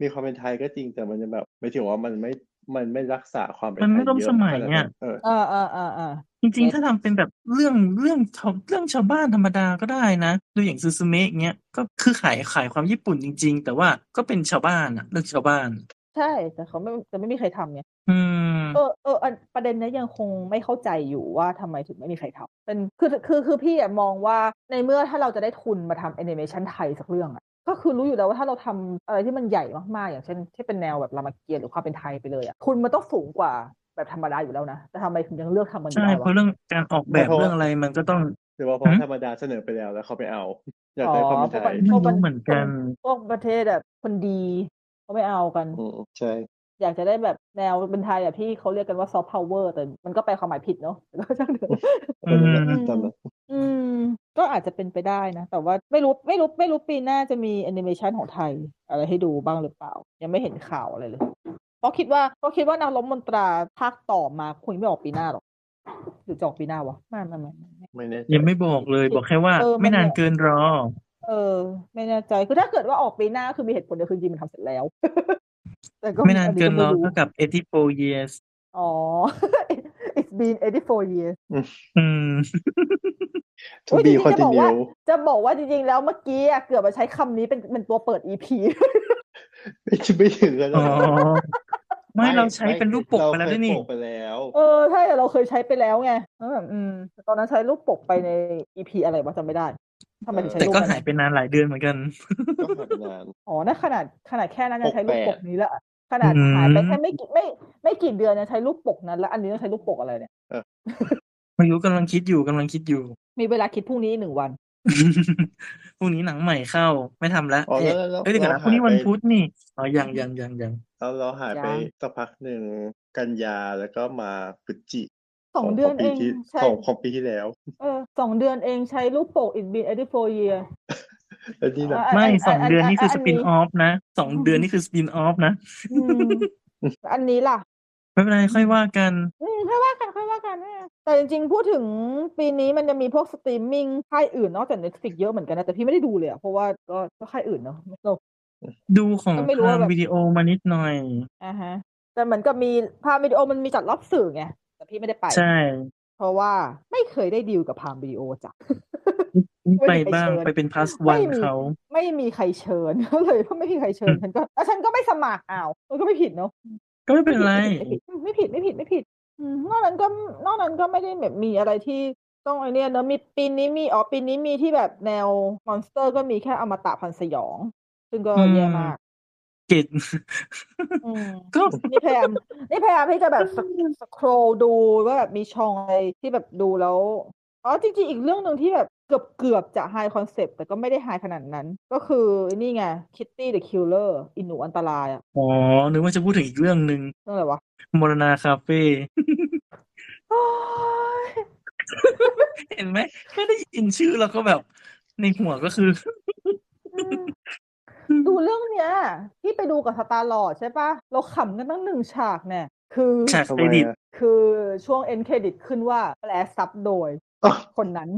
มีความเป็นไทยก็จริงแต่มันจะแบบไม่ถือว่ามันไม่มันไม่รักษาความเป็น
มัน
ไท
ไม่
ย
ร่วม
เยอะ
สมัย
ขนาด
อะ
นั้นเออ
อ่าอ่าอ่าอ่า
จริง
Yes
ๆ ถ้าทำเป็นแบบเรื่องเรื่องชาวเรื่องชาวบ้านธรรมดาก็ได้นะ ดูอย่างซูซูเมะเงี้ยก็คือขายขายความญี่ปุ่นจริง ๆ แต่ว่าก็เป็นชาวบ้านอะเรื่องชาวบ้าน
ใช่แต่เขาไม่แต่ไม่มีใครทำไง
อืม
เออเอออันประเด็นเนี้ยยังคงไม่เข้าใจอยู่ว่าทำไมถึงไม่มีใครทำเป็นคือคือคือพี่อะมองว่าในเมื่อถ้าเราจะได้ทุนมาทำแอนิเมชันไทยสักเรื่องอะก็คือรู้อยู่แล้วว่าถ้าเราทำอะไรที่มันใหญ่มากๆ อย่างเช่น ที่เป็นแนวแบบรามเกียรติ์หรือความเป็นไทยไปเลยอะทุนมันต้องสูงกว่าแบบธรรมดาอยู่แล้วนะ แต่ทำไมถึงยังเลือกทำมันอยู่
ใช่
ได้
เพ
วะ
ราะเรื่องการออกแบบ
เพราะ
เรื่องอะไรมันก็ต้อง
หรือว่าเพราะ
หืม
ธรรมดาเสนอไปแล้วแล้วเขาไม่เอา อยาก
อ๋อ
ได้ความเป็นไท
เพราะมัน
ย
ไม่รู้เหมือนกัน
พวกประเทศแบบคนดีเขาไม่เอากัน
อืมใช่
อยากจะได้แบบแนวเป็นไทยแบบที่เขาเรียกกันว่าซอฟต์พาวเวอร์แต่มันก็แปลความหมายผิดเนาะ แต่ก็ช่างเถอะ
อื
ก็นั่นแหละ
ม
จำนะ
อืม ก็อาจจะเป็นไปได้นะ แต่ว่าไม่รู้ไม่รู้ไม่รู้ปีหน้าจะมีแอนิเมชันของไทย อะไรให้ดูบ้างหรือเปล่า ยังไม่เห็นข่าวอะไรเลยเพราะคิดว่าเพราะคิดว่านางล้มมนตราภาคต่อมาคงไม่ออกปีหน้าหรอกหรือจะออกปีหน้าวะไม่ไม่ไม่ไม่ไม่
ไม่แน่ใจ
ยังไม่บอกเลยบอกแค่ว่า
เออมัน
ไม่นานเกินรอ
เออ ไม่แน่ใจคือถ้าเกิดว่าออกปีหน้าคือมีเหตุผลเดียวคือจริงๆมันทำเสร็จแล้ว แต่ก็
ไม่นานเกินรอ
ไม่
เท่ากับ 84 years
อ๋อ it's been 84 years
อืม
ทู
อุ๊ยจ
บี
ริงๆ
คอน
จะ
ติ
บอก
เนีย
ว่า
ว
จะบอกว่าจริงๆแล้วเมื่อกี้อะเกือบมาใช้คำนี้เป็นเป็นตัวเปิด EP
ไม่ไม่ถึงขนาด
อ๋
นั้น
อไม่เราใช้เป็นรูปปกไปแล้วด้วยนี่
เราเคยปกไปแล้ว
เออใช่เราเคยใช้ไปแล้วไงแล้วแบบอืมตอนนั้นใช้รูปปกไปใน EP อะไรวะจำไม่ได้ทำไมถึงใช้
แต่
รูป
ก็
นั้น
หายไปนานหลายเดือนเหมือนกัน
ก็ผ่านไปนาน
อ๋อนั่นขนาดขนาดแค่นั้นยังใช้รูปปกนี้แล้วอะข ขนาด
อืม
หายไปแค่ไม่กี่ไม่ไม่กี่เดือนเนี่ยใช้รูปปกนั้น แล้วอันนี้ต้องใช้รูปปกอะไรเนี่ย
ไม่รู้กำลังคิดอยู่กำลังคิดอยู่
มีเวลาคิดพรุ่งนี้หนึ่งวัน
พรุ่งนี้หนังใหม่เข้า ไม่ทำละ
อ๋อ
เอ๊ะ
แล้วแล้ว
เอ้ยเดี๋ยวก่อน
เรา
นะพรุ่งนี้วัน
หายไป
พุธนี่อ๋อยังยังยังยัง
แล้วเราหายไป
ยัง
สักพักหนึ่งกันยาแล้วก็มาพฤศจิ
สองเดือน
ขปี
เอง
ที่
ใช่
ของของปีที่แล้ว
เออสองเดือนเองใช้รูปปก it been 84 year
แล้วนี่นะ
อ่ะ
ไม่
อัน
สอง
อัน
เดือนนี่คือ
อั
ส
นนี้
ปินออฟนะสองเดือนนี่คือสปินออฟนะ
อืมอันนี้ล่ะ
ไม่เป็นไรค่อยว่ากัน
อืมค่อยว่ากันค่อยว่ากันแม่แต่จริงๆ พูดถึงปีนี้มันจะมีพวกสตรีมมิ่งค่ายอื่นนอกจาก Netflix เยอะเหมือนกันนะ แต่พี่ไม่ได้ดูเลยอะเพราะว่าก็ก็ค่ายอื่นเนาะเรา
ดูของ
ก็ไม่รู้ว่า
พาม
แบบ
วิดีโอมานิดหน่อย
อ่าฮะ แต่เหมือนกับมีพามวิดีโอมันมีจัดรอบสื่อไง แต่พี่ไม่ได้ไป
ใช่
เพราะว่าไม่เคยได้ดีลกับพามวิดีโอจ้ะไม่มีใค
ไป
ร
บ้าง
เชิญ
ไปเป็นพาสวัน
ไม่มี
เขา
ไม่มีใครเชิญ ก็เลยก็ไม่มีใครเชิญฉันก็แล้วฉันก็ไม่สมัครอ้าวมันก็ไม่ผิดเนาะ
ก็ไม่ เป็นไร
ไม่ผิดไม่ผิดไม่ผิดอืมนอกนั้นก็นอกนั้นก็ไม่ได้แบบมีอะไรที่ต้องไอเนี่ยเนอะมีปีนี้มีอ๋อปีนี้มีที่แบบแนวมอนสเตอร์ก็มีแค่อมตะพันธ์สยอง ซึ่งก็
อืม
แย่มาก
เกต
อืม
ก็
นี่พยายามนี่พยายามที่จะแบบสครอดูว่าแบบมีช่องอะไรที่แบบดูแล้วอ๋อจริงๆอีกเรื่องหนึ่งที่แบบเกือบเกือบจะไฮคอนเซปต์แต่ก็ไม่ได้ไฮขนาดนั้น ก็คือนี่ไงคิตตี้เดอะคิลเลอร์อินหนูอันตรายอะ
อ๋อนึกว่าจะพูดถึงอีกเรื่องหนึ่ง
เรื่องอะไร วะ
มรณาคาเฟ่ เห็นไหมแค่ได้ยินชื่อแล้วก็แบบ ในหัวก็คือ
ดูเรื่องเนี้ยที่ไปดูกับสตาร์ลอร์ดใช่ปะเราขำกันตั้งหนึ่งฉากเนี่ยคือ
ฉาก
ทำไม
เครดิต
อะ
คือช่วงเอ็นเครดิตขึ้นว่าแปลซับโดย
อ๋อ
คนนั้น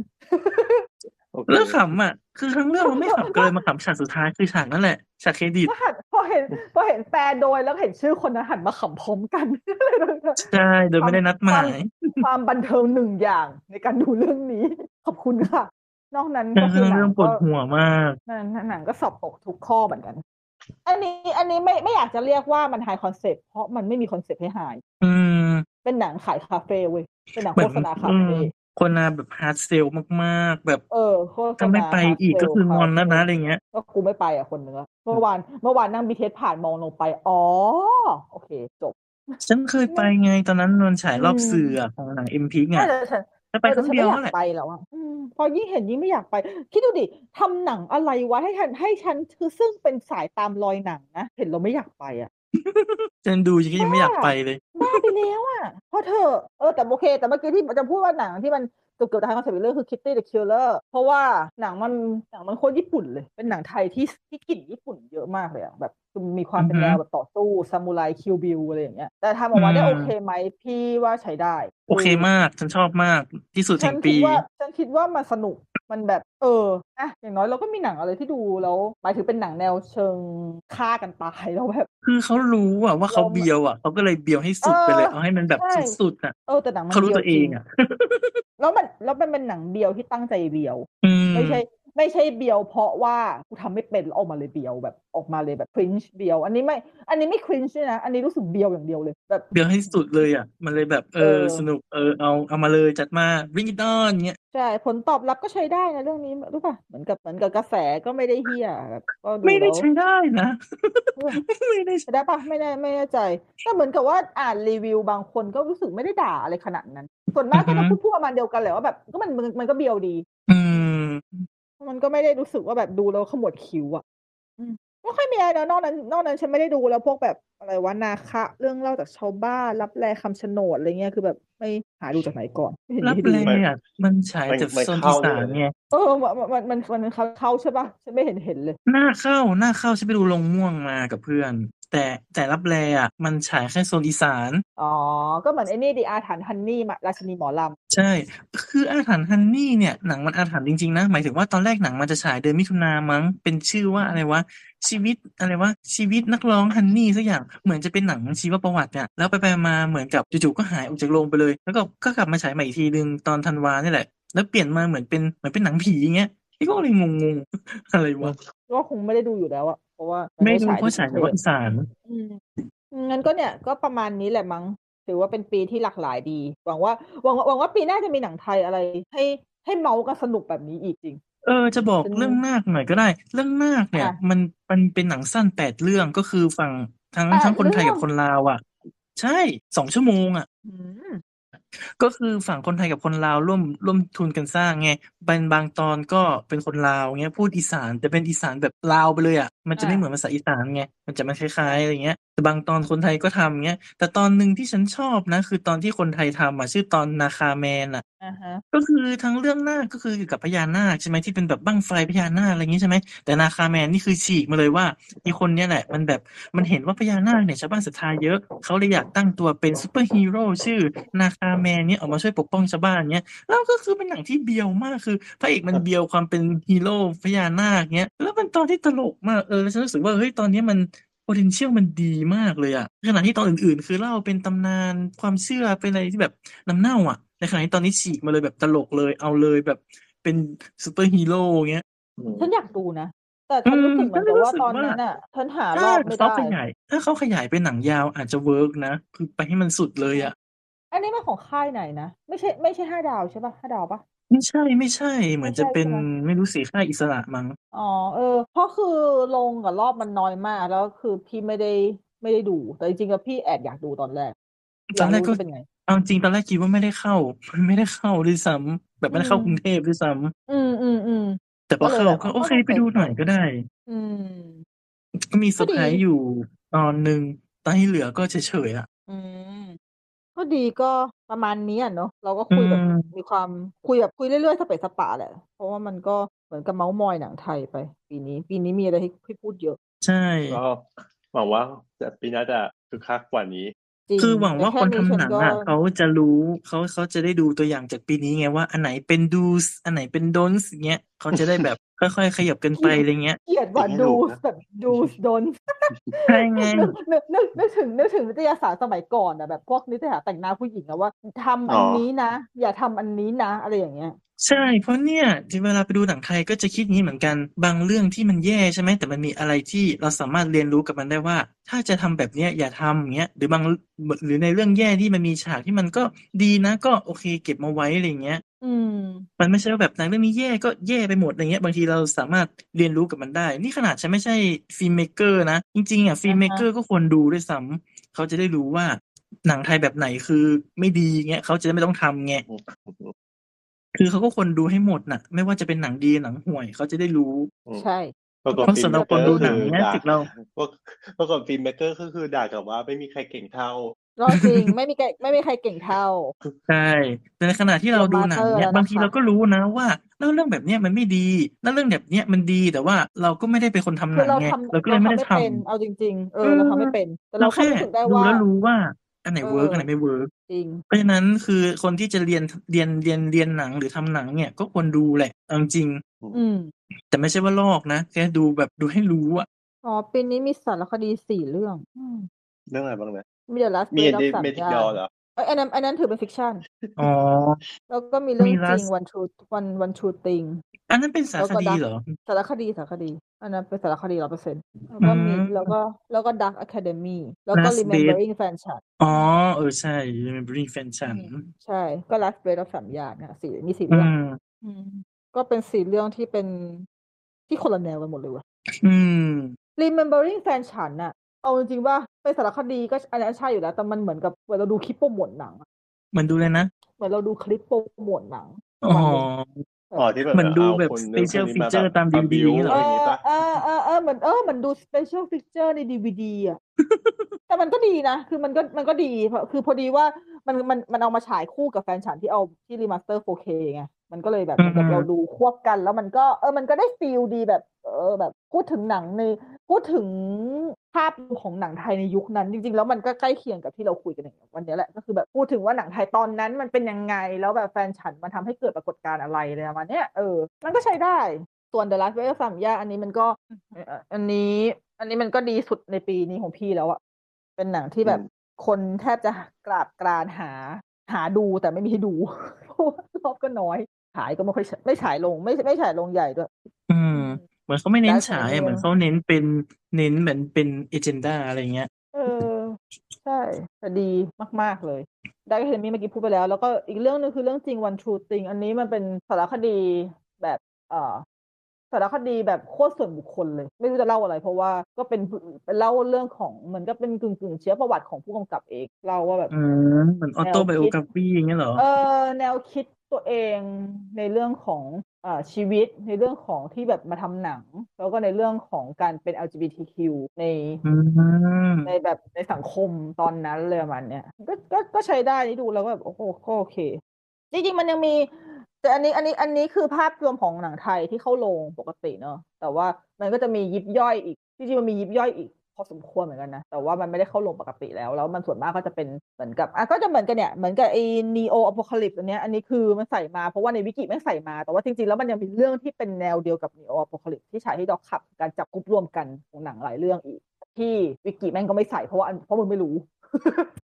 โอเค
เลิกขำอ่ะ คือทั้งเรื่องมันไม่ขำเกินมาขำฉากสุดท้ายคือฉากนั่นแหละฉากเครดิต
ก็หันพอเห็นพอเห็นแปลโดยแล้วเห็นชื่อคนนั้นหันมาขำพร้อมกัน เลยแบบ
ใช่โดยไม่ได้นัดหมาย
ความบันเทิงหนึ่งอย่างในการดูเรื่องนี้ ขอบคุณค่ะ นอกนั้น
เรื่
ก็
อง
คือหนั
เรื่อง
ง
ปวด
ก็
หัวมาก
หนังหนังก็สอบตกทุกข้อเหมือนกัน อันนี้อันนี้ไม่ไม่อยากจะเรียกว่ามันไฮคอนเซปต์เพราะมันไม่มีคอนเซปต์ให้หาย
อืม
เป็นหนังขายคาเฟ่เว้ย เป็นหนัง
เหมื
โฆ
อน
ษณาคา
อืม
เฟ่
คนนาแบบฮาร์ดเซลมากๆ แบบ
เออโฆษณา
ถ้าไม่ไปอีกก็คืองอนแล้วนะ
คา
อะไร
เฟ่
เงี้ย
ก็กูไม่ไปอ่ะคนเนื้อะเมื่อวานเมื่อวานนั่งบีเทสผ่านมองลงไป อ๋อ โอเค จบ
ฉันเคยไปไงตอนนั้นมันฉายรอบ
อืม
สื่ออะของหนังเอ็มพิก
ไม่
อ่ะ
แต่ฉัน
จะไป
ออ
ค
แต่
รั้ง
ฉัน
เดียว
ไม่อ
นั่น
ยาก
แหละ
ไปแล้วอ่ะอืมพอยิ่งเห็นยิ่งไม่อยากไป คิดดูดิทำหนังอะไรไว้ให้ฉันให้ฉันคือซึ่งเป็นสายตามรอยหนังนะเห็นเราไม่อยากไปอ่ะ
ฉันดูฉันก็ยังไม่อยากไปเลย
บ้าไปแล้วอ่ะพอเธอะเออแต่โอเค แต่เมื่อกี้ที่จะพูดว่าหนังที่มันเกือบๆจะให้คอนเซปต์เรื่องคือ Kitty the Killer เพราะว่าหนังมันหนังมันโคตรญี่ปุ่นเลย เป็นหนังไทยที่ที่กลิ่นญี่ปุ่นเยอะมากเลยอ่ะแบบคือมีความเป็น
อือฮึ
แนวแบบต่อสู้ซามูไรคิวบิลอะไรอย่างเงี้ยแต่ทำออกมาได้
อืม
โอเคไหมพี่ว่าใช้ได้
โอเคมาก ฉันชอบมากที่สุด
ฉั
แห่
น
ง
คิ
ปี
ดว่าฉันคิดว่ามันสนุกมันแบบเอออ่ะอย่างน้อยเราก็มีหนังอะไรที่ดูแล้วหมายถึงเป็นหนังแนวเชิงฆ่ากันตายแล้วแบบ
คือเขารู้อะว่าเขา
เรา
เบียวอะเขาก็เลยเบียวให้สุดไปเลย
เออ
เอาให้มันแบบ
ใช่
สุดๆอะ
เออแต่หนังมัน
เขารู้
เบียว
ตัวเอ
จริ
ง
ง
อะ
แล้วมันแล้วมันเป็นหนังเบียวที่ตั้งใจเบียว
อืม
ไม่ใช่ไม่ใช่เบียวเพราะว่ากูทำไม่เป็นแล้วออกมาเลยเบียวแบบออกมาเลยแบบครินช์เบียว อันนี้ไม่ อันนี้ไม่ครินช์ด้วยนะ อันนี้รู้สึกเบียวอย่างเดียวเลยแบบ
เบียวให้สุดเลยอะมันเลยแบบเอ
เอ
อ
อ
สนุกเออเอาเอามาเลยจัดมา bring it on เงี้ย
ใช่ผลตอบรับก็ใช้ได้นะเรื่องนี้รู้ป่ะเหมือนกับเหมือนกับกระแสก็ไม่ได้เฮียแบบก็ดู
ไม่ได้
แล้ว
ใช้ได้นะ
เออ
ไม่ได้ใช้
ได้ปะไม่แน่ไม่แน่ใจแต่เหมือนกับว่าอ่านรีวิวบางคนก็รู้สึกไม่ได้ด่าอะไรขนาดนั้น ส่วนมากก็จะพูดพูดประมาณเดียวกันแหละว่าแบบก็มันมันมันก็เบียวดี
อืม
มันก็ไม่ได้รู้สึกว่าแบบดูแล้วขมวดคิ้วอ่ะอืมไม่ค่อยมีอะไรนะนอกนั้น นอกนั้นฉันไม่ได้ดูแล้วพวกแบบอะไรวะนาคะ เรื่องเล่าจากชาวบ้านรับแลคำชะโนดอะไรเงี้ยคือแบบไม่หาดูจากไหนก่อนไม่เห็น
รับ
มีให้
แล
ดูเลย
อะมันฉายแต่
มัน
โซน
เข้า
ที่
ด้วย
สาม
เหรอ
ไง
เออมันมันมันมันมันเข้าใช่ปะฉันไม่เห็นเห็นเลย
หน้าเข้าหน้าเข้าฉันไปดูลงม่วงมากับเพื่อน แต่แต่รับแลอะมันฉายแค่โซนอีสาน
อ๋อ ก็เหมือนไอ้นี่ดิอาถรรพ์ฮันนี่มาราชินีหมอล
ใช่ คืออาถรรพ์ฮันนี่เนี่ยหนังมันอาถรรพ์จริงๆนะ หมายถึงว่าตอนแรกหนังมันจะฉายเดือนมิถุนามั้ง เป็นชื่อว่าอะไรวะ ชีวิตอะไรวะ ชีวิตนักร้องฮันนี่สักอย่าง เหมือนจะเป็นหนังชีวประวัติเนี่ย แล้วไปไปมาๆเหมือนกับจู่ๆก็หายออกจากโรงไปเลย แล้วก็ก็กลับมาฉายใหม่อีกทีนึงตอนธันวาเนี่ยแหละ แล้วเปลี่ยนมาเหมือนเป็นเหมือนเป็นหนังผีอย่างเงี้ยพี่ก็เลยงงๆ อะไรวะ
ำก็คงไม่ได้ดูอยู่แล้วอะเพราะว่า
ไม่ดูเพ
ที่
ราะฉาย
ก
ใน
รุงเทพ
ภาคอีสาน
อืมงั้นก็เนี่ยก็ประมาณนี้แหละมั้งถือว่าเป็นปีที่หลากหลายดี หวังว่าหวังว่าหวังว่าปีหน้าจะมีหนังไทยอะไร ให้ให้เมาส์กันสนุกแบบนี้อีกจริง
เออจะบอก
เป็น
เรื่องนาคหน่อยก็ได้ เรื่องนาคเนี่ย
อ่ะ
มันมันเป็นหนังสั้นแปดเรื่องก็คือฝั่ง ทั้ง
แปด
ทั้งคนไทย
เรื่
กั
อบ ง
คนลาวอ่ะ ใช่สองชั่วโมงอ่ะ
อืม
ก็คือฝั่งคนไทยกับคนลาวร่วมร่วมทุนกันสร้างไงบางบางตอนก็เป็นคนลาวเงี้ยพูดอีสานแต่เป็นอีสานแบบลาวไปเลยอ่ะมันจะไม่เหมือนภาษาอีสานไงมันจะไม่คล้ายๆอะไรเงี้ยแต่บางตอนคนไทยก็ทำเงี้ยแต่ตอนหนึ่งที่ฉันชอบนะคือตอนที่คนไทยทำอ่ะชื่อตอนนาคาแมนอ่ะ
อ่าฮะ
ก็คือทั้งเรื่องหน้าคก็คือเกี่ยวกับพญานาคใช่ไหมที่เป็นแบบบั้งไฟพญานาคอะไรอย่างนี้ใช่ไหมแต่นาคาแมนนี่คือฉีกมาเลยว่าอีคนเนี้ยแหละ มันแบบมันเห็นว่าพญานาคเนี่ยชาวบ้านศรัทธาเยอะเขาเลยอยากตั้งตัวเป็นซูเปอร์ฮีโร่ชื่อนาคาแมนเนี่ยออกมาช่วยปกป้องชาวบ้านเนี่ยแล้วก็คือเป็นหนังที่เบียวมากคือพระเอกมันเบียวความเป็นฮีโร่พญานาคเนี่ยแล้วเป็นตอนที่ตลกมากเออแล้วฉันรู้สึกว่าเฮ้ยตอนเนี้ยมัน potential มันดีมากเลยอะขณะที่ตอนอื่นๆ คือเล่าเป็นตำนานความเชื่อเป็นอะไรที่แบบน้ำเน่าอะในขณะที่ตอนนี้ฉีกมาเลยแบบตลกเลยเอาเลยแบบเป็นซูเปอร์ฮีโร่เงี้ย
อืม
ฉันอยากดูนะ แต่ฉันรู้สึกเหมือนกับว่า
อืมฉันรู้สึก
ตอน
ว่า
นั้นอ่ะฉันหาร
ถ้า
อบไม่
เขา
ได้
ขยาย ถ้าเขาขยายเป็นหนังยาวอาจจะเวิร์กนะ คือไปให้มันสุดเลยอะ
อันนี้มันของค่ายไหนนะ ไม่ใช่ไม่ใช่ห้าดาวใช่ปะห้าดาวปะ
ไม่ใช่ไม่ใช่ เหมือนจะ
ไม่ใช่
เป็น
ใช่ไหม
ไม่รู้สีค่ายอิสระมั้ง
อ๋อเออเพราะคือลงกับรอบมันน้อยมากแล้วคือพี่ไม่ได้ไม่ได้ดู แต่จริงๆแล้วพี่แอบอยากดูตอนแรก
ตอนแรกก็
ยาจะเป็นไง
เอาจริงตอนแรกคิดว่าไม่ได้เข้า ไม่ได้เข้าด้วยซ้ำแบบไม่ได้เข้า
อืม
กรุงเทพด้วยซ้ำ
อืมอืมอืม
แต่พอ
ก็
เข้า
เลยแบบ
ก็โอเค
ก็ไม่
ไปดู
เป็น
หน่อยก็ได้
อืม
ก็มีเซอร์ไพร
ก็ดี
ส์อยู่ตอนหนึ่งตอนที่เหลือก็เฉยๆอ่ะ
อืมก็ดีก็ประมาณนี้อ่ะเนาะเราก็
อื
คุยแบบ
ม
มีความคุยแบบคุยเรื่อยๆสเปะสปะแหละ เพราะว่ามันก็เหมือนกับเมาส์มอยหนังไทยไป ปีนี้ ปีนี้มีอะไรให้ให้พูดเยอะ
ใช่
ก็หวังว่าแต่ปีหน้าจะคึกคักกว่านี้
จริง
คือหวัง
แต่
ว่า
แค่
คน
นี้
ทำ
ฉั
ห
น
นัง
ก็
อ่ะเขาจะรู้เขาเขาจะได้ดูตัวอย่างจากปีนี้ไงว่า อันไหนเป็นดูสอันไหนเป็นดนส์เงี้ยเขาจะได้แบบ ค่อยๆขยับกันไปอะไรเงี้ย
เกลียดว่า
ให้
ดู
ลูกนะ
แบบดูดน
ใช่ไง
นึกนึกนึกนึกถึงนึกถึงนิตยสารสมัยก่อนอะแบบพวกนิตยสารแต่งหน้าผู้หญิงอะว่าทำอันนี้นะ อย่าทำอันนี้นะ อะไรอย่างเงี้ย
ใช่เพราะเนี่ยที่เวลาไปดูหนังไทยก็จะคิดงี้เหมือนกัน บางเรื่องที่มันแย่ใช่ไหมแต่มันมีอะไรที่เราสามารถเรียนรู้กับมันได้ว่า ถ้าจะทำแบบเนี้ยอย่าทำอย่างเงี้ยหรือบางหรือในเรื่องแย่ที่มันมีฉากที่มันก็ดีนะ ก็โอเค เก็บมาไว้อะไรเงี้ย
อืม
มันไม่ใช่ว่าแบบหนังเรื่องนี้แย่ก็แย่ไปหมดอะไรเงี้ยบางทีเราสามารถเรียนรู้กับมันได้ นี่ขนาดฉันไม่ใช่ฟิล์มเมกเกอร์นะ จริงๆอ่ะฟิล์มเมกเกอร์ก็ควรดูด้วยซ้ำเขาจะได้รู้ว่าหนังไทยแบบไหนคือไม่ดีเงี้ยเขาจะได้ไม่ต้องทำไงคือเขาก็ควรดูให้หมดน่ะ ไม่ว่าจะเป็นหนังดีหนังห่วยเขาจะได้รู้
อืม
ใช่
ปรากฏ
เพราะ
ฟิล์
สำ
ม
หรับ
เม
คน
เกอ
ดู
ร์
หนั
คื
ง
อ
เนี่ย
ด่า
ถึงเรา
ปรากฏปรากฏฟิล์มเมกเกอร์ก็คือด่ากับว่าไม่มีใครเก่งเท่า
ก็จริง ไม่มีใครไม่มีใครเก่งเท่า
ใช่แต่ในขณะที่เราดูหนัง
เรามาเตอร์แล้วย นะคะ
เนี่บางทีเราก็รู้นะว่าเล่าเรื่องแบบเนี้ยมันไม่ดีเล่าเรื่องแบบเนี้ยมันดีแต่ว่าเราก็ไม่ได้เป็นคนทำห
คือ
นัง
เรา
ไง
ทำ
เราก็เล
เรา
ยไม่
ทำ
ได้
ไม่
ทำ
เป็นเอาจริง ๆ เออ
เออ
เราทำไม่เป็น แต่เรา
เรา
แค่
แค่
รู้สึกได้
ดู
ว่า
แล้วรู้ว่า อันไหน
เออ
เวิร์กอันไหนไม่เวิร์ก
จริง
เพราะฉะนั้นคือคนที่จะเรียนเรียนเรียนเรียนหนังหรือทำหนังเนี่ยก็ควรดูแหละเอาจริง
อืม
ๆแต่ไม่ใช่ว่าลอกนะแค่ดูแบบดูให้รู้อะ
อ๋อปีนี้มีสารคดีสี่เรื่องอืม
เรื่องอะไรบ้างนะ
มีเดอะลัส
มี
เบ
อัน
ดอ
นี้
สาม
เมติก
ย่า
ดอน เหรอ
เอ้ยอันนั้นอันนั้นถือเป็นฟิกชั่น
อ๋อ
แล้วก็มีเรื่อง
มี
จริ
Last
งวันทรูวันวันทรูติง
อันนั้นเป็นสาร
แล้ว
ค
ก็
ดี
ดัก
เหรอ
สารคดีสารคดี อันนั้นเป็นสารคดีร้อยเปอร์เซ็นต์แล้ว
อื
ก็มี
ม
แล้วก็แล้วก็ Dark Academy แล้วก็
Last Bed
Remembering f a n c h a n
อ๋อ เออใช่ Remembering Fan ฉัน
ใช่ก็ Last Blade of สามยานนะสี่มีสี่
อื
เรื่อง
ม
อืม ก็เป็นสี่เรื่องที่เป็นที่คนละแนวกันหมดเลยว่ะ
อืม
Remembering f a n c h a n น่ะ เอาจริงๆว่าเป็นสารคดีก็อันนั้นใช่อยู่แล้ว แต่มันเหมือนกับเหมือนเราดูคลิปโปรโมทหนังอะ
มันดูเลยนะ
เหมือนเราดูคลิปโปรโมทหนังป
อ๋
ระ
อ
มาณหนึง
อ๋อที่แบบ
เหมือนดู
เอา
แบบ
คน
special
เรื่องคนนี้มาแบบ
feature ตาม DVD
บิ้ว
เหร
อะไรอย่างงี้ปะ
เออเออเออเหมือนเออเหมือนดูสเปเชียลฟิกเจอร์ในดีวดีอ่ะ แต่มันก็ดีนะ คือมันก็มันก็ดีเพราะคือพอดีว่ามันมันมันเอามาฉายคู่กับแฟนฉันที่เอาที่รีมาสเตอร์ 4K ไง มันก็เลยแบบ
อื
เหมือนกับ
ม
เราดูควบกัน แล้วมันก็เออมันก็ได้ฟีลดีแบบ เออแบบพูดถึงหนังใน พูดถึงภาพรวมของหนังไทยในยุคนั้น จริง ๆ แล้วมันก็ใกล้เคียงกับที่เราคุยกันอย่างวันเนี้ยแหละก็คือแบบพูดถึงว่าหนังไทยตอนนั้นมันเป็นยังไงแล้วแบบแฟนฉันมันทำให้เกิดปรากฏการณ์อะไรเลยประมาณเนี้ยเออมันก็ใช้ได้ ส่วน The Last Wave สามย่าอันนี้มันก็เอ่ออันนี้ อันนี้มันก็ดีสุดในปีนี้ของพี่แล้วอะเป็นหนังที่แบบคนแทบจะกราบกรานหา หาดูแต่ไม่มีให้ดู เพราะว่ารอบก็น้อยฉายก็ไม่ค่อย ฉายไม่ฉายลงไม่ไม่ฉายลงใหญ่ด้วย
อืม เหมือนเขาไม่เน้น
แล้ว
ฉาย
ใช้
อะเหมือน
เวลา
เขาเน้นเป็นเน้นเหมือนเป็นเอเจนดาอะไรเงี้ย
เออ ใช่แต่ดีมาก ๆ เลยได้ก็เห็นมีเมื่อกี้พูดไปแล้ว แล้วก็อีกเรื่องหนึงคือเรื่องจริง One True Thing อันนี้มันเป็นสารคดีแบบ เอ่อ สารคดีแบบโคตรส่วนบุคคลเลย ไม่รู้จะเล่าอะไร เพราะว่าก็เป็นเป็นเล่าเรื่องของเหมือนก็เป็นกึ่งกึ่งๆเชื้อประวัติของผู้กำกับเองเล่าว่าแบบ
อืมเหมือนออโต้ไบโอกราฟีอย่างเงี้ยเหรอ
เออแนวคิดตัวเองในเรื่องของเอ่อชีวิตในเรื่องของที่แบบมาทำหนัง แล้วก็ในเรื่องของการเป็น LGBTQ ใน
อืม
ในแบบในสังคมตอนนั้นเลยประมันเนี่ยก็ก็ก็ใช้ได้นี่ดูแล้วก็แบบโอ้โหก็โอเค จริงๆมันยังมี แต่อันนี้อันนี้อันนี้คือภาพรวมของหนังไทยที่เข้าโรงปกติเนอะแต่ว่ามันก็จะมียิบย่อยอีกจริงๆมันมียิบย่อยอีกพอสมควรเหมือนกันนะแต่ว่ามันไม่ได้เข้าโรงปกติแล้วแล้วมันส่วนมากก็จะเป็นเหมือนกับอ่ะก็จะเหมือนกันเนี่ยเหมือนกับไอ้ neo apocalypse อันเนี้ยอันนี้คือมันใส่มาเพราะว่าในวิกิไม่งใส่มาแต่ว่าจริงๆแล้วมันยังมีเรื่องที่เป็นแนวเดียวกับ neo apocalypse ที่ฉายที่ดอกขับการจับกลุ่มรวมกันของหนังหลายเรื่องอีก ที่วิกิแม่งก็ไม่ใส่เพราะว่าอันเพราะมึงไม่รู้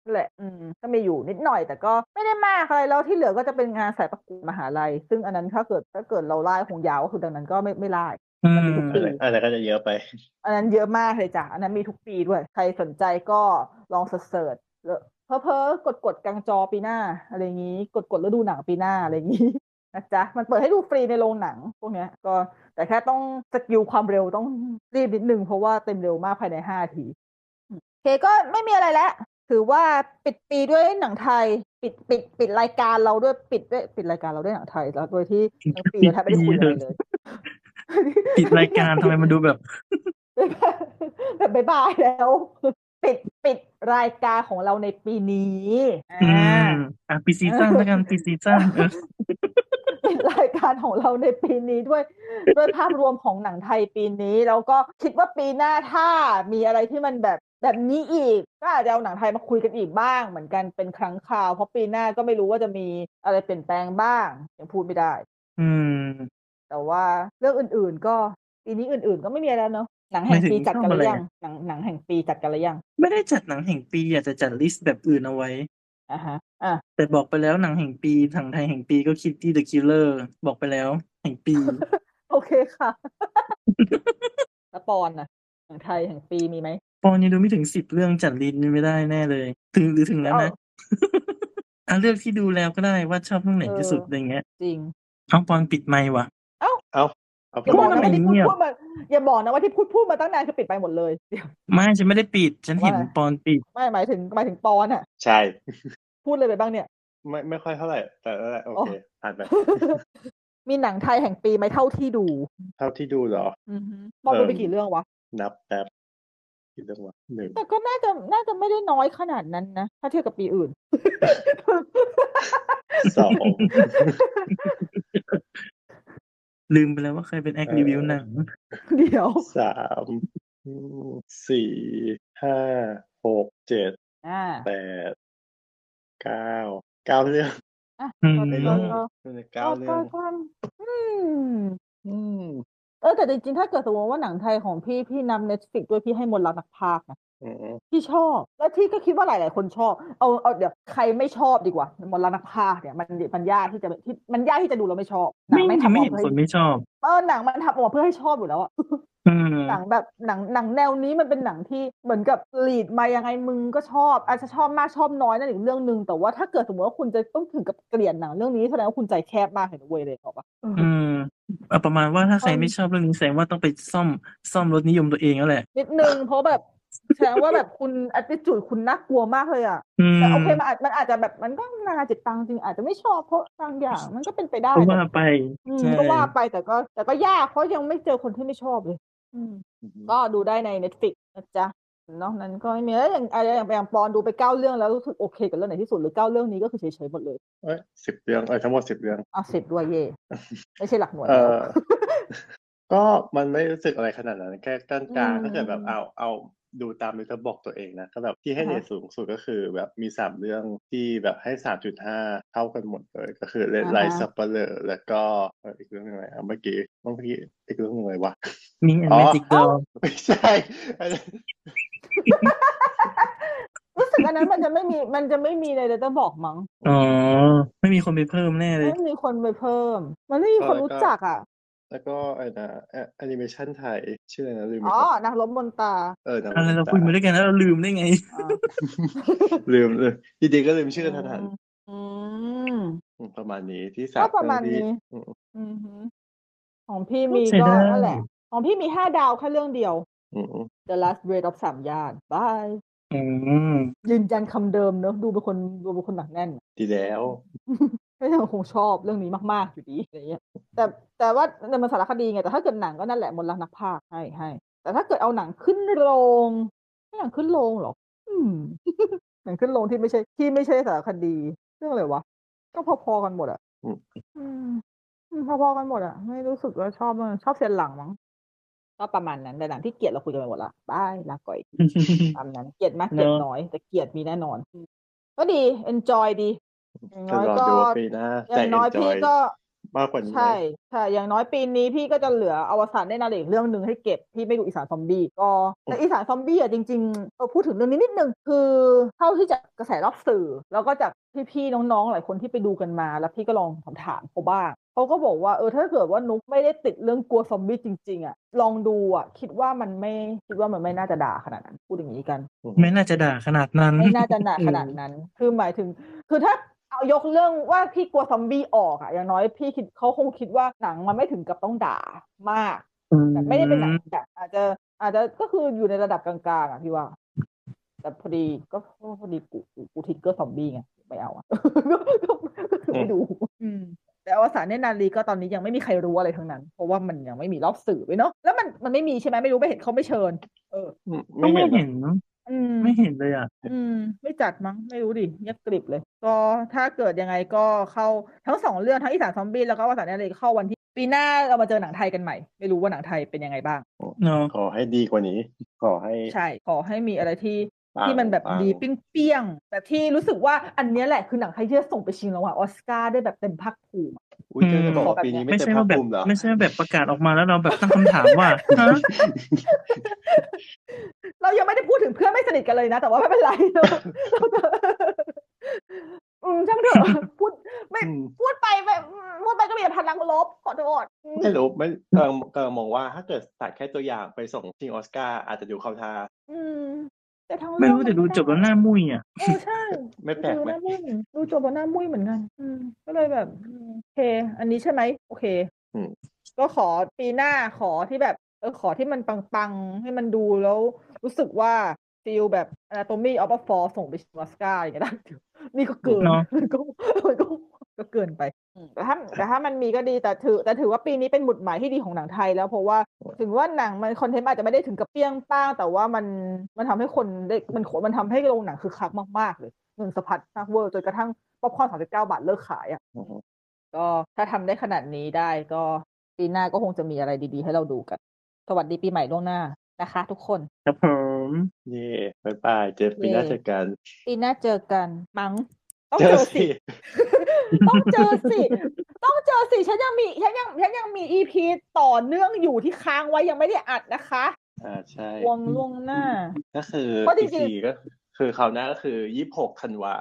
นั่นแหละ อืมก็มีอยู่นิดหน่อยแต่ก็ไม่ได้มากอะไรแล้วที่เหลือก็จะเป็นงานสายประกวดมหาลัย ซึ่งอันนั้นถ้าเกิดถ้าเกิดเราไล่คงยาวก็คือดังนั้นก็ไม่ไม่ไล่
อื
มันมีทุ
ม
ก
อะไรอะไรก็จะเยอะไป
อันนั้นเยอะมากเลยจ้ะ อันนั้นมีทุกปีด้วย ใครสนใจก็ลองเสิร์ชๆแล้วเพอเพอกดกดๆกลางจอปีหน้า อะไรอย่างนี้ กดกดแล้วดูหนังปีหน้าอะไรอย่างนี้ นะจ๊ะ มันเปิดให้ดูฟรีในโรงหนังพวกเนี้ย ก็แต่แค่ต้องสกิลความเร็วต้องรีบนิดนึงเพราะว่าเต็มเร็วมากภายในห้าทีอืมโอเคก็ไม่มีอะไรแล้ว ถือว่าปิดปีด้วยหนังไทย ปิดปิดปิดรายการเราด้วยปิดด้วยปิดรายการเราด้วยหนังไทยแล้วโดยที่ทั้งปีเราแทบไม่ได้คุยอะไรเลย
ปิดรายการทำไมมันดูแบบ
แบบบ๊ายบายแล้ว ปิดปิดรายการของเราในปีนี้อ่า
อืมอ่ะปีซีซั่นแล้วกันปีซีซั่นเออ
ปิดรายการของเราในปีนี้ด้วย ด้วยภาพรวมของหนังไทยปีนี้ แล้วก็คิดว่าปีหน้าถ้ามีอะไรที่มันแบบแบบนี้อีก ก็อาจจะเอาหนังไทยมาคุยกันอีกบ้าง เหมือนกันเป็นครั้งคราว เพราะปีหน้าก็ไม่รู้ว่าจะมีอะไรเปลี่ยนแปลงบ้างยังพูดไม่ได้
อืม
แต่ว่าเรื่องอื่นๆ ก็ปีนี้อื่น ๆ ก็ไม่มีอะไรแล้วเนาะหนังแห่งปีจัดกันหรือยังหนังหนังแห่งปีจัดกันหรือยัง
ไม่ได้จัดหนังแห่งปีอ่ะแต่จัดลิสต์แบบอื่นเอาไว้
อ่ะฮะอ่ะ
แต่บอกไปแล้วหนังแห่งปีถังไทยแห่งปีก็คิดที่ The Killer บอกไปแล้ว แห่งปี
โอเค ค่ะ แล้วปอนน่ะหนังไทยแห่งปีมีไหม
ปอนยังดูไม่ถึงสิบเรื่องจัดลิสต์นี่ไม่ได้แน่เลย ถึงหรือถึงแล้ว
เอ้า
นะ อ่ะเลือกที่ดูแล้วก็ได้ว่าชอบเรื่องไหนที่สุด
เอออ
อะไรเงี้ย
จริง
เอาปอนปิดไมค์ว่ะ
เอา
อ
ไป
ย่าบอก
ทำ
นะ
ไม
ว่าที่พูด
เงียบ
พูดมาอย่าบอกนะว่าที่พูดพูดมาตั้งนานคือปิดไปหมดเลย เดี๋ยว
ไม่ฉันไม่ได้ปิด ฉันเห็น
ว่าอะไร
ปอนปิด
ไม่หมายถึงหมายถึงปอนอ่ะ
ใช่
พูดเลยไปบ้างเนี่ย
ไม่ไม่ค่อยเท่าไหร่ แต่นั่นแหละโอเคผ่านไป
มีหนังไทยแห่งปีไหมเท่าที่ดู
เท่าที่ดูเหรอ
ปอนดู
เอิ่ม
ไปกี่เรื่องวะ
นับแป๊บกี่เรื่องวะหนึ่ง
แต่ก็น่าจะน่าจะไม่ได้น้อยขนาดนั้นนะถ้าเทียบกับปีอื่น
สอง
ลืมไปแล้วว่าเคยเป็นแอค
เออ
รีวิวหนัง
เดี๋ยว
สามสี่ห้าหกเจ็ด
อ่า
แปดเก้าเก้าเรื่อง
อ่ะ
อืม
ก็
ก็
ก็
เก้าเรื่
ก็
อง
ก็อืม
อืม
เออแต่จริงๆ ถ้าเกิดสมมติว่าหนังไทยของพี่พี่นำเน็ตฟิกด้วยพี่ให้มนต์รักนักพากย์นะ
อืม
พี่ชอบ แล้วที่ก็คิดว่าหลายๆ คนชอบ เอาเอาเดี๋ยวใครไม่ชอบดีกว่ามนต์รักนักพากย์เนี่ยมันมันยากที่จะที่มันยากที่จะดูแล้วไม่ชอบหนั
ไม่
งแม่ง
ยัง
ทำอ
ไม่
อก
เห็น
มา
ค
เพื่
น
อ
ไม่ชอบ
เออหนังมันทำออกมาเพื่อให้ชอบอยู่แล้วอะ
อืม
หนังแบบหนังหนังแนวนี้มันเป็นหนังที่เหมือนกับลีดมายังไงมึงก็ชอบ อาจจะชอบมากชอบน้อยนั่นอีกเรื่องหนึ่งแต่ว่าถ้าเกิดสมมติว่าคุณจะต้องถึงกับเกลียดหนังเรื่องนี้แสดงว่าคุณใจแคบมากเห็นเว้ยเลยบอกว่า
อืมเอาประมาณว่าถ้าใคร
เอา
ไม่ชอบเรื่องนี้แสดงว่าต้องไปซ่อมซ่อมรถนิยมตัวเองแล้วแหละ
นิดนึงเพราะแบบแสดงว่าแบบคุณ a t t i t u d e คุณน่ากลัวมากเลยอ่ะ
อืม
แต่โอเคมันอาจมันอาจจะแบบมันก็นานาจิตตังจริงอาจจะไม่ชอบเพราะบางอย่างมันก็เป็นไปได้
ก็
แต่
ว่าไป
อืม
ใช่
ก็ว่าไปแต่ก็ แต่ก็ยากเพราะยังไม่เจอคนที่ไม่ชอบเลย อืม ก็ดูได้ใน Netflix นะจ๊ะนอกนั้นก็ไม่มีแล้วอย่างอะไรอย่างอย่างปอนดูไปเก้าเรื่องแล้วรู้สึกโอเคกับเรื่องไหนที่สุดหรือเก้าเรื่องนี้ก็คือเฉยๆหมดเลย
เอ้ยสิบเรื่องเอ้ยทั้งหมดสิบเรื่อง
เอาสิบด้วยเย่ไม่ใช่หลักหน่วย
เอ
แล้ว
อ ก็มันไม่รู้สึกอะไรขนาดนั้น แค่กลางกลาง
อืม
ถ้าเกิดแบบเอาเอาดูตามมิเตอร์บอกตัวเองนะก็แบบที่ให้เรทสูงสุดก็คือ แบบมีสามเรื่องที่แบบให้สามจุดห้าเท่ากันหมดเลย ก็คือเลนไลซับเปลอร์แล้วก็เอ่ออีกเรื่องหนึงอะไรอ่ะเมื่อกี้เมื่อกี้อีกเรื่องหนึงอะไรวะ
มีแอน
อ๋อ
เมจิกดอ
ไม่ใช่อันนั้น
รู้สึกอันนั้นมันจะไม่มีมันจะไม่มีในเดต้บอกมั้ง
อ๋อ ไม่มีคนไปเพิ่มแน่เลย
ไม่มีคนไปเพิ่ม มันไม่มีคนรู้จักอ่ะ
แล้วก็ไอ้นะแอนิเมชันไทยชื่ออะไรนะลืมไป
อ๋อ
แล้ว
นักรบมนตา
เออนะ
อะไรเราคุยมาด้วยกันแล้วเราลืมได้ไง
อ่า
ลืมเลยดีๆก็ลืมชื่อทันทัน
อืม
อืมประมาณนี้ที่สา
ก็
ม
ประมาณ
เองที่
นี้
อืม
อืม ของพี่มี
เสีย
ก็
ดาย
นั่นแหละ ของพี่มีห้าดาวแค่เรื่องเดียว
อืม
The Last Raid of สามย่านบาย
อืม
ยืนยันคำเดิมเนอะดูเป็นคนดูเป็นคนหนักแน่น
ดีแล้ว
ก็ยังคงชอบเรื่องนี้มาก ๆ อยู่ดีอะไรเงี้ยแต่แต่ว่ามันสารคดีไงแต่ถ้าเกิดหนังก็นั่นแหละมนต์รักนักพากย์ให้ให้ แต่ถ้าเกิดเอาหนังขึ้นโรงไม่หนังขึ้นโรงเหรออืม หนังขึ้นโรงที่ไม่ใช่ที่ไม่ใช่สารคดี เรื่องอะไรวะก็พอๆกันหมดอ่ะอืมอืมพอๆกันหมดอ่ะไม่รู้สึกว่าชอบมันชอบเสียนหลังมั้งก็ประมาณนั้นแต่หนังที่เกลียดเราคุยกันไปหมดละบายลาก่อย ตามนั้นเกลียดมากเกลียด
เนอะ
น้อย แต่เกลียดมีแน่นอน ก็ดี enjoy ดีอย่าง
ก็
น้อย
รอ
ก็
ดูว่าปีหน้า
อ
จะ
ย่างน้อยพี่
enjoy
ก็
มากกว่านี้ไหม
ใช่ใช่อย่างน้อยปีนี้พี่ก็จะเหลืออวสานได้นาเอกเรื่องหนึ่งให้เก็บพี่ไม่ดูอีสานซอมบี้ก็แต่อีสานซอมบี้อ่ะจริงๆเออพูดถึงเรื่องนี้นิดนึงคือเท่าที่จากกระแสรอบสื่อ แล้วก็จากพี่ๆน้องๆหลายคนที่ไปดูกันมา แล้วพี่ก็ลองถามๆเขาบ้างเขาก็บอกว่าเออถ้าเกิดว่านุกไม่ได้ติดเรื่องกลัวซอมบี้จริง ๆอ่ะลองดูอ่ะคิดว่ามันไม่คิดว่ามันไม่น่าจะด่าขนาดนั้นพูดอย่างนี้กัน
อืม
ไม่น่าจะด่าขนาดนั้น
ไม่น่าจะหนักขนาดนั้น คือหมายถึง คือถ้าเอายกเรื่องว่าพี่กลัวซอมบี้ออกอะอย่างน้อยพี่คิดเขาคงคิดว่าหนังมันไม่ถึงกับต้องด่ามาก แต่ไม่ได้เป็นหนังแบบอาจจะอาจจะก็คืออยู่ในระดับกลางๆอะพี่ว่า แต่พอดีก็ก็พอดีกูกูกูทิกเกอร์ซอมบี้ไงไม่เอาอะ ก็ก็คือไม่ดูอืม แต่อวสานเนตรนารีก็ตอนนี้ยังไม่มีใครรู้อะไรทั้งนั้น เพราะว่ามันยังไม่มีรอบสื่อด้วยเนาะแล้วมันมันไม่มีใช่ไหมไม่รู้ไม่เห็นเขาไม่เชิญ เออ
อืม
ก็
ไม่
ไม่
เห็นหรอก
เห็น
อืม
ไม่เห็นเลยอ่ะ
อืมไม่จัดมั้งไม่รู้ดิเงียบกริบเลย ก็ถ้าเกิดยังไงก็เข้าทั้งสองเรื่องทั้งอีสานซอมบี้แล้วก็วสานเนตรนารีเข้าวันที่ปีหน้าเรามาเจอหนังไทยกันใหม่ ไม่รู้ว่าหนังไทยเป็นยังไงบ้าง
เนาะ
ขอให้ดีกว่านี้ ขอให้
ใช่ขอให้มีอะไรที่
ปัง
ที่มันแบบ
ปัง
ดีปิ้งเปี้ยงๆแบบที่รู้สึกว่าอันเนี้ยแหละคือหนังไทยที่จะส่งไปชิงรางวัลออสการ์ได้แบบเต็มภาคภูมิ
อุ้ยเจอจะบอกว่าปีนี้ไม่
ไม่
เต็ม
ใช่
ภา
ว่า
ค
แบบ
ภูมิเหรอ
ไม่ใช่ว่าแบบประกาศออกมาแล้วเราแบบตั้งคำถามว่าฮะ
เรายังไม่ได้พูดถึงเพื่อนไม่สนิทกันเลยนะ แต่ว่าไม่เป็นไร เราเราจะอืมช่างเถอะพูดไม่
อืม
พูดไปไม่พูดไปก็มีแต่พลังลบขอโทษอืม
ไม่รู้ไม่กำลังกำลังมองว่าถ้าเกิดตัดแค่ตัวอย่างไปส่งชิงออสการ์อาจจะดูเข้าท่า
อืมแต่ทั้ง
ไม่
เรื่อง
รู้แต่ดู
น
จบแล้วห
ได้
น้ามุ้ยอ่ะ
เออใช่
ไม่แปลก
ดู
ไหม
หน้ามุ้ยดูจบแล้วหน้ามุ้ยเหมือนกัน อืม ก็เลยแบบอืมโอเค อันนี้ใช่ไหมโอเค ก็ขอปีหน้าขอที่แบบเออขอที่มันปังๆ ให้มันดูแล้วรู้สึกว่าฟิลแบบ Anatomy of a Fall ส่งไปชิงออสการ์อย่างเงี้ยนะ นี่ก็เกิน
เนอะ
มันก็มันก็ก็เกินไปอืมแต่ถ้าแต่ถ้ามันมีก็ดีแต่ถือ แต่ถือว่าปีนี้เป็นหมุดหมายที่ดีของหนังไทยแล้วเพราะว่าถึงว่าหนังมันคอนเทนต์อาจจะไม่ได้ถึงกับเปรี้ยงป้าง แต่ว่ามันมันทำให้คนได้มันขนมันทำให้โรงหนังคือคักมากๆเลยเงินสะพัดมากเวอร์จนกระทั่งป๊อปคอร์นสามสิบเก้าบาทเลิกขายอ่ะ
อืม
ก็ถ้าทำได้ขนาดนี้ได้ก็ปีหน้าก็คงจะมีอะไรดีๆ ให้เราดูกัน สวัสดีปีใหม่ล่วงหน้านะคะ ทุกคน
ครับผม
เย่บายบายเจอปีหน้าเจอกัน
ปีหน้าเจอกันมั้งต้อง
เจ
เจ
อ
อสิ
สิ
ต้องเจอสิ ต้องเจอสิ ฉันยังมีฉันยังฉันยังมีอีพีต่อเนื่องอยู่ที่ค้างไว้ยังไม่ได้อัดนะคะ
อ่าใช่
วงล่วงหน้า
ก็คือ
เพราะจริ
อี
งๆ
พีก็คือคราวหน้าก็คือยี่สิบหกธันวา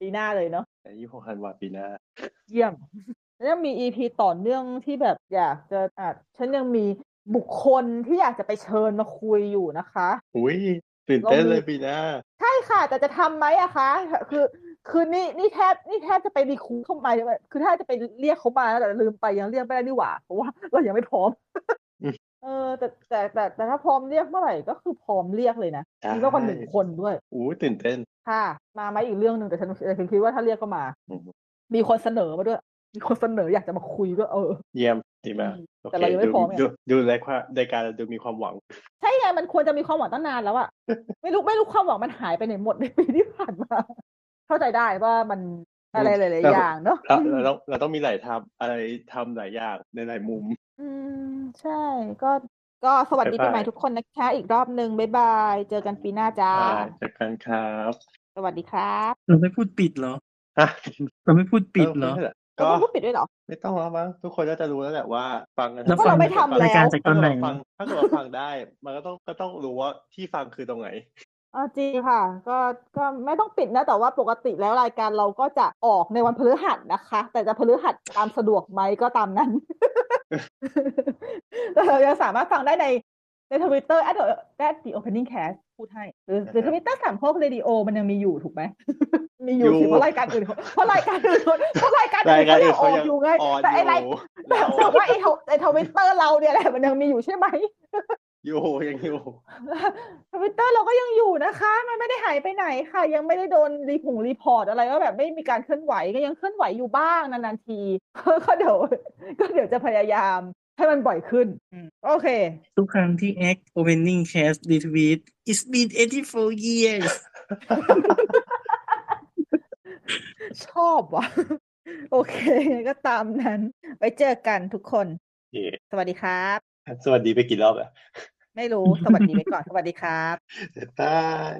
ปีหน้าเลยเนาะ
ยี่สิบหกธันวาปีหน้า
เยี่ยมฉันยังมีอีพีต่อเนื่องที่แบบอยากจะอัดฉันยังมีบุคคลที่อยากจะไปเชิญมาคุยอยู่นะคะ
อุ้ยตื่นเต้นเลยปีหน้า
ใช่ค่ะ แต่จะทำไหมอะคะ คือ คือนี่นี่แทบนี่แทบจะไปรีคูดเข้ามาเลยคือถ้าจะไปเรียกเขามาแล้วแต่ลืมไปยังเรียกไม่ได้นี่หว่าเพราะว่าเรายังไม่พร้อม
อืม
เออแต่แต่แต่แต่ถ้าพร้อมเรียกเมื่อไหร่ก็คือพร้อมเรียกเลยนะมีมากกว่าหนึ่งคนด้วย
อู้ตื่นเต้น
ค่ะ มาไหมอีกเรื่องหนึ่งแต่ฉันฉันคิดว่าถ้าเรียกก็มา
อืม
มีคนเสนอมาด้วย มีคนเสนออยากจะมาคุยด้วยเออ
เยี่ยมดีมาก
อืม
โอ
แต่
เค
เรายังไม่
ดู
พร้อมไง
ดูดูรายการรายการเราดูมีความหวัง
ใช่ไงมันควรจะมีความหวังตั้งนานแล้วอะ ไม่รู้ไม่รู้ความหวังมันหายไปไหนหมดในปีที่ผ่านมา เข้าใจได้ว่ามันอะไรหลายๆอย่างเนอะ
เราเราต้องเราต้องมีหลายทำอะไรทำหลายอย่างในหลายมุม
อืม ใช่ก็ก็สวัสดีปี
บ๊ายบาย
ใหม่ทุกคนนะคะ อีกรอบหนึ่งบ๊ายบาย เจอกันปีหน้าจ้า
อ่าจากกันครับ
สวัสดีครับ
เราไม่พูดปิดเหรอ
อ่ะ
เราไม่พูดปิดเหรอ
ไม่ป็นไ
เรา
ก็
ต้องพูดปิดด้วยเหรอ
ไม่ต้องแล้วมั้งทุกคนน่าจะรู้แล้วแหละว่าฟังกัน
แล้วฟัง
เราไม่ทำแล้ว
รายการจากต
ถ้า
อน
เกิด
ไหน
ว่าฟังถ้าเกิดว่าฟังได้ มันก็ต้องก็ต้องรู้ว่าที่ฟังคือตรงไหน
อ่าจริงค่ะ ก็ก็ไม่ต้องปิดนะ แต่ว่าปกติแล้วรายการเราก็จะออกในวันพฤหัสนะคะ แต่จะพฤหัสตามสะดวกไหมก็ตามนั้น แต่เรายังสามารถฟังได้ในในทวิตเตอร์ at the at the opening cast พูดให้หรือหรือทวิตเตอร์สามโคกเรดิโอมันยังมีอยู่ถูกไหม มีอยู่
อยู่
สิเพราะรายการอื่นเขาเพราะรายการอื่นเขาเพราะรายการ
รา
อื่
ย
น
การ
เขายังออก
อื่นเขายัง
อยู่ไง
ออน
แต่ไอ
อ
ราย
ยู่
แต่
เรา
แต่ว่าไอ้ทวไอ้ทวิตเตอร์เราเนี่ยแหละมันยังมีอยู่ใช่ไหม
อยู่ยังอยู่
ทวิตเตอร์เราก็ยังอยู่นะคะ มันไม่ได้หายไปไหนค่ะ ยังไม่ได้โดนรีผงรีพอร์ตอะไรว่าแบบไม่มีการเคลื่อนไหวก็ยังเคลื่อนไหวอยู่บ้างนานๆที ก็เดี๋ยวก็เดี๋ยวจะพยายามให้มันบ่อยขึ้น
อืม
โอเค
ทุกครั้งที่ X opening cast retweet it's been 84 years
ชอบว่ะ โอเคงั้นก็ตามนั้น ไว้เจอกันทุกคน
เย่
สวัสดีครับ
สวัสดีไปกี่รอบอะ
ไม่รู้ สวัสดีไปก่อน สวัสดีครับ
ตาย